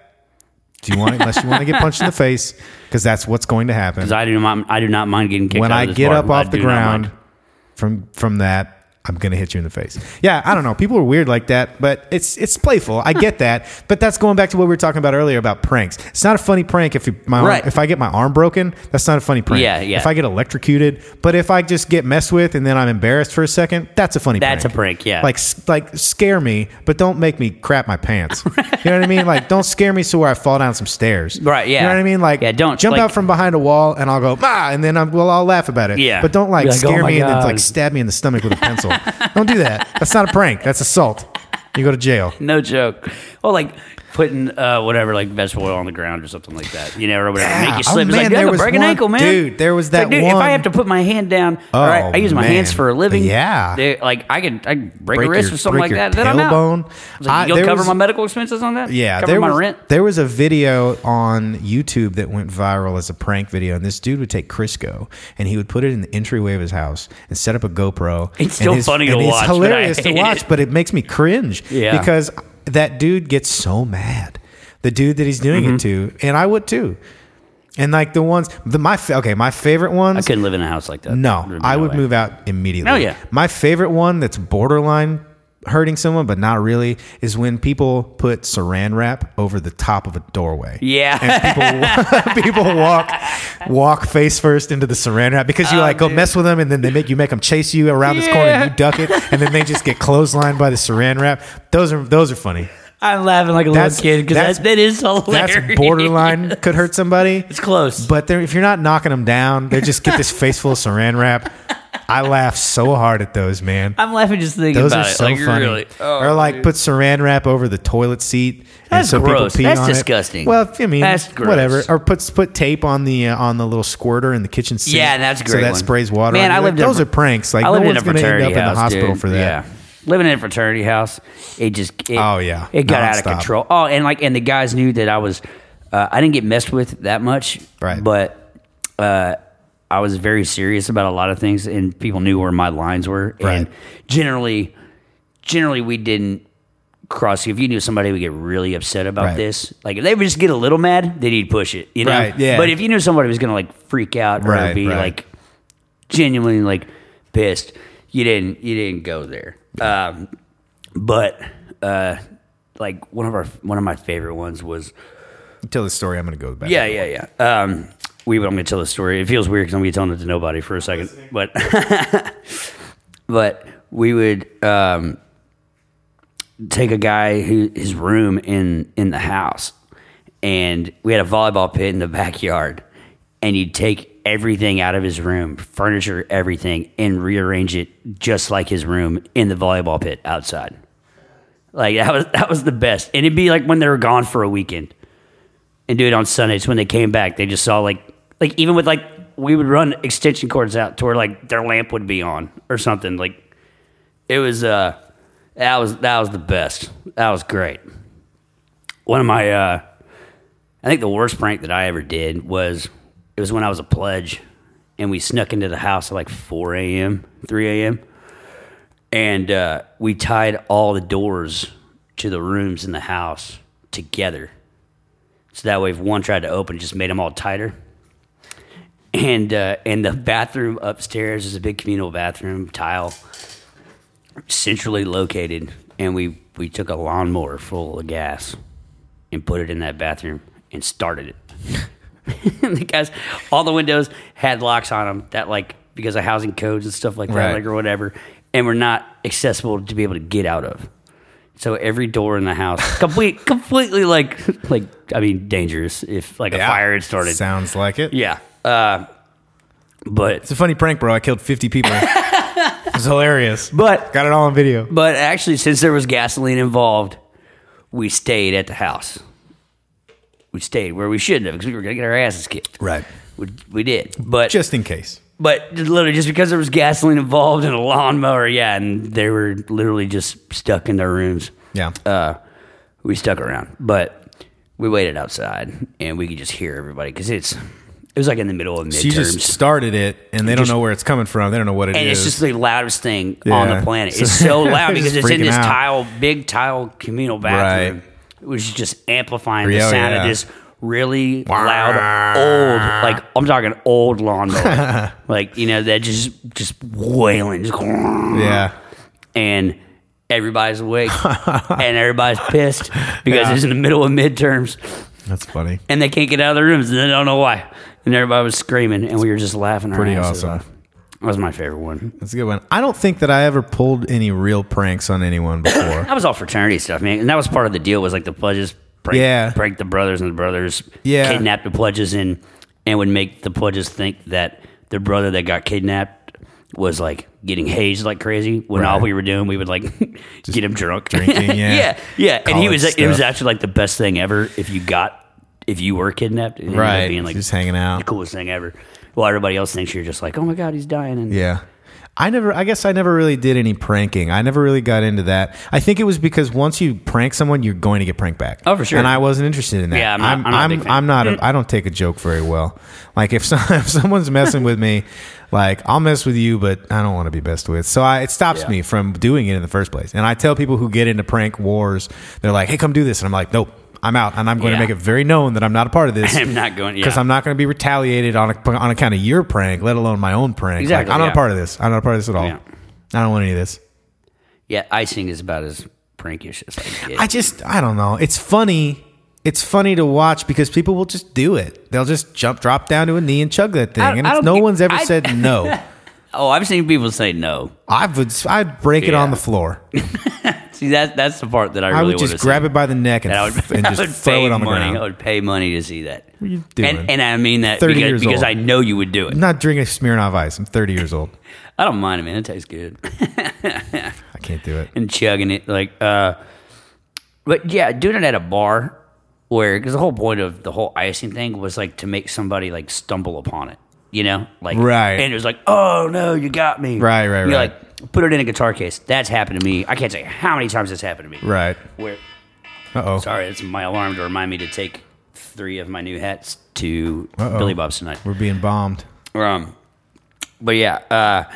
Speaker 1: Do you want unless you want to get punched in the face because that's what's going to happen
Speaker 2: 'Cause I do not I do not mind getting kicked
Speaker 1: when
Speaker 2: out
Speaker 1: I
Speaker 2: of this
Speaker 1: get
Speaker 2: bar.
Speaker 1: up off
Speaker 2: I
Speaker 1: the
Speaker 2: do not
Speaker 1: ground
Speaker 2: mind.
Speaker 1: from from that, I'm gonna hit you in the face. Yeah, I don't know. People are weird like that, but it's it's playful. I get that, but that's going back to what we were talking about earlier about pranks. It's not a funny prank if you, my arm-
Speaker 2: Right.
Speaker 1: if I get my arm broken. That's not a funny prank.
Speaker 2: Yeah, yeah.
Speaker 1: If I get electrocuted, but if I just get messed with and then I'm embarrassed for a second, that's a funny.
Speaker 2: That's
Speaker 1: prank.
Speaker 2: a prank, yeah.
Speaker 1: Like s- like scare me, but don't make me crap my pants. you know what I mean? Like don't scare me so where I fall down some stairs.
Speaker 2: Right,
Speaker 1: You
Speaker 2: yeah.
Speaker 1: know what I mean? Like
Speaker 2: Yeah, don't,
Speaker 1: jump
Speaker 2: like-
Speaker 1: out from behind a wall and I'll go ma, and then I'm, we'll all laugh about it.
Speaker 2: Yeah.
Speaker 1: But don't like,
Speaker 2: Be like,
Speaker 1: scare
Speaker 2: "Oh my
Speaker 1: me and then
Speaker 2: God."
Speaker 1: like stab me in the stomach with a pencil. don't do that. That's not a prank. That's assault. You go to jail.
Speaker 2: No joke. Well, like putting uh, whatever, like vegetable oil on the ground or something like that. You know, or whatever.
Speaker 1: Yeah.
Speaker 2: Make you
Speaker 1: Oh,
Speaker 2: slip. It's
Speaker 1: man,
Speaker 2: like,
Speaker 1: there
Speaker 2: there
Speaker 1: was
Speaker 2: break an
Speaker 1: one-
Speaker 2: ankle, man.
Speaker 1: dude, there was
Speaker 2: It's like,
Speaker 1: that
Speaker 2: dude, If
Speaker 1: one- Oh,
Speaker 2: I have to put my hand down, all right, I use my
Speaker 1: man.
Speaker 2: hands for a living.
Speaker 1: Yeah.
Speaker 2: They- like I could, I could break, a
Speaker 1: Break
Speaker 2: wrist
Speaker 1: your-
Speaker 2: or something
Speaker 1: break
Speaker 2: like
Speaker 1: your
Speaker 2: that. Then I'm out.
Speaker 1: tailbone.
Speaker 2: I was like,
Speaker 1: I-
Speaker 2: you'll
Speaker 1: there
Speaker 2: cover
Speaker 1: was-
Speaker 2: my medical expenses on that.
Speaker 1: Yeah,
Speaker 2: cover
Speaker 1: there
Speaker 2: my
Speaker 1: was,
Speaker 2: rent.
Speaker 1: There was a video on YouTube that went viral as a prank video, and this dude would take Crisco and he would put it in the entryway of his house and set up a GoPro.
Speaker 2: It's
Speaker 1: And
Speaker 2: still funny to
Speaker 1: and
Speaker 2: watch,
Speaker 1: It's
Speaker 2: but I
Speaker 1: hilarious to
Speaker 2: hate
Speaker 1: watch,
Speaker 2: it.
Speaker 1: but it makes me cringe
Speaker 2: Yeah.
Speaker 1: because that dude gets so mad. The dude that he's doing it
Speaker 2: Mm-hmm.
Speaker 1: to, and I would too. And like the ones, the my fa- okay, my favorite ones.
Speaker 2: I couldn't live in a house like that.
Speaker 1: No,
Speaker 2: There'd be
Speaker 1: I would
Speaker 2: way.
Speaker 1: move out immediately.
Speaker 2: Oh, yeah.
Speaker 1: My favorite one that's borderline hurting someone, but not really, is when people put saran wrap over the top of a doorway.
Speaker 2: Yeah.
Speaker 1: And people, people walk walk face first into the saran wrap because
Speaker 2: Oh,
Speaker 1: you like go mess with them and then they make you make them chase you around this corner and you duck it and then they just get clotheslined by the saran wrap. Those are those are funny.
Speaker 2: I'm laughing like a
Speaker 1: That's-
Speaker 2: little kid because
Speaker 1: that's-
Speaker 2: that, that is hilarious.
Speaker 1: That's borderline could hurt somebody.
Speaker 2: It's close.
Speaker 1: But they're, if you're not knocking them down, they just get this face full of saran wrap. I laugh so hard at those, man.
Speaker 2: I'm laughing just thinking
Speaker 1: Those are
Speaker 2: about it.
Speaker 1: so
Speaker 2: like,
Speaker 1: funny.
Speaker 2: Really, oh,
Speaker 1: or like
Speaker 2: dude.
Speaker 1: put saran wrap over the toilet seat. and
Speaker 2: That's
Speaker 1: so
Speaker 2: gross.
Speaker 1: People pee
Speaker 2: That's
Speaker 1: on it.
Speaker 2: disgusting.
Speaker 1: Well, I mean,
Speaker 2: That's gross.
Speaker 1: whatever. Or put put tape on the uh, on the little squirter in the kitchen sink.
Speaker 2: Yeah, that's a
Speaker 1: So
Speaker 2: great
Speaker 1: that
Speaker 2: one.
Speaker 1: sprays water. on you.
Speaker 2: Man, I
Speaker 1: Like,
Speaker 2: lived in a
Speaker 1: those
Speaker 2: fr-
Speaker 1: are pranks. Like
Speaker 2: I
Speaker 1: no
Speaker 2: lived in
Speaker 1: one's
Speaker 2: a
Speaker 1: going to end
Speaker 2: fraternity
Speaker 1: up in the
Speaker 2: house,
Speaker 1: hospital
Speaker 2: dude.
Speaker 1: for that.
Speaker 2: Yeah. Living in a fraternity house, it just it,
Speaker 1: Oh, yeah.
Speaker 2: it got out of
Speaker 1: Nonstop.
Speaker 2: control. Oh, and like and the guys knew that I was uh, I didn't get messed with that much,
Speaker 1: Right.
Speaker 2: But uh, I was very serious about a lot of things, and people knew where my lines were.
Speaker 1: Right.
Speaker 2: And generally, generally we didn't cross. If you knew somebody would get really upset about
Speaker 1: Right.
Speaker 2: this, like if they would just get a little mad, then you'd push it, you know.
Speaker 1: Right, yeah.
Speaker 2: But if you knew somebody was gonna like freak out or
Speaker 1: Right,
Speaker 2: be
Speaker 1: right.
Speaker 2: like genuinely like pissed. You didn't you didn't go there. Um, but uh, like one of our one of my favorite ones was
Speaker 1: Tell the story. I'm going to go back.
Speaker 2: yeah yeah yeah. Um, we I'm gonna tell the story. It feels weird because I'm gonna be telling it to nobody for a second, but but we would um, take a guy who his room in in the house, and we had a volleyball pit in the backyard, and you'd take everything out of his room, furniture, everything, and rearrange it just like his room in the volleyball pit outside. Like that was that was the best, and it'd be like when they were gone for a weekend, and do it on Sundays when they came back. They just saw like like even with like we would run extension cords out to where like their lamp would be on or something. Like it was uh that was that was the best. That was great. One of my uh I think the worst prank that I ever did was it was when I was a pledge and we snuck into the house at like four AM, three AM. And uh, we tied all the doors to the rooms in the house together. So that way, if one tried to open, it just made them all tighter. And uh, and the bathroom upstairs is a big communal bathroom, tile, centrally located. And we we took a lawnmower full of gas and put it in that bathroom and started it. and the guys, all the windows had locks on them that like because of housing codes and stuff like that,
Speaker 1: Right.
Speaker 2: like or whatever, and were not accessible to be able to get out of. So every door in the house, complete, completely like, like I mean, dangerous if like a fire had started.
Speaker 1: Sounds like it.
Speaker 2: yeah, uh, but
Speaker 1: It's a funny prank, bro. I killed 50 people. it was hilarious.
Speaker 2: but
Speaker 1: Got it all on video.
Speaker 2: but actually, since there was gasoline involved, we stayed at the house. We stayed where we shouldn't have because we were gonna get our asses kicked.
Speaker 1: Right.
Speaker 2: We, we did, but
Speaker 1: Just in case.
Speaker 2: But just literally, just because there was gasoline involved and a lawnmower, yeah, and they were literally just stuck in their rooms.
Speaker 1: Yeah.
Speaker 2: Uh, we stuck around, but we waited outside, and we could just hear everybody because it's it was like in the middle of midterms,
Speaker 1: She just started it, and they don't
Speaker 2: just-
Speaker 1: know where it's coming from. They don't know what it is.
Speaker 2: and it's just the loudest thing on
Speaker 1: Yeah.
Speaker 2: the planet. It's so loud
Speaker 1: Just
Speaker 2: because it's in
Speaker 1: freaking
Speaker 2: this
Speaker 1: out.
Speaker 2: tile, big tile communal bathroom,
Speaker 1: Right.
Speaker 2: which is just amplifying the
Speaker 1: Yeah, oh,
Speaker 2: sound
Speaker 1: yeah.
Speaker 2: of this really loud old like I'm talking old lawnmower like you know that just just wailing just
Speaker 1: yeah.
Speaker 2: and everybody's awake and everybody's pissed because
Speaker 1: Yeah.
Speaker 2: it's in the middle of midterms
Speaker 1: That's funny.
Speaker 2: and they can't get out of their rooms and they don't know why. And everybody was screaming and we were just laughing. our
Speaker 1: Pretty
Speaker 2: asses
Speaker 1: awesome.
Speaker 2: off. That was my favorite one.
Speaker 1: That's a good one. I don't think that I ever pulled any real pranks on anyone before.
Speaker 2: That was all fraternity stuff, man. And that was part of the deal was like the pledges prank,
Speaker 1: Yeah.
Speaker 2: prank the brothers and the brothers
Speaker 1: Yeah.
Speaker 2: kidnapped the pledges and and would make the pledges think that the brother that got kidnapped was like getting hazed like crazy when all
Speaker 1: Right.
Speaker 2: we were doing we would like get him drunk
Speaker 1: drinking, yeah.
Speaker 2: yeah yeah and he
Speaker 1: College
Speaker 2: was like, it was
Speaker 1: stuff.
Speaker 2: actually like the best thing ever if you got if you were kidnapped it ended up
Speaker 1: Right.
Speaker 2: being like
Speaker 1: Just hanging out.
Speaker 2: the coolest thing ever well everybody else thinks you're just like oh my god he's dying and
Speaker 1: Yeah. I never I guess I never really did any pranking. I never really got into that. I think it was because once you prank someone, you're going to get pranked back.
Speaker 2: Oh, for sure.
Speaker 1: And I wasn't interested in that.
Speaker 2: Yeah, I'm not- I'm not a
Speaker 1: I'm,
Speaker 2: big fan. Mm.
Speaker 1: I'm not a, I don't take a joke very well. Like if, some, if someone's messing with me, like I'll mess with you, but I don't want to be messed with. So I, it stops
Speaker 2: Yeah.
Speaker 1: me from doing it in the first place. And I tell people who get into prank wars, they're like, "Hey, come do this," and I'm like, "Nope." I'm out, and I'm going
Speaker 2: Yeah.
Speaker 1: to make it very known that I'm not a part of this.
Speaker 2: I'm not going- yeah.
Speaker 1: because I'm not going to be retaliated on a, on account of your prank, let alone my own prank. Like,
Speaker 2: Exactly,
Speaker 1: I'm not
Speaker 2: yeah.
Speaker 1: a part of this. I'm not a part of this at all.
Speaker 2: Yeah.
Speaker 1: I don't want any of this.
Speaker 2: Yeah, icing is about as prankish as I can get.
Speaker 1: I just I don't know. It's funny. It's funny to watch because people will just do it. They'll just jump, drop down to a knee, and chug that thing,
Speaker 2: I-
Speaker 1: and
Speaker 2: I
Speaker 1: it's,
Speaker 2: don't
Speaker 1: no
Speaker 2: think-
Speaker 1: one's ever
Speaker 2: I-
Speaker 1: said no.
Speaker 2: oh, I've seen people say no.
Speaker 1: I would I'd break it
Speaker 2: Yeah.
Speaker 1: on the floor.
Speaker 2: See, that that's the part that
Speaker 1: I,
Speaker 2: I really
Speaker 1: would
Speaker 2: want to
Speaker 1: just grab it by the neck and,
Speaker 2: And I
Speaker 1: f-
Speaker 2: would,
Speaker 1: and
Speaker 2: I
Speaker 1: just
Speaker 2: would
Speaker 1: throw
Speaker 2: pay
Speaker 1: it on the
Speaker 2: money.
Speaker 1: ground.
Speaker 2: I would pay money to see that.
Speaker 1: What are you doing?
Speaker 2: And, and I mean that
Speaker 1: 30
Speaker 2: because,
Speaker 1: years
Speaker 2: because
Speaker 1: old.
Speaker 2: I know you would do it.
Speaker 1: I'm not drinking Smirnoff Ice. I'm 30 years old.
Speaker 2: I don't mind it, man. It tastes good.
Speaker 1: I can't do it.
Speaker 2: and chugging it like uh but yeah doing it at a bar where because the whole point of the whole icing thing was like to make somebody like stumble upon it you know like
Speaker 1: Right.
Speaker 2: and it was like oh no you got me
Speaker 1: Right, right,
Speaker 2: you're
Speaker 1: right.
Speaker 2: like put it in a guitar case that's happened to me i can't tell you how many times this happened to me
Speaker 1: Right.
Speaker 2: where
Speaker 1: Uh oh.
Speaker 2: sorry it's my alarm to remind me to take three of my new hats to
Speaker 1: Uh-oh.
Speaker 2: billy bob's tonight
Speaker 1: We're being bombed.
Speaker 2: um, but yeah, uh,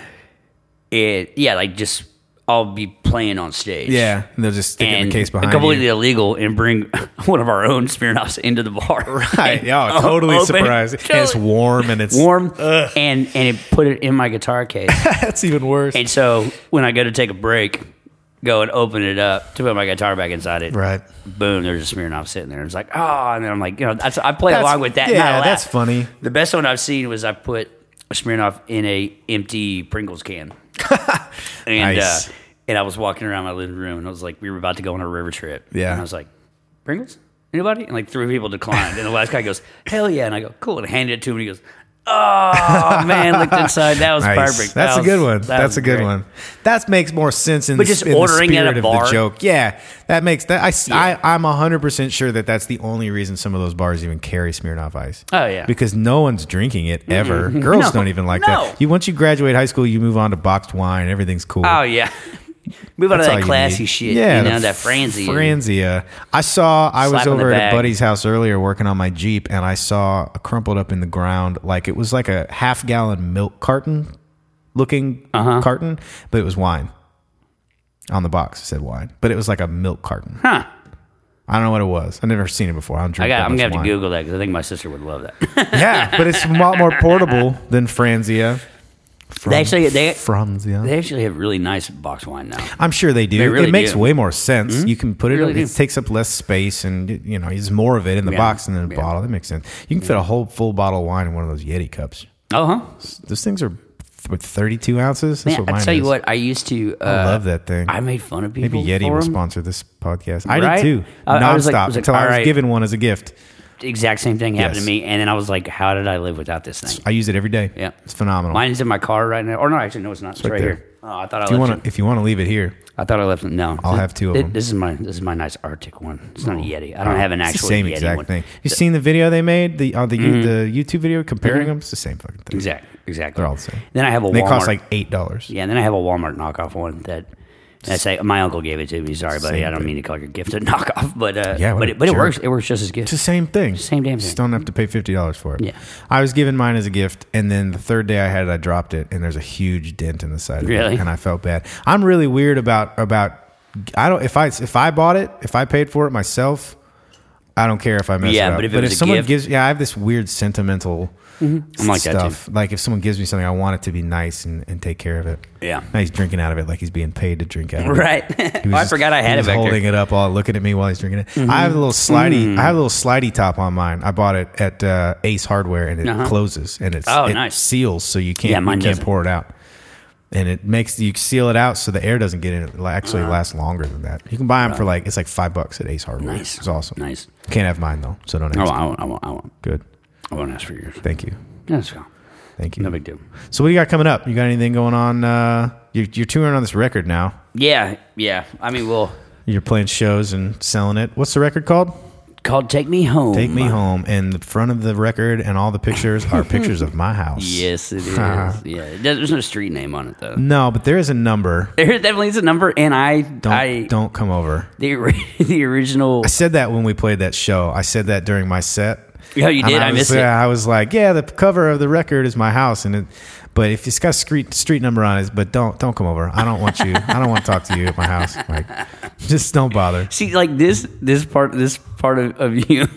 Speaker 2: it yeah, like just I'll be playing on stage.
Speaker 1: Yeah. And they'll just stick it in
Speaker 2: And
Speaker 1: the case behind
Speaker 2: completely
Speaker 1: you.
Speaker 2: illegal, and bring one of our own Smirnoffs into the bar.
Speaker 1: Right. Yeah. Totally
Speaker 2: Open-
Speaker 1: surprised. And it's
Speaker 2: totally
Speaker 1: warm and it's
Speaker 2: warm, and and it put it in my guitar case.
Speaker 1: That's even worse.
Speaker 2: and so when I go to take a break, go and open it up to put my guitar back inside it.
Speaker 1: Right.
Speaker 2: Boom, there's a Smirnoff sitting there. It's like, oh, and then I'm like, you know, that's, I play
Speaker 1: That's-
Speaker 2: along with that. and
Speaker 1: yeah,
Speaker 2: I laugh.
Speaker 1: that's funny.
Speaker 2: The best one I've seen was I put a Smirnoff in a empty Pringles can, and
Speaker 1: Nice.
Speaker 2: uh, and I was walking around my living room, and I was like, we were about to go on a river trip.
Speaker 1: Yeah.
Speaker 2: and I was like, Pringles, anybody? And like three people declined, and the last guy goes, hell yeah, and I go, cool, and handed it to him, and he goes. Oh man, looked inside. That was
Speaker 1: Nice.
Speaker 2: perfect. That
Speaker 1: That's a
Speaker 2: was-
Speaker 1: good one.
Speaker 2: that
Speaker 1: That's
Speaker 2: was
Speaker 1: a good
Speaker 2: great.
Speaker 1: one. That makes more sense in,
Speaker 2: But
Speaker 1: the,
Speaker 2: just
Speaker 1: in the
Speaker 2: ordering at a
Speaker 1: spirit of
Speaker 2: bar?
Speaker 1: the joke. Yeah, that makes that. I, I I'm hundred percent sure that that's the only reason some of those bars even carry Smirnoff Ice.
Speaker 2: Oh, yeah.
Speaker 1: because no one's drinking it ever. Girls
Speaker 2: No.
Speaker 1: don't even like
Speaker 2: No.
Speaker 1: that. You once you graduate high school, you move on to boxed wine. Everything's cool.
Speaker 2: Oh yeah, move on to
Speaker 1: That's all
Speaker 2: that
Speaker 1: you
Speaker 2: classy
Speaker 1: need.
Speaker 2: shit.
Speaker 1: Yeah,
Speaker 2: you
Speaker 1: the
Speaker 2: know that frenzy.
Speaker 1: Franzia. I saw. I was
Speaker 2: Slap in the
Speaker 1: over at
Speaker 2: bag.
Speaker 1: a buddy's house earlier working on my Jeep, and I saw a crumpled up in the ground, like it was like a half gallon milk carton looking
Speaker 2: Uh-huh.
Speaker 1: carton, but it was wine. On the box it said wine, but it was like a milk carton.
Speaker 2: Huh.
Speaker 1: I don't know what it was. I've never seen it before. I don't drink.
Speaker 2: I got.
Speaker 1: that
Speaker 2: I'm
Speaker 1: much
Speaker 2: gonna have
Speaker 1: wine.
Speaker 2: to Google that because I think my sister would love that.
Speaker 1: Yeah, but it's a lot more portable than Franzia. From,
Speaker 2: They actually- they-
Speaker 1: Franzia.
Speaker 2: they actually have really nice box wine now.
Speaker 1: I'm sure they do.
Speaker 2: They really
Speaker 1: it makes
Speaker 2: do. Hmm?
Speaker 1: way more sense. You can put it.
Speaker 2: They really
Speaker 1: it
Speaker 2: do.
Speaker 1: takes up less space, and you know, there's more of it in the
Speaker 2: Yeah.
Speaker 1: box than in the
Speaker 2: Yeah.
Speaker 1: bottle. That makes sense. You can fit a whole full bottle of wine in one of those Yeti cups.
Speaker 2: Oh, huh.
Speaker 1: Those things are with 32 ounces. That's
Speaker 2: Man,
Speaker 1: what mine
Speaker 2: I tell you
Speaker 1: is.
Speaker 2: what, I used to. Uh,
Speaker 1: I love that thing.
Speaker 2: I made fun of people.
Speaker 1: Maybe Yeti
Speaker 2: for
Speaker 1: will
Speaker 2: 'em.
Speaker 1: sponsor this podcast. I
Speaker 2: Right?
Speaker 1: did too,
Speaker 2: I- I was
Speaker 1: nonstop
Speaker 2: like- I was like,
Speaker 1: until I was
Speaker 2: alright.
Speaker 1: given one as a gift.
Speaker 2: The exact same thing happened
Speaker 1: Yes.
Speaker 2: to me, and then I was like, "How did I live without this thing?"
Speaker 1: I use it every day.
Speaker 2: Yeah.
Speaker 1: it's phenomenal.
Speaker 2: Mine's in my car right now. Or no, actually, no, it's not. It's,
Speaker 1: right
Speaker 2: right
Speaker 1: there.
Speaker 2: here. Oh, I thought I
Speaker 1: if you
Speaker 2: left.
Speaker 1: want
Speaker 2: it.
Speaker 1: to, if you want to leave it here,
Speaker 2: I thought I left. it. No,
Speaker 1: I'll have two of
Speaker 2: Th-
Speaker 1: them. Oh.
Speaker 2: This is my this is my nice Arctic one. It's not a Yeti. I don't have an
Speaker 1: it's the
Speaker 2: actual
Speaker 1: same
Speaker 2: Yeti
Speaker 1: exact
Speaker 2: one. Mm-hmm.
Speaker 1: thing. You seen the video they made the on the you the YouTube video comparing them? It's the same fucking thing.
Speaker 2: Exact, exactly.
Speaker 1: They're all the same.
Speaker 2: Then I have a
Speaker 1: They
Speaker 2: Walmart.
Speaker 1: cost like eight dollars.
Speaker 2: yeah, and then I have a Walmart knockoff one that. That's like, my uncle gave it to me. Sorry, buddy.
Speaker 1: Same
Speaker 2: I don't
Speaker 1: thing.
Speaker 2: mean to call your gift a knockoff, but uh,
Speaker 1: Yeah, what
Speaker 2: but
Speaker 1: a
Speaker 2: it, but it
Speaker 1: jerk.
Speaker 2: works. It works just as good.
Speaker 1: It's the same thing.
Speaker 2: Same damn
Speaker 1: Just
Speaker 2: thing.
Speaker 1: don't have to pay fifty dollars for it.
Speaker 2: Yeah.
Speaker 1: I was given mine as a gift, and then the third day I had it, I dropped it, and there's a huge dent in the side of
Speaker 2: Really?
Speaker 1: it, and I felt bad. I'm really weird about about I don't if I if I bought it, if I paid for it myself, I don't care if I mess
Speaker 2: Yeah,
Speaker 1: it up.
Speaker 2: but if it was a
Speaker 1: someone
Speaker 2: gift- Mm-hmm.
Speaker 1: gives, yeah, I have this weird sentimental
Speaker 2: I'm like that, too.
Speaker 1: stuff. like if someone gives me something, I want it to be nice and, and take care of it.
Speaker 2: Yeah.
Speaker 1: now he's drinking out of it like he's being paid to drink out of it.
Speaker 2: Right.
Speaker 1: He
Speaker 2: Oh,
Speaker 1: was
Speaker 2: I
Speaker 1: just-
Speaker 2: forgot I
Speaker 1: he
Speaker 2: had it
Speaker 1: was
Speaker 2: back Mm-hmm.
Speaker 1: holding it up, all looking at me while he's drinking it. I have a little slidey.
Speaker 2: Mm.
Speaker 1: I have a little slidey top on mine. I bought it at uh, Ace Hardware, and it closes and it's
Speaker 2: Oh,
Speaker 1: it
Speaker 2: nice.
Speaker 1: seals, so you can't
Speaker 2: Yeah, mine
Speaker 1: you can't
Speaker 2: doesn't.
Speaker 1: pour it out. And it makes you seal it out so the air doesn't get in. It It actually
Speaker 2: Uh-huh.
Speaker 1: lasts longer than that. You can buy them for like it's like five bucks at Ace Hardware.
Speaker 2: Nice.
Speaker 1: it's awesome.
Speaker 2: Nice.
Speaker 1: Can't have mine though, so don't
Speaker 2: Oh,
Speaker 1: ask.
Speaker 2: I won't. I won't. I won't.
Speaker 1: Good.
Speaker 2: I won't ask for yours.
Speaker 1: Thank you.
Speaker 2: Yeah, let's go.
Speaker 1: Thank you.
Speaker 2: No big deal.
Speaker 1: So what do you got coming up? You got anything going on? Uh, you're, you're touring on this record now.
Speaker 2: Yeah, yeah. I mean, well,
Speaker 1: You're playing shows and selling it. What's the record called?
Speaker 2: called "Take Me Home."
Speaker 1: Take me home, and the front of the record and all the pictures are pictures of my house.
Speaker 2: Yes, it is. yeah, it does- there's no street name on it though.
Speaker 1: No, but there is a number.
Speaker 2: There definitely is a number, and I,
Speaker 1: Don't
Speaker 2: I
Speaker 1: don't come over.
Speaker 2: the ori- the original.
Speaker 1: I said that when we played that show. I said that during my set.
Speaker 2: Oh, you
Speaker 1: And
Speaker 2: did. I,
Speaker 1: was,
Speaker 2: missed it.
Speaker 1: yeah, I was like, yeah, the cover of the record is my house, and it, but if it's got a street street number on it, but don't don't come over. I don't want you. I don't want to talk to you at my house. Like, just don't bother.
Speaker 2: See, like this, this part, this part of, of you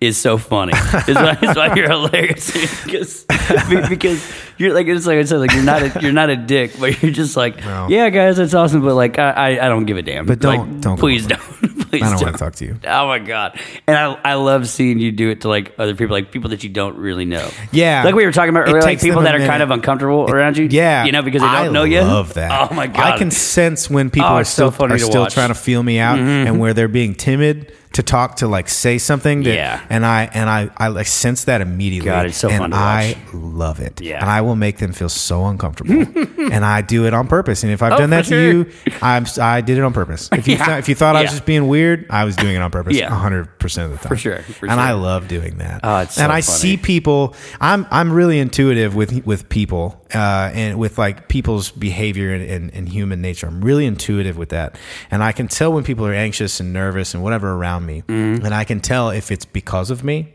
Speaker 2: is so funny. It's why, it's why you're hilarious because be- because you're like it's like I said, like you're not a, you're not a dick, but you're just like,
Speaker 1: No.
Speaker 2: yeah, guys, that's awesome, but like I I, I don't give a damn.
Speaker 1: But don't-
Speaker 2: Like,
Speaker 1: don't go
Speaker 2: please
Speaker 1: over
Speaker 2: don't. please
Speaker 1: I don't want to talk to you.
Speaker 2: Oh my god! And I, I love seeing you do it to like other people, like people that you don't really know.
Speaker 1: Yeah.
Speaker 2: like we were talking about
Speaker 1: It
Speaker 2: earlier, like
Speaker 1: takes them
Speaker 2: people
Speaker 1: a
Speaker 2: that are
Speaker 1: minute.
Speaker 2: kind of uncomfortable around you.
Speaker 1: Yeah,
Speaker 2: you know because they don't
Speaker 1: I
Speaker 2: know you.
Speaker 1: Love that.
Speaker 2: Oh my god!
Speaker 1: I can sense when people
Speaker 2: Oh,
Speaker 1: are
Speaker 2: it's
Speaker 1: still
Speaker 2: so funny
Speaker 1: are
Speaker 2: to
Speaker 1: still
Speaker 2: watch. Mm-hmm.
Speaker 1: trying to feel me out, and where they're being timid to talk to like say something. that-
Speaker 2: Yeah.
Speaker 1: and I and I I like sense that immediately.
Speaker 2: God, it's so
Speaker 1: and
Speaker 2: fun to
Speaker 1: I love it.
Speaker 2: Yeah.
Speaker 1: and I will make them feel so uncomfortable, and I do it on purpose. And if I've
Speaker 2: Oh,
Speaker 1: done that
Speaker 2: for
Speaker 1: to
Speaker 2: sure.
Speaker 1: you, I'm s- I did it on purpose. If you
Speaker 2: Yeah.
Speaker 1: thought- if you thought I was
Speaker 2: Yeah.
Speaker 1: just being weird, I was doing it on purpose.
Speaker 2: Yeah.
Speaker 1: hundred percent of the time.
Speaker 2: For sure, for
Speaker 1: and I
Speaker 2: sure.
Speaker 1: love doing that.
Speaker 2: Oh, it's so
Speaker 1: and I
Speaker 2: funny.
Speaker 1: see people i'm i'm really intuitive with with people uh and with like people's behavior and, and, and human nature i'm really intuitive with that and i can tell when people are anxious and nervous and whatever around me
Speaker 2: Mm-hmm.
Speaker 1: and i can tell if it's because of me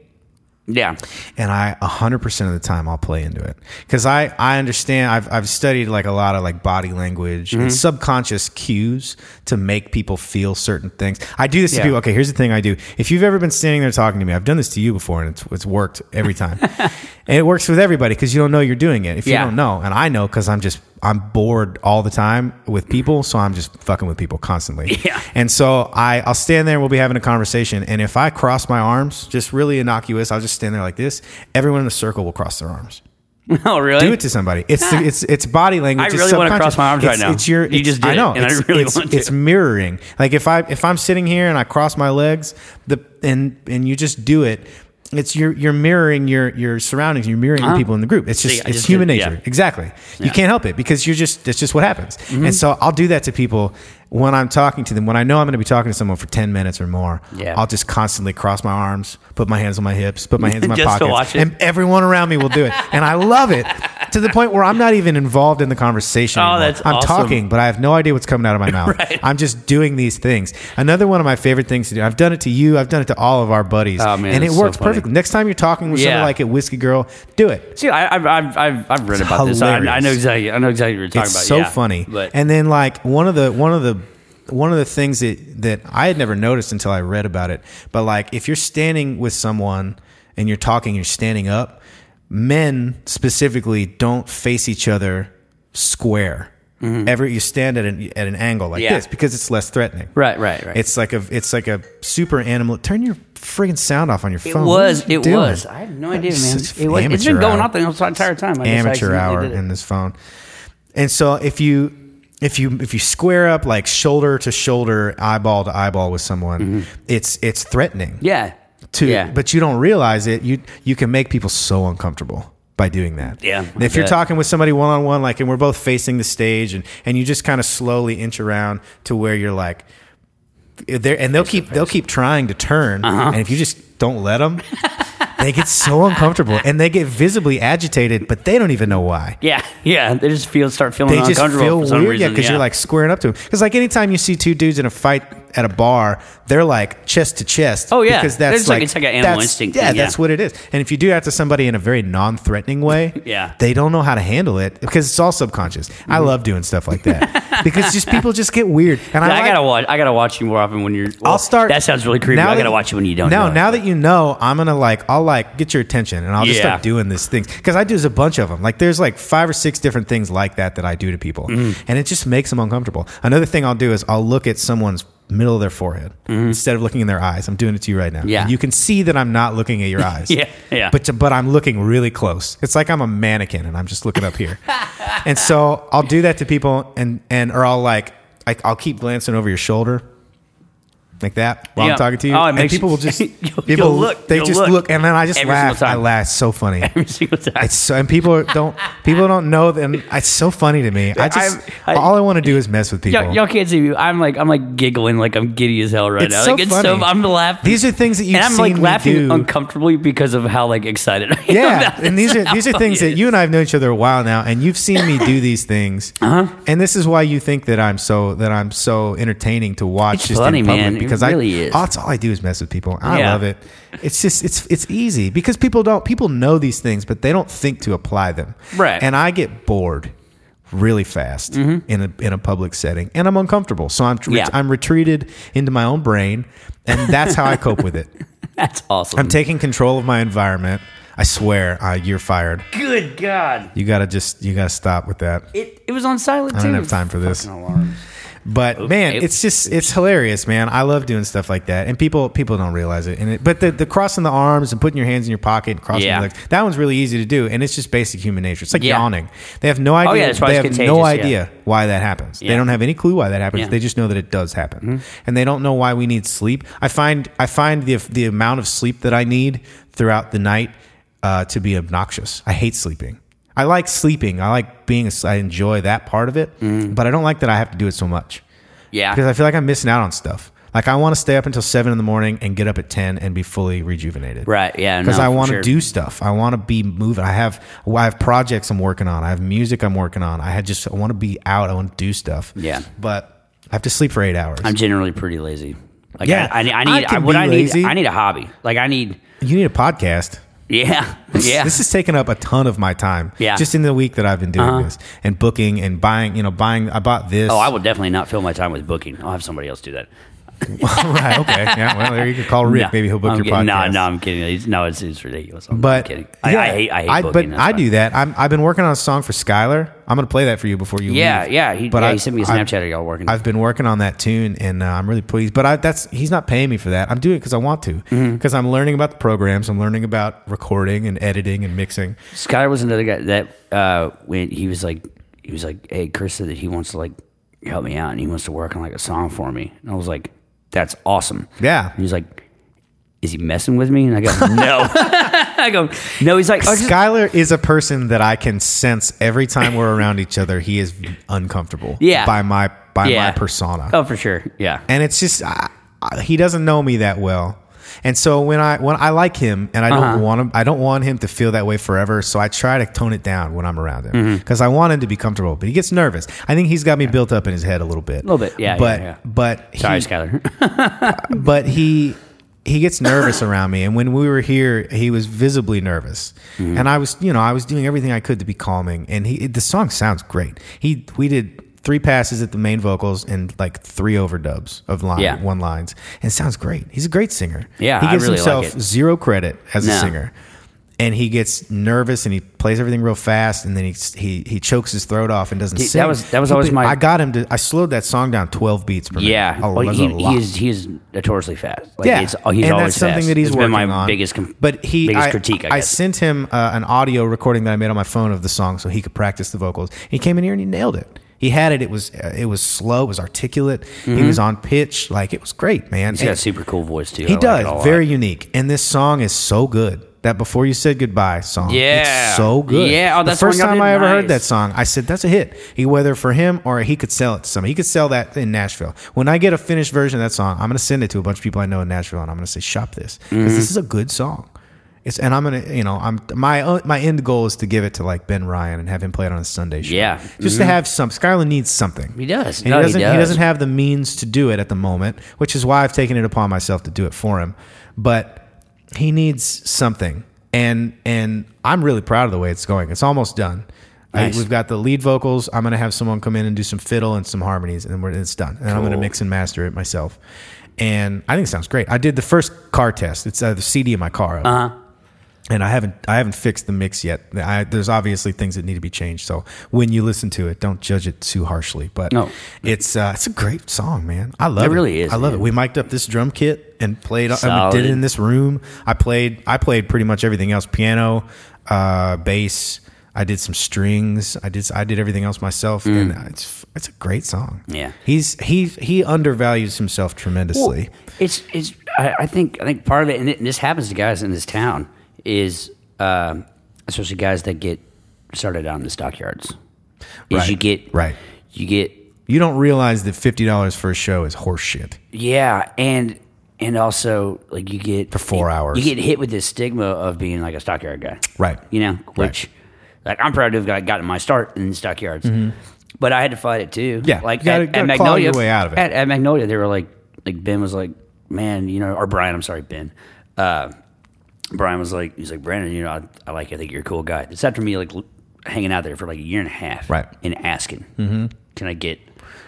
Speaker 2: yeah,
Speaker 1: and I 100% of the time I'll play into it because I, I understand I've, I've studied like a lot of like body language and subconscious cues to make people feel certain things. I do this to
Speaker 2: Yeah.
Speaker 1: people. Okay, here's the thing I do. If you've ever been standing there talking to me, I've done this to you before and it's, it's worked every time. and it works with everybody because you don't know you're doing it. If
Speaker 2: Yeah.
Speaker 1: you don't know, and I know because I'm just, I'm bored all the time with people. So I'm just fucking with people constantly.
Speaker 2: Yeah.
Speaker 1: And so I, I'll stand there and we'll be having a conversation. And if I cross my arms, just really innocuous, I'll just stand there like this. Everyone in the circle will cross their arms.
Speaker 2: oh really?
Speaker 1: Do it to somebody. It's it's it's body language.
Speaker 2: I
Speaker 1: It's
Speaker 2: really wanna
Speaker 1: subconscious.
Speaker 2: cross my arms
Speaker 1: It's-
Speaker 2: right now.
Speaker 1: It's your.
Speaker 2: You
Speaker 1: it's-
Speaker 2: just did
Speaker 1: I know.
Speaker 2: it, and I
Speaker 1: it's,
Speaker 2: really
Speaker 1: it's,
Speaker 2: want to.
Speaker 1: It's mirroring. Like if I if I'm sitting here and I cross my legs, the and and you just do it. It's you're you're mirroring your your surroundings. You're mirroring the people in the group. It's just
Speaker 2: Uh-huh. See, I
Speaker 1: it's
Speaker 2: just
Speaker 1: human
Speaker 2: did-
Speaker 1: nature.
Speaker 2: yeah. Mm-hmm.
Speaker 1: Exactly. You can't help it because you're just that's just what happens. And so I'll do that to people when I'm talking to them. When I know I'm going to be talking to someone for ten minutes or more,
Speaker 2: Yeah.
Speaker 1: I'll just constantly cross my arms, put my hands on my hips, put my hands in my
Speaker 2: Just to
Speaker 1: pockets,
Speaker 2: watch it.
Speaker 1: and everyone around me will do it, and I love it to the point where I'm not even involved in the conversation.
Speaker 2: Oh,
Speaker 1: anymore.
Speaker 2: that's
Speaker 1: I'm
Speaker 2: awesome.
Speaker 1: talking, but I have no idea what's coming out of my mouth. I'm just doing these things. Another one of my favorite things to do. I've done it to you. I've done it to all of our buddies,
Speaker 2: Oh, man,
Speaker 1: and it
Speaker 2: it's so
Speaker 1: works
Speaker 2: funny.
Speaker 1: perfectly. Next time you're talking with
Speaker 2: Yeah.
Speaker 1: someone like a whiskey girl, do it.
Speaker 2: See, I, I've, I've, I've, I've read
Speaker 1: It's
Speaker 2: about this. I, I
Speaker 1: hilarious.
Speaker 2: know exactly. I know exactly what you're talking
Speaker 1: it's
Speaker 2: about.
Speaker 1: so
Speaker 2: yeah.
Speaker 1: funny.
Speaker 2: But
Speaker 1: and then like one of the one of the one of the things that that I had never noticed until I read about it, but like if you're standing with someone and you're talking, you're standing up. Men specifically don't face each other square. Every you stand at an at an angle like
Speaker 2: Mm-hmm. Yeah.
Speaker 1: this because it's less threatening.
Speaker 2: right, right, right.
Speaker 1: It's like a it's like a super animal. Turn your friggin' sound off on your
Speaker 2: it
Speaker 1: phone. What
Speaker 2: was.
Speaker 1: are you
Speaker 2: It
Speaker 1: doing?
Speaker 2: was. I have no idea, man.
Speaker 1: Such
Speaker 2: It was, it's
Speaker 1: amateur
Speaker 2: been going
Speaker 1: hour.
Speaker 2: on the entire time. I guess I
Speaker 1: amateur
Speaker 2: accidentally
Speaker 1: hour
Speaker 2: did it.
Speaker 1: in this phone. And so if you if you if you square up like shoulder to shoulder, eyeball to eyeball with someone,
Speaker 2: Mm-hmm.
Speaker 1: it's it's threatening.
Speaker 2: Yeah.
Speaker 1: To
Speaker 2: yeah.
Speaker 1: but you don't realize it. You you can make people so uncomfortable by doing that.
Speaker 2: Yeah,
Speaker 1: And if
Speaker 2: I
Speaker 1: you're
Speaker 2: bet.
Speaker 1: talking with somebody one on one, like and we're both facing the stage and and you just kind of slowly inch around to where you're like they're, and they'll keep they'll keep trying to turn,
Speaker 2: Uh-huh.
Speaker 1: and if you just don't let them, they get so uncomfortable and they get visibly agitated, but they don't even know why.
Speaker 2: yeah, yeah. They just feel start feeling
Speaker 1: They just
Speaker 2: uncomfortable
Speaker 1: feel
Speaker 2: for some
Speaker 1: weird, yeah,
Speaker 2: reason.
Speaker 1: because you're like squaring up to them. Because like anytime you see two dudes in a fight at a bar, they're like chest to chest.
Speaker 2: Oh, yeah.
Speaker 1: because that's
Speaker 2: It's like-
Speaker 1: like
Speaker 2: it's like an animal
Speaker 1: that's-
Speaker 2: instinct
Speaker 1: Yeah,
Speaker 2: thing, yeah.
Speaker 1: that's what it is. And if you do that to somebody in a very non-threatening way,
Speaker 2: Yeah. Mm-hmm.
Speaker 1: they don't know how to handle it because it's all subconscious. I love doing stuff like that because just people just get weird. And
Speaker 2: Yeah, I,
Speaker 1: I, like,
Speaker 2: gotta watch. I gotta watch you more often when you're. well,
Speaker 1: I'll start.
Speaker 2: That sounds really creepy.
Speaker 1: Now
Speaker 2: I gotta
Speaker 1: that-
Speaker 2: watch you when you don't.
Speaker 1: Now,
Speaker 2: know it.
Speaker 1: now that you know, I'm gonna like, I'll like get your attention, and I'll just
Speaker 2: Yeah.
Speaker 1: start doing these things because I do there's a bunch of them. Like there's like five or six different things like that that I do to people,
Speaker 2: Mm-hmm.
Speaker 1: and it just makes them uncomfortable. Another thing I'll do is I'll look at someone's middle of their forehead instead of looking in their eyes. I'm doing it to you right now.
Speaker 2: Mm-hmm. Yeah.
Speaker 1: And you can see that I'm not looking at your eyes.
Speaker 2: Yeah, yeah.
Speaker 1: But but I'm looking really close. It's like I'm a mannequin and I'm just looking up here. and so I'll do that to people, and and or I'll like, like I'll keep glancing over your shoulder like that while
Speaker 2: Yeah.
Speaker 1: I'm talking to you.
Speaker 2: Oh, it
Speaker 1: and
Speaker 2: makes-
Speaker 1: people will just
Speaker 2: You'll-
Speaker 1: people
Speaker 2: you'll look,
Speaker 1: They
Speaker 2: you'll
Speaker 1: just
Speaker 2: look.
Speaker 1: look. and then I just
Speaker 2: Every
Speaker 1: laugh.
Speaker 2: single
Speaker 1: I
Speaker 2: time.
Speaker 1: laugh. It's so funny.
Speaker 2: every single time.
Speaker 1: It's so, and people are- don't people don't know them. It's so funny to me. I just
Speaker 2: I- I-
Speaker 1: all I want to do is mess with people.
Speaker 2: Y'all, y'all can't see me. I'm like I'm like giggling like I'm giddy as hell right
Speaker 1: It's
Speaker 2: now.
Speaker 1: so
Speaker 2: like it's so
Speaker 1: funny.
Speaker 2: I'm laughing.
Speaker 1: These are things that you've
Speaker 2: and I'm like
Speaker 1: seen me
Speaker 2: laughing
Speaker 1: do.
Speaker 2: uncomfortably because of how like excited I am.
Speaker 1: yeah,
Speaker 2: about
Speaker 1: and
Speaker 2: this
Speaker 1: these are
Speaker 2: and
Speaker 1: these
Speaker 2: how
Speaker 1: are things
Speaker 2: funny
Speaker 1: that
Speaker 2: it
Speaker 1: you and I have known each other a while now, and you've seen me do these things.
Speaker 2: Uh-huh.
Speaker 1: And this is why you think that I'm so that I'm so entertaining to watch.
Speaker 2: It's
Speaker 1: just
Speaker 2: funny,
Speaker 1: in public
Speaker 2: man. It
Speaker 1: Because
Speaker 2: really
Speaker 1: I
Speaker 2: is.
Speaker 1: that's all I do is mess with people. I
Speaker 2: Yeah.
Speaker 1: love it. It's just it's it's easy because people don't people know these things, but they don't think to apply them.
Speaker 2: Right. Mm-hmm.
Speaker 1: And I get bored really fast in a in a public setting, and I'm uncomfortable. So I'm tr-
Speaker 2: Yeah.
Speaker 1: I'm retreated into my own brain, and that's how I cope with it.
Speaker 2: That's awesome.
Speaker 1: I'm taking control of my environment. I swear, uh, you're fired.
Speaker 2: Good God.
Speaker 1: You gotta just you gotta stop with that.
Speaker 2: It, it was on silent
Speaker 1: I
Speaker 2: too.
Speaker 1: don't have time for this.
Speaker 2: Fucking alarms.
Speaker 1: But man,
Speaker 2: Oops.
Speaker 1: it's just it's hilarious, man. I love doing stuff like that, and people people don't realize it. And it, but the, the crossing the arms and putting your hands in your pocket, and crossing
Speaker 2: Yeah.
Speaker 1: your legs, that one's really easy to do, and it's just basic human nature. It's like
Speaker 2: Yeah.
Speaker 1: yawning. They have no idea.
Speaker 2: Oh, yeah, that's why
Speaker 1: they
Speaker 2: it's
Speaker 1: have
Speaker 2: contagious,
Speaker 1: no
Speaker 2: yeah.
Speaker 1: idea why that happens. They
Speaker 2: Yeah.
Speaker 1: don't have any clue why that happens.
Speaker 2: Yeah. Mm-hmm.
Speaker 1: They just know that it does happen, and they don't know why we need sleep. I find I find the the amount of sleep that I need throughout the night uh, to be obnoxious. I hate sleeping. I like sleeping. I like being. as- I enjoy that part of it,
Speaker 2: Mm.
Speaker 1: but I don't like that I have to do it so much because
Speaker 2: Yeah.
Speaker 1: I feel like I'm missing out on stuff. Like I want to stay up until seven in the morning and get up at ten and be fully rejuvenated.
Speaker 2: Right. Yeah.
Speaker 1: Because
Speaker 2: no,
Speaker 1: I
Speaker 2: for
Speaker 1: want to
Speaker 2: sure.
Speaker 1: do stuff. I want to be moving. I have well, I have projects I'm working on. I have music I'm working on. I had just I want to be out. I want to do stuff.
Speaker 2: Yeah.
Speaker 1: But I have to sleep for eight hours.
Speaker 2: I'm generally pretty lazy. Like,
Speaker 1: Yeah,
Speaker 2: I, I, I
Speaker 1: I
Speaker 2: need, I
Speaker 1: can
Speaker 2: what
Speaker 1: be
Speaker 2: I
Speaker 1: lazy.
Speaker 2: need, I need a hobby. Like, I need,
Speaker 1: you need a podcast.
Speaker 2: yeah. Yeah.
Speaker 1: This is taking up a ton of my time.
Speaker 2: Yeah. Uh-huh.
Speaker 1: Just in the week that I've been doing this and booking and buying. You know, buying. I bought this.
Speaker 2: oh, I will definitely not fill my time with booking. I'll have somebody else do that.
Speaker 1: right. Okay. Yeah. Well, there you can call Rick.
Speaker 2: No,
Speaker 1: Maybe he'll book
Speaker 2: I'm
Speaker 1: your
Speaker 2: kidding.
Speaker 1: podcast.
Speaker 2: No, no, I'm kidding. It's- No, it's, it's ridiculous. I'm,
Speaker 1: But
Speaker 2: I'm kidding. I, I
Speaker 1: yeah,
Speaker 2: hate, I hate booking.
Speaker 1: but
Speaker 2: that's
Speaker 1: I
Speaker 2: why.
Speaker 1: do that. I'm, I've been working on a song for Skylar. I'm going to play that for you before you.
Speaker 2: Yeah,
Speaker 1: leave.
Speaker 2: yeah. He,
Speaker 1: But
Speaker 2: yeah,
Speaker 1: I-
Speaker 2: he sent me a
Speaker 1: I-
Speaker 2: Snapchat of y'all working.
Speaker 1: I've been working on that tune, and uh, I'm really pleased. But I, that's he's not paying me for that. I'm doing it because I want to.
Speaker 2: Mm-hmm.
Speaker 1: Because I'm learning about the programs. I'm learning about recording and editing and mixing.
Speaker 2: Skyler was another guy that uh, when he was like, he was like, "Hey, Chris said that he wants to like help me out and he wants to work on like a song for me." And I was like, "That's awesome."
Speaker 1: Yeah.
Speaker 2: And he's like, "Is he messing with me?" And I go, "No." I go, "No." He's like, oh, just,
Speaker 1: Skylar is a person that I can sense every time we're around each other. He is uncomfortable.
Speaker 2: Yeah.
Speaker 1: By my by
Speaker 2: Yeah.
Speaker 1: my persona.
Speaker 2: "Oh, for sure, yeah."
Speaker 1: and it's just I, I, he doesn't know me that well and so when i when i like him and i
Speaker 2: Uh-huh.
Speaker 1: don't want him i don't want him to feel that way forever so i try to tone it down when i'm around him
Speaker 2: Mm-hmm.
Speaker 1: because i want him to be comfortable but he gets nervous i think he's got me built up in his head a little bit a
Speaker 2: Little bit, yeah, yeah,
Speaker 1: but
Speaker 2: yeah.
Speaker 1: but he,
Speaker 2: Sorry, Skyler.
Speaker 1: but he he gets nervous around me and when we were here he was visibly nervous
Speaker 2: Mm-hmm.
Speaker 1: and i was you know i was doing everything i could to be calming and he the song sounds great he we did three passes at the main vocals and like three overdubs of line
Speaker 2: Yeah.
Speaker 1: one lines and it sounds great he's a great singer
Speaker 2: Yeah,
Speaker 1: he
Speaker 2: I
Speaker 1: gives
Speaker 2: really like
Speaker 1: himself
Speaker 2: it.
Speaker 1: zero credit as a
Speaker 2: No.
Speaker 1: singer and he gets nervous and he plays everything real fast and then he he, he chokes his throat off and doesn't
Speaker 2: Dude, that
Speaker 1: sing
Speaker 2: was- that was
Speaker 1: He-
Speaker 2: always my-
Speaker 1: i got him to i slowed that song down 12 beats per minute.
Speaker 2: yeah,
Speaker 1: Oh,
Speaker 2: Well,
Speaker 1: that's
Speaker 2: he,
Speaker 1: a lot.
Speaker 2: he is he is notoriously fast. Like,
Speaker 1: Yeah,
Speaker 2: it's, oh, he's
Speaker 1: and
Speaker 2: always
Speaker 1: that's something
Speaker 2: fast.
Speaker 1: that he's
Speaker 2: It's
Speaker 1: working
Speaker 2: been my
Speaker 1: on.
Speaker 2: biggest, com-
Speaker 1: but he,
Speaker 2: biggest
Speaker 1: I,
Speaker 2: critique. I, guess.
Speaker 1: sent him uh, an audio recording that I made on my phone of the song, so he could practice the vocals. He came in here and he nailed it. He had it. It was uh, it was slow. It was articulate.
Speaker 2: Mm-hmm.
Speaker 1: He was on pitch. Like it was great, man.
Speaker 2: he's got a
Speaker 1: And
Speaker 2: super cool voice too.
Speaker 1: he
Speaker 2: I like
Speaker 1: does
Speaker 2: it a lot.
Speaker 1: very unique. And this song is so good. That before you said goodbye song,
Speaker 2: Yeah.
Speaker 1: it's so good.
Speaker 2: Yeah, oh, that's
Speaker 1: the
Speaker 2: the one
Speaker 1: first
Speaker 2: y'all
Speaker 1: time
Speaker 2: did?
Speaker 1: I ever heard that
Speaker 2: Nice.
Speaker 1: song. I said that's a hit. He whether for him or he could sell it to somebody. He could sell that in Nashville. When I get a finished version of that song, I'm gonna send it to a bunch of people I know in Nashville, and I'm gonna say shop this because
Speaker 2: Mm-hmm.
Speaker 1: this is a good song. It's and I'm gonna you know I'm my own- my end goal is to give it to like Ben Ryan and have him play it on his Sunday show.
Speaker 2: Yeah. Mm-hmm.
Speaker 1: just to have some. Skylar needs something.
Speaker 2: He does.
Speaker 1: And
Speaker 2: No,
Speaker 1: he
Speaker 2: he
Speaker 1: doesn't. He,
Speaker 2: does.
Speaker 1: doesn't have the means to do it at the moment, which is why I've taken it upon myself to do it for him. But he needs something, and and I'm really proud of the way it's going. It's almost done. I-
Speaker 2: Nice.
Speaker 1: we've got the lead vocals. I'm going to have someone come in and do some fiddle and some harmonies, and we're, it's done. And I'm going to
Speaker 2: Cool.
Speaker 1: mix and master it myself. And I think it sounds great. I did the first car test. It's uh, the CD in my car.
Speaker 2: Uh-huh.
Speaker 1: Uh huh and I haven't I haven't fixed the mix yet. I, there's obviously things that need to be changed. So when you listen to it, don't judge it too harshly. But
Speaker 2: No.
Speaker 1: it's uh, it's a great song, man. I love it.
Speaker 2: It really is,
Speaker 1: I love
Speaker 2: man.
Speaker 1: it. We mic'd up this drum kit and played. I
Speaker 2: Solid.
Speaker 1: did it in this room. I played. I played pretty much everything else: piano, uh, bass. I did some strings. I did. I did everything else myself, and it's it's a great song.
Speaker 2: Mm. Yeah.
Speaker 1: he's he he undervalues himself tremendously.
Speaker 2: Well, it's it's. I, I think I think part of it, and, it, and this happens to guys in this town, is um especially guys that get started out in the stockyards. Is
Speaker 1: Right,
Speaker 2: you get
Speaker 1: right.
Speaker 2: You get
Speaker 1: you don't realize that fifty dollars for a show is horseshit.
Speaker 2: yeah, and and also like you get for
Speaker 1: four hours.
Speaker 2: You get hit with this stigma of being like a stockyard guy,
Speaker 1: Right.
Speaker 2: You know, which like I'm proud to have got, gotten my start in stockyards, but I had to fight it too.
Speaker 1: Mm-hmm. Yeah,
Speaker 2: like
Speaker 1: you gotta-
Speaker 2: at,
Speaker 1: gotta
Speaker 2: at
Speaker 1: claw your
Speaker 2: Magnolia,
Speaker 1: way out of it.
Speaker 2: At, at Magnolia, they were like, like Ben was like, man, you know, or Brian, I'm sorry, Ben. Uh, Brian was like, he's like, Brandon, you know, I, I like, you. I think you're a cool guy. It's after me like l- hanging out there for like a year and a half,
Speaker 1: Right. Mm-hmm.
Speaker 2: and asking, can I get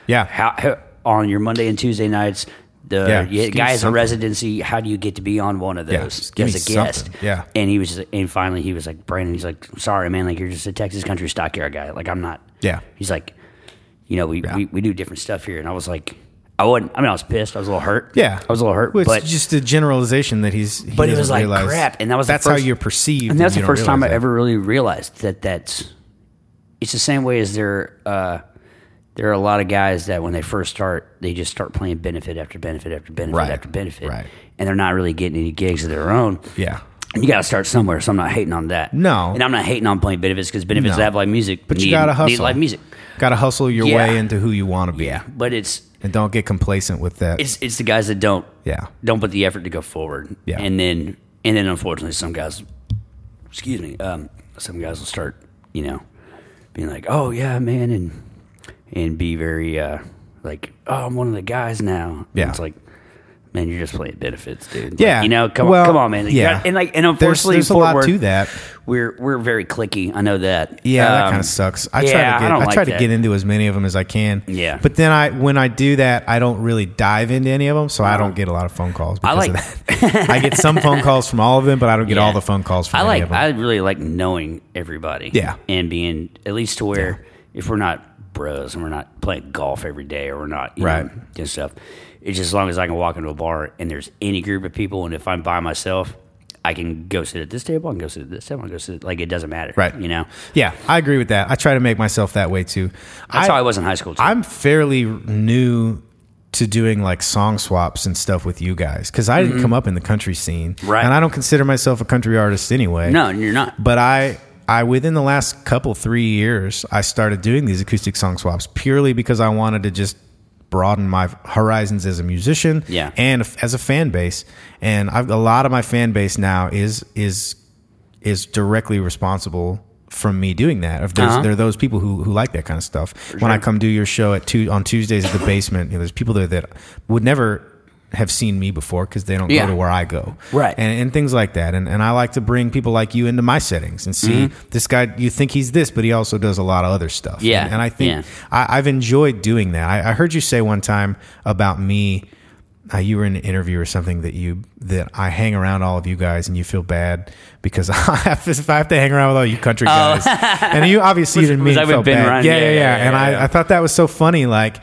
Speaker 1: Yeah,
Speaker 2: how, how on your Monday and Tuesday nights The
Speaker 1: Yeah,
Speaker 2: yeah,
Speaker 1: just give me
Speaker 2: guy has a
Speaker 1: something.
Speaker 2: residency. How do you get to be on one of
Speaker 1: Yeah,
Speaker 2: those
Speaker 1: just give me
Speaker 2: as a guest?
Speaker 1: something. Yeah.
Speaker 2: And he was, just, and finally he was like, Brandon, he's like, sorry, man, like you're just a Texas country stock car guy. Like I'm not.
Speaker 1: Yeah.
Speaker 2: He's like, you know, we, we, we do different stuff here, and I was like, I wasn't. I mean, I was pissed. I was a little hurt.
Speaker 1: Yeah,
Speaker 2: I was a little hurt.
Speaker 1: Well, it's
Speaker 2: but
Speaker 1: just a generalization that he's. He
Speaker 2: But it
Speaker 1: doesn't
Speaker 2: was like,
Speaker 1: realize
Speaker 2: crap, and that was the
Speaker 1: that's how
Speaker 2: first-
Speaker 1: you're perceived.
Speaker 2: and that's
Speaker 1: you
Speaker 2: the
Speaker 1: don't
Speaker 2: first time I
Speaker 1: realize
Speaker 2: ever really realized that that's. It's the same way as there. Uh, there are a lot of guys that when they first start, they just start playing benefit after benefit after benefit
Speaker 1: Right.
Speaker 2: after benefit,
Speaker 1: Right.
Speaker 2: and they're not really getting any gigs of their own.
Speaker 1: that. Yeah,
Speaker 2: And you got to start somewhere, so I'm not hating on that.
Speaker 1: No.
Speaker 2: and I'm not hating on playing benefits because benefits
Speaker 1: No.
Speaker 2: have live music,
Speaker 1: but you
Speaker 2: need-
Speaker 1: gotta
Speaker 2: need
Speaker 1: hustle.
Speaker 2: live music.
Speaker 1: Gotta hustle your
Speaker 2: Yeah.
Speaker 1: way into who you want to be,
Speaker 2: But it's
Speaker 1: and don't get complacent with that.
Speaker 2: it's it's the guys that don't
Speaker 1: yeah,
Speaker 2: don't put the effort to go forward.
Speaker 1: Yeah.
Speaker 2: And then and then unfortunately some guys excuse me, um, some guys will start, you know, being like, Oh yeah, man and and be very uh like, Oh, I'm one of the guys now. And
Speaker 1: Yeah.
Speaker 2: it's like Man, you're just playing benefits, dude. Like,
Speaker 1: Yeah.
Speaker 2: you know, come
Speaker 1: Well,
Speaker 2: on, come on, man. Like,
Speaker 1: yeah.
Speaker 2: you're not- and like, and
Speaker 1: There's-
Speaker 2: unfortunately,
Speaker 1: there's a
Speaker 2: Fort
Speaker 1: lot
Speaker 2: Worth,
Speaker 1: to that.
Speaker 2: We're we're very clicky. I know that.
Speaker 1: yeah, that
Speaker 2: Um,
Speaker 1: kind of sucks. I
Speaker 2: yeah,
Speaker 1: try to
Speaker 2: I
Speaker 1: get I,
Speaker 2: don't like
Speaker 1: try to
Speaker 2: that.
Speaker 1: get into as many of them as I can.
Speaker 2: Yeah.
Speaker 1: but then I when I do that, I don't really dive into any of them, so I don't get a lot of phone calls. Because
Speaker 2: I like.
Speaker 1: of that. I get some phone calls from all of them, but I don't get
Speaker 2: Yeah.
Speaker 1: all the phone calls from
Speaker 2: I
Speaker 1: any
Speaker 2: like.
Speaker 1: of them.
Speaker 2: I really like knowing everybody.
Speaker 1: Yeah.
Speaker 2: and being at least to where if we're not bros and we're not playing golf every day or we're not you
Speaker 1: Right.
Speaker 2: know, doing stuff, it's just as long as I can walk into a bar and there's any group of people, and if I'm by myself, I can go sit at this table, I can go sit at this table, I can go sit like it doesn't matter.
Speaker 1: Right.
Speaker 2: You know.
Speaker 1: yeah, I agree with that. I try to make myself that way too.
Speaker 2: That's
Speaker 1: I,
Speaker 2: how I was in high school too.
Speaker 1: I'm fairly new to doing like song swaps and stuff with you guys because I didn't come up in the country scene,
Speaker 2: Mm-hmm. Right.
Speaker 1: And I don't consider myself a country artist anyway.
Speaker 2: no, you're not.
Speaker 1: but I, I within the last couple three years, I started doing these acoustic song swaps purely because I wanted to just broaden my horizons as a musician,
Speaker 2: Yeah.
Speaker 1: and as a fan base. And I've, a lot of my fan base now is is is directly responsible from me doing that. If there's,
Speaker 2: Uh-huh.
Speaker 1: there are those people who, who like that kind of stuff. When I come do your show at two on Tuesdays at the basement, you know, there's people there that would never have seen me before because they don't
Speaker 2: Yeah.
Speaker 1: go to where I go,
Speaker 2: Right.
Speaker 1: And, and things like that. And and I like to bring people like you into my settings and see this guy. You think he's this, but he also does a lot of other stuff.
Speaker 2: Mm-hmm. Yeah.
Speaker 1: and, and I think
Speaker 2: Yeah.
Speaker 1: I, I've enjoyed doing that. I, I heard you say one time about me. Uh, you were in an interview or something that you that I hang around all of you guys and you feel bad because I have, if I have to hang around with all you country
Speaker 2: Oh.
Speaker 1: guys and you obviously you didn't mean
Speaker 2: was that with
Speaker 1: felt
Speaker 2: Ben
Speaker 1: bad
Speaker 2: Ryan?
Speaker 1: yeah yeah
Speaker 2: Yeah,
Speaker 1: yeah,
Speaker 2: yeah,
Speaker 1: and
Speaker 2: yeah,
Speaker 1: I,
Speaker 2: yeah.
Speaker 1: I thought that was so funny like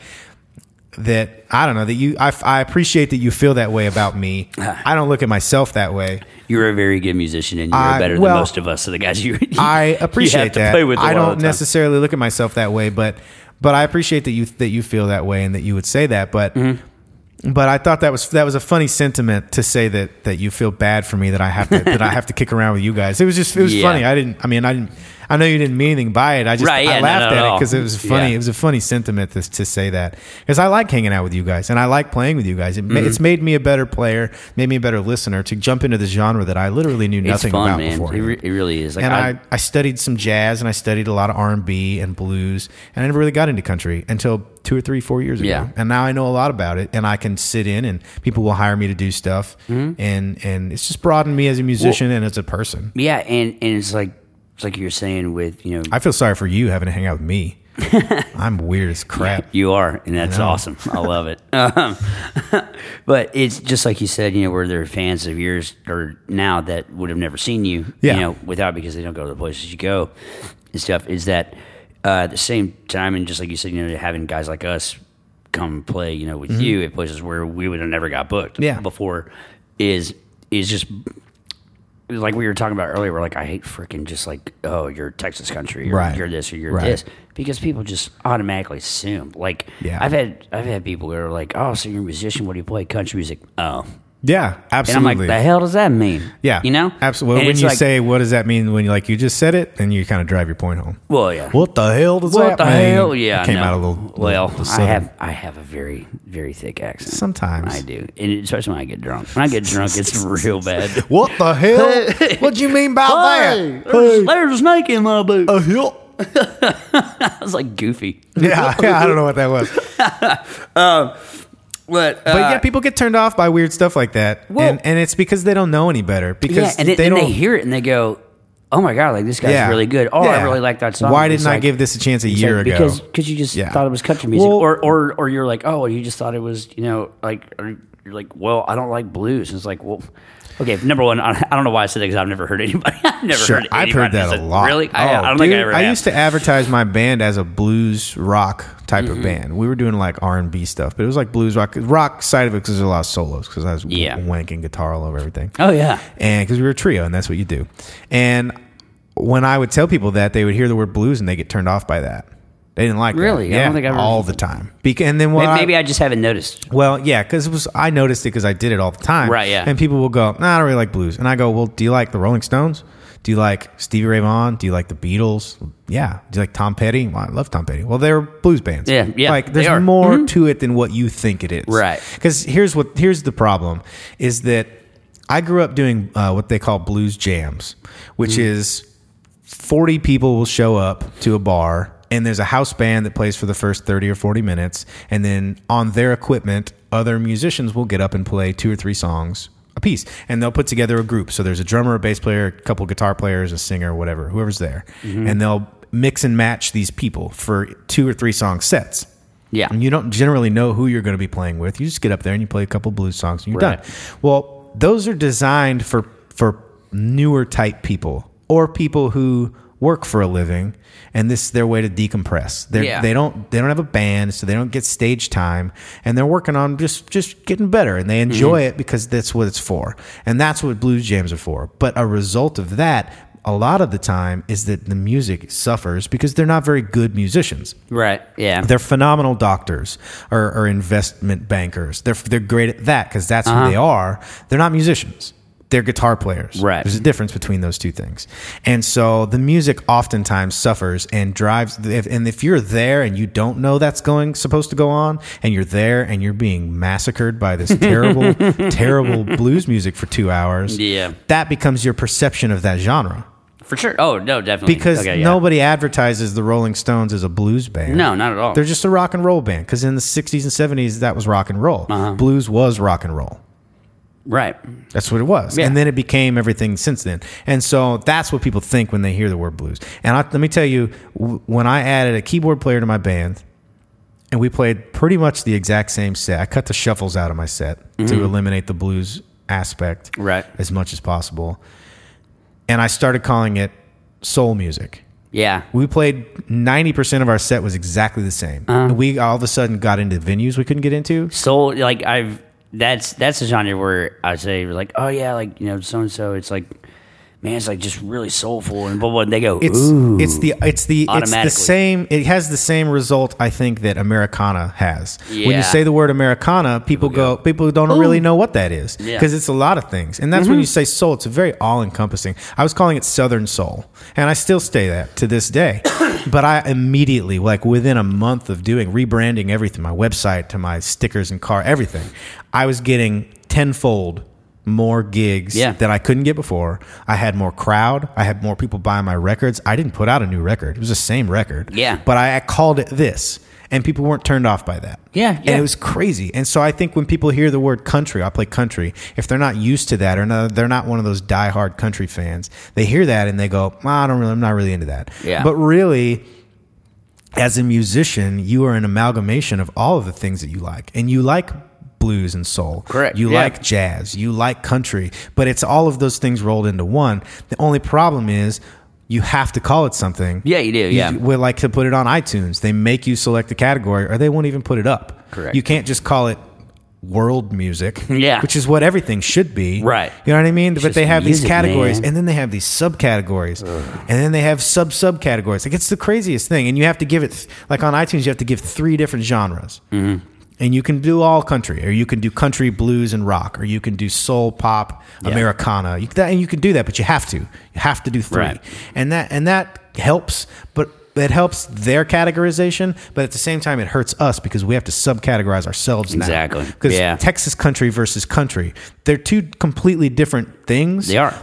Speaker 1: that I don't know that you I, I appreciate that you feel that way about me I don't look at myself that way
Speaker 2: You're a very good musician, and you're
Speaker 1: I-
Speaker 2: better
Speaker 1: well,
Speaker 2: than most of us. So the guys you,
Speaker 1: I appreciate
Speaker 2: you have to
Speaker 1: that.
Speaker 2: Play with
Speaker 1: I
Speaker 2: a lot of
Speaker 1: don't
Speaker 2: the time.
Speaker 1: necessarily look at myself that way, but but I appreciate that you that you feel that way and that you would say that. But
Speaker 2: Mm-hmm.
Speaker 1: but I thought that was that was a funny sentiment to say that that you feel bad for me that I have to that I have to kick around with you guys. It was just it was
Speaker 2: Yeah.
Speaker 1: funny. I didn't. I mean, I didn't. I know you didn't mean anything by it. I just
Speaker 2: Right,
Speaker 1: I
Speaker 2: yeah, no,
Speaker 1: laughed
Speaker 2: not at
Speaker 1: at it
Speaker 2: all.
Speaker 1: because it was funny.
Speaker 2: Yeah.
Speaker 1: It was a funny sentiment to, to say that because I like hanging out with you guys and I like playing with you guys. It,
Speaker 2: Mm-hmm.
Speaker 1: ma- It's made me a better player, made me a better listener to jump into the genre that I literally knew
Speaker 2: It's
Speaker 1: nothing
Speaker 2: fun,
Speaker 1: about
Speaker 2: man.
Speaker 1: before
Speaker 2: It, re- it really is. Like
Speaker 1: and
Speaker 2: I,
Speaker 1: I, I studied some jazz and I studied a lot of R and B and blues and I never really got into country until two or three four years ago
Speaker 2: Yeah.
Speaker 1: and now I know a lot about it and I can sit in and people will hire me to do stuff
Speaker 2: Mm-hmm.
Speaker 1: and and it's just broadened me as a musician and as a person.
Speaker 2: yeah, and and it's like it's like you're saying with you know
Speaker 1: I feel sorry for you having to hang out with me. I'm weird as crap.
Speaker 2: You are, and that's awesome. I love it. Um, but it's just like you said, you know, where there are fans of yours or now that would have never seen you,
Speaker 1: Yeah.
Speaker 2: you know, without because they don't go to the places you go and stuff. Is that uh, at the same time, and just like you said, you know, having guys like us come play, you know, with you at places where we would have never got booked
Speaker 1: Mm-hmm. Yeah.
Speaker 2: before is is just like we were talking about earlier. We're like, I hate freaking just like, oh, you're Texas country, or
Speaker 1: Right.
Speaker 2: you're this, or you're
Speaker 1: Right.
Speaker 2: this because people just automatically assume. Like,
Speaker 1: Yeah.
Speaker 2: I've had I've had people who are like, "Oh, so you're a musician? What do you play? Country music?" Oh,
Speaker 1: Yeah,
Speaker 2: and I'm
Speaker 1: absolutely.
Speaker 2: like, "The hell does that mean?"
Speaker 1: yeah,
Speaker 2: you know,
Speaker 1: absolutely.
Speaker 2: And
Speaker 1: When
Speaker 2: it's
Speaker 1: you
Speaker 2: like,
Speaker 1: say what does that mean when you like you just said it, then you kind of drive your point home.
Speaker 2: "Well, yeah."
Speaker 1: What the hell does
Speaker 2: What
Speaker 1: that
Speaker 2: the
Speaker 1: mean?
Speaker 2: hell? Yeah,
Speaker 1: It came
Speaker 2: no.
Speaker 1: out a little.
Speaker 2: Well,
Speaker 1: little
Speaker 2: I
Speaker 1: southern.
Speaker 2: have I have a very very thick accent.
Speaker 1: Sometimes.
Speaker 2: I do, and especially when I get drunk. When I get drunk, it's real bad.
Speaker 1: What the hell? what do you mean by
Speaker 2: Hey, there's, there's a snake in my boot.
Speaker 1: A hill?
Speaker 2: I was like goofy,
Speaker 1: Yeah, yeah, I don't know what that was.
Speaker 2: but,
Speaker 1: But
Speaker 2: uh,
Speaker 1: yeah, people get turned off by weird stuff like that,
Speaker 2: Well-
Speaker 1: and, and it's because they don't know any better.
Speaker 2: yeah,
Speaker 1: Because
Speaker 2: and, it,
Speaker 1: they
Speaker 2: and
Speaker 1: don't.
Speaker 2: they hear it and they go, "Oh my god, like this guy's
Speaker 1: yeah,
Speaker 2: really good. Oh,
Speaker 1: yeah.
Speaker 2: I really like that song."
Speaker 1: Why
Speaker 2: And
Speaker 1: didn't
Speaker 2: it's
Speaker 1: I
Speaker 2: like-
Speaker 1: give this a chance a
Speaker 2: It's
Speaker 1: year
Speaker 2: like,
Speaker 1: ago?
Speaker 2: because because you just
Speaker 1: Yeah.
Speaker 2: thought it was country music,
Speaker 1: Well-
Speaker 2: or or or you're like, oh, you just thought it was you know like or you're like, well, I don't like blues. And it's like, well, okay. Number one, I I don't know why I said that because I've never heard anybody. I've never
Speaker 1: Sure,
Speaker 2: heard.
Speaker 1: I've
Speaker 2: Anybody
Speaker 1: heard that
Speaker 2: said,
Speaker 1: a lot.
Speaker 2: Really? I,
Speaker 1: Oh,
Speaker 2: I don't
Speaker 1: dude,
Speaker 2: think I ever. have.
Speaker 1: used to advertise my band as a blues rock type
Speaker 2: Mm-hmm.
Speaker 1: of band. We were doing like R and B stuff, but it was like blues rock, rock side of it because there's a lot of solos because I was
Speaker 2: Yeah.
Speaker 1: wanking guitar all over everything,
Speaker 2: Oh yeah.
Speaker 1: and because we were a trio and that's what you do. And when I would tell people that, they would hear the word blues and they get turned off by that. They didn't like that.
Speaker 2: Really? I
Speaker 1: Yeah,
Speaker 2: don't think I ever-
Speaker 1: all the time. Bec- and then what
Speaker 2: Maybe,
Speaker 1: I-
Speaker 2: maybe I just haven't noticed.
Speaker 1: well, yeah, because it was I noticed it because I did it all the time.
Speaker 2: Right, yeah.
Speaker 1: And people will go, "Nah, I don't really like blues," and I go, "Well, do you like the Rolling Stones? Do you like Stevie Ray Vaughan? Do you like the Beatles? Yeah. Do you like Tom Petty? Well, I love Tom Petty. Well, they're blues bands.
Speaker 2: Yeah, yeah,
Speaker 1: Like
Speaker 2: they
Speaker 1: there's
Speaker 2: are.
Speaker 1: more to it than what you think it is.
Speaker 2: Right.
Speaker 1: Because here's what here's the problem is that I grew up doing uh, what they call blues jams, which is 40 people will show up to a bar and there's a house band that plays for the first 30 or 40 minutes and then on their equipment other musicians will get up and play two or three songs a piece and they'll put together a group so there's a drummer a bass player a couple guitar players a singer whatever whoever's there and they'll mix and match these people for two or three song sets
Speaker 2: Yeah.
Speaker 1: and you don't generally know who you're going to be playing with. You just get up there and you play a couple blues songs and you're
Speaker 2: Right.
Speaker 1: done. Well, those are designed for for newer type people or people who work for a living and this is their way to decompress. They're,
Speaker 2: Yeah.
Speaker 1: They don't they don't have a band, so they don't get stage time and they're working on just just getting better and they enjoy
Speaker 2: Mm-hmm.
Speaker 1: it because that's what it's for. And that's what blues jams are for. But a result of that a lot of the time is that the music suffers because they're not very good musicians.
Speaker 2: Right. Yeah.
Speaker 1: They're phenomenal doctors or, or investment bankers. They're, they're great at that because that's who they are. They're not musicians. They're guitar players.
Speaker 2: Uh-huh. Right.
Speaker 1: There's a difference between those two things. And so the music oftentimes suffers and drives. If, and if you're there and you don't know that's going supposed to go on, and you're there and you're being massacred by this terrible, terrible blues music for two hours,
Speaker 2: Yeah.
Speaker 1: that becomes your perception of that genre.
Speaker 2: For sure. Oh no, definitely.
Speaker 1: Because
Speaker 2: Okay, yeah.
Speaker 1: nobody advertises the Rolling Stones as a blues band.
Speaker 2: No, not at all.
Speaker 1: They're just a rock and roll band because in the 60s and 70s, that was rock and roll.
Speaker 2: Uh-huh.
Speaker 1: Blues was rock and roll.
Speaker 2: right.
Speaker 1: That's what it was.
Speaker 2: Yeah.
Speaker 1: And then it became everything since then. And so that's what people think when they hear the word blues. And I, let me tell you, w- when I added a keyboard player to my band, and we played pretty much the exact same set. I cut the shuffles out of my set to eliminate the blues aspect
Speaker 2: Mm-hmm. Right.
Speaker 1: as much as possible. And I started calling it soul music
Speaker 2: Yeah.
Speaker 1: we played 90% of our set was exactly the same we all of a sudden got into venues we couldn't get into
Speaker 2: soul like I've that's that's a genre where I say like oh yeah like you know so and so it's like man it's like just really soulful and blah blah and they go
Speaker 1: it's
Speaker 2: ooh
Speaker 1: it's the it's the it's the
Speaker 2: Automatically.
Speaker 1: same it has the same result i think that americana has when you
Speaker 2: Yeah.
Speaker 1: say the word americana people, go, people don't really know what that is
Speaker 2: Yeah.
Speaker 1: because it's a lot of things and that's when you say soul it's a very all-encompassing i was calling it southern soul and i still stay that to this day but i immediately like within a month of doing rebranding everything my website to my stickers and car everything i was getting tenfold more gigs
Speaker 2: Yeah.
Speaker 1: than I couldn't get before. I had more crowd. I had more people buying my records. I didn't put out a new record. It was the same record.
Speaker 2: Yeah.
Speaker 1: But I, I called it this, and people weren't turned off by that.
Speaker 2: Yeah, yeah.
Speaker 1: And it was crazy. And so I think when people hear the word country, I play country. If they're not used to that or no, they're not one of those diehard country fans, they hear that and they go, "Ah, I don't really, I'm not really into that.
Speaker 2: Yeah.
Speaker 1: But really, as a musician, you are an amalgamation of all of the things that you like, and you like blues and soul.
Speaker 2: Correct,
Speaker 1: You
Speaker 2: yeah.
Speaker 1: like jazz. You like country, but it's all of those things rolled into one. The only problem is you have to call it something.
Speaker 2: Yeah, you do, yeah.
Speaker 1: we like to put it on iTunes. They make you select a category, or they won't even put it up.
Speaker 2: Correct.
Speaker 1: You can't just call it world music.
Speaker 2: Yeah.
Speaker 1: Which is what everything should be.
Speaker 2: Right.
Speaker 1: You know what I mean? but
Speaker 2: just
Speaker 1: they have these
Speaker 2: music,
Speaker 1: categories,
Speaker 2: man.
Speaker 1: and then they have these subcategories, and then they have sub subcategories. Like it's the craziest thing, and you have to give it like on iTunes, you have to give three different genres,
Speaker 2: Mm-hmm.
Speaker 1: and you can do all country, or you can do country blues and rock, or you can do soul pop, Americana, you, that, and you can do that, but you have to, you have to do three,
Speaker 2: Right.
Speaker 1: and that and that helps, but. It helps their categorization, but at the same time, it hurts us because we have to subcategorize ourselves now.
Speaker 2: Exactly.
Speaker 1: Because
Speaker 2: Yeah.
Speaker 1: Texas country versus country, they're two completely different things
Speaker 2: they are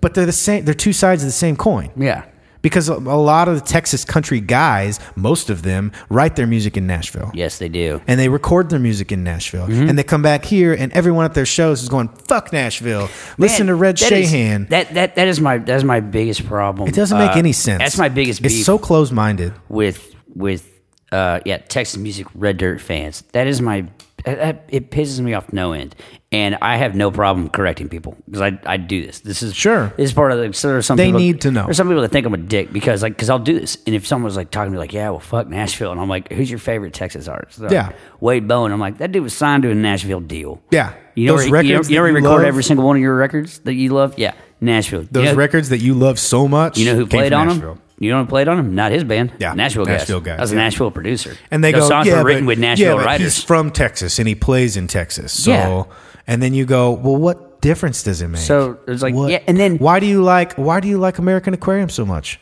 Speaker 1: but they're the same. They're two sides of the same coin.
Speaker 2: yeah
Speaker 1: Because a, a lot of the Texas country guys, most of them, write their music in Nashville.
Speaker 2: yes they do
Speaker 1: And they record their music in Nashville,
Speaker 2: Mm-hmm.
Speaker 1: and they come back here, and everyone at their shows is going "fuck Nashville." Listen
Speaker 2: Man,
Speaker 1: to Red
Speaker 2: that is-
Speaker 1: Shahan.
Speaker 2: that that that is my that's my biggest problem
Speaker 1: it doesn't make
Speaker 2: Uh,
Speaker 1: any sense.
Speaker 2: that's my biggest
Speaker 1: It's
Speaker 2: beef
Speaker 1: so close-minded.
Speaker 2: with with uh yeah Texas music Red Dirt fans that is my that- that- it pisses me off to no end. And I have no problem correcting people because I, I do this. This is
Speaker 1: Sure.
Speaker 2: This is part of the. So there's some
Speaker 1: They
Speaker 2: people-
Speaker 1: need to know.
Speaker 2: There's some people that think I'm a dick because like because I'll do this. And if someone was like talking to me like yeah well fuck Nashville and I'm like who's your favorite Texas artist? They're like,
Speaker 1: Yeah.
Speaker 2: Wade Bowen. I'm like that dude was signed to a Nashville deal.
Speaker 1: Yeah.
Speaker 2: You know,
Speaker 1: Those
Speaker 2: where, records you know,
Speaker 1: records
Speaker 2: you know
Speaker 1: that
Speaker 2: where you
Speaker 1: you
Speaker 2: record
Speaker 1: love-
Speaker 2: every single one of your records that you love? Yeah, Nashville.
Speaker 1: Those
Speaker 2: you know,
Speaker 1: records that you love so much.
Speaker 2: You know who
Speaker 1: came
Speaker 2: played
Speaker 1: from
Speaker 2: on
Speaker 1: Nashville.
Speaker 2: them? You know who played on them? Not his band.
Speaker 1: Yeah,
Speaker 2: Nashville,
Speaker 1: Nashville
Speaker 2: guys.
Speaker 1: guys,
Speaker 2: That was a
Speaker 1: yeah.
Speaker 2: Nashville producer.
Speaker 1: And they
Speaker 2: Those
Speaker 1: go,
Speaker 2: songs
Speaker 1: yeah,
Speaker 2: were written
Speaker 1: but,
Speaker 2: with
Speaker 1: yeah,
Speaker 2: Nashville
Speaker 1: but
Speaker 2: writers.
Speaker 1: He's from Texas and he plays in Texas. So,
Speaker 2: Yeah.
Speaker 1: and then you go, well, what difference does it make?
Speaker 2: So, it's like,
Speaker 1: What-
Speaker 2: yeah, and then-
Speaker 1: why do you like why do you like American Aquarium so much?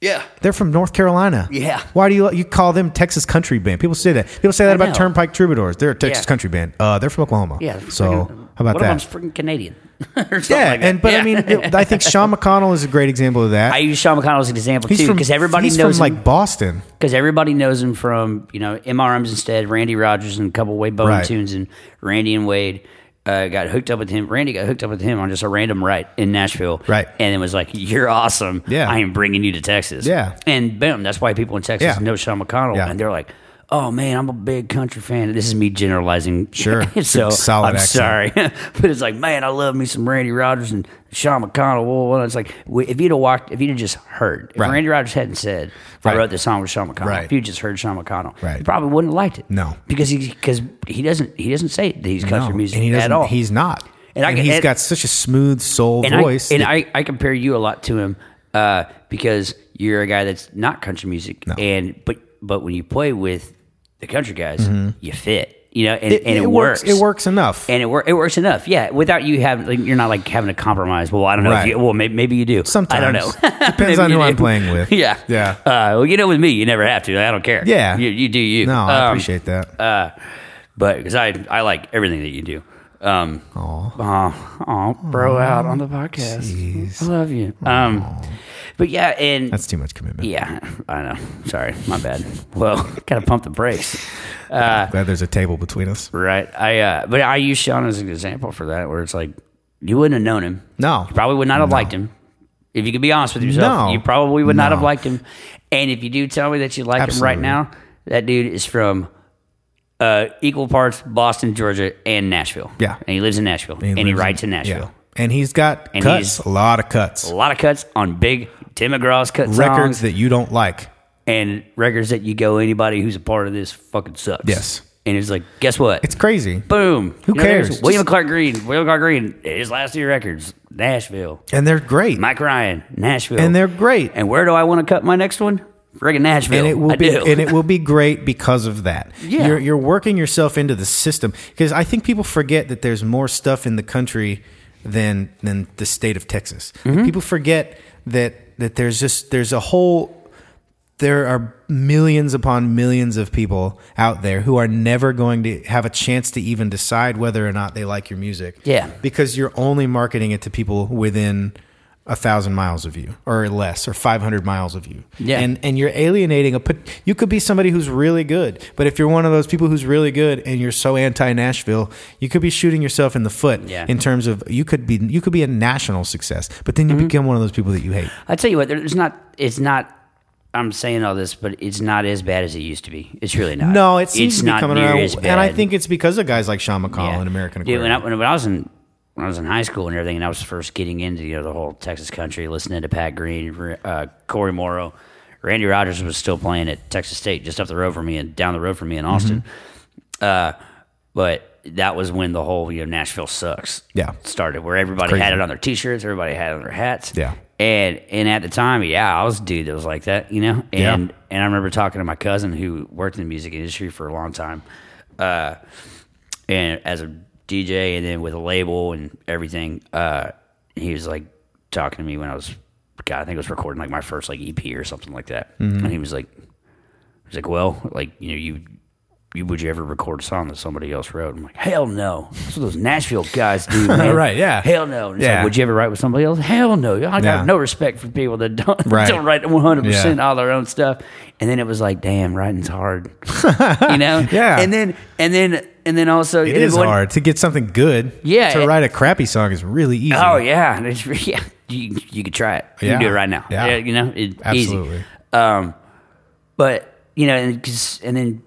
Speaker 2: yeah.
Speaker 1: They're from North Carolina.
Speaker 2: Yeah.
Speaker 1: Why do you you call them Texas country band? People say that. People say that about
Speaker 2: know.
Speaker 1: Turnpike Troubadours. They're a Texas
Speaker 2: Yeah.
Speaker 1: country band. Uh, they're from Oklahoma.
Speaker 2: Yeah.
Speaker 1: So
Speaker 2: freaking-
Speaker 1: how about
Speaker 2: what
Speaker 1: that?
Speaker 2: What if I'm freaking Canadian? or something
Speaker 1: yeah,
Speaker 2: like that.
Speaker 1: and but I
Speaker 2: Yeah.
Speaker 1: mean, it- I think Sean McConnell is a great example of that.
Speaker 2: I use Sean McConnell as an example
Speaker 1: he's
Speaker 2: too,
Speaker 1: from
Speaker 2: because everybody
Speaker 1: he's
Speaker 2: knows
Speaker 1: from
Speaker 2: him,
Speaker 1: like Boston.
Speaker 2: because everybody knows him from you know MRMs instead, Randy Rogers and a couple Wade Bowen
Speaker 1: Right.
Speaker 2: tunes, and Randy and Wade uh, got hooked up with him. Randy got hooked up with him on just a random right in Nashville,
Speaker 1: Right.
Speaker 2: and it was like, "You're awesome.
Speaker 1: Yeah.
Speaker 2: I am bringing you to Texas."
Speaker 1: Yeah.
Speaker 2: and boom, that's why people in Texas
Speaker 1: Yeah.
Speaker 2: know Sean McConnell,
Speaker 1: Yeah.
Speaker 2: and they're like. Oh man, I'm a big country fan. This is me generalizing.
Speaker 1: Sure.
Speaker 2: so
Speaker 1: Solid
Speaker 2: I'm
Speaker 1: accent.
Speaker 2: sorry, but it's like, man, I love me some Randy Rogers and Sean McConnell. Whoa, whoa. It's like w- if you'd have walked, if you'd have just heard, if
Speaker 1: Right.
Speaker 2: Randy Rogers hadn't said,
Speaker 1: Right.
Speaker 2: "I wrote this song with Sean McConnell,"
Speaker 1: Right.
Speaker 2: if you just heard Sean McConnell,
Speaker 1: Right.
Speaker 2: you probably wouldn't have liked it.
Speaker 1: No.
Speaker 2: because he because he doesn't he doesn't say that he's country
Speaker 1: No,
Speaker 2: music
Speaker 1: and he doesn't-
Speaker 2: at all.
Speaker 1: He's not. And,
Speaker 2: And I can-
Speaker 1: he's
Speaker 2: and-
Speaker 1: got such a smooth soul
Speaker 2: and
Speaker 1: voice.
Speaker 2: I, and
Speaker 1: that-
Speaker 2: I, I compare you a lot to him uh, because you're a guy that's not country music,
Speaker 1: No.
Speaker 2: and but but when you play with the country guys, you fit. You know, and
Speaker 1: Mm-hmm. it,
Speaker 2: it, and it,
Speaker 1: it
Speaker 2: works.
Speaker 1: It works enough.
Speaker 2: and it, wor- it works enough. Yeah, without you having, like, you're not like having to compromise. Well, I don't know.
Speaker 1: Right.
Speaker 2: If you, well, maybe, maybe you do.
Speaker 1: Sometimes.
Speaker 2: I don't know.
Speaker 1: Depends
Speaker 2: Maybe
Speaker 1: on
Speaker 2: you
Speaker 1: who
Speaker 2: do.
Speaker 1: I'm playing with.
Speaker 2: Yeah,
Speaker 1: Yeah.
Speaker 2: Uh, well, you know, with me, you never have to. I don't care.
Speaker 1: Yeah.
Speaker 2: you, you do you.
Speaker 1: no, I
Speaker 2: Um,
Speaker 1: appreciate that.
Speaker 2: Uh, but because I I like everything that you do. Um, aw, aw, bro, out on the podcast. I love you. Um, but yeah, and
Speaker 1: That's too much commitment.
Speaker 2: yeah, I know. Sorry, my bad. Well, gotta pump the brakes.
Speaker 1: Glad there's a table between us.
Speaker 2: Right. I uh but I use Sean as an example for that where it's like you wouldn't have known him.
Speaker 1: No.
Speaker 2: You probably would not have liked him. If you could be honest with yourself,
Speaker 1: No.
Speaker 2: you probably would not
Speaker 1: No.
Speaker 2: have liked him. And if you do tell me that you like him
Speaker 1: Absolutely.
Speaker 2: right now, that dude is from uh, equal parts Boston, Georgia, and Nashville.
Speaker 1: Yeah.
Speaker 2: And he lives in Nashville. And he,
Speaker 1: lives
Speaker 2: writes in,
Speaker 1: yeah.
Speaker 2: Nashville.
Speaker 1: And he's got
Speaker 2: And
Speaker 1: cuts,
Speaker 2: he's-
Speaker 1: a lot of cuts.
Speaker 2: A lot of cuts on big Tim McGraw's cut
Speaker 1: Records
Speaker 2: songs
Speaker 1: that you don't like.
Speaker 2: and records that you go, anybody who's a part of this fucking sucks.
Speaker 1: Yes.
Speaker 2: And it's like, guess what?
Speaker 1: It's crazy.
Speaker 2: Boom.
Speaker 1: Who
Speaker 2: there's
Speaker 1: cares?
Speaker 2: William
Speaker 1: Just-
Speaker 2: Clark Green. William Clark Green. His last two records, Nashville.
Speaker 1: And they're great.
Speaker 2: Mike Ryan, Nashville.
Speaker 1: And they're great.
Speaker 2: And where do I want to cut my next one? Friggin' Nashville.
Speaker 1: and it will
Speaker 2: I
Speaker 1: be
Speaker 2: do.
Speaker 1: and it will be great because of that.
Speaker 2: Yeah.
Speaker 1: You're you're working yourself into the system because I think people forget that there's more stuff in the country than than the state of Texas.
Speaker 2: Mm-hmm.
Speaker 1: People forget that that there's just there's a whole there are millions upon millions of people out there who are never going to have a chance to even decide whether or not they like your music.
Speaker 2: Yeah.
Speaker 1: Because you're only marketing it to people within a thousand miles of you or less or 500 miles of you.
Speaker 2: Yeah.
Speaker 1: And, and you're alienating a pot- you could be somebody who's really good, but if you're one of those people who's really good and you're so anti Nashville, you could be shooting yourself in the foot
Speaker 2: Yeah.
Speaker 1: in terms of you could be, you could be a national success, but then you
Speaker 2: Mm-hmm.
Speaker 1: become one of those people that you hate.
Speaker 2: I tell you what, there's not, it's not, I'm saying all this, but it's not as bad as it used to be. It's really not.
Speaker 1: No, it seems
Speaker 2: Uh, it's
Speaker 1: to be
Speaker 2: not
Speaker 1: coming
Speaker 2: near
Speaker 1: around,
Speaker 2: as
Speaker 1: and I
Speaker 2: bad.
Speaker 1: think it's because of guys like Sean McConnell
Speaker 2: Yeah.
Speaker 1: and American
Speaker 2: Dude,
Speaker 1: Aquarium.
Speaker 2: when I, when I was in when I was in high school and everything, and I was first getting into you know the whole Texas country, listening to Pat Green, uh, Corey Morrow, Randy Rogers was still playing at Texas State, just up the road from me and down the road from me in Austin.
Speaker 1: Mm-hmm.
Speaker 2: Uh, but that was when the whole you know Nashville sucks
Speaker 1: Yeah.
Speaker 2: started, where everybody
Speaker 1: crazy.
Speaker 2: had it on their T-shirts, everybody had it on their hats,
Speaker 1: Yeah.
Speaker 2: And and at the time, yeah, I was a dude that was like that, you know,
Speaker 1: Yeah.
Speaker 2: and and I remember talking to my cousin who worked in the music industry for a long time. Uh, and as a DJ and then with a label and everything, uh, he was like talking to me when I was, God, I think I was recording like my first like EP or something like that.
Speaker 1: Mm-hmm.
Speaker 2: And he was like, he was like, well, like, you know, you, you, would you ever record a song that somebody else wrote? I'm like, hell no. That's what those Nashville guys do, man.
Speaker 1: Right, yeah.
Speaker 2: Hell no. And it's
Speaker 1: Yeah.
Speaker 2: like, would you ever write with somebody else? Hell no. I got
Speaker 1: Yeah.
Speaker 2: no respect for people that don't,
Speaker 1: Right.
Speaker 2: don't write 100%
Speaker 1: Yeah.
Speaker 2: all their own stuff. And then it was like, damn, writing's hard. you know?
Speaker 1: Yeah.
Speaker 2: And then, and then, and then also
Speaker 1: it is hard to get something good.
Speaker 2: Yeah,
Speaker 1: to
Speaker 2: it-
Speaker 1: write a crappy song is really easy.
Speaker 2: Oh yeah, And it's, yeah. You, you could try it. You
Speaker 1: Yeah.
Speaker 2: can do it right now.
Speaker 1: Yeah.
Speaker 2: Yeah, you know, it,
Speaker 1: Absolutely.
Speaker 2: Easy. Um, but you know, and 'cause- and then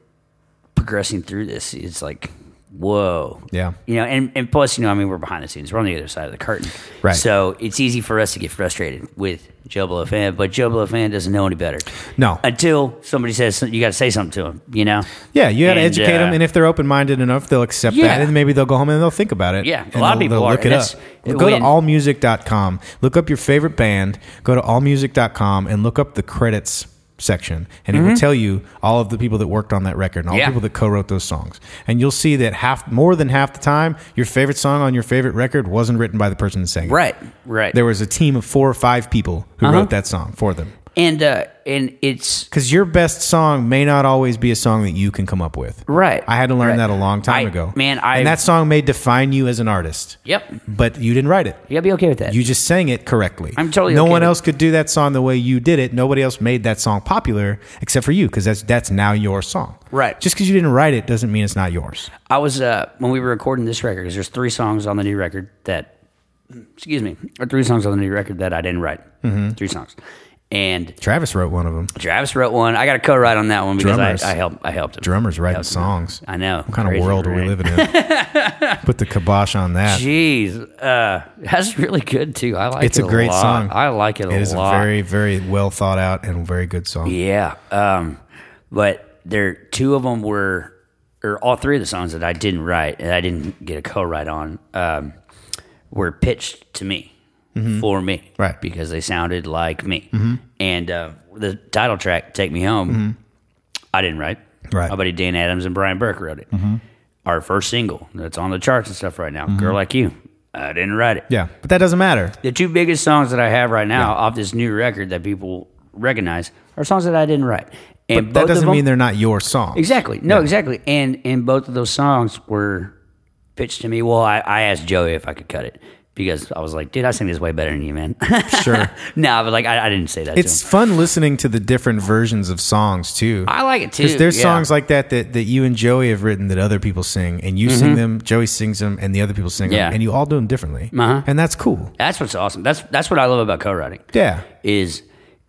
Speaker 2: progressing through this, it's like whoa.
Speaker 1: Yeah.
Speaker 2: You know, and, and plus, you know, I mean, we're behind the scenes. We're on the other side of the curtain.
Speaker 1: Right.
Speaker 2: So it's easy for us to get frustrated with Joe Blow fan, but Joe Blow fan doesn't know any better.
Speaker 1: No.
Speaker 2: Until somebody says, some- you got to say something to him, you know?
Speaker 1: Yeah, you got to
Speaker 2: And,
Speaker 1: educate
Speaker 2: uh,
Speaker 1: them, and if they're open minded enough, they'll accept
Speaker 2: Yeah.
Speaker 1: that, and maybe they'll go home and they'll think about it.
Speaker 2: Yeah, a
Speaker 1: and
Speaker 2: lot of
Speaker 1: they'll-
Speaker 2: people
Speaker 1: they'll
Speaker 2: are,
Speaker 1: Look
Speaker 2: and
Speaker 1: it up.
Speaker 2: that's-
Speaker 1: Go to
Speaker 2: when-
Speaker 1: allmusic.com, look up your favorite band, go to allmusic.com, and look up the credits section, and it will tell you all of the people that worked on that record and all
Speaker 2: Mm-hmm. Yeah.
Speaker 1: the people that co-wrote those songs, and you'll see that half, more than half the time, your favorite song on your favorite record wasn't written by the person that sang it.
Speaker 2: Right. Uh-huh. Right.
Speaker 1: There was a team of four or five people who wrote that song for them.
Speaker 2: and, uh, and it's,
Speaker 1: Because your best song may not always be a song that you can come up with.
Speaker 2: Right.
Speaker 1: I had to learn
Speaker 2: Right.
Speaker 1: that a long time
Speaker 2: I-
Speaker 1: ago.
Speaker 2: man, I-
Speaker 1: and that song may define you as an artist.
Speaker 2: yep. You
Speaker 1: But you didn't write it.
Speaker 2: got to be okay with that.
Speaker 1: You just sang it correctly.
Speaker 2: I'm totally
Speaker 1: No
Speaker 2: okay
Speaker 1: one
Speaker 2: with-
Speaker 1: else could do that song the way you did it. Nobody else made that song popular except for you because that's that's now your song.
Speaker 2: Right.
Speaker 1: Just because you didn't write it doesn't mean it's not yours.
Speaker 2: I was uh, when we were recording this record because there's three songs on the new record that, excuse me, or three songs on the new record that I didn't write. Mm-hmm. Three songs, and
Speaker 1: Travis wrote one of them.
Speaker 2: Travis wrote one. I got a co-write on that one because
Speaker 1: Drummers.
Speaker 2: I, I helped. I helped him.
Speaker 1: Drummers writing
Speaker 2: Helped him.
Speaker 1: songs.
Speaker 2: I know.
Speaker 1: What kind of world are we living in? Put the kibosh on that.
Speaker 2: Jeez, uh, that's really good too. I like
Speaker 1: it's
Speaker 2: it.
Speaker 1: a great
Speaker 2: lot.
Speaker 1: song.
Speaker 2: I like it, a
Speaker 1: It is
Speaker 2: lot.
Speaker 1: a very, very well thought out and very good song.
Speaker 2: yeah. Um, but there, two of them were, or all three of the songs that I didn't write and I didn't get a co-write on, um, were pitched to me for me,
Speaker 1: Mm-hmm. Right. Mm-hmm.
Speaker 2: Because they sounded like me. And uh, the title track, "Take Me Home," I didn't write.
Speaker 1: Right. Mm-hmm.
Speaker 2: My buddy Dan Adams and Brian Burke wrote it. Our first single that's on the charts and stuff right now, "Girl Like You." I didn't write it
Speaker 1: Yeah, but that doesn't matter.
Speaker 2: the two biggest songs that I have right now off this new record that people recognize are songs that I didn't write. And both
Speaker 1: That
Speaker 2: of
Speaker 1: doesn't
Speaker 2: them-
Speaker 1: mean they're not your song.
Speaker 2: exactly no exactly. And and both of those songs were pitched to me. Well, I, I asked Joey if I could cut it because I was like, dude, I sing this way better than you, man.
Speaker 1: Sure.
Speaker 2: no, but like I, I didn't say that.
Speaker 1: It's
Speaker 2: to him.
Speaker 1: fun listening to the different versions of songs too.
Speaker 2: I like it too.
Speaker 1: Because there's
Speaker 2: yeah.
Speaker 1: songs like that, that that you and Joey have written that other people sing, and you sing them, Joey sings them, and the other people sing
Speaker 2: Mm-hmm. Yeah.
Speaker 1: them, and you all do them differently,
Speaker 2: Uh-huh.
Speaker 1: and that's cool.
Speaker 2: that's what's awesome. That's that's what I love about co-writing.
Speaker 1: Yeah,
Speaker 2: is,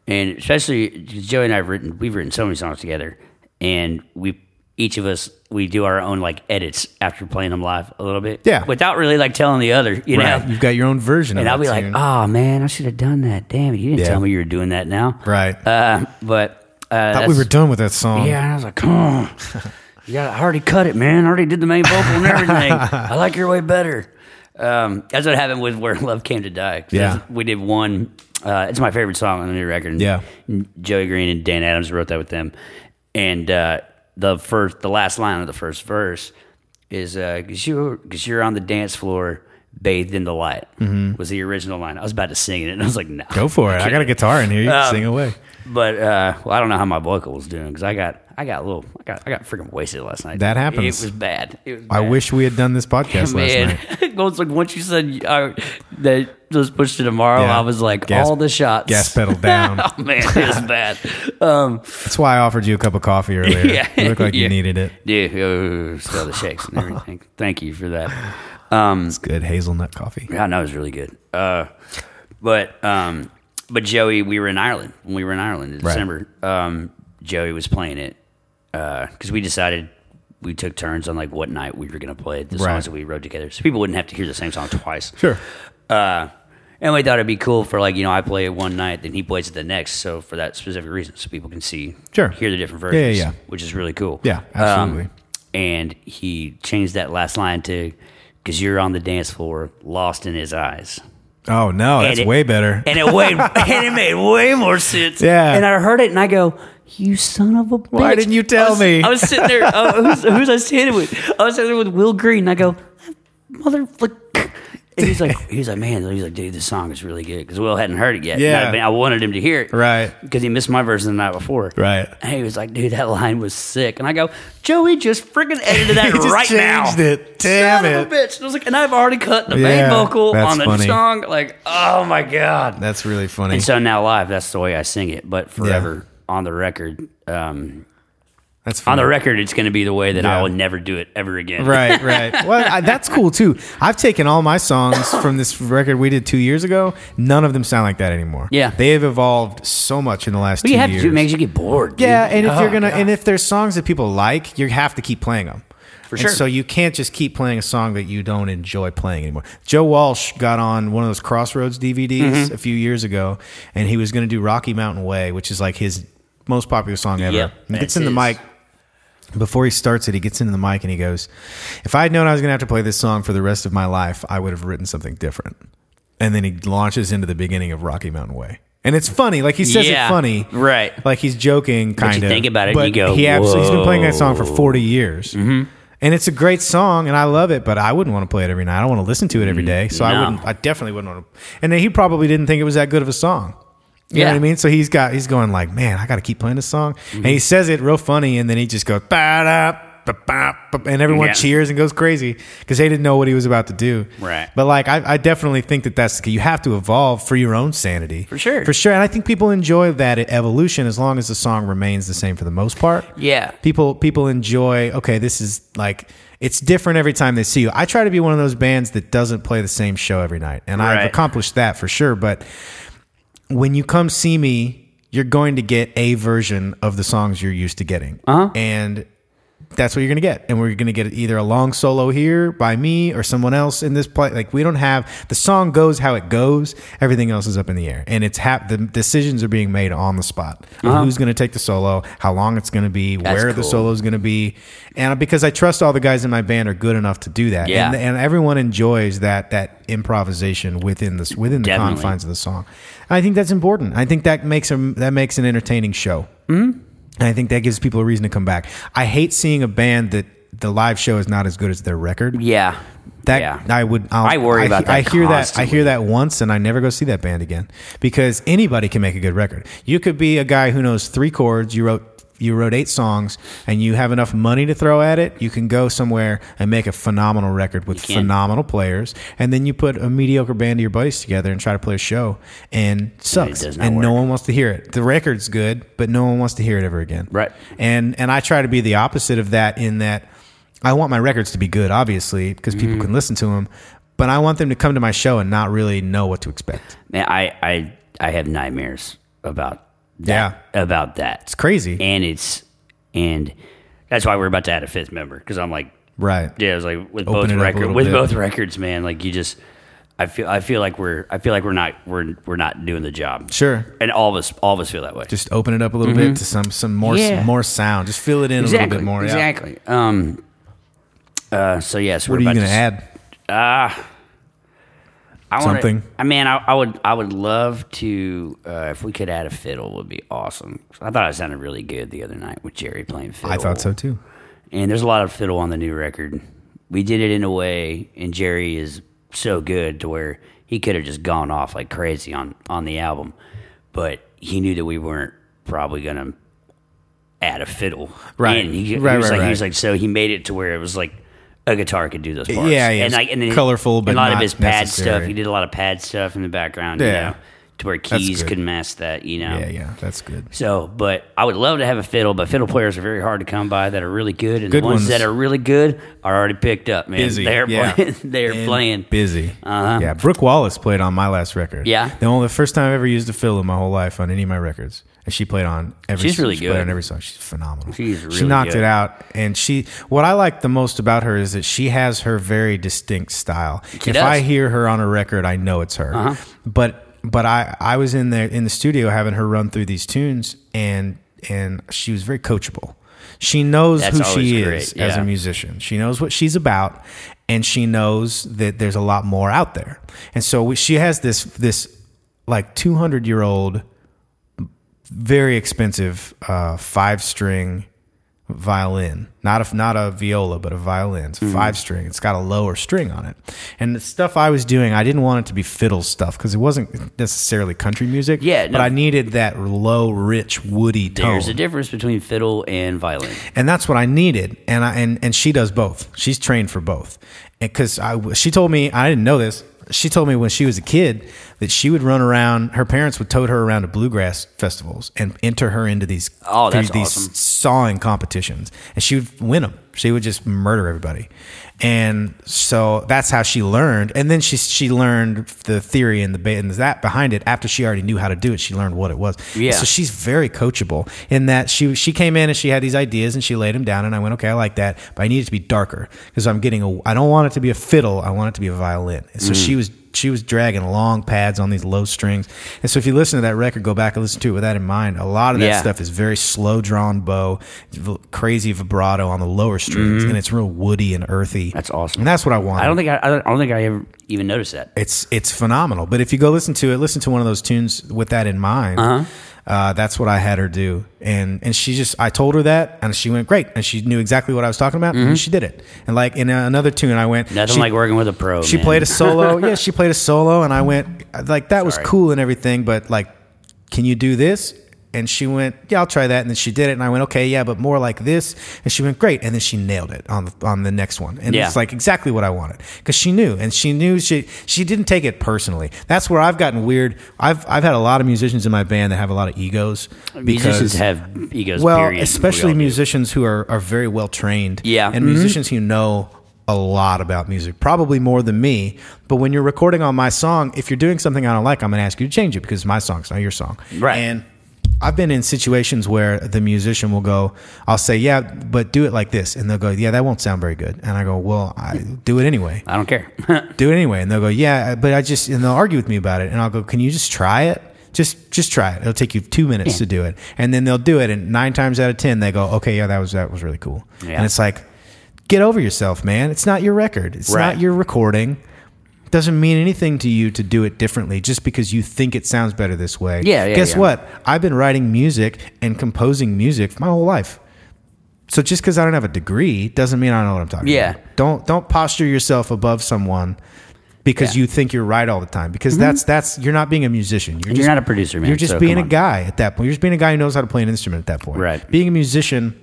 Speaker 2: and especially 'cause Joey and I've written, we've written so many songs together, and we each of us we do our own like edits after playing them live a little bit,
Speaker 1: Yeah.
Speaker 2: without really like telling the other, you
Speaker 1: right.
Speaker 2: know.
Speaker 1: You've got your own version
Speaker 2: And I'll
Speaker 1: of
Speaker 2: be
Speaker 1: it.
Speaker 2: like, oh man, I should have done that. Damn it, you didn't
Speaker 1: Yeah.
Speaker 2: tell me you were doing that now,
Speaker 1: right?
Speaker 2: Uh, but
Speaker 1: Thought
Speaker 2: uh,
Speaker 1: we
Speaker 2: that's-
Speaker 1: were done with that song.
Speaker 2: yeah, and I was like, come on. You got, I already cut it, man. I already did the main vocal and everything. I like your way better. Um, that's what happened with Where Love Came to Die. 'Cause
Speaker 1: Yeah.
Speaker 2: We did one. Uh, it's my favorite song on the new record. And
Speaker 1: Yeah.
Speaker 2: Joey Green and Dan Adams wrote that with them. And uh, the first, the last line of the first verse is because you're, 'cause you're on the dance floor bathed in the light was the original line. I was about to sing it, and I was like, no.
Speaker 1: Mm-hmm. Go for it. I got a guitar in here. You can
Speaker 2: Um,
Speaker 1: sing away.
Speaker 2: But uh, well, I don't know how my vocal was doing because I got I got a little I got I got freaking wasted last night.
Speaker 1: That happens.
Speaker 2: It was bad. It was
Speaker 1: I
Speaker 2: bad.
Speaker 1: wish we had done this podcast last
Speaker 2: Man,
Speaker 1: night.
Speaker 2: Well, it's like once you said uh, that let's push to tomorrow,
Speaker 1: Yeah.
Speaker 2: I was like
Speaker 1: Gas-
Speaker 2: all the shots.
Speaker 1: Gas pedal down.
Speaker 2: oh man, it was bad. Um,
Speaker 1: That's why I offered you a cup of coffee earlier.
Speaker 2: Yeah.
Speaker 1: You looked like you
Speaker 2: Yeah.
Speaker 1: needed it.
Speaker 2: yeah, oh, still the shakes and everything. Thank you for that. Um,
Speaker 1: Good hazelnut coffee.
Speaker 2: Yeah, no, it was really good. Uh, but um, but Joey, we were in Ireland when we were in Ireland in
Speaker 1: Right.
Speaker 2: December. Um, Joey was playing it because we decided we took turns on like what night we were gonna play the songs
Speaker 1: Right.
Speaker 2: that we wrote together, so people wouldn't have to hear the same song twice.
Speaker 1: Sure.
Speaker 2: Uh, and we thought it'd be cool for like you know I play it one night, then he plays it the next. So for that specific reason, so people can see,
Speaker 1: Sure.
Speaker 2: hear the different
Speaker 1: Yeah, yeah,
Speaker 2: versions,
Speaker 1: yeah.
Speaker 2: which is really cool.
Speaker 1: Yeah, absolutely.
Speaker 2: Um, and he changed that last line to "Cause you're on the dance floor, lost in his eyes."
Speaker 1: Oh no,
Speaker 2: And
Speaker 1: that's
Speaker 2: it-
Speaker 1: way better.
Speaker 2: And it way and it made way more sense.
Speaker 1: Yeah.
Speaker 2: And I heard it and I go, "You son of a bitch!"
Speaker 1: Why didn't you tell
Speaker 2: I was-
Speaker 1: me?
Speaker 2: I was sitting there. Uh, who's, who's I standing with? I was sitting there with Will Green. And I go, "Mother." fuck." And he's like, he's like, man, he's like, dude, this song is really good because Will hadn't heard it yet. And
Speaker 1: Yeah.
Speaker 2: I've been- I wanted him to hear it,
Speaker 1: Right.
Speaker 2: Because he missed my version the night before,
Speaker 1: Right.
Speaker 2: And he was like, dude, that line was sick. And I go, Joey just freaking edited that
Speaker 1: He just
Speaker 2: right now.
Speaker 1: changed it. Damn
Speaker 2: Son
Speaker 1: it.
Speaker 2: Of a bitch. And I was like, and I've already cut the
Speaker 1: Yeah,
Speaker 2: main vocal
Speaker 1: that's
Speaker 2: on the
Speaker 1: funny.
Speaker 2: song. Like, oh my god.
Speaker 1: That's really funny.
Speaker 2: And so now live, that's the way I sing it. But forever on the record, um,
Speaker 1: that's funny.
Speaker 2: on the record, it's going to be the way that
Speaker 1: Yeah.
Speaker 2: I will never do it ever again.
Speaker 1: Right, right. Well, I, that's cool too. I've taken all my songs from this record we did two years ago. None of them sound like that anymore.
Speaker 2: Yeah.
Speaker 1: they have evolved so much in the last
Speaker 2: But
Speaker 1: two
Speaker 2: you have
Speaker 1: years.
Speaker 2: to do it makes you get bored. dude.
Speaker 1: yeah, and if
Speaker 2: Oh,
Speaker 1: you're gonna,
Speaker 2: God.
Speaker 1: and if there's songs that people like, you have to keep playing them.
Speaker 2: For sure.
Speaker 1: And so you can't just keep playing a song that you don't enjoy playing anymore. Joe Walsh got on one of those Crossroads DVDs
Speaker 2: Mm-hmm.
Speaker 1: a few years ago, and he was going to do Rocky Mountain Way, which is like his most popular song ever.
Speaker 2: Yep,
Speaker 1: and he gets
Speaker 2: that's
Speaker 1: in the
Speaker 2: his.
Speaker 1: mic. Before he starts it, he gets into the mic and he goes, If I had known I was going to have to play this song for the rest of my life, I would have written something different. And then he launches into the beginning of Rocky Mountain Way. And it's funny. Like he says
Speaker 2: Yeah,
Speaker 1: it funny.
Speaker 2: right.
Speaker 1: Like he's joking, kind
Speaker 2: you
Speaker 1: of.
Speaker 2: think about it,
Speaker 1: but
Speaker 2: you go,
Speaker 1: he absolutely, he's been playing that
Speaker 2: "Whoa."
Speaker 1: song for 40 years. Mm-hmm. And it's a great song, and I love it, but I wouldn't want to play it every night. I don't want to listen to it every day. So I
Speaker 2: Mm-hmm. no.
Speaker 1: wouldn't, I definitely wouldn't want to. And then he probably didn't think it was that good of a song. You know
Speaker 2: Yeah. Mm-hmm.
Speaker 1: what I mean? So he's got, he's going like, man, I got to keep playing this song. And he says it real funny, and then he just goes, ba da, ba and everyone
Speaker 2: Yeah.
Speaker 1: cheers and goes crazy because they didn't know what he was about to do.
Speaker 2: Right.
Speaker 1: But like, I, I definitely think that that's, you have to evolve for your own sanity. For
Speaker 2: sure.
Speaker 1: For sure. And I think people enjoy that evolution as long as the song remains the same for the most part
Speaker 2: yeah.
Speaker 1: people people enjoy okay this is like it's different every time they see you i try to be one of those bands that doesn't play the same show every night and i've
Speaker 2: Right.
Speaker 1: accomplished that for sure but when you come see me you're going to get a version of the songs you're used to getting uh-huh. and that's what you're going to get and we're going to get either a long solo here by me or someone else in this play like we don't have the song goes how it goes everything else is up in the air and it's hap- the decisions are being made on the spot of who's going to take the solo how long it's going to be where the
Speaker 2: Uh-huh. cool.
Speaker 1: solo is going to be and because i trust all the guys in my band are good enough to do that
Speaker 2: Yeah.
Speaker 1: and, and everyone enjoys that that improvisation within this within the
Speaker 2: Definitely.
Speaker 1: confines of the song i think that's important i think that makes a that makes an entertaining show and I think that gives people a reason to come back. I hate seeing a band that the live show is not as good as their record.
Speaker 2: Yeah.
Speaker 1: That
Speaker 2: yeah.
Speaker 1: I would. I'll,
Speaker 2: I worry about that
Speaker 1: I hear that. I
Speaker 2: constantly.
Speaker 1: hear that once, and I never go see that band again because anybody can make a good record. You could be a guy who knows three chords. You wrote. You wrote eight songs, and you have enough money to throw at it. You can go somewhere and make a phenomenal record with
Speaker 2: You can.
Speaker 1: phenomenal players, and then you put a mediocre band of your buddies together and try to play a show, and it sucks,
Speaker 2: does
Speaker 1: and,
Speaker 2: not
Speaker 1: no
Speaker 2: work.
Speaker 1: one wants to hear it. The record's good, but no one wants to hear it ever again.
Speaker 2: Right.
Speaker 1: And and I try to be the opposite of that in that I want my records to be good, obviously, because
Speaker 2: Mm-hmm.
Speaker 1: people can listen to them. But I want them to come to my show and not really know what to expect.
Speaker 2: Man, I, I, I have nightmares about that. About that.
Speaker 1: It's crazy,
Speaker 2: And it's, and that's why we're about to add a fifth member because I'm like,
Speaker 1: right?
Speaker 2: Yeah, it was like with
Speaker 1: Open it up
Speaker 2: both
Speaker 1: a
Speaker 2: record
Speaker 1: little
Speaker 2: with
Speaker 1: bit.
Speaker 2: both records, man. Like you just, I feel I feel like we're I feel like we're not we're we're not doing the job.
Speaker 1: Sure.
Speaker 2: and all of us all of us feel that way.
Speaker 1: Just open it up a little bit to some some more
Speaker 2: Mm-hmm. Yeah.
Speaker 1: more sound. Just fill it in a little bit more. yeah.
Speaker 2: exactly. Um. Uh. So yes,
Speaker 1: What
Speaker 2: we're
Speaker 1: are you
Speaker 2: about
Speaker 1: going
Speaker 2: to
Speaker 1: to add?
Speaker 2: I
Speaker 1: Something.
Speaker 2: I mean, I, I would I would love to uh, if we could add a fiddle would be awesome. I thought it sounded really good the other night with Jerry playing fiddle.
Speaker 1: I thought so too.
Speaker 2: and there's a lot of fiddle on the new record. We did it in a way, and Jerry is so good to where he could have just gone off like crazy on on the album, but he knew that we weren't probably gonna add a fiddle.
Speaker 1: Right.
Speaker 2: And he, he
Speaker 1: Right,
Speaker 2: was
Speaker 1: right,
Speaker 2: like, he
Speaker 1: right.
Speaker 2: was like, so he made it to where it was like a guitar could do those parts.
Speaker 1: yeah, yeah,
Speaker 2: And like, and then
Speaker 1: colorful, but
Speaker 2: a lot
Speaker 1: not
Speaker 2: of his pad
Speaker 1: necessary.
Speaker 2: stuff. He did a lot of pad stuff in the background.
Speaker 1: Yeah.
Speaker 2: You know, to where keys
Speaker 1: good.
Speaker 2: could mask that. You know.
Speaker 1: Yeah, yeah, that's good.
Speaker 2: So, but I would love to have a fiddle, but fiddle players are very hard to come by that are really good, and
Speaker 1: Good
Speaker 2: the ones,
Speaker 1: ones.
Speaker 2: that are really good are already picked up, man.
Speaker 1: Busy,
Speaker 2: They're
Speaker 1: yeah.
Speaker 2: playing. They're
Speaker 1: And oh.
Speaker 2: playing.
Speaker 1: busy.
Speaker 2: Uh-huh.
Speaker 1: Yeah, Brooke Wallace played on my last record.
Speaker 2: Yeah.
Speaker 1: the only the first time I ever used a fill in my whole life on any of my records, and she played on every.
Speaker 2: She's really
Speaker 1: she played
Speaker 2: good.
Speaker 1: on every song. She's phenomenal.
Speaker 2: She's
Speaker 1: she
Speaker 2: really
Speaker 1: knocked
Speaker 2: good.
Speaker 1: it out, and she. What I like the most about her is that she has her very distinct style. if
Speaker 2: does. Uh-huh.
Speaker 1: I hear her on a record, I know it's her. But but I I was in there in the studio having her run through these tunes, and and she was very coachable. She knows
Speaker 2: That's
Speaker 1: who
Speaker 2: always
Speaker 1: she
Speaker 2: great,
Speaker 1: is as a
Speaker 2: yeah.
Speaker 1: musician musician. She knows what she's about, and she knows that there's a lot more out there. And so we, she has this this like 200 year old, very expensive uh, five string violin, not a not a viola, but a violin. It's five string. It's got a lower string on it. And the stuff I was doing, I didn't want it to be fiddle stuff because it wasn't necessarily country music.
Speaker 2: Yeah,
Speaker 1: but
Speaker 2: no.
Speaker 1: I needed that low, rich, woody tone
Speaker 2: There's a difference between fiddle and violin.
Speaker 1: and that's what I needed. And I and and she does both. She's trained for both. And because I she told me I didn't know this. She told me when she was a kid that she would run around. Her parents would tote her around to bluegrass festivals and enter her into these
Speaker 2: Oh, that's
Speaker 1: these
Speaker 2: awesome.
Speaker 1: sawing competitions, and she would win them. She would just murder everybody. And so that's how she learned. And then she she learned the theory and the ba- and that behind it after she already knew how to do it. She learned what it was.
Speaker 2: Yeah.
Speaker 1: So she's very coachable in that she she came in and she had these ideas and she laid them down and I went okay I like that but I need it to be darker because I'm getting a I don't want it to be a fiddle I want it to be a violin. And so she was she was dragging long pads on these low strings. And so if you listen to that record, go back and listen to it with that in mind. A lot of that
Speaker 2: Yeah.
Speaker 1: stuff is very slow drawn bow, v- crazy vibrato on the lower strings, and it's real woody and earthy.
Speaker 2: Mm-hmm. That's awesome.
Speaker 1: And that's what I want.
Speaker 2: I don't think I, I don't- I don't think I ever even noticed that.
Speaker 1: it's it's phenomenal. But if you go listen to it, listen to one of those tunes with that in mind.
Speaker 2: Uh-huh.
Speaker 1: uh that's what I had her do, and and she just I told her that, and she went great, and she knew exactly what I was talking about, and she did it. And like in another tune, I went
Speaker 2: Mm-hmm. Nothing
Speaker 1: she-
Speaker 2: like working with a pro.
Speaker 1: she
Speaker 2: man.
Speaker 1: played a solo. yeah, she played a solo, and I went like that was
Speaker 2: Sorry.
Speaker 1: cool and everything, but like, can you do this? And she went, yeah, I'll try that. And then she did it, and I went, okay, yeah, but more like this. And she went, great. And then she nailed it on the, on the next one, and
Speaker 2: Yeah.
Speaker 1: it's like exactly what I wanted because she knew, and she knew she she didn't take it personally. That's where I've gotten weird. I've I've had a lot of musicians in my band that have a lot of egos.
Speaker 2: musicians
Speaker 1: because-
Speaker 2: have egos.
Speaker 1: well,
Speaker 2: period. We all
Speaker 1: especially
Speaker 2: do.
Speaker 1: musicians who are, are very well trained.
Speaker 2: Yeah.
Speaker 1: And musicians who know a lot about music, probably more than me. But when you're recording on my song, if you're doing something I don't like, I'm going to ask you to change it because it's my song, it's not your song.
Speaker 2: Right.
Speaker 1: And I've been in situations where the musician will go, I'll say, yeah, but do it like this. And they'll go, yeah, that won't sound very good. And I go, well, I do it anyway
Speaker 2: I don't care.
Speaker 1: do it anyway. And they'll go, yeah, but I just, and they'll argue with me about it. And I'll go, can you just try it? Just, just try it. It'll take you two minutes to do it. And then they'll do it. And nine times out of 10, they go, okay, yeah, that was, that was really cool.
Speaker 2: Yeah.
Speaker 1: And it's like, get over yourself, man. It's not your record. It's
Speaker 2: Right.
Speaker 1: not your recording. It doesn't mean anything to you to do it differently just because you think it sounds better this way.
Speaker 2: Yeah, yeah,
Speaker 1: Guess
Speaker 2: yeah.
Speaker 1: what? I've been writing music and composing music my whole life. So just because I don't have a degree doesn't mean I know what I'm talking
Speaker 2: Yeah.
Speaker 1: about. Don't don't posture yourself above someone because
Speaker 2: Yeah. Mm-hmm.
Speaker 1: you think you're right all the time. Because that's that's you're not being a musician. You're,
Speaker 2: you're not a producer, man,
Speaker 1: You're just
Speaker 2: so
Speaker 1: being
Speaker 2: come
Speaker 1: a
Speaker 2: on.
Speaker 1: guy at that point. You're just being a guy who knows how to play an instrument at that point.
Speaker 2: Right.
Speaker 1: Being a musician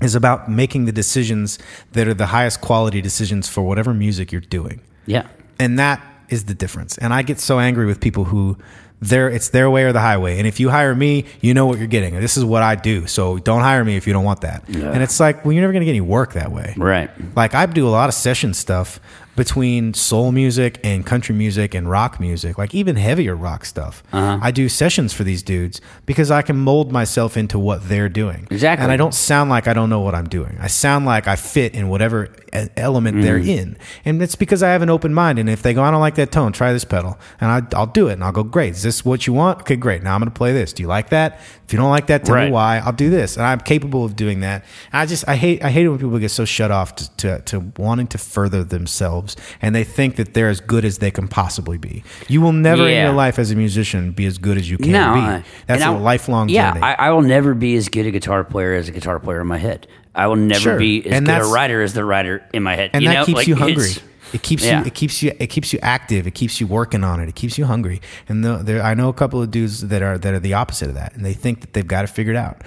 Speaker 1: is about making the decisions that are the highest quality decisions for whatever music you're doing
Speaker 2: yeah.
Speaker 1: and that is the difference. And I get so angry with people who their it's their way or the highway. And if you hire me, you know what you're getting. This is what I do. So don't hire me if you don't want that. And it's like, well, you're never going to get any work that way.
Speaker 2: Right.
Speaker 1: Like I do a lot of session stuff between soul music and country music and rock music, like even heavier rock stuff. I do sessions for these dudes because I can mold myself into what they're doing.
Speaker 2: Exactly.
Speaker 1: And I don't sound like I don't know what I'm doing. I sound like I fit in whatever e- element they're
Speaker 2: Mm.
Speaker 1: in. And it's because I have an open mind. And if they go, I don't like that tone, try this pedal. And I, I'll do it. And I'll go, great. Is this what you want? Okay, great. Now I'm going to play this. Do you like that? If you don't like that, tell
Speaker 2: Right.
Speaker 1: me why. I'll do this, and I'm capable of doing that. And I just I hate I hate it when people get so shut off to, to to wanting to further themselves, and they think that they're as good as they can possibly be. You will never in
Speaker 2: Yeah.
Speaker 1: your life as a musician be as good as you can
Speaker 2: no, I-
Speaker 1: be. That's a
Speaker 2: and I-
Speaker 1: lifelong
Speaker 2: yeah,
Speaker 1: journey.
Speaker 2: I, I will never be as good a guitar player as a guitar player in my head. I will never
Speaker 1: Sure.
Speaker 2: be as
Speaker 1: And
Speaker 2: good a
Speaker 1: that's-
Speaker 2: writer as the writer in my head.
Speaker 1: and
Speaker 2: you
Speaker 1: that
Speaker 2: know?
Speaker 1: keeps
Speaker 2: Like,
Speaker 1: you hungry.
Speaker 2: it's-
Speaker 1: It keeps
Speaker 2: Yeah.
Speaker 1: you. It keeps you. It keeps you active. It keeps you working on it. It keeps you hungry. And the, there, I know a couple of dudes that are that are the opposite of that, and they think that they've got it figured out,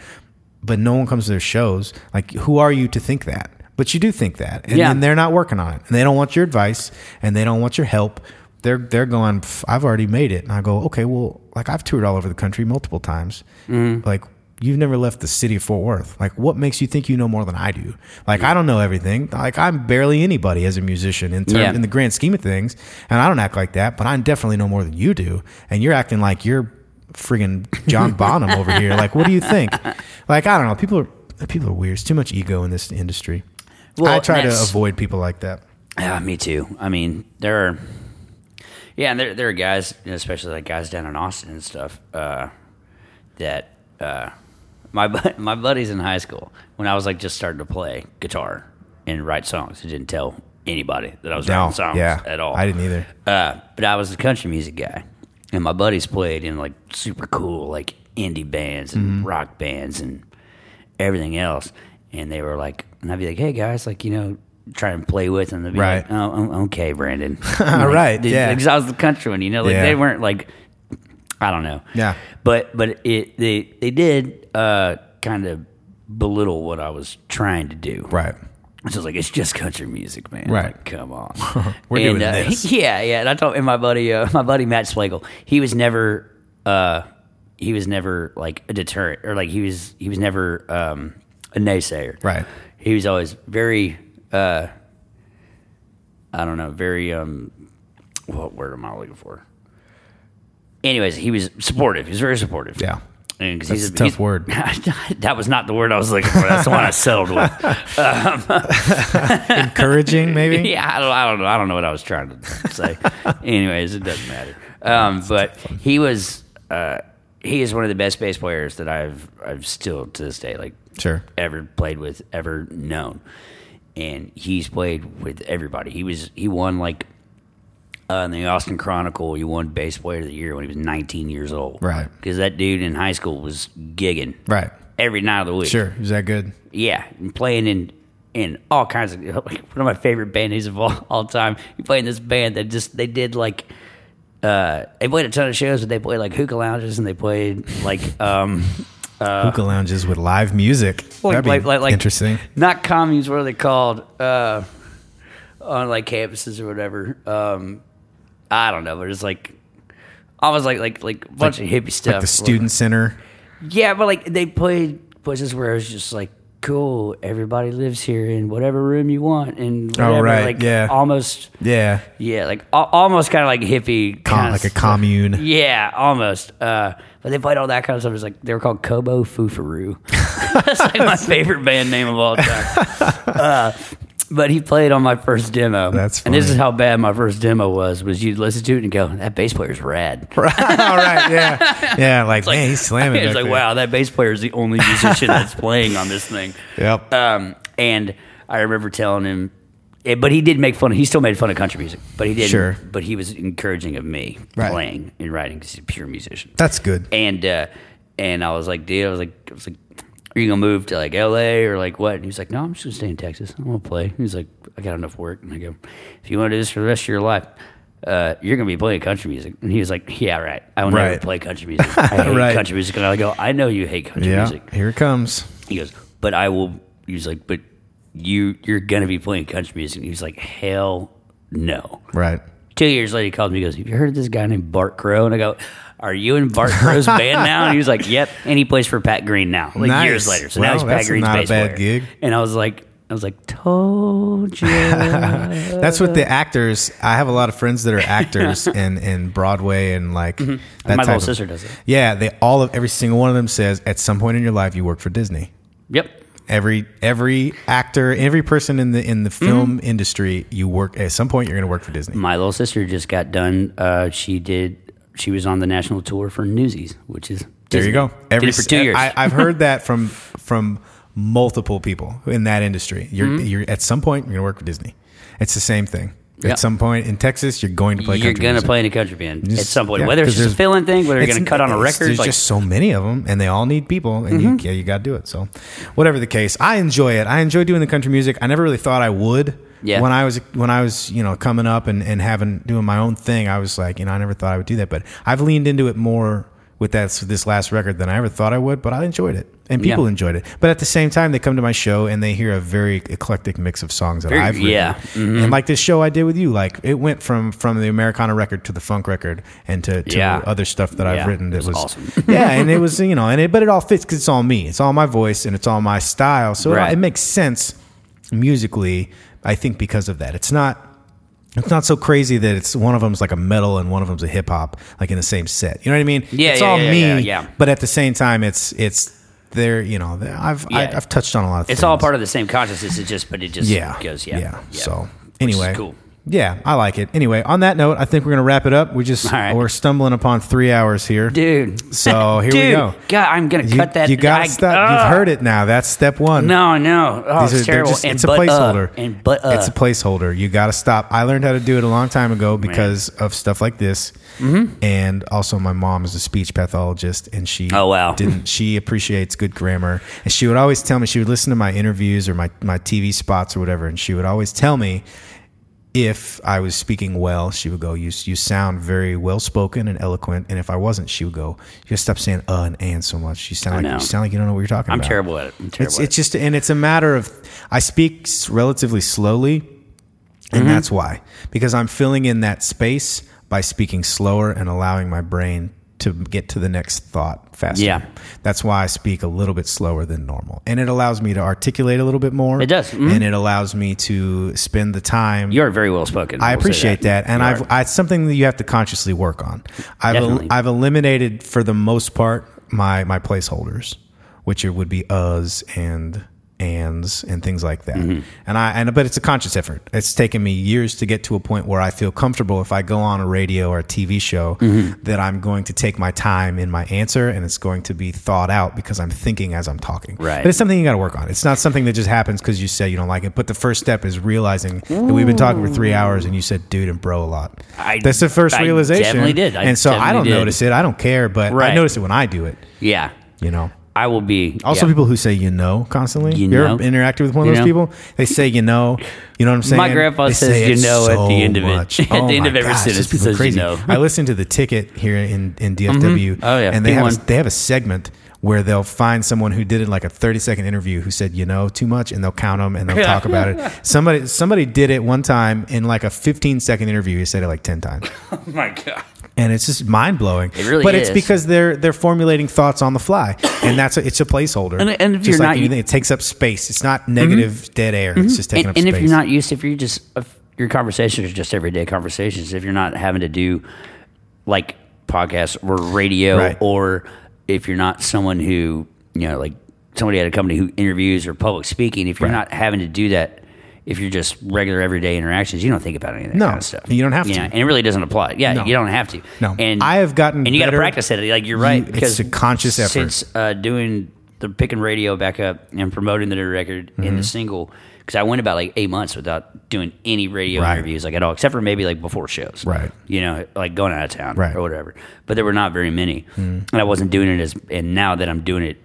Speaker 1: but no one comes to their shows. Like, who are you to think that? But you do think that, and
Speaker 2: Yeah.
Speaker 1: then they're not working on it, and they don't want your advice, and they don't want your help. They're they're going. "Pff, I've already made it, and I go, okay, well, like I've toured all over the country multiple times, like. You've never left the city of Fort Worth. Like, what makes you think you know more than I do? Like, I don't know everything. Like, I'm barely anybody as a musician in terms,
Speaker 2: Yeah.
Speaker 1: in the grand scheme of things. And I don't act like that, but I definitely know more than you do. And you're acting like you're friggin' John Bonham over here. Like, what do you think? Like, I don't know. People are people are weird. It's too much ego in this industry.
Speaker 2: Well,
Speaker 1: I try to
Speaker 2: that's-
Speaker 1: avoid people like that.
Speaker 2: Yeah, me too. I mean, there are, yeah, and there there are guys, you know, especially like guys down in Austin and stuff, uh, that uh, my bu- my buddies in high school when I was like just starting to play guitar and write songs, I didn't tell anybody that I was
Speaker 1: No,
Speaker 2: writing songs
Speaker 1: yeah,
Speaker 2: at all.
Speaker 1: I didn't either.
Speaker 2: Uh, but I was a country music guy, and my buddies played in like super cool like indie bands and
Speaker 1: Mm-hmm.
Speaker 2: rock bands and everything else. And they were like, and I'd be like, hey guys, like you know, try and play with them. They'd be
Speaker 1: Right.
Speaker 2: like, oh, o- okay, Brandon.
Speaker 1: All right,
Speaker 2: Dude,
Speaker 1: yeah.
Speaker 2: Because I was the country one, you know, like
Speaker 1: Yeah.
Speaker 2: they weren't like, I don't know.
Speaker 1: Yeah.
Speaker 2: But but it they they did uh, kind of belittle what I was trying to do.
Speaker 1: Right.
Speaker 2: So I was like, it's just country music, man.
Speaker 1: Right.
Speaker 2: Like, come on.
Speaker 1: We're
Speaker 2: and,
Speaker 1: doing
Speaker 2: uh,
Speaker 1: this.
Speaker 2: Yeah, yeah. And I told and my buddy, uh, my buddy Matt Slagle, he was never, uh, he was never like a deterrent or like he was, he was never um, a naysayer.
Speaker 1: Right.
Speaker 2: He was always very, uh, I don't know, very, um, what word am I looking for? Anyways, he was supportive. He was very supportive.
Speaker 1: Yeah.
Speaker 2: And because
Speaker 1: That's
Speaker 2: he's
Speaker 1: a tough
Speaker 2: he's-
Speaker 1: word.
Speaker 2: that was not the word I was looking for. That's the one I settled with.
Speaker 1: Encouraging, maybe.
Speaker 2: yeah, I don't, I don't know. I don't know what I was trying to say. Anyways, it doesn't matter. Um, but he was uh, he is one of the best bass players that I've I've still to this day like
Speaker 1: Sure.
Speaker 2: ever played with, ever known. And he's played with everybody. He was he won like uh, in the Austin Chronicle, he won bass player of the year when he was 19 years old.
Speaker 1: Right.
Speaker 2: Because that dude in high school was gigging
Speaker 1: Right.
Speaker 2: every night of the week.
Speaker 1: Sure. Is that good?
Speaker 2: Yeah, and playing in in all kinds of one of my favorite bandies of all, all time. He played in this band that just they did like uh they played a ton of shows, but they played like hookah lounges and they played like um
Speaker 1: Hookah lounges with live music.
Speaker 2: like
Speaker 1: That'd be
Speaker 2: like, like, like
Speaker 1: interesting.
Speaker 2: Not communes, what are they called? Uh on like campuses or whatever. Um I don't know, but it's like I was like like like a bunch of hippie stuff.
Speaker 1: Like the student center.
Speaker 2: Yeah, but like they played places where it was just like, cool, everybody lives here in whatever room you want and whatever.
Speaker 1: Oh, right,
Speaker 2: Like
Speaker 1: yeah.
Speaker 2: almost
Speaker 1: Yeah.
Speaker 2: yeah, like al- almost kind of like hippie
Speaker 1: Com-
Speaker 2: kinda
Speaker 1: like a
Speaker 2: s-
Speaker 1: commune.
Speaker 2: Yeah, almost. Uh, but they played all that kind of stuff. It's like they were called Kobo Fufaru. That's like my favorite band name of all time. Uh, but he played on my first demo.
Speaker 1: That's
Speaker 2: and this
Speaker 1: funny.
Speaker 2: is how bad my first demo was. Was you'd listen to it and go, "That bass player's rad."
Speaker 1: All right. Yeah. Yeah. Like, man, he's slamming.
Speaker 2: It's
Speaker 1: back
Speaker 2: like,
Speaker 1: there.
Speaker 2: wow, that bass player is the only musician that's playing on this thing.
Speaker 1: Yep.
Speaker 2: Um, and I remember telling him, eh, but he did make fun. He still made fun of country music, but he did.
Speaker 1: Sure.
Speaker 2: But he was encouraging of me
Speaker 1: Right.
Speaker 2: playing and writing because he's a pure musician.
Speaker 1: That's good.
Speaker 2: And uh, and I was like, dude, I was like, I was like, are you gonna move to like L.A. or like what? And he was like, no, I'm just gonna stay in Texas. I'm gonna play. He's like, I got enough work. And I go, if you want to do this for the rest of your life. Uh, you're gonna be playing country music, and he was like, "Yeah, right. I will
Speaker 1: Right.
Speaker 2: never play country music. I hate
Speaker 1: Right.
Speaker 2: country music." And I go, "I know you hate country
Speaker 1: Yeah.
Speaker 2: music."
Speaker 1: Here it comes.
Speaker 2: He goes, but I will. He's like, but you you're gonna be playing country music. And he's like, hell no.
Speaker 1: Right.
Speaker 2: Two years later, he calls me. He goes, have you heard of this guy named Bart Crow? And I go, are you in Bart Crow's band now? And he was like, yep. And he plays for Pat Green now. Like
Speaker 1: Nice.
Speaker 2: years later, so
Speaker 1: Wow,
Speaker 2: now he's Pat
Speaker 1: that's
Speaker 2: Green's
Speaker 1: not a
Speaker 2: bass
Speaker 1: bad
Speaker 2: player.
Speaker 1: gig.
Speaker 2: And I was like, I was like, told you.
Speaker 1: That's what the actors. I have a lot of friends that are actors in in Broadway and like that
Speaker 2: Mm-hmm. My
Speaker 1: type
Speaker 2: little
Speaker 1: of-
Speaker 2: sister does it.
Speaker 1: Yeah, they all of every single one of them says at some point in your life you work for Disney.
Speaker 2: Yep.
Speaker 1: Every every actor, every person in the in the
Speaker 2: Mm-hmm.
Speaker 1: film industry, you work at some point you're going to work for Disney.
Speaker 2: My little sister just got done. Uh, she did. She was on the national tour for Newsies, which is
Speaker 1: There you
Speaker 2: Disney.
Speaker 1: go.
Speaker 2: did it for
Speaker 1: s-
Speaker 2: two years.
Speaker 1: I, I've heard that from from multiple people in that industry. You're
Speaker 2: Mm-hmm.
Speaker 1: you're at some point you're going to work for Disney. It's the same thing.
Speaker 2: Yeah.
Speaker 1: At some point in Texas, you're going to play.
Speaker 2: you're
Speaker 1: country
Speaker 2: gonna
Speaker 1: music.
Speaker 2: play in a country band at
Speaker 1: Just-
Speaker 2: some point,
Speaker 1: yeah,
Speaker 2: whether it's
Speaker 1: 'cause
Speaker 2: just
Speaker 1: there's-
Speaker 2: a fill-in thing, whether you're
Speaker 1: It's-
Speaker 2: gonna cut on a
Speaker 1: it's-
Speaker 2: record.
Speaker 1: There's
Speaker 2: Like, Mm-hmm.
Speaker 1: just so many of them, and they all need people, and you, yeah, you got to do it. So, whatever the case, I enjoy it. I enjoy doing the country music. I never really thought I would.
Speaker 2: Yeah.
Speaker 1: When I was when I was you know coming up and and having doing my own thing, I was like you know I never thought I would do that, but I've leaned into it more with that this last record than I ever thought I would. But I enjoyed it, and people
Speaker 2: Yeah.
Speaker 1: enjoyed it. But at the same time, they come to my show and they hear a very eclectic mix of songs that
Speaker 2: Very-
Speaker 1: I've written.
Speaker 2: yeah. Mm-hmm.
Speaker 1: And like this show I did with you, like it went from from the Americana record to the funk record and to, to
Speaker 2: Yeah.
Speaker 1: other stuff that I've
Speaker 2: Yeah,
Speaker 1: written
Speaker 2: it
Speaker 1: that
Speaker 2: was
Speaker 1: was
Speaker 2: awesome.
Speaker 1: yeah, and it was you know, and it but it all fits because it's all me, it's all my voice, and it's all my style, so it-
Speaker 2: Right.
Speaker 1: it, makes sense musically. I think because of that, it's not it's not so crazy that it's one of them's like a metal and one of them's a hip hop, like in the same set. You know what I mean?
Speaker 2: Yeah,
Speaker 1: it's
Speaker 2: yeah,
Speaker 1: all
Speaker 2: yeah,
Speaker 1: me,
Speaker 2: yeah, yeah.
Speaker 1: but at the same time, it's it's there. You know, I've I,
Speaker 2: Yeah.
Speaker 1: I've touched on a lot. of
Speaker 2: it's all
Speaker 1: things.
Speaker 2: part of the same consciousness. It just, but it just
Speaker 1: Yeah.
Speaker 2: goes, yeah,
Speaker 1: Yeah.
Speaker 2: yeah.
Speaker 1: So
Speaker 2: is
Speaker 1: anyway.
Speaker 2: cool.
Speaker 1: Yeah, I like it. Anyway, on that note, I think we're gonna wrap it up. We just
Speaker 2: All right.
Speaker 1: we're stumbling upon three hours here.
Speaker 2: dude,
Speaker 1: So Oh, here
Speaker 2: dude,
Speaker 1: we go.
Speaker 2: God, I'm gonna
Speaker 1: You,
Speaker 2: cut that.
Speaker 1: you gotta
Speaker 2: I-
Speaker 1: stop.
Speaker 2: Ugh.
Speaker 1: You've heard it now. That's step one.
Speaker 2: No, no, oh,
Speaker 1: These are-
Speaker 2: it's
Speaker 1: they're
Speaker 2: terrible.
Speaker 1: just-
Speaker 2: and
Speaker 1: it's a
Speaker 2: but, uh,
Speaker 1: placeholder.
Speaker 2: and but uh,
Speaker 1: it's a placeholder. You gotta stop. I learned how to do it a long time ago because of stuff like this.
Speaker 2: Mm-hmm.
Speaker 1: And also my mom is a speech pathologist and she
Speaker 2: Oh, wow.
Speaker 1: didn't she appreciates good grammar. And she would always tell me she would listen to my interviews or my, my TV spots or whatever, and she would always tell me if I was speaking well, she would go, "You you sound very well spoken and eloquent." And if I wasn't, she would go, "You gotta stop saying uh and and so much. You sound like
Speaker 2: know.
Speaker 1: you sound like you don't know what you're talking
Speaker 2: I'm
Speaker 1: about."
Speaker 2: terrible at it. I'm terrible.
Speaker 1: It's
Speaker 2: at
Speaker 1: it's just and it's a matter of I speak s- relatively slowly,
Speaker 2: Mm-hmm.
Speaker 1: and that's why because I'm filling in that space by speaking slower and allowing my brain to get to the next thought faster.
Speaker 2: Yeah.
Speaker 1: That's why I speak a little bit slower than normal. And it allows me to articulate a little bit more.
Speaker 2: It does. Mhm.
Speaker 1: And it allows me to spend the time.
Speaker 2: You are very well spoken.
Speaker 1: I
Speaker 2: will say
Speaker 1: appreciate that. And
Speaker 2: You
Speaker 1: I've,
Speaker 2: are.
Speaker 1: I, it's something that you have to consciously work on. I've,
Speaker 2: Definitely.
Speaker 1: I've eliminated, for the most part, my, my placeholders, which are- would be uhs and ands and things like that.
Speaker 2: Mm-hmm.
Speaker 1: And I, and, but it's a conscious effort. It's taken me years to get to a point where I feel comfortable if I go on a radio or a TV show
Speaker 2: Mm-hmm.
Speaker 1: that I'm going to take my time in my answer and it's going to be thought out because I'm thinking as I'm talking.
Speaker 2: Right.
Speaker 1: But it's something you got to work on. It's not something that just happens because you say you don't like it. But the first step is realizing that we've been talking for three hours and you said dude and bro a lot.
Speaker 2: I-
Speaker 1: That's the first
Speaker 2: I
Speaker 1: realization.
Speaker 2: definitely did. I
Speaker 1: and so I
Speaker 2: definitely
Speaker 1: don't
Speaker 2: did.
Speaker 1: notice it. I don't care, but I
Speaker 2: Right.
Speaker 1: notice it when I do it,
Speaker 2: yeah,
Speaker 1: you know.
Speaker 2: I will be.
Speaker 1: Also,
Speaker 2: yeah.
Speaker 1: people who say you know constantly.
Speaker 2: You
Speaker 1: are
Speaker 2: know.
Speaker 1: interacting with one of
Speaker 2: You
Speaker 1: those
Speaker 2: know.
Speaker 1: people? They say you know. You know what I'm saying?
Speaker 2: My grandpa
Speaker 1: They
Speaker 2: says
Speaker 1: say
Speaker 2: you
Speaker 1: it
Speaker 2: know at
Speaker 1: so
Speaker 2: the end of it.
Speaker 1: much.
Speaker 2: At the
Speaker 1: Oh
Speaker 2: end
Speaker 1: my
Speaker 2: of every
Speaker 1: gosh, these
Speaker 2: sentence,
Speaker 1: people
Speaker 2: it
Speaker 1: are
Speaker 2: says
Speaker 1: crazy.
Speaker 2: you know.
Speaker 1: I listened to the ticket here in, in DFW.
Speaker 2: Oh, yeah,
Speaker 1: And they have, a,
Speaker 2: P1.
Speaker 1: they have a segment where they'll find someone who did it like a 30 second interview who said you know too much and they'll count them and they'll
Speaker 2: Yeah.
Speaker 1: talk about it. Somebody somebody did it one time in like a 15 second interview. He said it like 10 times
Speaker 2: Oh my god.
Speaker 1: and it's just mind blowing.
Speaker 2: It really
Speaker 1: but it's
Speaker 2: is.
Speaker 1: because they're they're formulating thoughts on the fly, and that's a, it's a placeholder.
Speaker 2: And- and if
Speaker 1: Just
Speaker 2: you're
Speaker 1: like
Speaker 2: not- Mm-hmm.
Speaker 1: anything, it takes up space. It's not negative dead air. It's just taking
Speaker 2: and,
Speaker 1: up
Speaker 2: and
Speaker 1: space.
Speaker 2: if you're not used if you're just if your conversations are just everyday conversations if you're not having to do like podcasts or radio
Speaker 1: Right.
Speaker 2: or if you're not someone who you know like somebody at a company who interviews or public speaking if you're
Speaker 1: Right.
Speaker 2: not having to do that if you're just regular everyday interactions you don't think about any of that
Speaker 1: No,
Speaker 2: kind of stuff
Speaker 1: you don't have to.
Speaker 2: know, and it really doesn't apply yeah
Speaker 1: No.
Speaker 2: you don't have to
Speaker 1: No.
Speaker 2: and
Speaker 1: I have gotten
Speaker 2: and you got to
Speaker 1: better.
Speaker 2: practice at it like you're right
Speaker 1: You- it's a conscious effort.
Speaker 2: since uh, doing the picking radio back up and promoting the new record and
Speaker 1: Mm-hmm.
Speaker 2: the single because I went about like eight months without doing any radio
Speaker 1: Right.
Speaker 2: interviews like at all, except for maybe like before shows,
Speaker 1: Right.
Speaker 2: You know, like going out of town
Speaker 1: Right. Mm-hmm.
Speaker 2: or whatever. But there were not very many, and I wasn't doing it as. And now that I'm doing it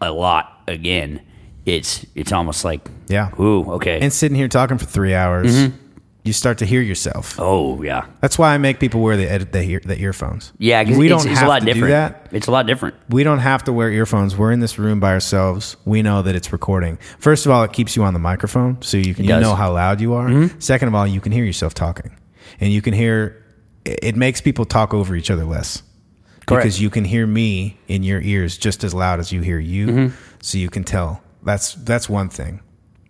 Speaker 2: a lot again, it's it's almost like
Speaker 1: Yeah.
Speaker 2: ooh, okay,
Speaker 1: and sitting here talking for three hours,
Speaker 2: Mm-hmm.
Speaker 1: you start to hear yourself.
Speaker 2: oh yeah,
Speaker 1: That's why I make people wear the edit the, ear, the earphones.
Speaker 2: yeah. 'cause
Speaker 1: we
Speaker 2: it's,
Speaker 1: don't
Speaker 2: it's
Speaker 1: have
Speaker 2: a lot
Speaker 1: to
Speaker 2: different.
Speaker 1: do that.
Speaker 2: It's a lot different.
Speaker 1: We don't have to wear earphones. We're in this room by ourselves. We know that it's recording. First of all, it keeps you on the microphone, so you can you
Speaker 2: does. Mm-hmm.
Speaker 1: know how loud you are. Second of all, you can hear yourself talking, and you can hear. It it makes people talk over each other less
Speaker 2: Correct.
Speaker 1: because you can hear me in your ears just as loud as you hear you,
Speaker 2: Mm-hmm.
Speaker 1: so you can tell. That's that's one thing,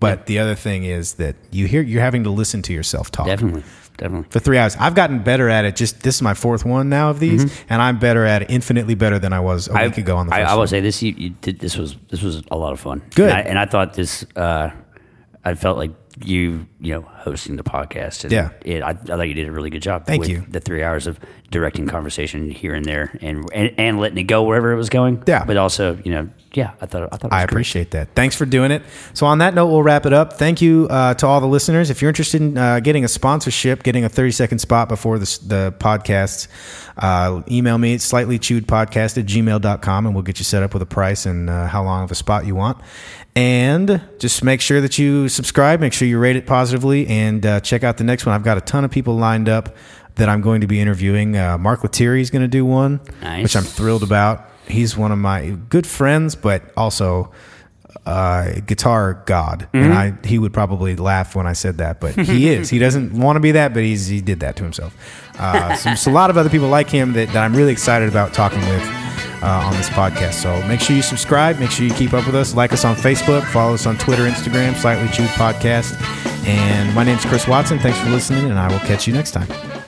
Speaker 1: but the other thing is that you hear you're having to listen to yourself talk
Speaker 2: Definitely, definitely.
Speaker 1: for three hours. I've gotten better at it. Just this is my fourth one now of these, and I'm better at it, infinitely better than I was a week ago on the
Speaker 2: Mm-hmm. I,
Speaker 1: first.
Speaker 2: I
Speaker 1: one.
Speaker 2: will say this: you, you did, this was this was a lot of fun.
Speaker 1: Good.
Speaker 2: and I, and I thought this. Uh, I felt like you, you know, hosting the podcast. And
Speaker 1: Yeah.
Speaker 2: it, I, I thought you did a really good job.
Speaker 1: Thank
Speaker 2: with
Speaker 1: you.
Speaker 2: The three hours of directing conversation here and there, and, and and letting it go wherever it was going.
Speaker 1: Yeah.
Speaker 2: but also, you know, yeah, I thought I thought it was
Speaker 1: I
Speaker 2: great.
Speaker 1: appreciate that. Thanks for doing it. So, on that note, we'll wrap it up. Thank you uh, to all the listeners. If you're interested in uh, getting a sponsorship, getting a 30 second spot before the, the podcasts, uh, email me at slightlychewedpodcast at gmail.com and we'll get you set up with a price and uh, how long of a spot you want. And just make sure that you subscribe, make sure you rate it positively, and uh, check out the next one. I've got a ton of people lined up that I'm going to be interviewing. Uh, Mark Lettieri is going to do one,
Speaker 2: Nice.
Speaker 1: which I'm thrilled about. He's one of my good friends, but also uh, guitar god, and I he would probably laugh when I said that, but he is. He doesn't want to be that, but he's he did that to himself. Uh, so there's a lot of other people like him that, that I'm really excited about talking with uh, on this podcast. So make sure you subscribe, make sure you keep up with us, like us on Facebook, follow us on Twitter, Instagram, Slightly Chewed Podcast. And my name's Chris Watson. Thanks for listening, and I will catch you next time.